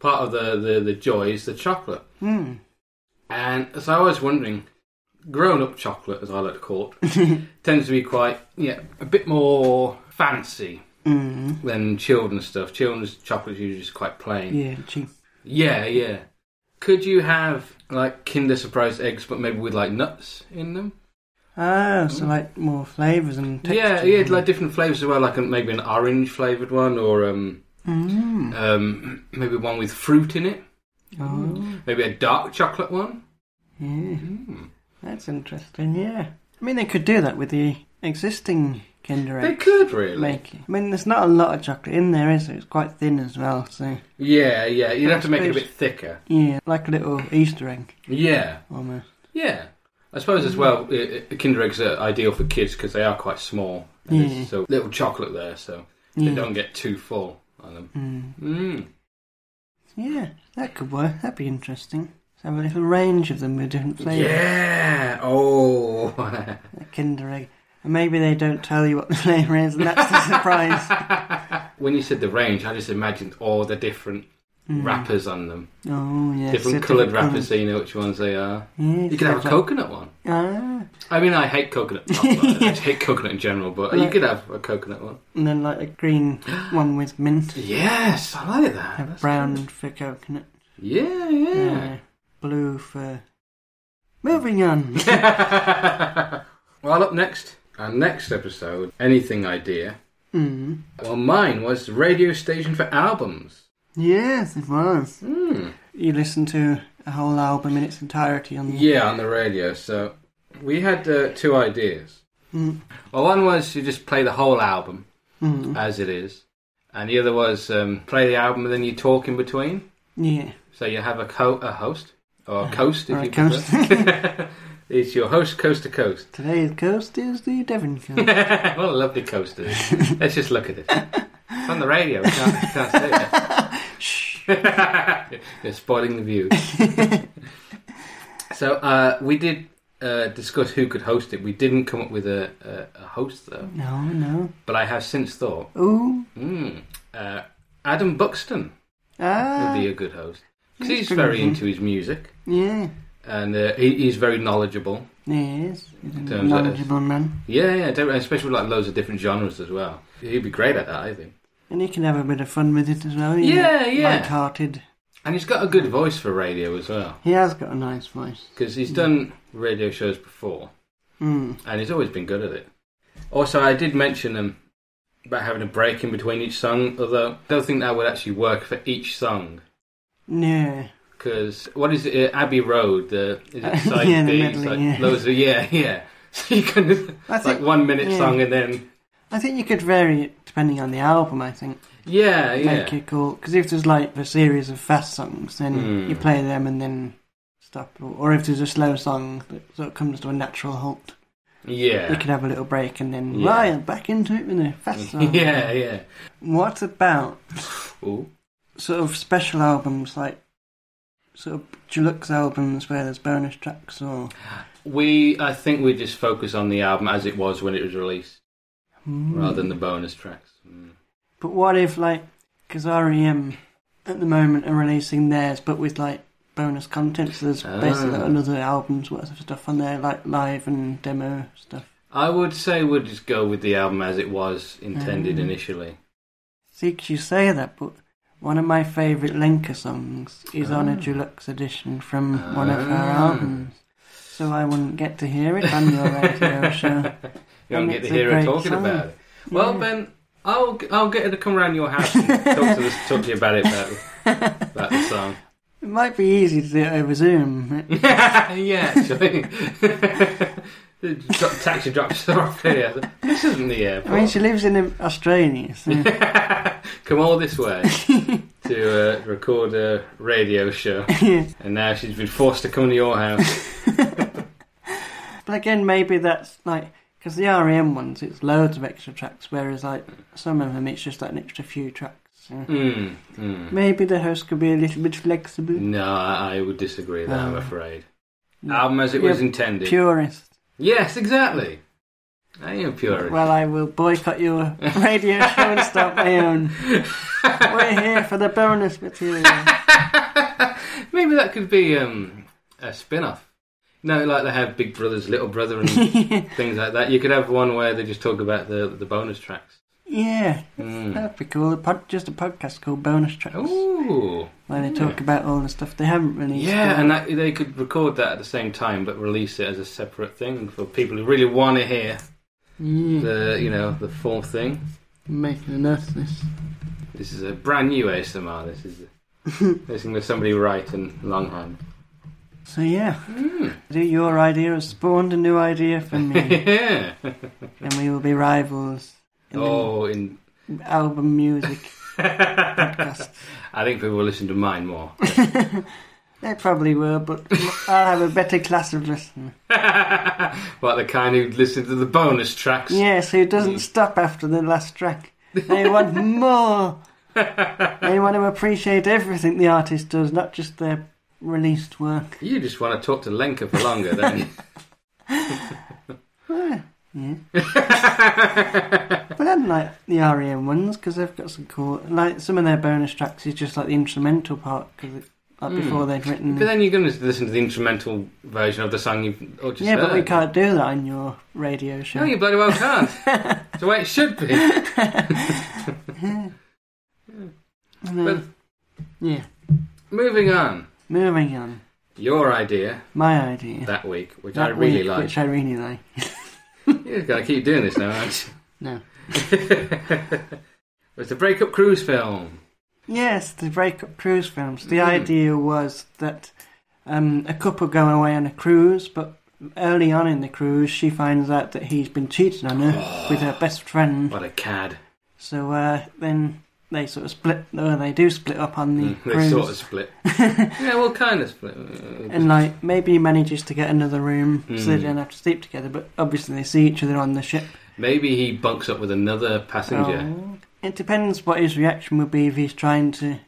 [SPEAKER 2] part of the, the, the joy is the chocolate.
[SPEAKER 1] mm.
[SPEAKER 2] And so I was wondering, grown up chocolate, as I like to call it, tends to be quite, yeah, a bit more fancy
[SPEAKER 1] mm.
[SPEAKER 2] than children's stuff. Children's chocolate's usually just quite plain.
[SPEAKER 1] yeah, cheap.
[SPEAKER 2] Yeah, yeah. Could you have, like, Kinder Surprise eggs, but maybe with, like, nuts in them?
[SPEAKER 1] Ah, so like more flavors and texture.
[SPEAKER 2] Yeah, yeah, like different flavors as well, like a, maybe an orange flavored one, or um,
[SPEAKER 1] Mm.
[SPEAKER 2] um, maybe one with fruit in it,
[SPEAKER 1] Oh,
[SPEAKER 2] maybe a dark chocolate one.
[SPEAKER 1] yeah.
[SPEAKER 2] Mm.
[SPEAKER 1] That's interesting, yeah. I mean, they could do that with the existing Kinder
[SPEAKER 2] They
[SPEAKER 1] Egg
[SPEAKER 2] could really,
[SPEAKER 1] making. I mean, there's not a lot of chocolate in there, is there? It's quite thin as well, so
[SPEAKER 2] yeah, yeah. You'd have to make it a
[SPEAKER 1] Suppose-
[SPEAKER 2] bit thicker.
[SPEAKER 1] yeah, like a little Easter egg
[SPEAKER 2] Yeah,
[SPEAKER 1] almost.
[SPEAKER 2] yeah. I suppose
[SPEAKER 1] Mm.
[SPEAKER 2] as well, i i- Kinder eggs are ideal for kids because they are quite small. And there's
[SPEAKER 1] Yeah.
[SPEAKER 2] So little chocolate there, so
[SPEAKER 1] Yeah.
[SPEAKER 2] they don't get too full on them.
[SPEAKER 1] Mm.
[SPEAKER 2] Mm.
[SPEAKER 1] yeah, that could work. That'd be interesting. So have a little range of them with different flavours.
[SPEAKER 2] Yeah. Oh.
[SPEAKER 1] A Kinder Egg. And maybe they don't tell you what the flavour is, and that's the surprise.
[SPEAKER 2] when you said the range, I just imagined all the different
[SPEAKER 1] Mm.
[SPEAKER 2] wrappers on them,
[SPEAKER 1] Oh, yeah.
[SPEAKER 2] different
[SPEAKER 1] so
[SPEAKER 2] coloured
[SPEAKER 1] different
[SPEAKER 2] wrappers, so you know which ones they are.
[SPEAKER 1] colours. Yeah,
[SPEAKER 2] You could have a
[SPEAKER 1] coke.
[SPEAKER 2] coconut one.
[SPEAKER 1] Ah,
[SPEAKER 2] I mean, I hate coconut. chocolate. I hate coconut in general, but you
[SPEAKER 1] Right.
[SPEAKER 2] could have a coconut one.
[SPEAKER 1] and then like a green one with mint.
[SPEAKER 2] Yes, I like that.
[SPEAKER 1] Have
[SPEAKER 2] That's
[SPEAKER 1] brown
[SPEAKER 2] good.
[SPEAKER 1] for coconut.
[SPEAKER 2] Yeah, yeah.
[SPEAKER 1] Uh, blue for. Moving on.
[SPEAKER 2] well, up next, our next episode, anything idea.
[SPEAKER 1] mm.
[SPEAKER 2] Well, mine was radio station for albums.
[SPEAKER 1] Yes, it was.
[SPEAKER 2] Hmm.
[SPEAKER 1] You listen to a whole album in its entirety on the.
[SPEAKER 2] Yeah, on the radio. So we had uh, two ideas.
[SPEAKER 1] Mm.
[SPEAKER 2] Well, one was to just play the whole album
[SPEAKER 1] Mm.
[SPEAKER 2] as it is, and the other was um, play the album and then you talk in between.
[SPEAKER 1] Yeah.
[SPEAKER 2] So you have a, co- a host or a coast if
[SPEAKER 1] Or a
[SPEAKER 2] you prefer. it's your host coast to coast.
[SPEAKER 1] Today's coast is the Devon coast.
[SPEAKER 2] what a lovely coast it is. Let's just look at it. It's on the radio. We can't, we can't say that. You're spoiling the view. so uh, we did uh, discuss who could host it. We didn't come up with a, a, a host though,
[SPEAKER 1] no, no.
[SPEAKER 2] but I have since thought
[SPEAKER 1] Ooh.
[SPEAKER 2] mm, uh, Adam Buxton
[SPEAKER 1] Ah.
[SPEAKER 2] would be a good host because
[SPEAKER 1] He's
[SPEAKER 2] he's
[SPEAKER 1] pretty
[SPEAKER 2] very
[SPEAKER 1] good.
[SPEAKER 2] into his music.
[SPEAKER 1] Yeah.
[SPEAKER 2] and uh, he, he's very knowledgeable.
[SPEAKER 1] Yes, he's a
[SPEAKER 2] Turns out it's-
[SPEAKER 1] knowledgeable man.
[SPEAKER 2] Yeah, yeah, don't- especially with like loads of different genres as well. He'd be great at that, I think.
[SPEAKER 1] And he can have a bit of fun with it as well. you know,
[SPEAKER 2] Yeah, yeah,
[SPEAKER 1] Light-hearted.
[SPEAKER 2] and he's got a good voice for radio as well
[SPEAKER 1] He has got a nice voice.
[SPEAKER 2] because he's done radio shows before.
[SPEAKER 1] Mm.
[SPEAKER 2] and he's always been good at it. Also, I did mention um, about having a break in between each song, although I don't think that would actually work for each song.
[SPEAKER 1] Yeah.
[SPEAKER 2] Because what is it? Uh, Abbey Road? The is it side
[SPEAKER 1] Yeah, the
[SPEAKER 2] B?
[SPEAKER 1] medley,
[SPEAKER 2] side,
[SPEAKER 1] yeah.
[SPEAKER 2] Those are yeah, yeah. So you can
[SPEAKER 1] I
[SPEAKER 2] like
[SPEAKER 1] think,
[SPEAKER 2] one minute
[SPEAKER 1] yeah.
[SPEAKER 2] song and then
[SPEAKER 1] I think you could vary it depending on the album, I think.
[SPEAKER 2] yeah, yeah,
[SPEAKER 1] Make it cool. Because if there's like a series of fast songs, then
[SPEAKER 2] Mm.
[SPEAKER 1] you play them and then stop. Or, or if there's a slow song that sort of comes to a natural halt, you
[SPEAKER 2] yeah,
[SPEAKER 1] could have a little break and then,
[SPEAKER 2] Yeah.
[SPEAKER 1] right, back into it with a fast song.
[SPEAKER 2] yeah, yeah.
[SPEAKER 1] What about
[SPEAKER 2] Ooh.
[SPEAKER 1] sort of special albums like sort of deluxe albums where there's bonus tracks or
[SPEAKER 2] We, I think we just focus on the album as it was when it was released,
[SPEAKER 1] Hmm.
[SPEAKER 2] rather than the bonus tracks. Mm.
[SPEAKER 1] But what if like because REM at the moment are releasing theirs, but with like bonus content, so there's basically
[SPEAKER 2] Ah.
[SPEAKER 1] like, another album's worth of stuff on there, like live and demo stuff.
[SPEAKER 2] I would say we'll just go with the album as it was intended
[SPEAKER 1] Mm.
[SPEAKER 2] initially.
[SPEAKER 1] See, 'cause you say that, but one of my favourite Lenker songs is on a
[SPEAKER 2] Ah.
[SPEAKER 1] deluxe edition from one of her
[SPEAKER 2] Ah.
[SPEAKER 1] albums. So I wouldn't get to hear it on your radio show.
[SPEAKER 2] You don't
[SPEAKER 1] And
[SPEAKER 2] get to
[SPEAKER 1] it's a
[SPEAKER 2] hear her
[SPEAKER 1] great
[SPEAKER 2] talking
[SPEAKER 1] song.
[SPEAKER 2] about it. Well,
[SPEAKER 1] Yeah.
[SPEAKER 2] Ben, I'll I'll get her to come round your house and talk to us, talk to you about it about, about the song.
[SPEAKER 1] It might be easy to do it over Zoom.
[SPEAKER 2] yeah, actually, The dro- taxi drops her off here. This isn't the
[SPEAKER 1] I mean,
[SPEAKER 2] airport.
[SPEAKER 1] she lives in um, Australia, so
[SPEAKER 2] come all this way to uh, record a radio show, and now she's been forced to come to your house.
[SPEAKER 1] But again, maybe that's like because the REM ones, it's loads of extra tracks, whereas like some of them, it's just like an extra few tracks. you know.
[SPEAKER 2] Mm, mm.
[SPEAKER 1] Maybe the host could be a little bit flexible.
[SPEAKER 2] No, I I would disagree with that, I'm
[SPEAKER 1] Ah.
[SPEAKER 2] afraid. Album as it
[SPEAKER 1] You're
[SPEAKER 2] was intended.
[SPEAKER 1] Purist.
[SPEAKER 2] Yes, exactly. I am pure.
[SPEAKER 1] Well, I will boycott your radio show and start my own. We're here for the bonus material.
[SPEAKER 2] Maybe that could be um, a spin off. No, like they have Big Brother's Little Brother and things like that. You could have one where they just talk about the, the bonus tracks.
[SPEAKER 1] yeah,
[SPEAKER 2] Mm.
[SPEAKER 1] that'd be cool. A pod, just a podcast called Bonus Tracks,
[SPEAKER 2] Ooh.
[SPEAKER 1] where they talk about all the stuff they haven't released.
[SPEAKER 2] Yeah,
[SPEAKER 1] yet.
[SPEAKER 2] and that, they could record that at the same time but release it as a separate thing for people who really want to hear
[SPEAKER 1] Mm.
[SPEAKER 2] the, you know, the full thing.
[SPEAKER 1] making a note of this.
[SPEAKER 2] This is a brand new ASMR. This is listening to somebody write in longhand.
[SPEAKER 1] So yeah,
[SPEAKER 2] Mm.
[SPEAKER 1] do your idea has spawned a new idea for me.
[SPEAKER 2] yeah.
[SPEAKER 1] and we will be rivals in
[SPEAKER 2] Oh, in.
[SPEAKER 1] the album music podcast.
[SPEAKER 2] I think people will listen to mine more.
[SPEAKER 1] They probably were, but I'll have a better class of listener.
[SPEAKER 2] like the kind who listen to the bonus tracks.
[SPEAKER 1] Yes, who doesn't stop after the last track. They want more. They want to appreciate everything the artist does, not just their released work.
[SPEAKER 2] You just want to talk to Lenka for longer, don't you?
[SPEAKER 1] Yeah. but then, like the REM ones, because they've got some cool, like some of their bonus tracks is just like the instrumental part, because like
[SPEAKER 2] Hmm.
[SPEAKER 1] before they've written.
[SPEAKER 2] but then you're going to listen to the instrumental version of the song you've or just
[SPEAKER 1] yeah, but we
[SPEAKER 2] heard.
[SPEAKER 1] can't do that on your radio show.
[SPEAKER 2] No, you bloody well can't. it's the way it should be.
[SPEAKER 1] Mm. No.
[SPEAKER 2] But-
[SPEAKER 1] yeah.
[SPEAKER 2] Moving on.
[SPEAKER 1] Moving on.
[SPEAKER 2] Your idea
[SPEAKER 1] My idea.
[SPEAKER 2] that week, which I
[SPEAKER 1] That
[SPEAKER 2] really
[SPEAKER 1] week,
[SPEAKER 2] like.
[SPEAKER 1] Which I really like.
[SPEAKER 2] You're going to keep doing this now, aren't
[SPEAKER 1] No.
[SPEAKER 2] you? was the Breakup Cruise film.
[SPEAKER 1] Yes, the breakup cruise films. The
[SPEAKER 2] Mm.
[SPEAKER 1] idea was that um, a couple go away on a cruise, but early on in the cruise, she finds out that he's been cheating on her with her best friend.
[SPEAKER 2] What a cad.
[SPEAKER 1] So uh, then they sort of split. No, they do split up on the
[SPEAKER 2] Mm, they
[SPEAKER 1] cruise.
[SPEAKER 2] sort of split. yeah, well, kind of split. Uh,
[SPEAKER 1] And like maybe he manages to get another room so they
[SPEAKER 2] Mm.
[SPEAKER 1] don't have to sleep together. But obviously they see each other on the ship.
[SPEAKER 2] Maybe he bunks up with another passenger.
[SPEAKER 1] Oh. It depends what his reaction would be if he's trying to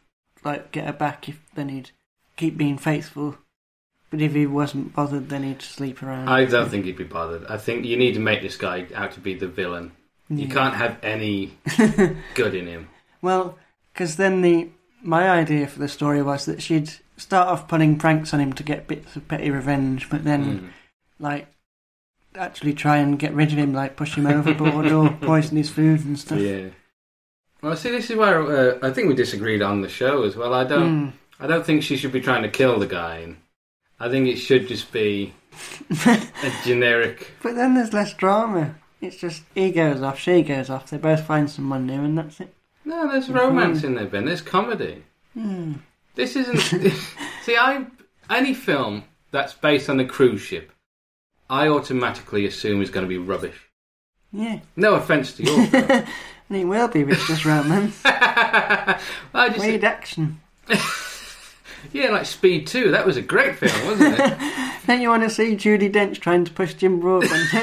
[SPEAKER 1] like get her back. If then he'd keep being faithful, but if he wasn't bothered, then he'd sleep around.
[SPEAKER 2] I don't think he'd be bothered. I think you need to make this guy out to be the villain. You
[SPEAKER 1] Yeah.
[SPEAKER 2] can't have any good in him.
[SPEAKER 1] Well, because then the my idea for the story was that she'd start off putting pranks on him to get bits of petty revenge, but then
[SPEAKER 2] Mm.
[SPEAKER 1] like actually try and get rid of him, like push him overboard or poison his food and stuff.
[SPEAKER 2] Yeah. Well, see, this is where uh, I think we disagreed on the show as well. I don't,
[SPEAKER 1] Mm.
[SPEAKER 2] I don't think she should be trying to kill the guy. And I think it should just be a generic.
[SPEAKER 1] Hmm. But then there's less drama. It's just he goes off, she goes off. They both find someone new, and that's it.
[SPEAKER 2] No, there's romance in there, Ben. There's comedy.
[SPEAKER 1] Mm.
[SPEAKER 2] This isn't. see, I any film that's based on a cruise ship, I automatically assume is going to be rubbish.
[SPEAKER 1] Yeah,
[SPEAKER 2] No offence to your film.
[SPEAKER 1] and it will be, but it's just romance,
[SPEAKER 2] I just
[SPEAKER 1] weird action.
[SPEAKER 2] yeah, like Speed Two. That was a great film, wasn't it?
[SPEAKER 1] Don't you want to see Judy Dench trying to push Jim Broadbent?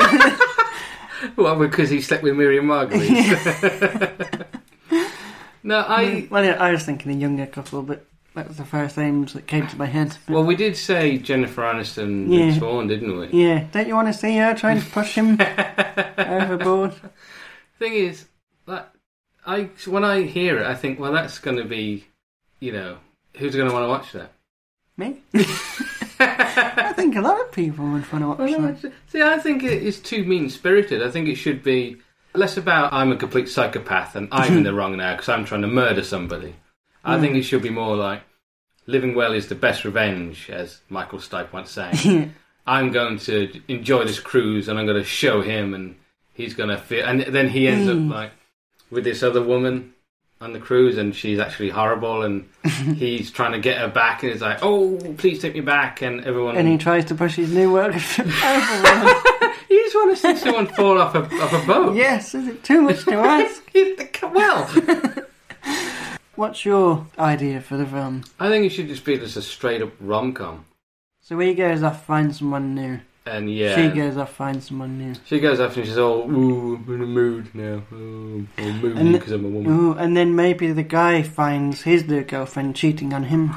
[SPEAKER 2] well, because he slept with Miriam Margolyes. no, I.
[SPEAKER 1] well, I was thinking a younger couple, but that's the first names that came to my head. But,
[SPEAKER 2] Well, we did say Jennifer Aniston
[SPEAKER 1] Yeah.
[SPEAKER 2] yeah. Swan, didn't we?
[SPEAKER 1] yeah, don't you want to see her trying to push him overboard?
[SPEAKER 2] Thing is, that I when I hear it, I think, well, that's going to be, you know, who's going to want to watch that?
[SPEAKER 1] Me? I think a lot of people would want to watch
[SPEAKER 2] Well,
[SPEAKER 1] that.
[SPEAKER 2] I- see, I think it is too mean spirited. I think it should be less about I'm a complete psychopath and I'm in the wrong now because I'm trying to murder somebody. I think it should be more like living well is the best revenge, as Michael Stipe once sang. I'm going to enjoy this cruise and I'm going to show him, and he's going to feel. And then he ends
[SPEAKER 1] Mm.
[SPEAKER 2] up like with this other woman on the cruise, and she's actually horrible, and he's trying to get her back, and it's like, oh, please take me back, and everyone.
[SPEAKER 1] And he tries to push his new work overboard.
[SPEAKER 2] You just want to see someone fall off a, off a boat.
[SPEAKER 1] yes, is it too much to ask?
[SPEAKER 2] well,
[SPEAKER 1] What's your idea for the film?
[SPEAKER 2] I think it should just be just a straight up rom com.
[SPEAKER 1] So he goes off, finds someone new.
[SPEAKER 2] And yeah.
[SPEAKER 1] She goes off, finds someone new.
[SPEAKER 2] She goes off and she's all, ooh, I'm in a mood now. Oh, I'm moody
[SPEAKER 1] And-
[SPEAKER 2] because I'm a woman.
[SPEAKER 1] Ooh, and then maybe the guy finds his new girlfriend cheating on him.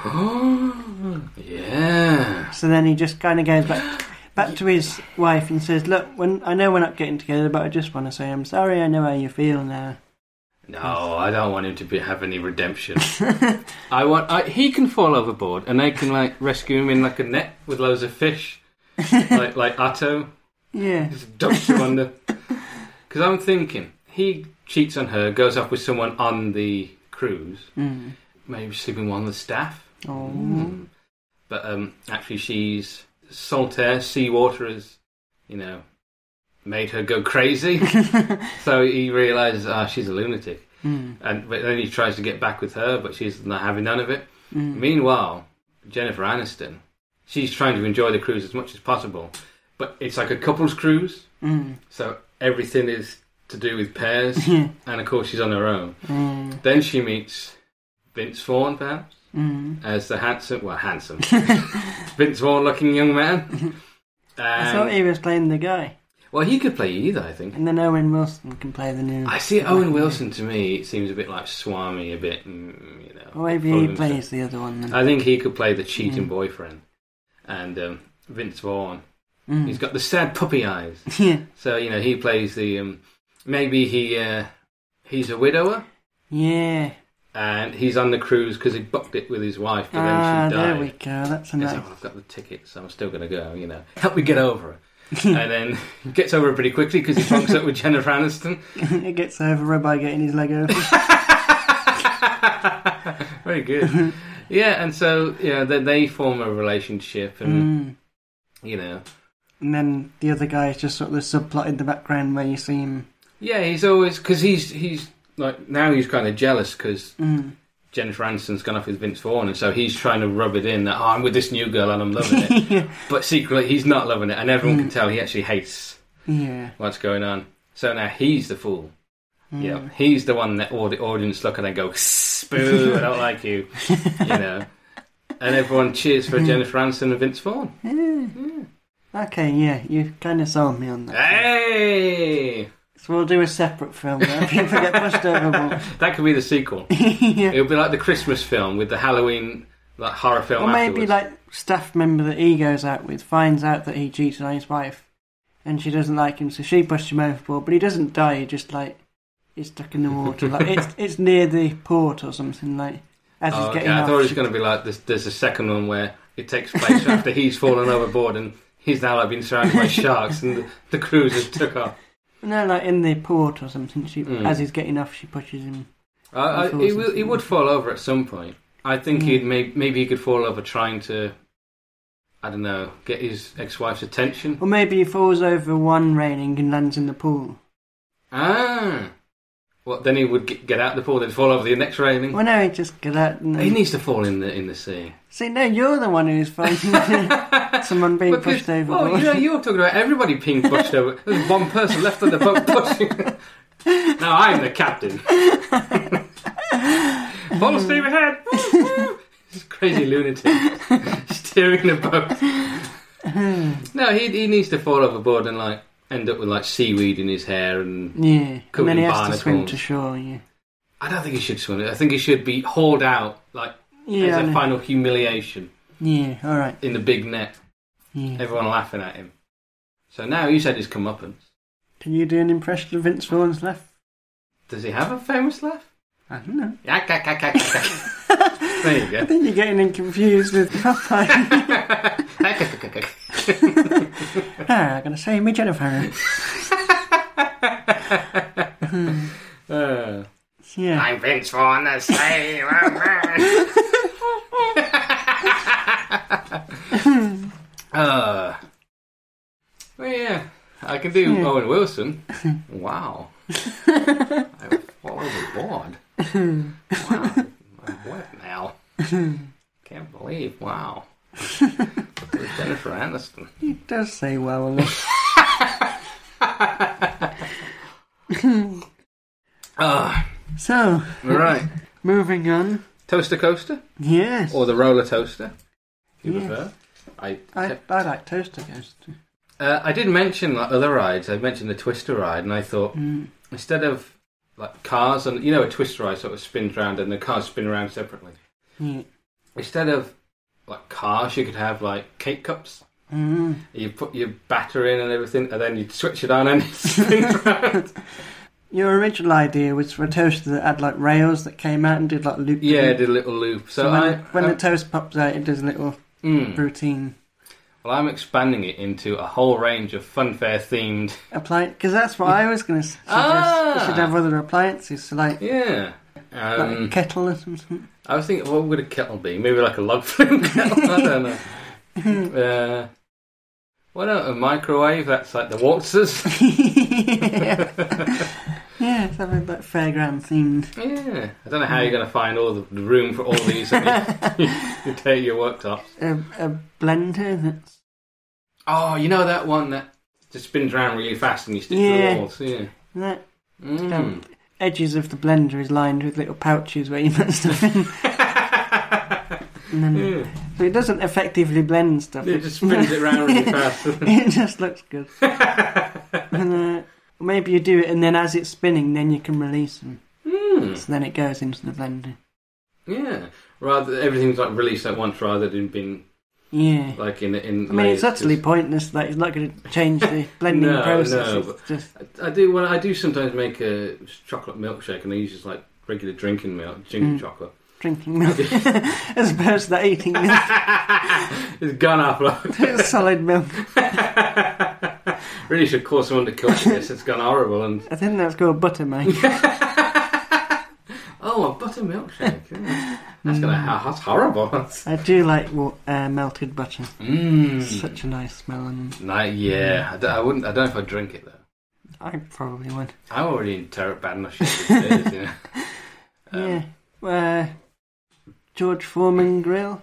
[SPEAKER 2] yeah.
[SPEAKER 1] So then he just kind of goes back back to his wife and says, "Look, when I know we're not getting together, but I just want to say I'm sorry. I know how you feel now."
[SPEAKER 2] No, I don't want him to be, have any redemption. I want. I, he can fall overboard and they can, like, rescue him in, like, a net with loads of fish. like, like Atto.
[SPEAKER 1] Yeah,
[SPEAKER 2] Just dumps him under. Because I'm thinking, he cheats on her, goes off with someone on the cruise,
[SPEAKER 1] mm.
[SPEAKER 2] maybe sleeping with one of the staff. Hmm.
[SPEAKER 1] Oh.
[SPEAKER 2] Mm. But um, actually, she's salt air, seawater has, you know, made her go crazy. so he realizes, ah, she's a lunatic.
[SPEAKER 1] Mm.
[SPEAKER 2] And but then he tries to get back with her, but she's not having none of it.
[SPEAKER 1] Mm.
[SPEAKER 2] Meanwhile, Jennifer Aniston, she's trying to enjoy the cruise as much as possible. But it's like a couple's cruise.
[SPEAKER 1] Mm.
[SPEAKER 2] So everything is to do with pairs,
[SPEAKER 1] Yeah.
[SPEAKER 2] and of course she's on her own.
[SPEAKER 1] Mm.
[SPEAKER 2] Then she meets Vince Vaughn, perhaps,
[SPEAKER 1] Mm.
[SPEAKER 2] as the handsome, well, handsome, Vince Vaughn-looking young man.
[SPEAKER 1] I thought
[SPEAKER 2] And,
[SPEAKER 1] he was playing the guy,
[SPEAKER 2] well, he could play either, I think.
[SPEAKER 1] and then Owen Wilson can play the new.
[SPEAKER 2] I see Owen Wilson to me it seems a bit like Swami, a bit, mm, you know.
[SPEAKER 1] Or maybe
[SPEAKER 2] full of
[SPEAKER 1] he
[SPEAKER 2] himself.
[SPEAKER 1] plays the other one. Then.
[SPEAKER 2] I think he could play the cheating
[SPEAKER 1] Mm.
[SPEAKER 2] boyfriend, and um, Vince Vaughn.
[SPEAKER 1] Mm.
[SPEAKER 2] He's got the sad puppy eyes,
[SPEAKER 1] yeah,
[SPEAKER 2] so you know he plays the. Um, maybe he uh, he's a widower.
[SPEAKER 1] yeah.
[SPEAKER 2] and he's on the cruise because he booked it with his wife, but
[SPEAKER 1] Ah,
[SPEAKER 2] then she died.
[SPEAKER 1] there we go. Mm. That's a
[SPEAKER 2] He's
[SPEAKER 1] nice.
[SPEAKER 2] like, "Well, I've got the tickets, so I'm still going to go. You know, help me get over it. and then he gets over it pretty quickly because he bunks up with Jennifer Aniston.
[SPEAKER 1] it gets over by getting his leg over.
[SPEAKER 2] Very good. Yeah, and so yeah, then they form a relationship, and
[SPEAKER 1] Mm.
[SPEAKER 2] you know,
[SPEAKER 1] And then the other guy is just sort of the subplot in the background where you see him.
[SPEAKER 2] yeah, he's always because he's he's like now he's kind of jealous because
[SPEAKER 1] Mm.
[SPEAKER 2] Jennifer Aniston's gone off with Vince Vaughn, and so he's trying to rub it in that oh, I'm with this new girl and I'm loving it.
[SPEAKER 1] yeah.
[SPEAKER 2] But secretly, he's not loving it, and everyone can tell he actually hates
[SPEAKER 1] Yeah.
[SPEAKER 2] what's going on. So now he's the fool.
[SPEAKER 1] Mm.
[SPEAKER 2] Yeah, he's the one that all the audience look and they go, "Spoo, I don't like you," you know. And everyone cheers for Jennifer Aniston and Vince Vaughn.
[SPEAKER 1] Okay, yeah, you kind of sold me on that.
[SPEAKER 2] Eh? Hey,
[SPEAKER 1] So we'll do a separate film where people get pushed overboard.
[SPEAKER 2] that could be the sequel.
[SPEAKER 1] yeah.
[SPEAKER 2] It'll be like the Christmas film with the Halloween like horror film.
[SPEAKER 1] Or maybe
[SPEAKER 2] afterwards.
[SPEAKER 1] like staff member that he goes out with finds out that he cheated on his wife, and she doesn't like him, so she pushed him overboard. But he doesn't die; he just like is stuck in the water. Like it's it's near the port or something like. as
[SPEAKER 2] Oh,
[SPEAKER 1] he's
[SPEAKER 2] okay.
[SPEAKER 1] getting
[SPEAKER 2] I
[SPEAKER 1] off.
[SPEAKER 2] thought it was going to be like this, there's a second one where it takes place after he's fallen overboard and he's now like been surrounded by sharks and the, the cruise has took off.
[SPEAKER 1] No, like in the port or something. She,
[SPEAKER 2] Mm.
[SPEAKER 1] as he's getting off, she pushes him.
[SPEAKER 2] Uh,
[SPEAKER 1] That's
[SPEAKER 2] I, he,
[SPEAKER 1] awesome.
[SPEAKER 2] will, he would fall over at some point. I think he'd
[SPEAKER 1] Mm.
[SPEAKER 2] may, maybe he could fall over trying to, I don't know, get his ex-wife's attention.
[SPEAKER 1] Or maybe he falls over one railing and lands in the pool.
[SPEAKER 2] Ah, well then he would get, get out the pool, then fall over the next railing.
[SPEAKER 1] Well, no, he just get out. And
[SPEAKER 2] He needs to fall in the in the sea.
[SPEAKER 1] See, no, you're the one who's fighting someone being
[SPEAKER 2] Because-
[SPEAKER 1] pushed over.
[SPEAKER 2] Well, you know, you were talking about everybody being pushed over. There's one person left on the boat pushing. now I'm the captain. Full steam ahead. Woo, woo. this crazy lunatic steering the boat. no, he he needs to fall overboard and like end up with like seaweed in his hair, and
[SPEAKER 1] yeah, and
[SPEAKER 2] Covered
[SPEAKER 1] then
[SPEAKER 2] in
[SPEAKER 1] he has to swim
[SPEAKER 2] barnacles.
[SPEAKER 1] to shore. Yeah,
[SPEAKER 2] I don't think he should swim. it. I think he should be hauled out like
[SPEAKER 1] yeah, I
[SPEAKER 2] as a
[SPEAKER 1] know.
[SPEAKER 2] final humiliation
[SPEAKER 1] yeah. All right.
[SPEAKER 2] in the big net.
[SPEAKER 1] Yeah.
[SPEAKER 2] Everyone laughing at him. So now you said his comeuppance.
[SPEAKER 1] Can you do an impression of Vince Vaughn's laugh?
[SPEAKER 2] Does he have a famous laugh?
[SPEAKER 1] I don't know.
[SPEAKER 2] Yak, yak, yak, yak, yak, yak. there you
[SPEAKER 1] I
[SPEAKER 2] go.
[SPEAKER 1] think you're getting him confused with Popeye.
[SPEAKER 2] Yak, yak, yak, yak,
[SPEAKER 1] ah, I'm gonna say me Jennifer.
[SPEAKER 2] yak. Uh,
[SPEAKER 1] Yeah.
[SPEAKER 2] I'm Vince Vaughn, the Sailor Man. uh, well, yeah, I can do
[SPEAKER 1] Yeah.
[SPEAKER 2] Owen Wilson. Wow, I fall overboard. Wow, I'm wet now. Can't believe. Wow, With Jennifer Aniston.
[SPEAKER 1] he does say well enough.
[SPEAKER 2] Uh,
[SPEAKER 1] Ah. So,
[SPEAKER 2] right.
[SPEAKER 1] moving on.
[SPEAKER 2] Toaster coaster
[SPEAKER 1] Yes.
[SPEAKER 2] or the roller toaster, if you
[SPEAKER 1] Yes.
[SPEAKER 2] prefer. I
[SPEAKER 1] I, I like Toaster Ghost.
[SPEAKER 2] uh, I did mention like other rides. I mentioned the Twister ride, and I thought
[SPEAKER 1] Mm.
[SPEAKER 2] instead of like cars and you know a Twister ride sort of spins around and the cars spin around separately.
[SPEAKER 1] Yeah.
[SPEAKER 2] Instead of like cars, you could have like cake cups.
[SPEAKER 1] Mm.
[SPEAKER 2] You put your batter in and everything, and then you switch it on and it spins around.
[SPEAKER 1] Your original idea was for a toaster that had like rails that came out and did like loop.
[SPEAKER 2] Yeah, it did a little loop. So,
[SPEAKER 1] So, when,
[SPEAKER 2] I
[SPEAKER 1] when
[SPEAKER 2] I-
[SPEAKER 1] the toast pops out, it does a little
[SPEAKER 2] mm.
[SPEAKER 1] routine.
[SPEAKER 2] well, I'm expanding it into a whole range of funfair themed.
[SPEAKER 1] Apply because that's
[SPEAKER 2] Hmm.
[SPEAKER 1] what I was going to suggest.
[SPEAKER 2] Ah.
[SPEAKER 1] You should have other appliances, so like,
[SPEAKER 2] Yeah. Um,
[SPEAKER 1] like a kettle or something.
[SPEAKER 2] I was thinking, what would a kettle be? Maybe like a log flume kettle? I don't know. uh, what a, a microwave? That's like the waltzers.
[SPEAKER 1] yeah. yeah, something like fairground themed.
[SPEAKER 2] Yeah. I don't know how you're going to find all the, the room for all these on your, your, day- your worktops.
[SPEAKER 1] A, uh, a blender that's
[SPEAKER 2] Oh, you know that one that just spins around really fast and you stick to
[SPEAKER 1] Yeah.
[SPEAKER 2] the walls? Yeah.
[SPEAKER 1] that
[SPEAKER 2] Mm.
[SPEAKER 1] edges of the blender is lined with little pouches where you put stuff in, and then
[SPEAKER 2] yeah.
[SPEAKER 1] so it doesn't effectively blend stuff.
[SPEAKER 2] Mm. It just spins it around really fast.
[SPEAKER 1] it just looks good. and uh, maybe you do it, and then as it's spinning, then you can release them.
[SPEAKER 2] Mm.
[SPEAKER 1] So then it goes into the blender.
[SPEAKER 2] Yeah. Rather, everything's like released at once rather than being
[SPEAKER 1] Yeah.
[SPEAKER 2] like in in.
[SPEAKER 1] I mean, it's
[SPEAKER 2] layers, 'cause-
[SPEAKER 1] utterly pointless. Like it's not going to change the blending
[SPEAKER 2] No,
[SPEAKER 1] process.
[SPEAKER 2] no,
[SPEAKER 1] it's just
[SPEAKER 2] I do. Well, I do sometimes make a chocolate milkshake, and I use just like regular drinking milk, drinking
[SPEAKER 1] Mm.
[SPEAKER 2] chocolate.
[SPEAKER 1] drinking milk as opposed to that eating milk.
[SPEAKER 2] it's gone off. Like.
[SPEAKER 1] It's solid milk.
[SPEAKER 2] really should cause someone to cook this. It's gone horrible. And
[SPEAKER 1] I think that's called buttermilk.
[SPEAKER 2] oh, a butter milkshake. yeah. That's gonna.
[SPEAKER 1] Mm.
[SPEAKER 2] That's horrible.
[SPEAKER 1] I do like wa- uh, melted butter.
[SPEAKER 2] Mmm.
[SPEAKER 1] Such a nice smell, and
[SPEAKER 2] Like, yeah, I, d- I wouldn't. I don't know if I would drink it though.
[SPEAKER 1] I probably would.
[SPEAKER 2] I'm already in terrible bad enough shape. as it is, you know. Um,
[SPEAKER 1] yeah. Uh, George Foreman grill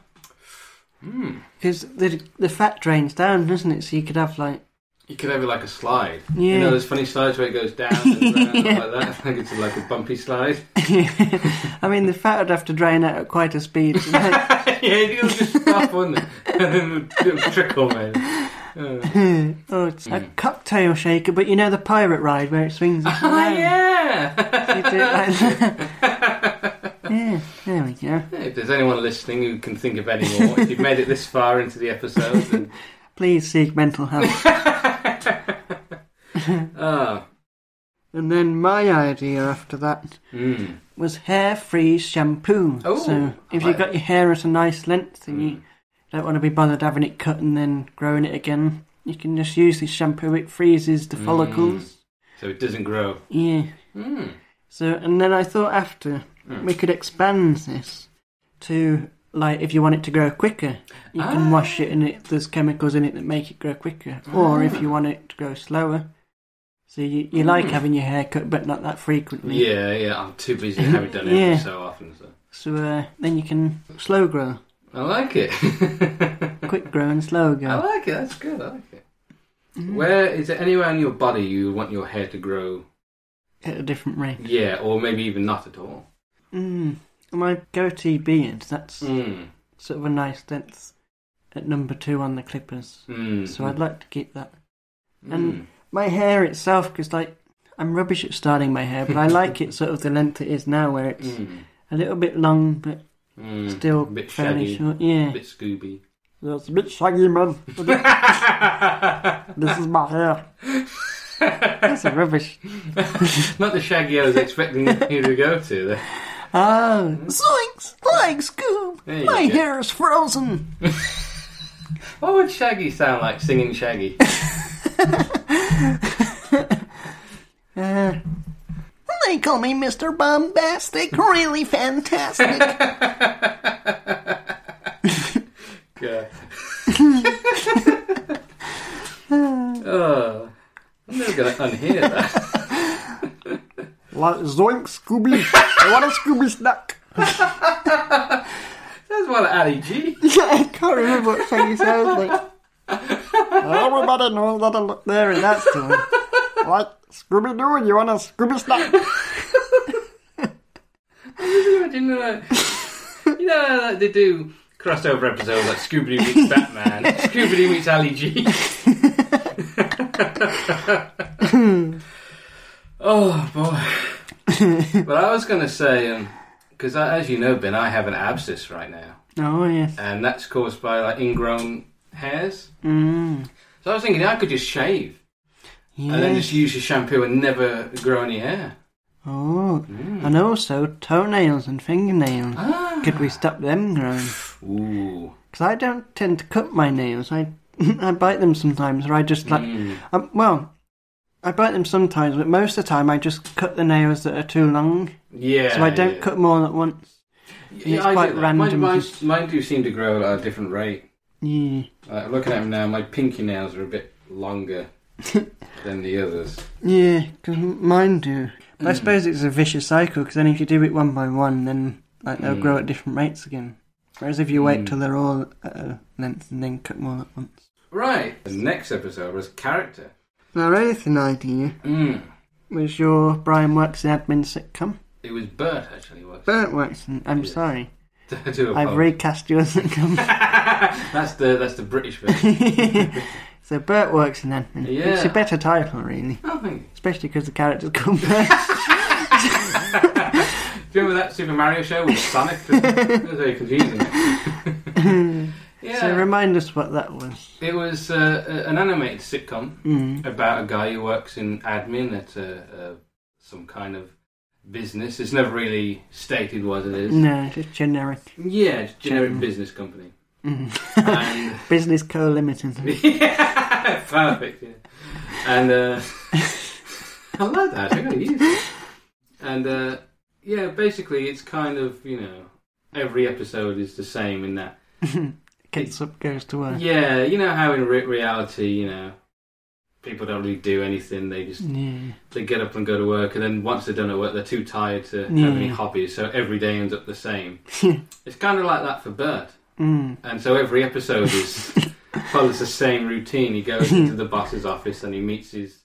[SPEAKER 2] mm.
[SPEAKER 1] because the the fat drains down, doesn't it? So you could have like
[SPEAKER 2] You could have it like a slide.
[SPEAKER 1] yeah.
[SPEAKER 2] You know those funny slides where it goes down and round
[SPEAKER 1] Yeah.
[SPEAKER 2] like that? Like it's like a bumpy slide.
[SPEAKER 1] I mean, the fat would have to drain out at quite a speed. so, like,
[SPEAKER 2] yeah, it'll just stop, wouldn't it? And then it'll trickle, man. Uh,
[SPEAKER 1] oh, it's a
[SPEAKER 2] Mm.
[SPEAKER 1] cocktail shaker, but you know the pirate ride where it swings up and
[SPEAKER 2] Ah,
[SPEAKER 1] down. You
[SPEAKER 2] yeah!
[SPEAKER 1] do it like that. yeah, there we go.
[SPEAKER 2] If there's anyone listening who can think of any more, if you've made it this far into the episode, then.
[SPEAKER 1] Please seek mental health.
[SPEAKER 2] Ah.
[SPEAKER 1] And then my idea after that
[SPEAKER 2] Mm.
[SPEAKER 1] was hair free shampoo.
[SPEAKER 3] Oh,
[SPEAKER 1] so
[SPEAKER 3] I
[SPEAKER 1] if
[SPEAKER 3] like
[SPEAKER 1] you've got
[SPEAKER 3] that.
[SPEAKER 1] your hair at a nice length and
[SPEAKER 2] Mm.
[SPEAKER 1] you don't want to be bothered having it cut and then growing it again, you can just use this shampoo. It freezes the
[SPEAKER 2] Mm.
[SPEAKER 1] follicles.
[SPEAKER 2] So it doesn't grow.
[SPEAKER 1] Yeah.
[SPEAKER 2] Mm.
[SPEAKER 1] So and then I thought after
[SPEAKER 2] Mm.
[SPEAKER 1] we could expand this to like if you want it to grow quicker, you
[SPEAKER 2] Ah.
[SPEAKER 1] can wash it and it there's chemicals in it that make it grow quicker. Or
[SPEAKER 2] Ah.
[SPEAKER 1] if you want it to grow slower. So you, you like
[SPEAKER 2] Mm.
[SPEAKER 1] having your hair cut but not that frequently.
[SPEAKER 2] Yeah, yeah. I'm too busy having done it
[SPEAKER 1] Yeah.
[SPEAKER 2] so often. So
[SPEAKER 1] So uh, then you can slow grow,
[SPEAKER 2] I like it.
[SPEAKER 1] quick grow, and slow
[SPEAKER 2] I
[SPEAKER 1] grow.
[SPEAKER 2] like it. That's good. I like it. Oh,
[SPEAKER 1] Mhm.
[SPEAKER 2] Mm. Where is there anywhere on your body you want your hair to grow?
[SPEAKER 1] At a different rate.
[SPEAKER 2] Yeah, or maybe even not at all.
[SPEAKER 1] Mm. My goatee beard, that's
[SPEAKER 2] Mm.
[SPEAKER 1] sort of a nice length at number two on the clippers.
[SPEAKER 2] Mm.
[SPEAKER 1] So I'd like to keep that.
[SPEAKER 2] Mm.
[SPEAKER 1] and- My hair itself, because like, I'm rubbish at styling my hair, but I like it sort of the length it is now, where it's
[SPEAKER 2] Mm.
[SPEAKER 1] a little bit long but
[SPEAKER 2] Mm.
[SPEAKER 1] still
[SPEAKER 2] a bit
[SPEAKER 1] fairly
[SPEAKER 2] shaggy,
[SPEAKER 1] short. Yeah.
[SPEAKER 2] a bit Scooby.
[SPEAKER 1] That's a bit shaggy, man. A bit- this is my hair. That's a rubbish.
[SPEAKER 2] Not the shaggy I was expecting you to go to. There.
[SPEAKER 1] Oh, zoinks! Thanks, Scoob!
[SPEAKER 2] There you
[SPEAKER 1] My
[SPEAKER 2] go.
[SPEAKER 1] hair is frozen!
[SPEAKER 2] What would Shaggy sound like singing Shaggy?
[SPEAKER 1] Uh, they call me Mr. Bombastic. Really fantastic.
[SPEAKER 2] Yeah. oh, I'm never going to unhear that.
[SPEAKER 1] like Zoink Scooby. I want a Scooby snack.
[SPEAKER 2] That's one of Ali G.
[SPEAKER 1] Yeah, I can't remember what song he sounds like.
[SPEAKER 2] Oh,
[SPEAKER 1] Everybody knows that I look there in that story. Like Scooby Doo, and you want a Scooby snack?
[SPEAKER 2] Imagine that. You know how, like, they do crossover episodes like Scooby Doo meets Batman, Scooby Doo meets Ali G. oh boy! but I was going to say because, I as you know, Ben, I have an abscess right now,
[SPEAKER 1] Oh, yes.
[SPEAKER 2] and that's caused by like ingrown hairs.
[SPEAKER 1] Mm.
[SPEAKER 2] So I was thinking I could just shave
[SPEAKER 1] Yeah.
[SPEAKER 2] and then just use your shampoo and never grow any hair.
[SPEAKER 1] Oh,
[SPEAKER 2] Mm.
[SPEAKER 1] and also toenails and fingernails.
[SPEAKER 2] Ah.
[SPEAKER 1] Could we stop them growing?
[SPEAKER 2] Ooh.
[SPEAKER 1] Because I don't tend to cut my nails. I I bite them sometimes, or I just like
[SPEAKER 2] Mm.
[SPEAKER 1] Um, well, I bite them sometimes, but most of the time I just cut the nails that are too long,
[SPEAKER 2] Yeah.
[SPEAKER 1] so I don't
[SPEAKER 2] yeah.
[SPEAKER 1] cut more than once.
[SPEAKER 2] Yeah,
[SPEAKER 1] It's
[SPEAKER 2] I do
[SPEAKER 1] quite
[SPEAKER 2] that.
[SPEAKER 1] random.
[SPEAKER 2] Mine, mine, mine do seem to grow at a different rate.
[SPEAKER 1] Yeah,
[SPEAKER 2] Like, looking at them now, my pinky nails are a bit longer than the others.
[SPEAKER 1] yeah, because mine do. But I
[SPEAKER 2] Mm.
[SPEAKER 1] suppose it's a vicious cycle because then if you do it one by one, then like they'll
[SPEAKER 2] Mm.
[SPEAKER 1] grow at different rates again. Whereas if you wait
[SPEAKER 2] Mm.
[SPEAKER 1] till they're all at a length and then cut them all at once.
[SPEAKER 2] Right. The next episode was character.
[SPEAKER 1] Now, anything idea
[SPEAKER 2] Mm.
[SPEAKER 1] was your Brian Works in Admin sitcom.
[SPEAKER 2] It was Bert actually was.
[SPEAKER 1] Bert Works in, I'm
[SPEAKER 2] Yes.
[SPEAKER 1] sorry.
[SPEAKER 2] I do
[SPEAKER 1] I've
[SPEAKER 2] apologise.
[SPEAKER 1] recast your sitcom.
[SPEAKER 2] that's the that's the British version.
[SPEAKER 1] so Bert Works in Admin. It's
[SPEAKER 2] Yeah.
[SPEAKER 1] a better title, really.
[SPEAKER 2] Oh, thank you.
[SPEAKER 1] Especially because the characters come back.
[SPEAKER 2] Do you remember that Super Mario show with Sonic? it was very confusing. yeah.
[SPEAKER 1] So remind us what that was.
[SPEAKER 2] It was uh, a- an animated sitcom
[SPEAKER 1] Mm.
[SPEAKER 2] about a guy who works in admin at a, a, some kind of business. It's never really stated what it is.
[SPEAKER 1] No, just generic.
[SPEAKER 2] Yeah, it's a generic
[SPEAKER 1] General.
[SPEAKER 2] business company.
[SPEAKER 1] Mm.
[SPEAKER 2] And
[SPEAKER 1] Business Co Limited.
[SPEAKER 2] perfect. Yeah. And uh, I like that. I'm gonna use it. And uh, yeah, basically, it's kind of you know every episode is the same in that
[SPEAKER 1] Gets up, goes to work.
[SPEAKER 2] Yeah, you know how in re- reality, you know, people don't really do anything. They just
[SPEAKER 1] Yeah.
[SPEAKER 2] they get up and go to work, and then once they're done at work, they're too tired to
[SPEAKER 1] Yeah.
[SPEAKER 2] have any hobbies. So every day ends up the same. It's kind of like that for Bert,
[SPEAKER 1] mm.
[SPEAKER 2] and so every episode is follows the same routine. He goes into the boss's office and he meets his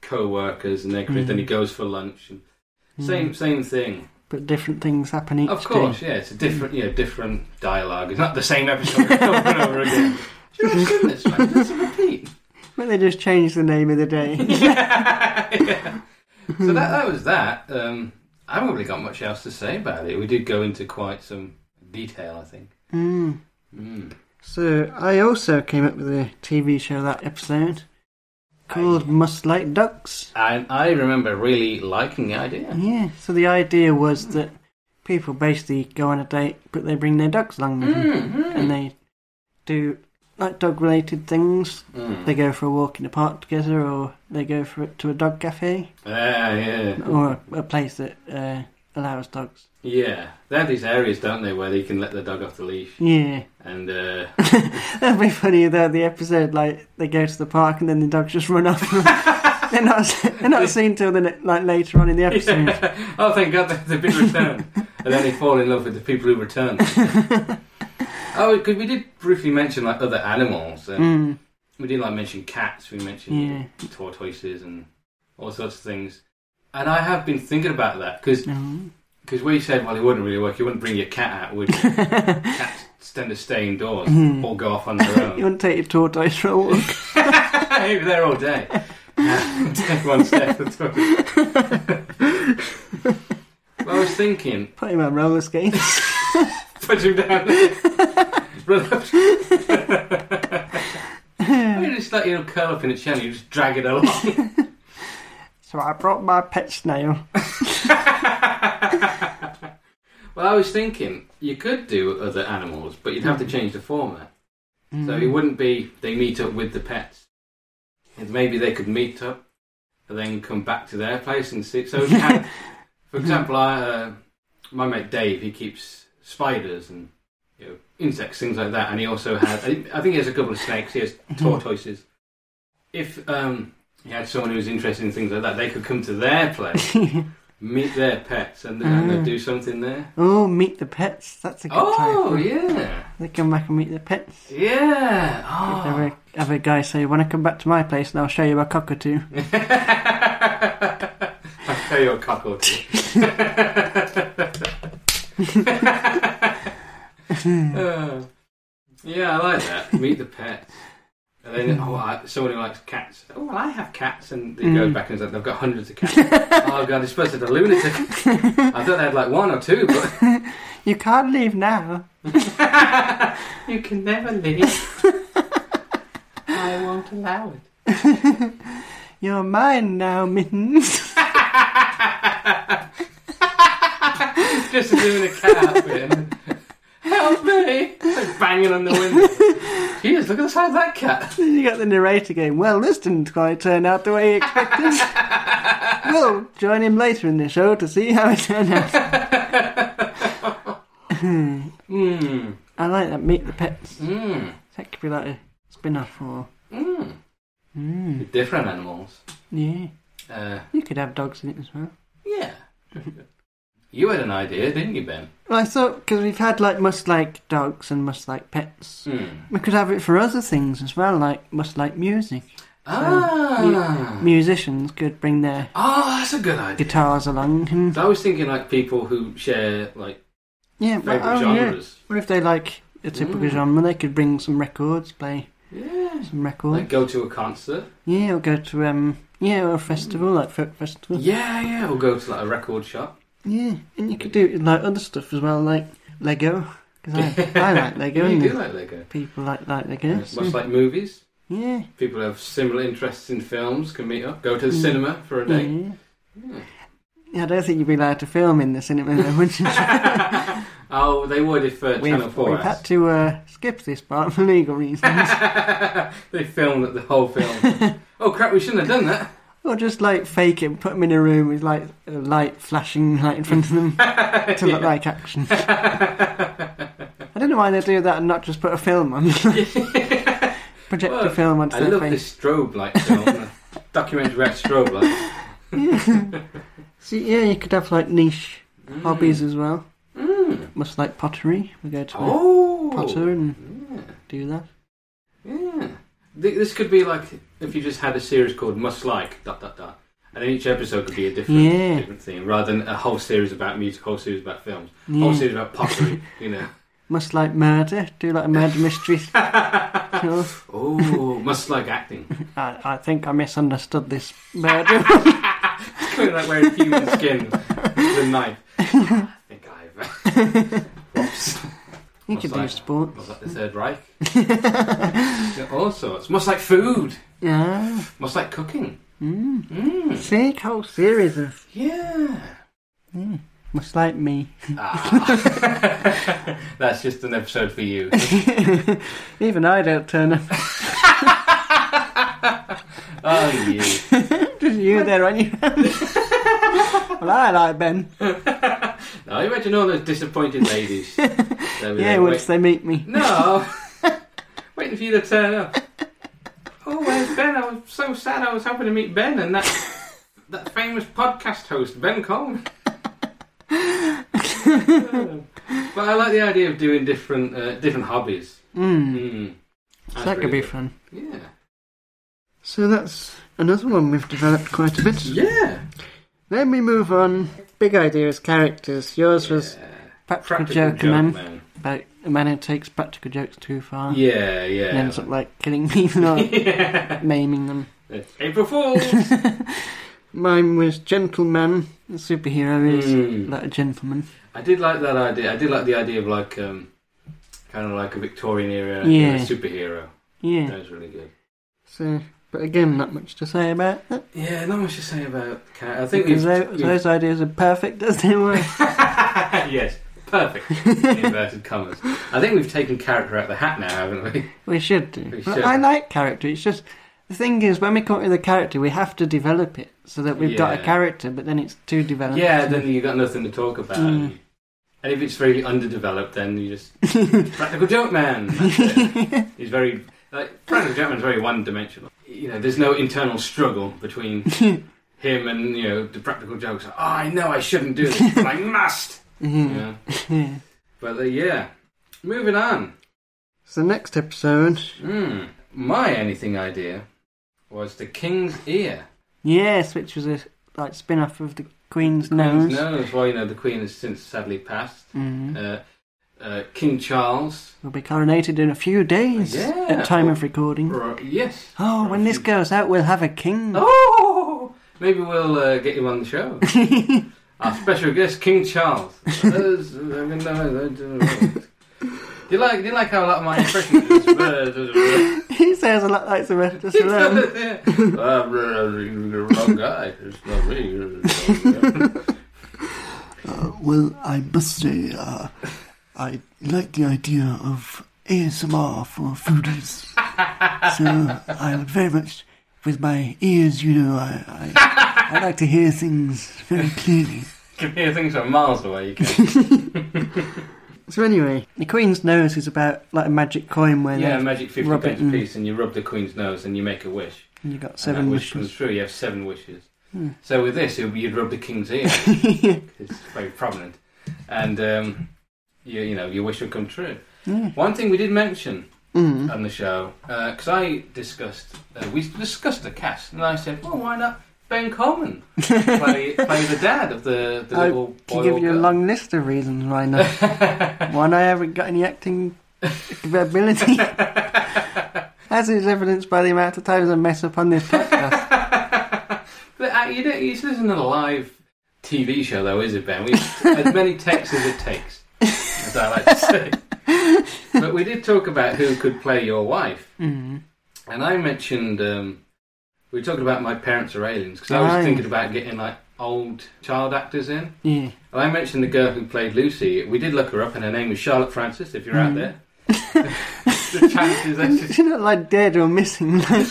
[SPEAKER 2] co-workers, and they
[SPEAKER 1] Mm.
[SPEAKER 2] then he goes for lunch. And same
[SPEAKER 1] Mm.
[SPEAKER 2] same thing.
[SPEAKER 1] But different things happen each
[SPEAKER 2] Of course,
[SPEAKER 1] day.
[SPEAKER 2] yeah. It's a different, you know, different dialogue. It's not the same episode over and over again. Should I have seen this one? It's a repeat.
[SPEAKER 1] But they just change the name of the day.
[SPEAKER 2] yeah. So that, that was that. Um, I haven't really got much else to say about it. We did go into quite some detail, I think.
[SPEAKER 1] mm.
[SPEAKER 2] Mm.
[SPEAKER 1] So I also came up with a TV show that episode
[SPEAKER 2] Oh,
[SPEAKER 1] called Must Like Ducks.
[SPEAKER 2] And I remember really liking the idea.
[SPEAKER 1] Yeah, so the idea was that people basically go on a date, but they bring their ducks along with
[SPEAKER 2] Mm.
[SPEAKER 1] them. Mm-hmm. And they do like dog related things. They go for a walk in the park together, or they go for to a dog cafe,
[SPEAKER 2] Ah, yeah.
[SPEAKER 1] or a, a place that uh, allows dogs.
[SPEAKER 2] Yeah. They have these areas, don't they, where they can let the dog off the leash.
[SPEAKER 1] Yeah.
[SPEAKER 2] And, uh,
[SPEAKER 1] That'd be funny though. The episode like they go to the park and then the dogs just run off. they're not they're not seen till the ne- like later on in the episode.
[SPEAKER 2] oh, thank God there's a big return. and then they fall in love with the people who return. oh, because we did briefly mention, like, other animals. And
[SPEAKER 1] Mm,
[SPEAKER 2] We did, like, mention cats. We mentioned
[SPEAKER 1] Yeah.
[SPEAKER 2] tortoises and all sorts of things. And I have been thinking about that, because
[SPEAKER 1] no.
[SPEAKER 2] Because we said, well, it wouldn't really work. You wouldn't bring your cat out, would you? Cats tend to stay indoors
[SPEAKER 1] Hmm.
[SPEAKER 2] or go off on their
[SPEAKER 1] You
[SPEAKER 2] own.
[SPEAKER 1] want to take your tortoise for a walk?
[SPEAKER 2] They'd be there all day. Take one step at a time. But I was thinking,
[SPEAKER 1] Put him on roller skates.
[SPEAKER 2] put him down. Run up. I mean, it's like you'll curl up in a chair and you just drag it along.
[SPEAKER 1] So I brought my pet snail.
[SPEAKER 2] well, I was thinking, you could do other animals, but you'd have to change the format. So
[SPEAKER 1] Mm.
[SPEAKER 2] it wouldn't be they meet up with the pets. And maybe they could meet up and then come back to their place and see. So, if you had- for example, I, uh, my mate Dave, he keeps spiders and you know, insects, things like that. And he also has, I I think he has a couple of snakes. He has tortoises. If um, he had someone who's interested in things like that, they could come to their place, meet their pets, and, and they'd
[SPEAKER 1] Ah.
[SPEAKER 2] do something there.
[SPEAKER 1] Oh, meet the pets. That's a good
[SPEAKER 2] Oh,
[SPEAKER 1] title.
[SPEAKER 2] yeah.
[SPEAKER 1] They come back and meet the pets.
[SPEAKER 2] Yeah.
[SPEAKER 1] Have,
[SPEAKER 2] Oh.
[SPEAKER 1] a, have a guy say, "When I come back to my place, and I'll show you a cockatoo."
[SPEAKER 2] I'll tell you a cock or two. Uh, yeah, I like that. Meet the pets. And then,
[SPEAKER 1] Mm.
[SPEAKER 2] oh, I, someone who likes cats. Oh, well, I have cats. And they go
[SPEAKER 1] Mm.
[SPEAKER 2] back and say, I've got hundreds of cats. oh, God, this person's a lunatic. I thought they had like one or two, but
[SPEAKER 1] You can't leave now.
[SPEAKER 2] you can never leave. I won't allow it.
[SPEAKER 1] You're mine now, mittens.
[SPEAKER 2] Just doing a cat outfit. Help me! Like banging on the window. Jeez, look at the size of that cat.
[SPEAKER 1] you got the narrator going, "Well, this didn't quite turn out the way you expected." we'll join him later in the show to see how it turned out.
[SPEAKER 2] Mmm.
[SPEAKER 1] I like that. Meet the pets.
[SPEAKER 2] Mmm.
[SPEAKER 1] That could be like a spin-off or.
[SPEAKER 2] Mmm.
[SPEAKER 1] Mm,
[SPEAKER 2] Different animals.
[SPEAKER 1] yeah,
[SPEAKER 2] Uh,
[SPEAKER 1] you could have dogs in it as well.
[SPEAKER 2] yeah. You had an idea, didn't you, Ben?
[SPEAKER 1] Well, I thought because we've had like must like dogs and must like pets,
[SPEAKER 2] Mm.
[SPEAKER 1] we could have it for other things as well, like must like music.
[SPEAKER 2] Ah.
[SPEAKER 1] Musicians could bring their
[SPEAKER 2] Oh, that's a good idea.
[SPEAKER 1] guitars along. And,
[SPEAKER 2] I was thinking like people who share like
[SPEAKER 1] yeah, but,
[SPEAKER 2] favourite
[SPEAKER 1] oh, yeah.
[SPEAKER 2] genres.
[SPEAKER 1] Or if they like a typical
[SPEAKER 2] Mm.
[SPEAKER 1] genre, they could bring some records, play
[SPEAKER 2] Yeah.
[SPEAKER 1] some records.
[SPEAKER 2] Like go to a concert.
[SPEAKER 1] yeah, or go to um, yeah, or a festival like folk festival.
[SPEAKER 2] Yeah, yeah. Or go to like a record shop.
[SPEAKER 1] Yeah, and you could do it in, like other stuff as well, like Lego. Because I, I like Lego.
[SPEAKER 2] you
[SPEAKER 1] and
[SPEAKER 2] do like Lego.
[SPEAKER 1] People like like Lego.
[SPEAKER 2] Much
[SPEAKER 1] so-
[SPEAKER 2] like movies.
[SPEAKER 1] yeah.
[SPEAKER 2] People who have similar interests in films can meet up, go to the
[SPEAKER 1] Mm.
[SPEAKER 2] cinema for a day.
[SPEAKER 1] Yeah. Yeah, I don't think you'd be allowed to film in the cinema, though, would you? Mm.
[SPEAKER 2] oh, they would if uh, Channel
[SPEAKER 1] we've
[SPEAKER 2] 4
[SPEAKER 1] we've had to uh, skip this part for legal reasons.
[SPEAKER 2] asked. they filmed the whole film. oh crap, we shouldn't have done that.
[SPEAKER 1] or just like fake it and put them in a room with like a light flashing right in front of them to look like action. I don't know why they do that and not just put a film on. Project
[SPEAKER 2] Well,
[SPEAKER 1] a film onto
[SPEAKER 2] I
[SPEAKER 1] their
[SPEAKER 2] love
[SPEAKER 1] face.
[SPEAKER 2] this strobe light film, the documentary about strobe light.
[SPEAKER 1] So, yeah, you could have like niche hobbies as well.
[SPEAKER 2] Mm.
[SPEAKER 1] Much like pottery. We go to a
[SPEAKER 2] Oh,
[SPEAKER 1] potter and
[SPEAKER 2] yeah,
[SPEAKER 1] do that.
[SPEAKER 2] yeah. Th- This could be like if you just had a series called Must Like dot dot dot, and then each episode could be a different
[SPEAKER 1] Yeah.
[SPEAKER 2] different theme rather than a whole series about music, whole series about films.
[SPEAKER 1] Yeah.
[SPEAKER 2] Whole series about pottery, you know.
[SPEAKER 1] Must like murder. Do like a murder mystery. Sure.
[SPEAKER 2] Oh, must like acting.
[SPEAKER 1] I, I think I misunderstood this murder.
[SPEAKER 2] Kind of like wearing human skin with a knife. I think I've. Whoops.
[SPEAKER 1] You
[SPEAKER 2] What's
[SPEAKER 1] could do
[SPEAKER 2] like-
[SPEAKER 1] sport.
[SPEAKER 2] Much like the Third Reich. Yeah, all sorts. Much like food.
[SPEAKER 1] Yeah.
[SPEAKER 2] Much like cooking.
[SPEAKER 1] Mm.
[SPEAKER 2] Mm.
[SPEAKER 1] See, whole series of.
[SPEAKER 2] Yeah.
[SPEAKER 1] Mm. Much like me.
[SPEAKER 2] Ah. That's just an episode for you.
[SPEAKER 1] Even I don't turn up.
[SPEAKER 2] Oh, you.
[SPEAKER 1] Just you there on your hand. well, I like Ben.
[SPEAKER 2] Now, imagine all those disappointed ladies. There we
[SPEAKER 1] Yeah,
[SPEAKER 2] go.
[SPEAKER 1] once they meet me.
[SPEAKER 2] No. Waiting for you to turn up. Oh, where's Ben? I was so sad. I was hoping to meet Ben and that that famous podcast host, Ben Coleman. but I like the idea of doing different uh, different hobbies.
[SPEAKER 1] Mm.
[SPEAKER 2] Mm.
[SPEAKER 1] So
[SPEAKER 2] That's
[SPEAKER 1] that could
[SPEAKER 2] really
[SPEAKER 1] be
[SPEAKER 2] good.
[SPEAKER 1] fun.
[SPEAKER 2] Yeah.
[SPEAKER 1] So that's another one we've developed quite a bit.
[SPEAKER 2] Yeah.
[SPEAKER 1] Then we move on. Big ideas, characters. Yours was
[SPEAKER 2] Yeah.
[SPEAKER 1] Practical,
[SPEAKER 2] Practical
[SPEAKER 1] Joker
[SPEAKER 2] joke,
[SPEAKER 1] Man.
[SPEAKER 2] man.
[SPEAKER 1] About a man who takes practical jokes too far.
[SPEAKER 2] Yeah,
[SPEAKER 1] And
[SPEAKER 2] yeah.
[SPEAKER 1] ends up like killing people or
[SPEAKER 2] yeah.
[SPEAKER 1] maiming them.
[SPEAKER 2] April Fool's.
[SPEAKER 1] Mine was gentleman. The superhero is
[SPEAKER 2] Mm.
[SPEAKER 1] like a gentleman.
[SPEAKER 2] I did like that idea. I did like the idea of like um, kind of like a Victorian era
[SPEAKER 1] Yeah.
[SPEAKER 2] superhero.
[SPEAKER 1] Yeah.
[SPEAKER 2] That was really good.
[SPEAKER 1] So, but again, not much to say about that.
[SPEAKER 2] Yeah, not much to say about. Cat. I think
[SPEAKER 1] Because
[SPEAKER 2] we've,
[SPEAKER 1] those, those ideas are perfect as they were.
[SPEAKER 2] yes, perfect. in inverted commas. I think we've taken character out of the hat now, haven't we?
[SPEAKER 1] we should do.
[SPEAKER 2] We
[SPEAKER 1] But
[SPEAKER 2] should.
[SPEAKER 1] I like character. It's just the thing is when we come up with a character, we have to develop it so that we've got a
[SPEAKER 2] Yeah.
[SPEAKER 1] character, but then it's too developed.
[SPEAKER 2] yeah. Then you got nothing to talk about.
[SPEAKER 1] Mm.
[SPEAKER 2] And if it's very underdeveloped, then you just practical joke man. That's it. He's very like practical joke man's very one-dimensional. You know, there's no internal struggle between him and you know the practical jokes. Oh, I know I shouldn't do this, but I must.
[SPEAKER 1] yeah.
[SPEAKER 2] Yeah.
[SPEAKER 1] Yeah.
[SPEAKER 2] But uh, yeah, moving on.
[SPEAKER 1] So next episode,
[SPEAKER 2] Mm. My anything idea was the king's ear.
[SPEAKER 1] yes, which was a like spin-off of the Queen's
[SPEAKER 2] Queen's
[SPEAKER 1] Nose.
[SPEAKER 2] nose. Well, you know, the queen has since sadly passed.
[SPEAKER 1] Mhm.
[SPEAKER 2] Uh, uh, King Charles.
[SPEAKER 1] Will be coronated in a few days
[SPEAKER 2] Yeah.
[SPEAKER 1] at time of recording.
[SPEAKER 2] Or, yes.
[SPEAKER 1] Oh, when this goes out, we'll have a king.
[SPEAKER 2] Oh! Maybe we'll uh, get him on the show. Our special guest, King Charles. Those- I mean, no, I don't know. Do you like? Do you like how a lot of my impressions? is, uh,
[SPEAKER 1] he sounds a lot like Sylvester Stallone.
[SPEAKER 2] yeah. Uh, you're the wrong guy. It's not me.
[SPEAKER 3] Uh, well, I must say, uh, I like the idea of ASMR for foodies. so I would very much, with my ears, you know, I, I, I like to hear things very clearly.
[SPEAKER 2] Can hear things from miles away. You can.
[SPEAKER 1] So anyway, the Queen's nose is about like a magic coin where
[SPEAKER 2] Yeah, a
[SPEAKER 1] they've-
[SPEAKER 2] magic fifty
[SPEAKER 1] rub
[SPEAKER 2] pence
[SPEAKER 1] it in.
[SPEAKER 2] piece, and you rub the queen's nose, and you make a wish.
[SPEAKER 1] you got
[SPEAKER 2] and
[SPEAKER 1] seven
[SPEAKER 2] that wish
[SPEAKER 1] wishes.
[SPEAKER 2] comes true. You have seven wishes.
[SPEAKER 1] Hmm.
[SPEAKER 2] So with this, you'd you'd rub the king's ear. it's very prominent, and um, you, you know your wish would come true.
[SPEAKER 1] Yeah.
[SPEAKER 2] One thing we did mention
[SPEAKER 1] Mm.
[SPEAKER 2] on the show, because I discussed, uh, we discussed the cast, and I said, well, why not Ben Coleman play, play the dad of the, the
[SPEAKER 1] I
[SPEAKER 2] little boy?
[SPEAKER 1] Can give
[SPEAKER 2] or
[SPEAKER 1] you a
[SPEAKER 2] girl?
[SPEAKER 1] long list of reasons why not. One, I haven't got any acting ability, as is evidenced by the amount of times I mess up on this podcast.
[SPEAKER 2] but uh, you don't, this isn't a live TV show, though, is it, Ben? We as many takes as it takes, as I like to say. But we did talk about who could play your wife,
[SPEAKER 1] Mm.
[SPEAKER 2] and I mentioned um, we were talking about my parents are aliens because I was
[SPEAKER 1] Right.
[SPEAKER 2] thinking about getting like old child actors in.
[SPEAKER 1] Yeah.
[SPEAKER 2] And I mentioned the girl who played Lucy. We did look her up, and her name was Charlotte Francis. If you're out
[SPEAKER 1] Mhm.
[SPEAKER 2] there, the chances that she's
[SPEAKER 1] You're not like dead or missing. Like,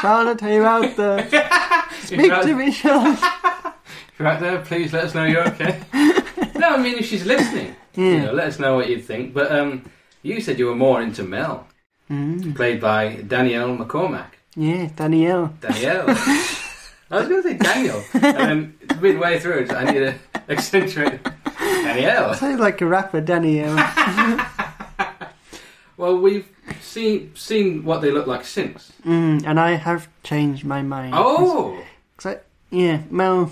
[SPEAKER 1] Charlotte, are you out there?
[SPEAKER 2] if you're
[SPEAKER 1] Speak
[SPEAKER 2] out
[SPEAKER 1] to me, Charlotte.
[SPEAKER 2] If you're out there, please let us know you're okay. no, I mean if she's listening, you know,
[SPEAKER 1] Yeah.
[SPEAKER 2] let us know what you think. But um, you said you were more into Mel,
[SPEAKER 1] Mm.
[SPEAKER 2] played by Danielle McCormack.
[SPEAKER 1] Yeah, Danielle.
[SPEAKER 2] Danielle. I was going to say Daniel, and then midway through, it's- I need to accentuate Danielle.
[SPEAKER 1] Sounds like a rapper, Danielle.
[SPEAKER 2] Well, we've seen seen what they look like since.
[SPEAKER 1] Mm, and I have changed my mind.
[SPEAKER 2] Oh,
[SPEAKER 1] Cause I, yeah, Mel.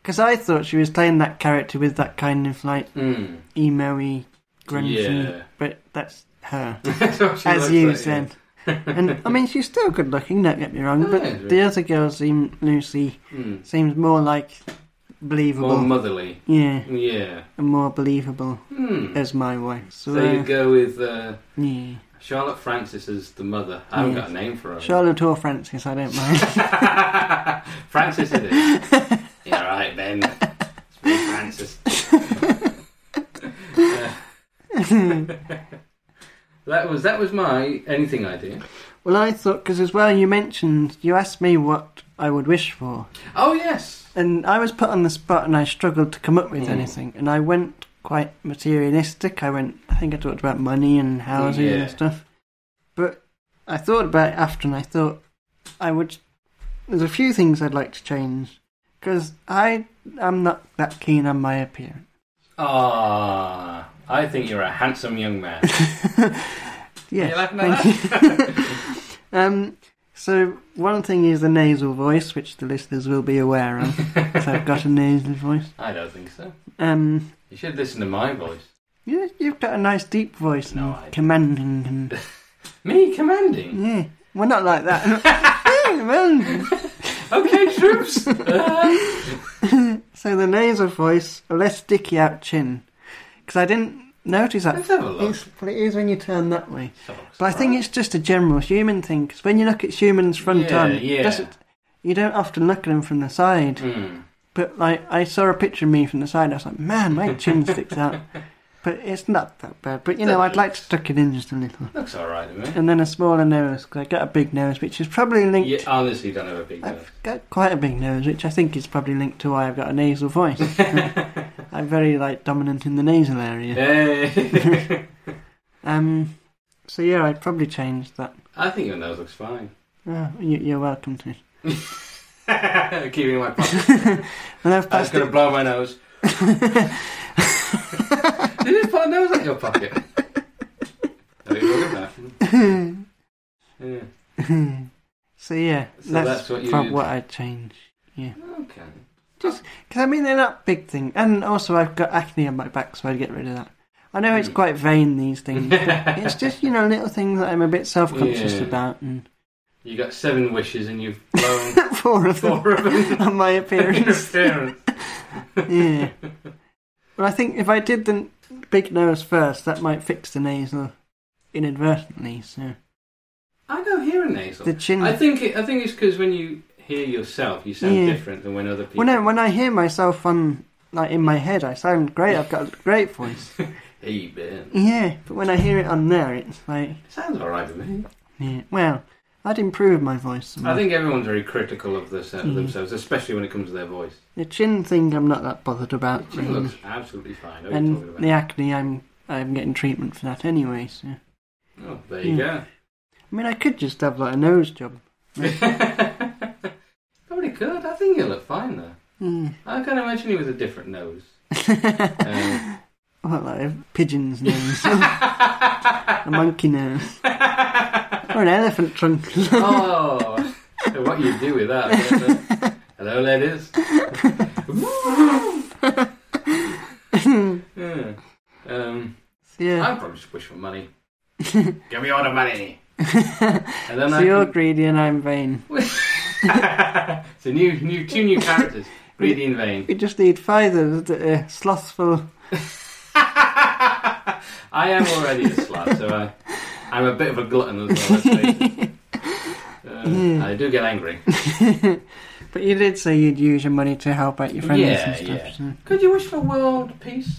[SPEAKER 1] Because I thought she was playing that character with that kind of like
[SPEAKER 2] mm.
[SPEAKER 1] emo-y, grungy,
[SPEAKER 2] Yeah.
[SPEAKER 1] but that's her,
[SPEAKER 2] That's what she
[SPEAKER 1] as
[SPEAKER 2] looks
[SPEAKER 1] you
[SPEAKER 2] like,
[SPEAKER 1] said. and I mean, she's still good looking. Don't get me wrong,
[SPEAKER 2] Yeah,
[SPEAKER 1] but the
[SPEAKER 2] yeah.
[SPEAKER 1] other girl, seem Lucy,
[SPEAKER 2] yeah. Mm.
[SPEAKER 1] seems more like believable.
[SPEAKER 2] More motherly.
[SPEAKER 1] yeah,
[SPEAKER 2] Yeah.
[SPEAKER 1] and more believable
[SPEAKER 2] Hmm.
[SPEAKER 1] is my way. So
[SPEAKER 2] So you
[SPEAKER 1] uh,
[SPEAKER 2] go with uh,
[SPEAKER 1] yeah.
[SPEAKER 2] Charlotte Francis as the mother. I haven't got a name for her.
[SPEAKER 1] Hmm. Charlotte or Francis, I don't mind.
[SPEAKER 2] Francis it is. yeah, all right then. It's me, Francis. Yeah. that was that was my anything idea.
[SPEAKER 1] well, I thought because as well you mentioned you asked me what I would wish for,
[SPEAKER 2] Oh yes.
[SPEAKER 1] and I was put on the spot and I struggled to come up with
[SPEAKER 2] Mm.
[SPEAKER 1] anything, and I went quite materialistic. I went, I think I talked about money and houses
[SPEAKER 2] Yeah.
[SPEAKER 1] and stuff, but I thought about it after, and I thought I would. There's a few things I'd like to change because I am not that keen on my appearance.
[SPEAKER 2] Ah, I think you're a handsome young man. Are you
[SPEAKER 1] Yes,
[SPEAKER 2] laughing
[SPEAKER 1] thank
[SPEAKER 2] at
[SPEAKER 1] you.
[SPEAKER 2] that?
[SPEAKER 1] Um, so one thing is the nasal voice, which the listeners will be aware of. if I've got a nasal voice.
[SPEAKER 2] I don't think so.
[SPEAKER 1] Um,
[SPEAKER 2] You should listen to my voice.
[SPEAKER 1] you, you've got a nice deep voice,
[SPEAKER 2] No,
[SPEAKER 1] and
[SPEAKER 2] I-
[SPEAKER 1] commanding, and
[SPEAKER 2] Me commanding.
[SPEAKER 1] yeah, we're not like that. Hey, man.
[SPEAKER 2] Okay, troops. Uh,
[SPEAKER 1] so the nasal voice, a less sticky out chin, because I didn't notice that.
[SPEAKER 2] let's have a look.
[SPEAKER 1] It's, well, it is when you turn that way.
[SPEAKER 2] Let's have a look.
[SPEAKER 1] But I think it's just a general human thing. Because when you look at humans front
[SPEAKER 2] Yeah,
[SPEAKER 1] on,
[SPEAKER 2] yeah.
[SPEAKER 1] doesn't- you don't often look at them from the side.
[SPEAKER 2] Hmm.
[SPEAKER 1] But like, I saw a picture of me from the side. I was like, man, my chin sticks out. But it's not that bad. But you know, I'd like to tuck it in just a little.
[SPEAKER 2] Looks alright to me.
[SPEAKER 1] And then a smaller nose because I got a big nose, which is probably linked.
[SPEAKER 2] You honestly don't have a big nose.
[SPEAKER 1] I've got quite a big nose, which I think is probably linked to why I've got a nasal voice. I'm very like dominant in the nasal area.
[SPEAKER 2] Hey.
[SPEAKER 1] Um, so yeah, I'd probably change that.
[SPEAKER 2] I think your nose looks fine.
[SPEAKER 1] Oh, you, you're welcome to.
[SPEAKER 2] Keep it in my pocket.
[SPEAKER 1] And I've
[SPEAKER 2] I'm just
[SPEAKER 1] passed
[SPEAKER 2] going
[SPEAKER 1] it.
[SPEAKER 2] to blow my nose. Did you just put a nose out your pocket? Oh, you're looking back. Yeah.
[SPEAKER 1] so yeah,
[SPEAKER 2] So
[SPEAKER 1] that's,
[SPEAKER 2] that's what you
[SPEAKER 1] prob-
[SPEAKER 2] did.
[SPEAKER 1] what I'd change.
[SPEAKER 2] Okay.
[SPEAKER 1] Because I mean, they're not big things. And also, I've got acne on my back, so I'd get rid of that. I know it's
[SPEAKER 2] Hmm.
[SPEAKER 1] quite vain, these things. but it's just, you know, little things that I'm a bit self conscious
[SPEAKER 2] Yeah.
[SPEAKER 1] about, and
[SPEAKER 2] You got seven wishes and you've blown
[SPEAKER 1] four of them
[SPEAKER 2] four of them.
[SPEAKER 1] on my appearance.
[SPEAKER 2] Interference.
[SPEAKER 1] yeah. Well, I think if I did the big nose first, that might fix the nasal inadvertently, so.
[SPEAKER 2] I don't hear a nasal.
[SPEAKER 1] The chin.
[SPEAKER 2] I think it, I think it's because when you hear yourself, you sound
[SPEAKER 1] Yeah.
[SPEAKER 2] different than when other people.
[SPEAKER 1] Well, no, when I hear myself on, like, in my head, I sound great. I've got a great voice.
[SPEAKER 2] Hey, Ben.
[SPEAKER 1] Yeah, but when I hear it on there, it's like.
[SPEAKER 2] Sounds alright to me.
[SPEAKER 1] Yeah. Well, I'd improve my voice. some
[SPEAKER 2] I
[SPEAKER 1] more.
[SPEAKER 2] think everyone's very critical of their, of
[SPEAKER 1] Mm.
[SPEAKER 2] themselves, especially when it comes to their voice.
[SPEAKER 1] the chin thing, I'm not that bothered about.
[SPEAKER 2] She
[SPEAKER 1] really.
[SPEAKER 2] looks absolutely fine. What are you talking
[SPEAKER 1] and
[SPEAKER 2] about?
[SPEAKER 1] the acne, I'm I'm getting treatment for that anyway. So I
[SPEAKER 2] Oh, there you
[SPEAKER 1] Yeah. mean, I could just have like a nose job.
[SPEAKER 2] go. Probably could. I think you look fine though.
[SPEAKER 1] Hmm.
[SPEAKER 2] I can imagine you with a different nose. Um.
[SPEAKER 1] What, like a pigeon's nose, a monkey nose, or an elephant trunk.
[SPEAKER 2] oh, what you do with that? I don't know. Hello, ladies. Yeah. Um,
[SPEAKER 1] yeah.
[SPEAKER 2] I'd probably just wish for money. Give me all the money, and then
[SPEAKER 1] so
[SPEAKER 2] I
[SPEAKER 1] you're
[SPEAKER 2] can-
[SPEAKER 1] greedy and I'm vain.
[SPEAKER 2] it's a new, new, two new characters. Greedy and vain.
[SPEAKER 1] We just need five of the uh, slothful.
[SPEAKER 2] I am already a slut, so I, I'm a bit of a glutton as well. Let's face it. Uh,
[SPEAKER 1] Hmm.
[SPEAKER 2] I do get angry.
[SPEAKER 1] But you did say you'd use your money to help out your friends
[SPEAKER 2] Yeah,
[SPEAKER 1] and stuff.
[SPEAKER 2] yeah.
[SPEAKER 1] so-
[SPEAKER 2] Could you wish for world peace,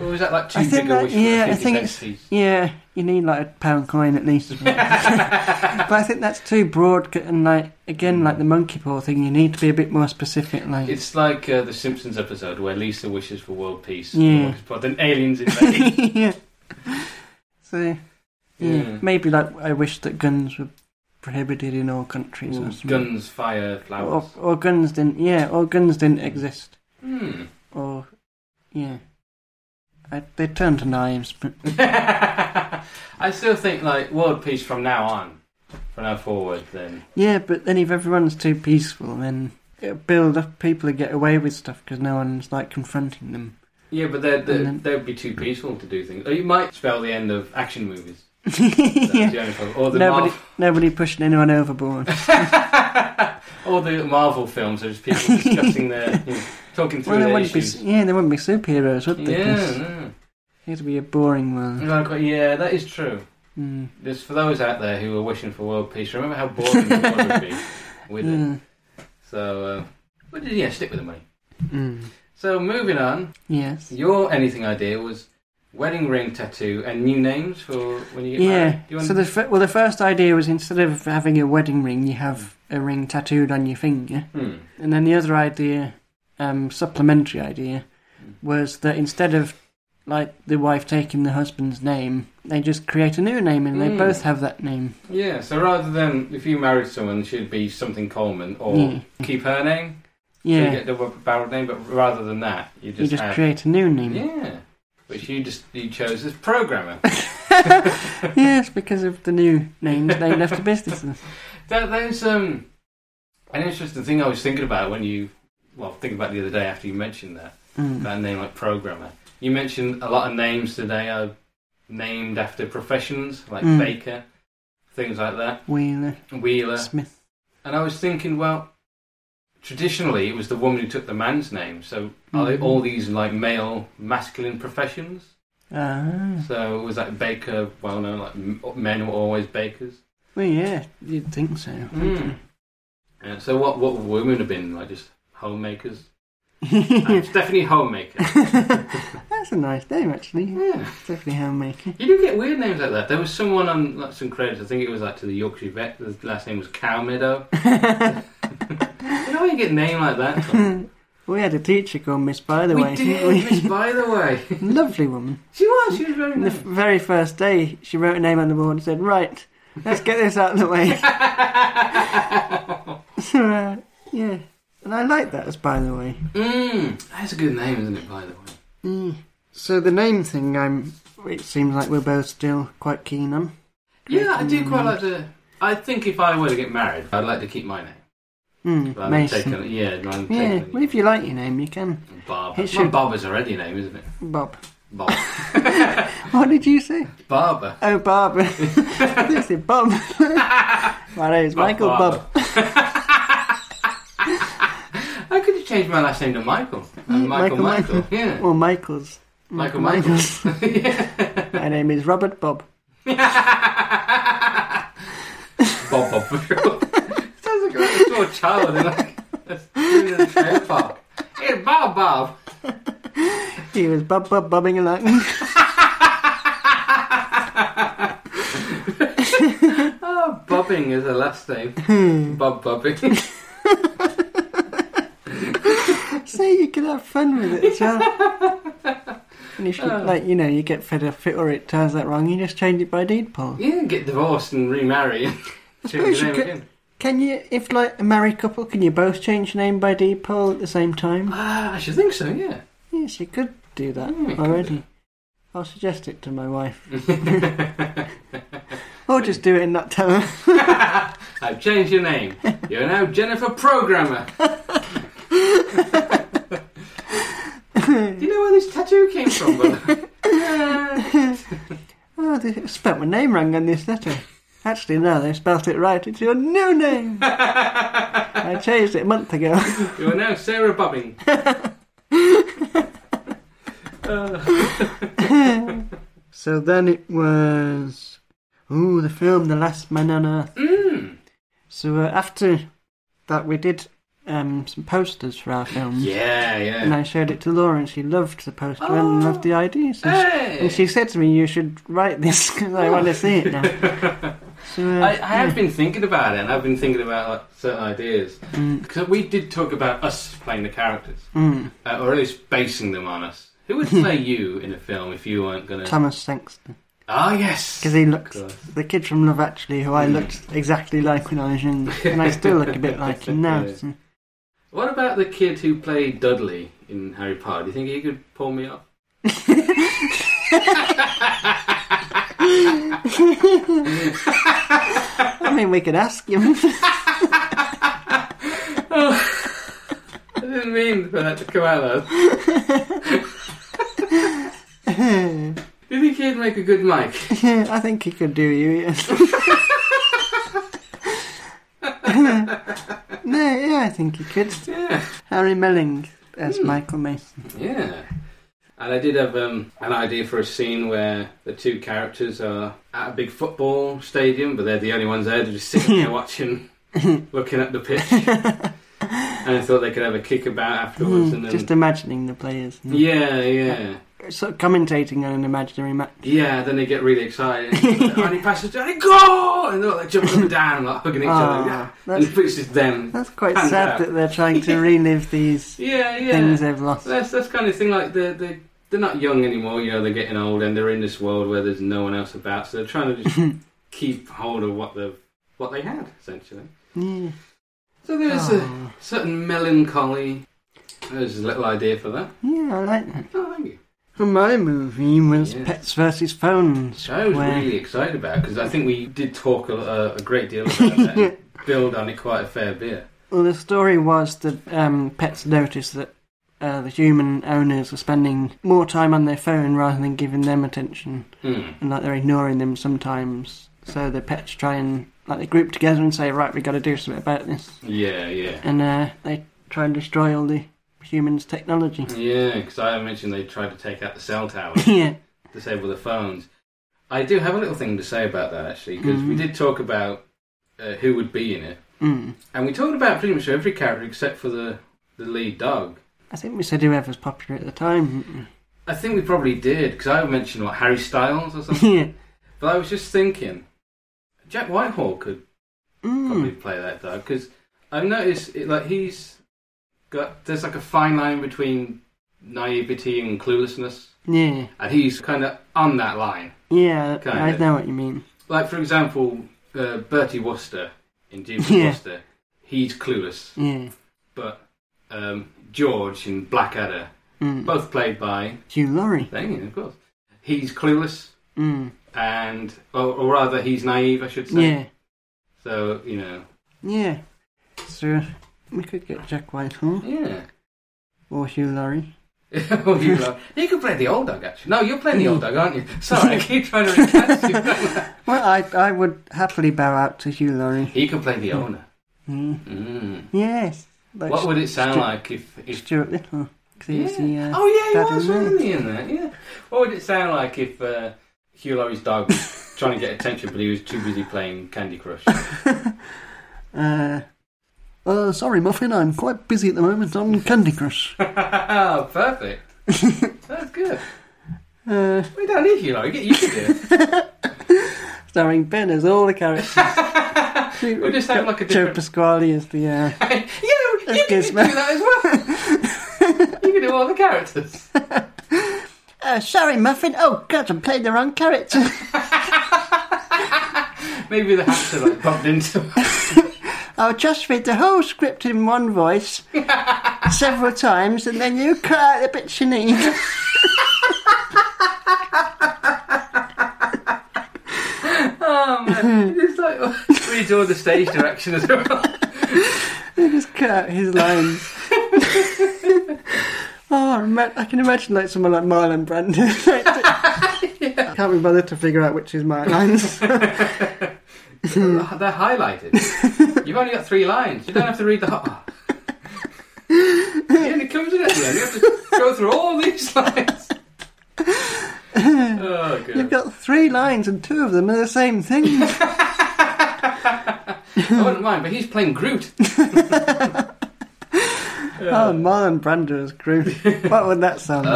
[SPEAKER 2] or is that like too
[SPEAKER 1] I think
[SPEAKER 2] big a
[SPEAKER 1] that-
[SPEAKER 2] wish
[SPEAKER 1] yeah,
[SPEAKER 2] for
[SPEAKER 1] I
[SPEAKER 2] a
[SPEAKER 1] think
[SPEAKER 2] fifty
[SPEAKER 1] it's-
[SPEAKER 2] cent piece?
[SPEAKER 1] Yeah, you need like a pound coin at least. but I think that's too broad, c- and like again, like the monkey paw thing, you need to be a bit more specific. Like,
[SPEAKER 2] It's like uh, the Simpsons episode where Lisa wishes for world peace,
[SPEAKER 1] Yeah.
[SPEAKER 2] but then aliens invade.
[SPEAKER 1] yeah. So yeah.
[SPEAKER 2] Yeah.
[SPEAKER 1] maybe like I wish that guns were prohibited in all countries. or
[SPEAKER 2] Ooh,
[SPEAKER 1] something.
[SPEAKER 2] guns, fire, flowers.
[SPEAKER 1] or, or guns didn't. Yeah, or guns didn't exist.
[SPEAKER 2] Hmm.
[SPEAKER 1] Or yeah, I, they turned to knives, but
[SPEAKER 2] I still think like world peace from now on, from now forward. Then
[SPEAKER 1] yeah, but then if everyone's too peaceful, then. it'll Build up people who get away with stuff because no one's like confronting them.
[SPEAKER 2] Yeah, but they'd, they'd,
[SPEAKER 1] And then-
[SPEAKER 2] they'd be too peaceful to do things. Or you might spell the end of action movies. That's
[SPEAKER 1] Yeah.
[SPEAKER 2] the only problem. Or the
[SPEAKER 1] Nobody, nobody pushing anyone overboard.
[SPEAKER 2] Marvel... or the Marvel films are just people discussing their you know, talking through
[SPEAKER 1] Well, they
[SPEAKER 2] the
[SPEAKER 1] wouldn't be,
[SPEAKER 2] issues.
[SPEAKER 1] yeah, they wouldn't be superheroes, would they? 'Cause
[SPEAKER 2] yeah,
[SPEAKER 1] It'd be a boring
[SPEAKER 2] no.
[SPEAKER 1] world.
[SPEAKER 2] Like, yeah, that is true.
[SPEAKER 1] Mm.
[SPEAKER 2] Just for those out there who are wishing for world peace, remember how boring the world would be with it.
[SPEAKER 1] Yeah.
[SPEAKER 2] So, uh, but yeah, stick with the money.
[SPEAKER 1] Mm.
[SPEAKER 2] So moving on,
[SPEAKER 1] Yes.
[SPEAKER 2] your anything idea was wedding ring tattoo and new names for when you get married.
[SPEAKER 1] Yeah.
[SPEAKER 2] Do you want
[SPEAKER 1] So the f- well, the first idea was instead of having a wedding ring, you have a ring tattooed on your finger,
[SPEAKER 2] Hmm.
[SPEAKER 1] and then the other idea, um, supplementary idea,
[SPEAKER 2] Mm.
[SPEAKER 1] was that instead of like the wife taking the husband's name, they just create a new name, and
[SPEAKER 2] Mm.
[SPEAKER 1] they both have that name.
[SPEAKER 2] Yeah, so rather than if you married someone, she'd be something Coleman or
[SPEAKER 1] Yeah.
[SPEAKER 2] keep her name, so you
[SPEAKER 1] Yeah.
[SPEAKER 2] get the barrel name, but rather than that, you
[SPEAKER 1] You
[SPEAKER 2] just,
[SPEAKER 1] just
[SPEAKER 2] have.
[SPEAKER 1] create a new name.
[SPEAKER 2] yeah, which you just you chose as programmer.
[SPEAKER 1] yes, because of the new names they left the businesses.
[SPEAKER 2] That, there's um, an interesting thing I was thinking about when you, well, thinking about the other day after you mentioned that,
[SPEAKER 1] Mm.
[SPEAKER 2] about a name like programmer. You mentioned a lot of names today are named after professions, like
[SPEAKER 1] Mm.
[SPEAKER 2] baker, things like that,
[SPEAKER 1] Wheeler,
[SPEAKER 2] wheeler.
[SPEAKER 1] Smith.
[SPEAKER 2] And I was thinking, well, traditionally it was the woman who took the man's name, so are they
[SPEAKER 1] Mhm.
[SPEAKER 2] all these like male, masculine professions?
[SPEAKER 1] Ah.
[SPEAKER 2] So was that baker well known? Like m- men were always bakers.
[SPEAKER 1] Well, yeah, you'd think so.
[SPEAKER 2] Mm. And so what? What would women have been like? Just homemakers. I'm
[SPEAKER 1] That's
[SPEAKER 2] Stephanie homemaker.
[SPEAKER 1] a nice name, actually.
[SPEAKER 2] Yeah.
[SPEAKER 1] Stephanie Homemaker.
[SPEAKER 2] You do get weird names like that. There was someone on like some credits. I think it was like to the Yorkshire vet. The last name was Cowmeadow. You know, when you get a name like that. Tom?
[SPEAKER 1] we had a teacher called Miss By the
[SPEAKER 2] we
[SPEAKER 1] Way.
[SPEAKER 2] did.
[SPEAKER 1] didn't
[SPEAKER 2] Miss, by the way,
[SPEAKER 1] we? Lovely woman.
[SPEAKER 2] she was. She was very
[SPEAKER 1] And the
[SPEAKER 2] nice.
[SPEAKER 1] f- very first day, she wrote a name on the board and said, Right, let's get this out of the way. so, uh, yeah. And I like that as By the Way.
[SPEAKER 2] Mm, that's a good name, isn't it? By the way.
[SPEAKER 1] Mm. So the name thing, I'm. It seems like we're both still quite keen on.
[SPEAKER 2] Yeah, I do quite like to. I think if I were to get married, I'd like to keep my name.
[SPEAKER 1] Mm,
[SPEAKER 2] Rather than
[SPEAKER 1] Mason.
[SPEAKER 2] taking, it- yeah, rather than
[SPEAKER 1] yeah.
[SPEAKER 2] taking
[SPEAKER 1] Well, if you like your name, you can.
[SPEAKER 2] Bob.
[SPEAKER 1] It
[SPEAKER 2] My
[SPEAKER 1] should-
[SPEAKER 2] Bob is already a name, isn't it?
[SPEAKER 1] Bob.
[SPEAKER 2] Bob.
[SPEAKER 1] What did you say?
[SPEAKER 2] Barber.
[SPEAKER 1] Oh, Bob. I said Bob. My name's Michael
[SPEAKER 2] Barber.
[SPEAKER 1] Bob.
[SPEAKER 2] I could have changed my last name to Michael. And Michael,
[SPEAKER 1] Michael,
[SPEAKER 2] Michael.
[SPEAKER 1] Michael.
[SPEAKER 2] Yeah.
[SPEAKER 1] Or Michaels.
[SPEAKER 2] Michael Michael.
[SPEAKER 1] My name is Robert Bob.
[SPEAKER 2] Bob Bob for sure. Sounds like a little child in like in a trailer park. Hey, Bob Bob.
[SPEAKER 1] He was Bob Bob bobbing along.
[SPEAKER 2] Oh, Bobbing is the last name.
[SPEAKER 1] Hmm.
[SPEAKER 2] Bob Bobbing.
[SPEAKER 1] so you can have fun with it as well. And if you, like, you know, you get fed up with it or it turns out wrong, you just change it by deed poll.
[SPEAKER 2] You can get divorced and remarry. and Change
[SPEAKER 1] suppose
[SPEAKER 2] your
[SPEAKER 1] you
[SPEAKER 2] name
[SPEAKER 1] could-
[SPEAKER 2] again.
[SPEAKER 1] Can you, if like a married couple, can you both change name by deed poll at the same time?
[SPEAKER 2] Ah, I should think so. Yeah.
[SPEAKER 1] Yes, you could do that
[SPEAKER 2] Hmm, could
[SPEAKER 1] already.
[SPEAKER 2] do.
[SPEAKER 1] I'll suggest it to my wife. Or just do it and not tell her.
[SPEAKER 2] I've changed your name. You're now Jennifer Programmer. Do you know where this tattoo came from? by the way?
[SPEAKER 1] Oh, they spelt my name wrong on this letter. Actually, no, they spelt it right. It's your new name. I changed it a month ago.
[SPEAKER 2] you are now Sarah Uh, Bobbing.
[SPEAKER 1] So then it was. Ooh, the film The Last Man on Earth.
[SPEAKER 2] Mm.
[SPEAKER 1] So uh, after that, we did um, some posters for our film.
[SPEAKER 2] Yeah,
[SPEAKER 1] And
[SPEAKER 2] yeah.
[SPEAKER 1] I showed it to Laura, and she loved the poster and
[SPEAKER 2] Oh.
[SPEAKER 1] loved the idea. So she-
[SPEAKER 2] Hey.
[SPEAKER 1] and she said to me, "You should write this because I want to see it now." So uh,
[SPEAKER 2] I, I have been thinking about it, and I've been thinking about like, certain ideas. Because we did talk about us playing the characters,
[SPEAKER 1] Mm.
[SPEAKER 2] uh, or at least basing them on us. Who would play you in a film if you weren't going to?
[SPEAKER 1] Thomas Sankston,
[SPEAKER 2] Ah, yes.
[SPEAKER 1] because he looked
[SPEAKER 2] Of course.
[SPEAKER 1] the kid from Love Actually, who I looked exactly like when I was young, and I still look a bit like him now.
[SPEAKER 2] Yeah.
[SPEAKER 1] So.
[SPEAKER 2] What about the kid who played Dudley in Harry Potter? Do you think he could pull me off?
[SPEAKER 1] I mean, we could ask him.
[SPEAKER 2] I didn't mean for that to come out loud. Do you think he'd make a good mic?
[SPEAKER 1] I think he could do you. Yes. no, yeah, I think he could.
[SPEAKER 2] Yeah.
[SPEAKER 1] Harry Melling as
[SPEAKER 2] Hmm.
[SPEAKER 1] Michael Mason.
[SPEAKER 2] Yeah. And I did have um, an idea for a scene where the two characters are at a big football stadium, but they're the only ones there. They're just sitting there watching, looking at the pitch.
[SPEAKER 1] Hmm,
[SPEAKER 2] and I thought they could have a kick about afterwards. And then,
[SPEAKER 1] Just imagining the players. and
[SPEAKER 2] yeah, yeah.
[SPEAKER 1] Sort of commentating on an imaginary match.
[SPEAKER 2] Yeah, then they get really excited. "Oh, and he passes down, and goal! And they're like jumping up and down, like hugging each
[SPEAKER 1] Ah,
[SPEAKER 2] other. Yeah. And
[SPEAKER 1] that's,
[SPEAKER 2] the pitch is them.
[SPEAKER 1] that's quite
[SPEAKER 2] Hand
[SPEAKER 1] sad
[SPEAKER 2] out.
[SPEAKER 1] that they're trying to relive these
[SPEAKER 2] Yeah, yeah.
[SPEAKER 1] things they've lost.
[SPEAKER 2] That's that's kind of thing. Like they're they they're not young anymore. You know, they're getting old, and they're in this world where there's no one else about. So they're trying to just keep hold of what they what they had essentially.
[SPEAKER 1] Yeah.
[SPEAKER 2] So there's
[SPEAKER 1] Oh.
[SPEAKER 2] a certain melancholy. There's a little idea for that.
[SPEAKER 1] Yeah, I like that.
[SPEAKER 2] Oh, thank you.
[SPEAKER 1] Well, my movie was
[SPEAKER 2] Yes.
[SPEAKER 1] Pets versus Phones.
[SPEAKER 2] So I was
[SPEAKER 1] where-
[SPEAKER 2] really excited about because I think we did talk a, a, a great deal about that, and build on it quite a fair bit.
[SPEAKER 1] Well, the story was that um, pets noticed that uh, the human owners were spending more time on their phone rather than giving them attention,
[SPEAKER 2] Hmm.
[SPEAKER 1] and like they're ignoring them sometimes. So the pets try and like they group together and say, "Right, we got to do something about this,"
[SPEAKER 2] Yeah, yeah.
[SPEAKER 1] and uh, they try and destroy all the humans' technology.
[SPEAKER 2] Yeah, because I mentioned they tried to take out the cell tower.
[SPEAKER 1] yeah,
[SPEAKER 2] disable the phones. I do have a little thing to say about that actually, because we
[SPEAKER 1] Mhm.
[SPEAKER 2] did talk about uh, who would be in it,
[SPEAKER 1] mm.
[SPEAKER 2] and we talked about pretty much every character except for the the lead dog.
[SPEAKER 1] I think we said whoever's popular at the time.
[SPEAKER 2] I think we probably did because I mentioned what Harry Styles or
[SPEAKER 1] didn't
[SPEAKER 2] something,
[SPEAKER 1] we? yeah.
[SPEAKER 2] but I was just thinking Jack Whitehall could probably
[SPEAKER 1] Mm.
[SPEAKER 2] play that dog because I've noticed it, like he's got there's like a fine line between naivety and cluelessness,
[SPEAKER 1] Yeah,
[SPEAKER 2] and he's kind of on that line.
[SPEAKER 1] yeah, I
[SPEAKER 2] Kinda.
[SPEAKER 1] know what you mean.
[SPEAKER 2] Like, for example, uh, Bertie Wooster in James
[SPEAKER 1] Yeah.
[SPEAKER 2] Wooster, he's clueless.
[SPEAKER 1] Yeah,
[SPEAKER 2] But um, George in Blackadder,
[SPEAKER 1] mm.
[SPEAKER 2] both played by
[SPEAKER 1] Hugh Laurie.
[SPEAKER 2] Damien, of course, he's clueless
[SPEAKER 1] Mm.
[SPEAKER 2] and, or, or rather, he's naive, I should say.
[SPEAKER 1] Yeah.
[SPEAKER 2] So, you know,
[SPEAKER 1] Yeah. So we could get Jack Whitehall
[SPEAKER 2] yeah.
[SPEAKER 1] or Hugh Laurie.
[SPEAKER 2] Oh, you, love- you could play the old dog, actually. No, you're playing the old dog, aren't you? Sorry, I keep trying to recast you.
[SPEAKER 1] Well, I I would happily bow out to Hugh Laurie.
[SPEAKER 2] he could play the owner.
[SPEAKER 1] Mm.
[SPEAKER 2] Mm.
[SPEAKER 1] Yes. Like
[SPEAKER 2] What would it sound
[SPEAKER 1] Stu-
[SPEAKER 2] like if, if
[SPEAKER 1] Stuart Little. 'Cause he was the,
[SPEAKER 2] Yeah.
[SPEAKER 1] uh,
[SPEAKER 2] oh yeah,
[SPEAKER 1] dad
[SPEAKER 2] he was
[SPEAKER 1] and
[SPEAKER 2] wasn't he in that? Yeah. What would it sound like if uh, Hugh Laurie's dog was trying to get attention, but he was too busy playing Candy Crush?
[SPEAKER 1] uh, uh, sorry, Muffin, I'm quite busy at the moment on Candy Crush.
[SPEAKER 2] oh, perfect. That's good.
[SPEAKER 1] Uh,
[SPEAKER 2] We don't need Hugh Laurie. Get used to it.
[SPEAKER 1] starring Ben as all the characters.
[SPEAKER 2] We'll just have like a
[SPEAKER 1] Joe
[SPEAKER 2] different.
[SPEAKER 1] Pasquale as the. Uh,
[SPEAKER 2] yeah, you can do
[SPEAKER 1] Excuse me.
[SPEAKER 2] that as well. you can do all the characters.
[SPEAKER 1] uh, sorry, Muffin. Oh, God, I'm playing the wrong character.
[SPEAKER 2] Maybe the hats are like bumped into.
[SPEAKER 1] I'll just read the whole script in one voice several times and then you cut out the bits you need.
[SPEAKER 2] Oh man, it's like reads all the stage direction as well.
[SPEAKER 1] You just cut out his lines. oh, I ima- I can imagine like someone like Marlon Brando. I can't be bothered to figure out which is my lines.
[SPEAKER 2] They're highlighted. You've only got three lines. You don't have to read the whole. Yeah, it comes in at the end. You have to go through all these lines. Oh,
[SPEAKER 1] You've
[SPEAKER 2] good.
[SPEAKER 1] got three lines and two of them are the same thing.
[SPEAKER 2] I wouldn't mind, but he's playing Groot.
[SPEAKER 1] Oh, Marlon Brando is Groot. What would that sound like?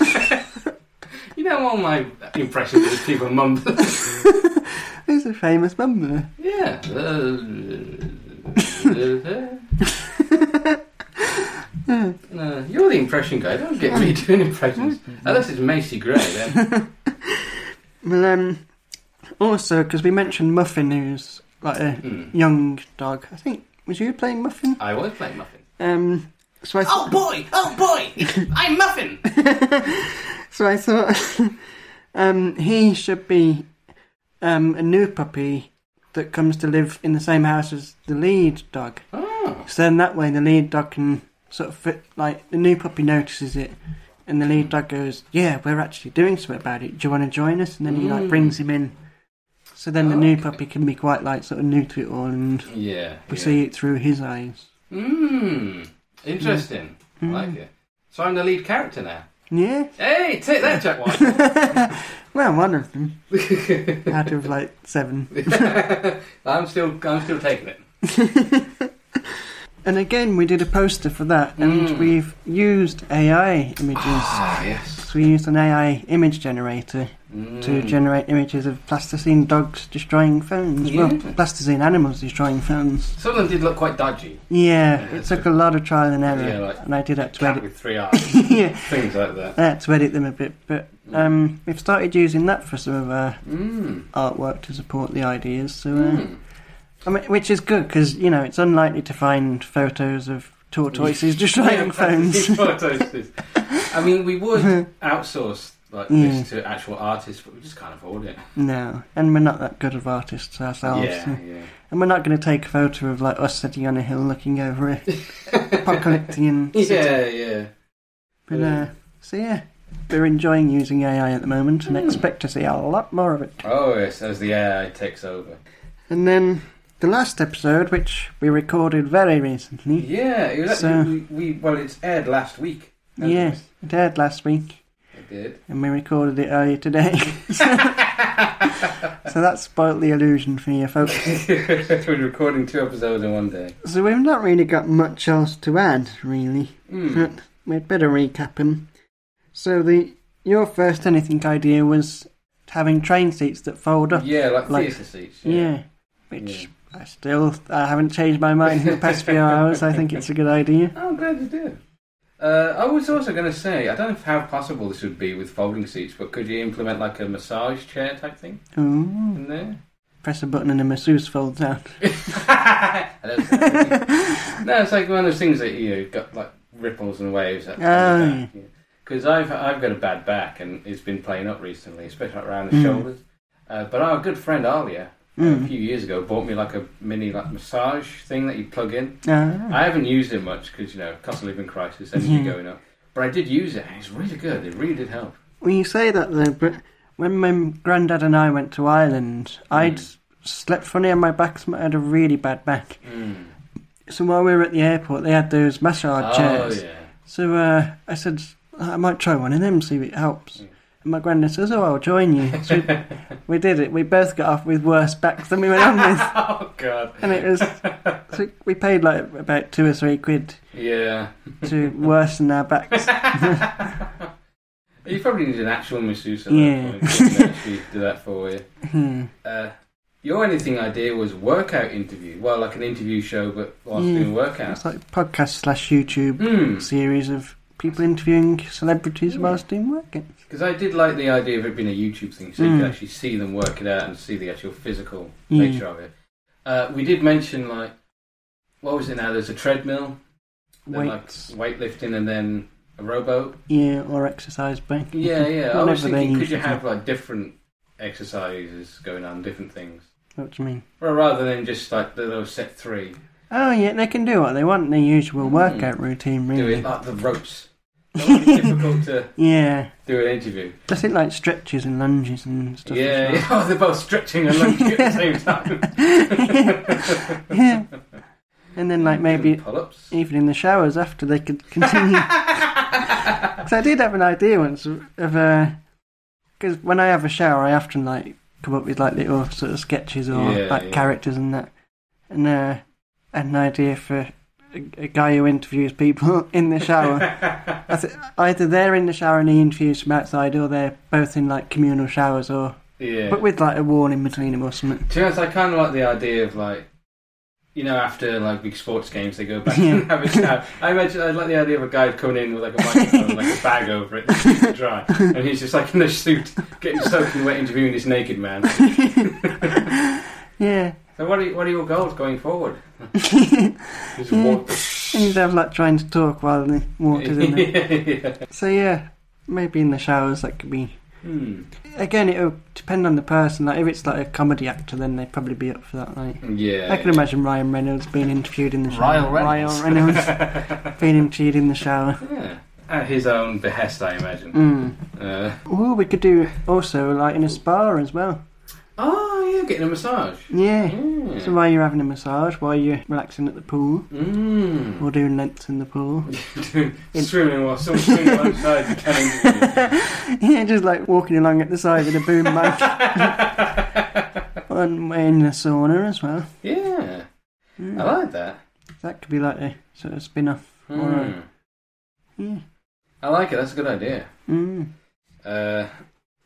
[SPEAKER 2] Uh, you know, all my impressions of people mumble.
[SPEAKER 1] Who's a famous mumbler?
[SPEAKER 2] Yeah. Uh, no, you're the impression guy. Don't get me doing impressions. Unless it's Macy Gray, then.
[SPEAKER 1] Well, um, also, because we mentioned Muffin, who's like uh, a
[SPEAKER 2] Hmm.
[SPEAKER 1] young dog. I think was you playing Muffin?
[SPEAKER 2] I was playing Muffin.
[SPEAKER 1] Um, so I
[SPEAKER 2] Oh
[SPEAKER 1] thought,
[SPEAKER 2] boy! Oh boy! I'm Muffin!
[SPEAKER 1] so I thought, um, he should be um, a new puppy that comes to live in the same house as the lead dog.
[SPEAKER 2] Oh.
[SPEAKER 1] So then that way, the lead dog can sort of fit, like the new puppy notices it, and the lead dog goes, "Yeah, we're actually doing something about it. Do you want to join us?" And then he like
[SPEAKER 2] Mm. Oh,
[SPEAKER 1] brings him in. So then the new
[SPEAKER 2] Okay.
[SPEAKER 1] puppy can be quite like sort of new to it all, and
[SPEAKER 2] Yeah.
[SPEAKER 1] we see it through his eyes.
[SPEAKER 2] Mmm. Interesting. like it. So I'm the lead character now.
[SPEAKER 1] Yeah.
[SPEAKER 2] Hey, take that, Jack White.
[SPEAKER 1] Well, one of them. Out of like seven.
[SPEAKER 2] I'm still, I'm still taking it.
[SPEAKER 1] And again, we did a poster for that, and
[SPEAKER 2] Mm.
[SPEAKER 1] we've used AI images.
[SPEAKER 2] Ah, yes.
[SPEAKER 1] So we used an AI image generator to
[SPEAKER 2] Mm.
[SPEAKER 1] generate images of plasticine dogs destroying phones. Well,
[SPEAKER 2] Yeah.
[SPEAKER 1] plasticine animals destroying phones.
[SPEAKER 2] Some of them did look quite dodgy.
[SPEAKER 1] Yeah,
[SPEAKER 2] Yeah,
[SPEAKER 1] it took a lot of trial and error,
[SPEAKER 2] Yeah, like-
[SPEAKER 1] and I did have to
[SPEAKER 2] Cat
[SPEAKER 1] edit.
[SPEAKER 2] with three eyes,
[SPEAKER 1] yeah,
[SPEAKER 2] things like that.
[SPEAKER 1] I had to edit them a bit, but
[SPEAKER 2] Hmm.
[SPEAKER 1] um, we've started using that for some of our
[SPEAKER 2] Mm.
[SPEAKER 1] artwork to support the ideas. So, uh,
[SPEAKER 2] Mm.
[SPEAKER 1] I mean, which is good because you know it's unlikely to find photos of tortoises destroying
[SPEAKER 2] Yeah,
[SPEAKER 1] phones.
[SPEAKER 2] tortoises. I mean, we would outsource like
[SPEAKER 1] Yeah.
[SPEAKER 2] this to actual artists, but we just can't afford it.
[SPEAKER 1] No, and we're not that good of artists ourselves.
[SPEAKER 2] yeah, yeah.
[SPEAKER 1] And we're not going to take a photo of like us sitting on a hill looking over a apocalyptic city.
[SPEAKER 2] Yeah, yeah.
[SPEAKER 1] But,
[SPEAKER 2] Yeah.
[SPEAKER 1] uh, so yeah, we're enjoying using AI at the moment and
[SPEAKER 2] Hmm.
[SPEAKER 1] expect to see a lot more of it.
[SPEAKER 2] Oh yes, as the AI takes over.
[SPEAKER 1] And then the last episode, which we recorded very recently,
[SPEAKER 2] Yeah, it was
[SPEAKER 1] Hmm. So-
[SPEAKER 2] actually, we, we well, it's aired last week. hasn't
[SPEAKER 1] yes, it aired last week,
[SPEAKER 2] it? it did.
[SPEAKER 1] and we recorded it earlier today. so that spoilt the illusion for you folks.
[SPEAKER 2] We're recording two episodes in one day.
[SPEAKER 1] So we've not really got much else to add, really.
[SPEAKER 2] Hmm.
[SPEAKER 1] But we'd better recap him. So the your first anything idea was having train seats that fold up.
[SPEAKER 2] Yeah, like,
[SPEAKER 1] Like-
[SPEAKER 2] theatre seats.
[SPEAKER 1] Yeah.
[SPEAKER 2] Yeah.
[SPEAKER 1] Which
[SPEAKER 2] Yeah.
[SPEAKER 1] I still I haven't changed my mind in the past few hours. I think it's a good idea.
[SPEAKER 2] Oh, I'm glad you did. Uh, I was also going to say, I don't know how possible this would be with folding seats, but could you implement like a massage chair type thing
[SPEAKER 1] Ooh.
[SPEAKER 2] in there?
[SPEAKER 1] Press a button and a masseuse folds out.
[SPEAKER 2] I don't know. no, it's like one of those things that you know, got like ripples and waves. Because
[SPEAKER 1] Oh,
[SPEAKER 2] Because I've I've got a bad back and it's been playing up recently, especially like around the
[SPEAKER 1] Mm.
[SPEAKER 2] shoulders. Uh, but our good friend Alia, a
[SPEAKER 1] Mm.
[SPEAKER 2] few years ago, bought me like a mini like massage thing that you plug in.
[SPEAKER 1] Ah.
[SPEAKER 2] I haven't used it much because you know cost of living crisis, energy
[SPEAKER 1] Yeah.
[SPEAKER 2] going up. But I did use it. and It's really good. It really did help.
[SPEAKER 1] Well, you say that though, but when my granddad and I went to Ireland, I'd
[SPEAKER 2] Mm.
[SPEAKER 1] slept funny on my back. so I had a really bad back. So while we were at the airport, they had those massage chairs.
[SPEAKER 2] Mm. Oh yeah.
[SPEAKER 1] So uh, I said, I might try one of them, see if it helps.
[SPEAKER 2] Mm.
[SPEAKER 1] And my granddad says, Oh, I'll join you. So we, we did it. We both got off with worse backs than we went on with.
[SPEAKER 2] oh god.
[SPEAKER 1] And it was, so we paid like about two or three quid
[SPEAKER 2] Yeah.
[SPEAKER 1] to worsen our backs.
[SPEAKER 2] You probably need an actual masseuse at
[SPEAKER 1] Yeah.
[SPEAKER 2] that point. who can actually do that for you.
[SPEAKER 1] Hmm.
[SPEAKER 2] Uh, your anything idea was workout interview. Well, like an interview show, but whilst
[SPEAKER 1] Yeah.
[SPEAKER 2] doing workouts.
[SPEAKER 1] it's like podcast slash YouTube
[SPEAKER 2] Hmm.
[SPEAKER 1] series of people interviewing celebrities whilst doing work.
[SPEAKER 2] Because I did like the idea of it being a YouTube thing, so you
[SPEAKER 1] Mm.
[SPEAKER 2] could actually see them work it out and see the actual physical
[SPEAKER 1] Yeah.
[SPEAKER 2] nature of it. Uh, we did mention like, what was it now? There's a treadmill, then
[SPEAKER 1] Weights.
[SPEAKER 2] like weightlifting, and then a rowboat.
[SPEAKER 1] Yeah, or exercise bank.
[SPEAKER 2] Yeah, yeah. I was
[SPEAKER 1] Whatever they
[SPEAKER 2] thinking, could
[SPEAKER 1] usually
[SPEAKER 2] you
[SPEAKER 1] do.
[SPEAKER 2] have like different exercises going on, different things,
[SPEAKER 1] What do you mean?
[SPEAKER 2] or rather than just like the little set three,
[SPEAKER 1] Oh, yeah, they can do what they want in their usual
[SPEAKER 2] Hmm.
[SPEAKER 1] workout routine,
[SPEAKER 2] do
[SPEAKER 1] really.
[SPEAKER 2] it like the ropes. That would be difficult to
[SPEAKER 1] Yeah.
[SPEAKER 2] do an interview.
[SPEAKER 1] I think like stretches and lunges and stuff.
[SPEAKER 2] yeah,
[SPEAKER 1] as well.
[SPEAKER 2] yeah. Oh, they're both stretching and lunging at the same time.
[SPEAKER 1] yeah. And then, like, maybe
[SPEAKER 2] pull ups.
[SPEAKER 1] even in the showers after they could continue. Because I did have an idea once of, because when I have a shower, I often like come up with like little sort of sketches or
[SPEAKER 2] Yeah,
[SPEAKER 1] like
[SPEAKER 2] yeah.
[SPEAKER 1] characters and that. And uh, I had an idea for a, a guy who interviews people in the shower. I th- either they're in the shower and he interviews from outside, or they're both in like communal showers, or
[SPEAKER 2] Yeah.
[SPEAKER 1] but with like a wall in between them or something.
[SPEAKER 2] to be honest, I kind of like the idea of like, you know, after like big sports games, they go back
[SPEAKER 1] Yeah.
[SPEAKER 2] and have a shower. I imagine I like the idea of a guy coming in with like a microphone, and, like a bag over it, to keep it dry, and he's just like in a suit, getting soaking wet, interviewing this naked man.
[SPEAKER 1] Yeah.
[SPEAKER 2] So, what are you, what are your goals going forward? Just walk.
[SPEAKER 1] And you'd have like trying to talk while they walked in there.
[SPEAKER 2] yeah.
[SPEAKER 1] So yeah, maybe in the showers that could be.
[SPEAKER 2] Hmm.
[SPEAKER 1] Again, it'll depend on the person. Like if it's like a comedy actor, then they'd probably be up for that. Like
[SPEAKER 2] Yeah.
[SPEAKER 1] I can imagine Ryan Reynolds being interviewed in the shower.
[SPEAKER 2] Ryle Reynolds.
[SPEAKER 1] Ryle Reynolds being interviewed in the shower.
[SPEAKER 2] Yeah. At his own behest, I imagine.
[SPEAKER 1] Mm.
[SPEAKER 2] Uh,
[SPEAKER 1] Ooh, we could do also like in a spa as well.
[SPEAKER 2] oh you're getting a massage.
[SPEAKER 1] Yeah. So
[SPEAKER 2] Mm.
[SPEAKER 1] while you're having a massage, while you're relaxing at the pool,
[SPEAKER 2] Mm.
[SPEAKER 1] or doing lengths in the pool,
[SPEAKER 2] Swimming while someone's swimming alongside you can't
[SPEAKER 1] yeah, just like walking along at the side with a boom mic, and we're in the sauna as well.
[SPEAKER 2] Yeah,
[SPEAKER 1] Mm.
[SPEAKER 2] I like that.
[SPEAKER 1] That could be like a sort of spin-off.
[SPEAKER 2] Mm. Hmm.
[SPEAKER 1] Mm.
[SPEAKER 2] I like it. That's a good idea.
[SPEAKER 1] Mm.
[SPEAKER 2] Uh,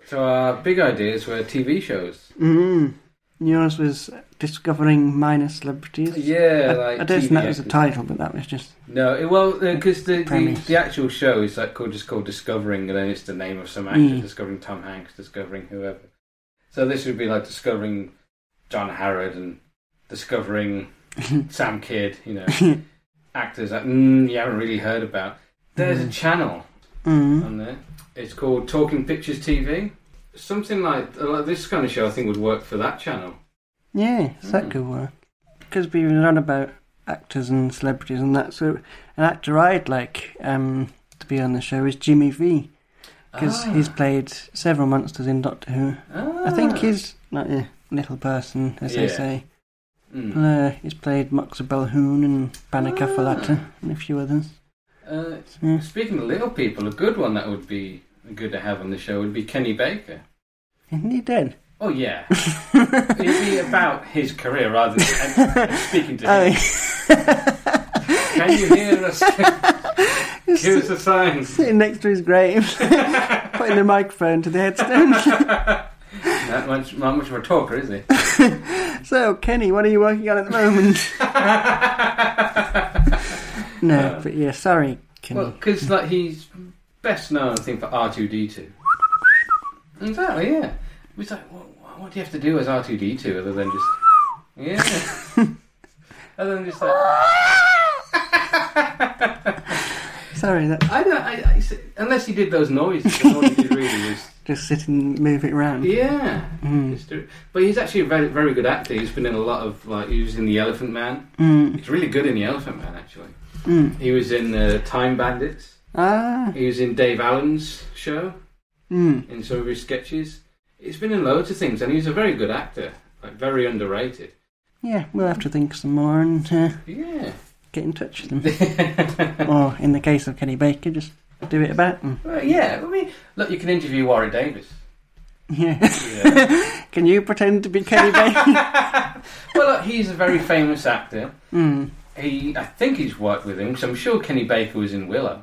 [SPEAKER 2] so our big ideas were TV shows.
[SPEAKER 1] Mm. Yours was discovering minor celebrities.
[SPEAKER 2] Yeah,
[SPEAKER 1] I,
[SPEAKER 2] like
[SPEAKER 1] I don't
[SPEAKER 2] TV
[SPEAKER 1] think that was the
[SPEAKER 2] actors.
[SPEAKER 1] title, but that was just
[SPEAKER 2] No, it, well, because the, the
[SPEAKER 1] Premise.
[SPEAKER 2] the actual show is like called just called Discovering, and then it's the name of some actor,
[SPEAKER 1] Mm.
[SPEAKER 2] discovering Tom Hanks, discovering whoever. So this would be like discovering John Harrod and discovering
[SPEAKER 1] hmm.
[SPEAKER 2] Sam Kidd, you know, actors that mm, you haven't really heard about. There's a
[SPEAKER 1] Mm.
[SPEAKER 2] channel
[SPEAKER 1] mm.
[SPEAKER 2] on there. It's called Talking Pictures TV. Something like, like this kind of show, I think, would work for that channel.
[SPEAKER 1] yeah, so that
[SPEAKER 2] Mm.
[SPEAKER 1] could work. Because we were on about actors and celebrities and that. So an actor I'd like um, to be on the show is Jimmy V, because
[SPEAKER 2] Ah.
[SPEAKER 1] he's played several monsters in Doctor Who. I think
[SPEAKER 2] Ah.
[SPEAKER 1] he's like a little person, as they
[SPEAKER 2] Yeah.
[SPEAKER 1] say.
[SPEAKER 2] Mm.
[SPEAKER 1] Uh, he's played Moxa Belhoun and Banner
[SPEAKER 2] Ah.
[SPEAKER 1] Cafalata and a few others.
[SPEAKER 2] Uh,
[SPEAKER 1] Yeah.
[SPEAKER 2] Speaking of little people, a good one that would be good to have on the show would be Kenny Baker.
[SPEAKER 1] Isn't he dead?
[SPEAKER 2] Oh yeah, it'd be about his career rather than and speaking
[SPEAKER 1] Oh,
[SPEAKER 2] to him. Can you hear us? Give us a sign.
[SPEAKER 1] Sitting next to his grave, putting the microphone to the headstone.
[SPEAKER 2] Not much, not much of a talker, is he?
[SPEAKER 1] So, Kenny, what are you working on at the moment? No,
[SPEAKER 2] Uh,
[SPEAKER 1] but yeah, sorry, Kenny.
[SPEAKER 2] well, because like he's best known, I think, for R two D two. Exactly. Yeah. It's like, what, what do you have to do as R two D two other than just yeah, other than just like.
[SPEAKER 1] sorry, that
[SPEAKER 2] I don't. I, I, unless you did those noises, that's all you did really was
[SPEAKER 1] just sit and move it round.
[SPEAKER 2] yeah.
[SPEAKER 1] Mm.
[SPEAKER 2] Just do it. But he's actually a very, very good actor. He's been in a lot of like he was in The Elephant Man.
[SPEAKER 1] Mm.
[SPEAKER 2] He's really good in The Elephant Man actually.
[SPEAKER 1] Mm.
[SPEAKER 2] He was in the Time Bandits.
[SPEAKER 1] Ah.
[SPEAKER 2] He was in Dave Allen's show
[SPEAKER 1] Mm.
[SPEAKER 2] in some of his sketches. He's been in loads of things, and he's a very good actor. Like very underrated.
[SPEAKER 1] Yeah, we'll have to think some more and uh,
[SPEAKER 2] Yeah.
[SPEAKER 1] get in touch with them. or, in the case of Kenny Baker, just do it Mm. about them.
[SPEAKER 2] Well, yeah. I mean, look, you can interview Warwick Davis.
[SPEAKER 1] Yeah.
[SPEAKER 2] Yeah.
[SPEAKER 1] Can you pretend to be Kenny Baker?
[SPEAKER 2] well, look, he's a very famous actor.
[SPEAKER 1] mm.
[SPEAKER 2] He, I think he's worked with him because I'm sure Kenny Baker was in Willow.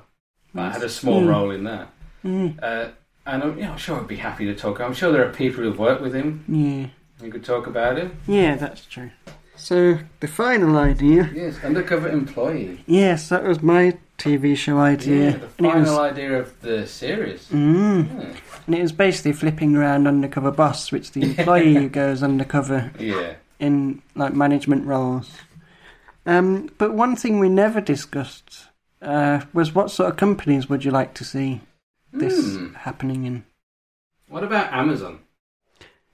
[SPEAKER 2] I had a small
[SPEAKER 1] Mm.
[SPEAKER 2] role in that,
[SPEAKER 1] Mm.
[SPEAKER 2] uh, and I'm, you know, I'm sure I'd be happy to talk. I'm sure there are people who've worked with him
[SPEAKER 1] Yeah.
[SPEAKER 2] who could talk about him.
[SPEAKER 1] Yeah, that's true. So, the final idea.
[SPEAKER 2] Yes, undercover employee.
[SPEAKER 1] Yes, that was my TV show idea.
[SPEAKER 2] Yeah, the
[SPEAKER 1] and, it
[SPEAKER 2] final
[SPEAKER 1] was,
[SPEAKER 2] idea of the series.
[SPEAKER 1] mm,
[SPEAKER 2] Yeah.
[SPEAKER 1] and it was basically flipping around undercover boss, which the employee who goes undercover
[SPEAKER 2] yeah.
[SPEAKER 1] in like management roles. Um, but one thing we never discussed uh, was what sort of companies would you like to see this
[SPEAKER 2] Hmm.
[SPEAKER 1] happening in?
[SPEAKER 2] What about Amazon?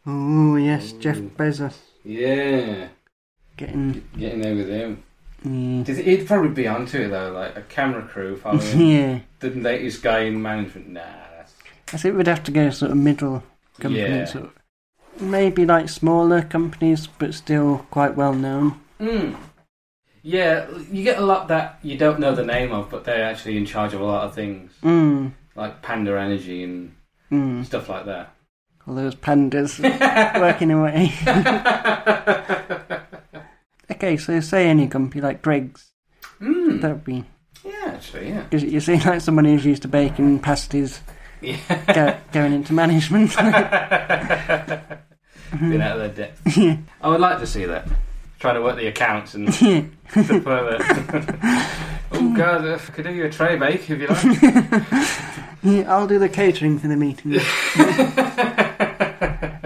[SPEAKER 1] Oh yes, Jeff
[SPEAKER 2] Ooh.
[SPEAKER 1] Bezos
[SPEAKER 2] Yeah,
[SPEAKER 1] getting
[SPEAKER 2] getting there with him.
[SPEAKER 1] yeah,
[SPEAKER 2] Does- He'd probably be onto it though, like a camera crew following
[SPEAKER 1] yeah.
[SPEAKER 2] the latest guy in management. Nah, that's
[SPEAKER 1] I think we'd have to go sort of middle company,
[SPEAKER 2] yeah.
[SPEAKER 1] sort of maybe like smaller companies, but still quite well known.
[SPEAKER 2] Mm. Yeah, you get a lot that you don't know the name of, but they're actually in charge of a lot of things,
[SPEAKER 1] Mm.
[SPEAKER 2] like Panda Energy and
[SPEAKER 1] Mm.
[SPEAKER 2] stuff like that.
[SPEAKER 1] All those pandas working away. okay, so say any company like Greg's,
[SPEAKER 2] mm.
[SPEAKER 1] that would be.
[SPEAKER 2] Yeah, actually, yeah.
[SPEAKER 1] Because you see, like someone who's used to baking pasties go, going into management.
[SPEAKER 2] Been out of their depth.
[SPEAKER 1] yeah.
[SPEAKER 2] I would like to see that. Try to work the accounts and
[SPEAKER 1] yeah.
[SPEAKER 2] stuff like that. oh god, I could do you a tray bake if you like.
[SPEAKER 1] Yeah, I'll do the catering for the meeting.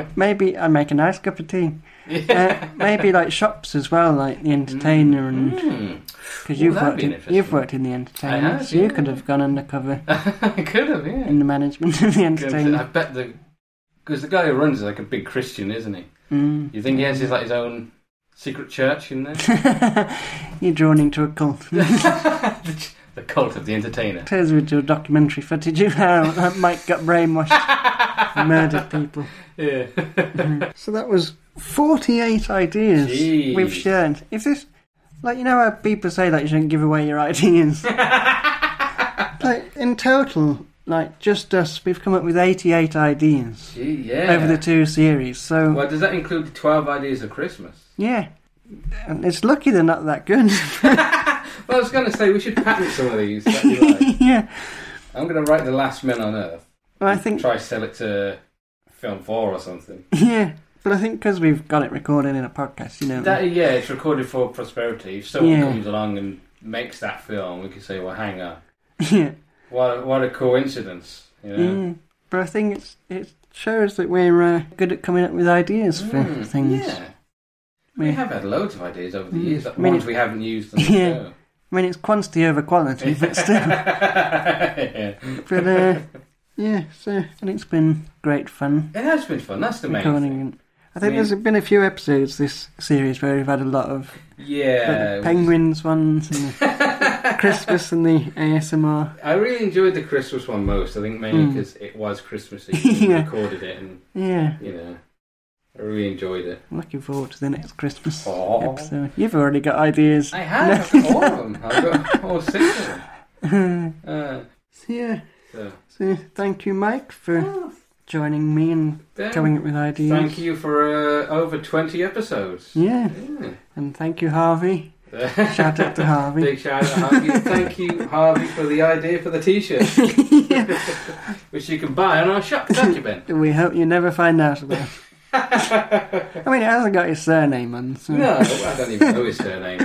[SPEAKER 1] maybe I make a nice cup of tea. Uh, maybe like shops as well, like the entertainer and
[SPEAKER 2] Mm.
[SPEAKER 1] because
[SPEAKER 2] Ooh,
[SPEAKER 1] you've
[SPEAKER 2] that'd
[SPEAKER 1] worked
[SPEAKER 2] be
[SPEAKER 1] in,
[SPEAKER 2] interesting.
[SPEAKER 1] you've worked in the entertainer,
[SPEAKER 2] have,
[SPEAKER 1] so you
[SPEAKER 2] yeah.
[SPEAKER 1] could have gone undercover
[SPEAKER 2] could have, yeah.
[SPEAKER 1] in the management of the
[SPEAKER 2] I
[SPEAKER 1] entertainer.
[SPEAKER 2] bet the because the guy who runs is like a big Christian, isn't he?
[SPEAKER 1] Mm.
[SPEAKER 2] You think he has his like his own secret church in there?
[SPEAKER 1] You're drawn into a cult.
[SPEAKER 2] the cult of the entertainer.
[SPEAKER 1] Turns we do a documentary footage of how that Mike got brainwashed and murdered people.
[SPEAKER 2] Yeah.
[SPEAKER 1] so that was 48 ideas
[SPEAKER 2] Jeez.
[SPEAKER 1] we've shared. Is this like you know how people say that you shouldn't give away your ideas? like in total, like just us, we've come up with 88 ideas
[SPEAKER 2] Gee, yeah.
[SPEAKER 1] over the two series. So
[SPEAKER 2] well, does that include 12 ideas of Christmas?
[SPEAKER 1] yeah, and it's lucky they're not that good.
[SPEAKER 2] Well, I was going to say we should patent some of these. That'd be like-
[SPEAKER 1] yeah,
[SPEAKER 2] I'm going to write The Last Men on Earth.
[SPEAKER 1] well, I think
[SPEAKER 2] Try sell it to Film 4 or something.
[SPEAKER 1] yeah, but I think because we've got it recorded in a podcast, you know,
[SPEAKER 2] That, yeah, it's recorded for prosperity. If someone
[SPEAKER 1] Yeah.
[SPEAKER 2] comes along and makes that film, we could say, well, hang on.
[SPEAKER 1] yeah.
[SPEAKER 2] What, what a coincidence. You know?
[SPEAKER 1] Mm. But I think it's it shows that we're uh, good at coming up with ideas for
[SPEAKER 2] Mm,
[SPEAKER 1] things.
[SPEAKER 2] Yeah. We have had loads of ideas over the
[SPEAKER 1] Mm.
[SPEAKER 2] years, like
[SPEAKER 1] I mean,
[SPEAKER 2] ones
[SPEAKER 1] it-
[SPEAKER 2] we haven't used on the
[SPEAKER 1] Yeah.
[SPEAKER 2] show.
[SPEAKER 1] I mean, it's quantity over quality, but still.
[SPEAKER 2] Yeah.
[SPEAKER 1] but uh, yeah, so and it's been great fun
[SPEAKER 2] It has been fun. That's the main
[SPEAKER 1] recording.
[SPEAKER 2] thing.
[SPEAKER 1] and- I think
[SPEAKER 2] I mean-
[SPEAKER 1] there's been a few episodes this series where we've had a lot of
[SPEAKER 2] Yeah.
[SPEAKER 1] the penguins ones and the Christmas and the ASMR.
[SPEAKER 2] I really enjoyed the Christmas one most. I think mainly
[SPEAKER 1] Mm.
[SPEAKER 2] because it was Christmassy. and We
[SPEAKER 1] Yeah.
[SPEAKER 2] recorded it, and
[SPEAKER 1] Yeah,
[SPEAKER 2] you know, I really enjoyed it.
[SPEAKER 1] I'm looking forward to the next Christmas
[SPEAKER 2] Aw.
[SPEAKER 1] episode. You've already got ideas.
[SPEAKER 2] I have
[SPEAKER 1] No.
[SPEAKER 2] all of them. I've got all six of them.
[SPEAKER 1] so,
[SPEAKER 2] Uh,
[SPEAKER 1] yeah,
[SPEAKER 2] so,
[SPEAKER 1] so thank you, Mike, for joining me and
[SPEAKER 2] Ben,
[SPEAKER 1] coming up with ideas.
[SPEAKER 2] thank you for uh, over twenty episodes.
[SPEAKER 1] Yeah,
[SPEAKER 2] Yeah.
[SPEAKER 1] and thank you, Harvey. Mm. Shout out to Harvey.
[SPEAKER 2] Big shout out Harvey. Thank you, Harvey, for the idea for the T-shirt, which you can buy on our shop. Thank you, Ben.
[SPEAKER 1] We hope you never find out about. it. I mean, it hasn't got his surname on. So.
[SPEAKER 2] No, I don't even know his surname.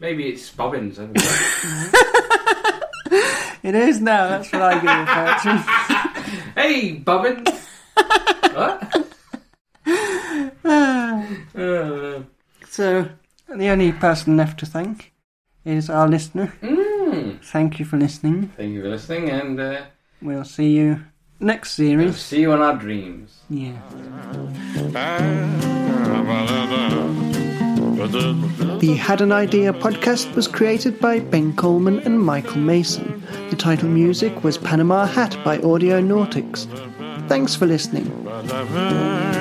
[SPEAKER 2] Maybe it's Bobbins. I don't know.
[SPEAKER 1] It is now. That's what I give it to.
[SPEAKER 2] Hey, Bobbin! what?
[SPEAKER 1] Ah,
[SPEAKER 2] Uh,
[SPEAKER 1] so the only person left to thank is our listener.
[SPEAKER 2] mm.
[SPEAKER 1] Thank you for listening.
[SPEAKER 2] Thank you for listening, and uh,
[SPEAKER 1] We'll see you next
[SPEAKER 2] we'll
[SPEAKER 1] series.
[SPEAKER 2] see you in our dreams.
[SPEAKER 1] Yeah. The Had an Idea podcast was created by Ben Coleman and Michael Mason. The title music was Panama Hat by Audio Nautics. Thanks for listening.
[SPEAKER 4] Ba-da-ba,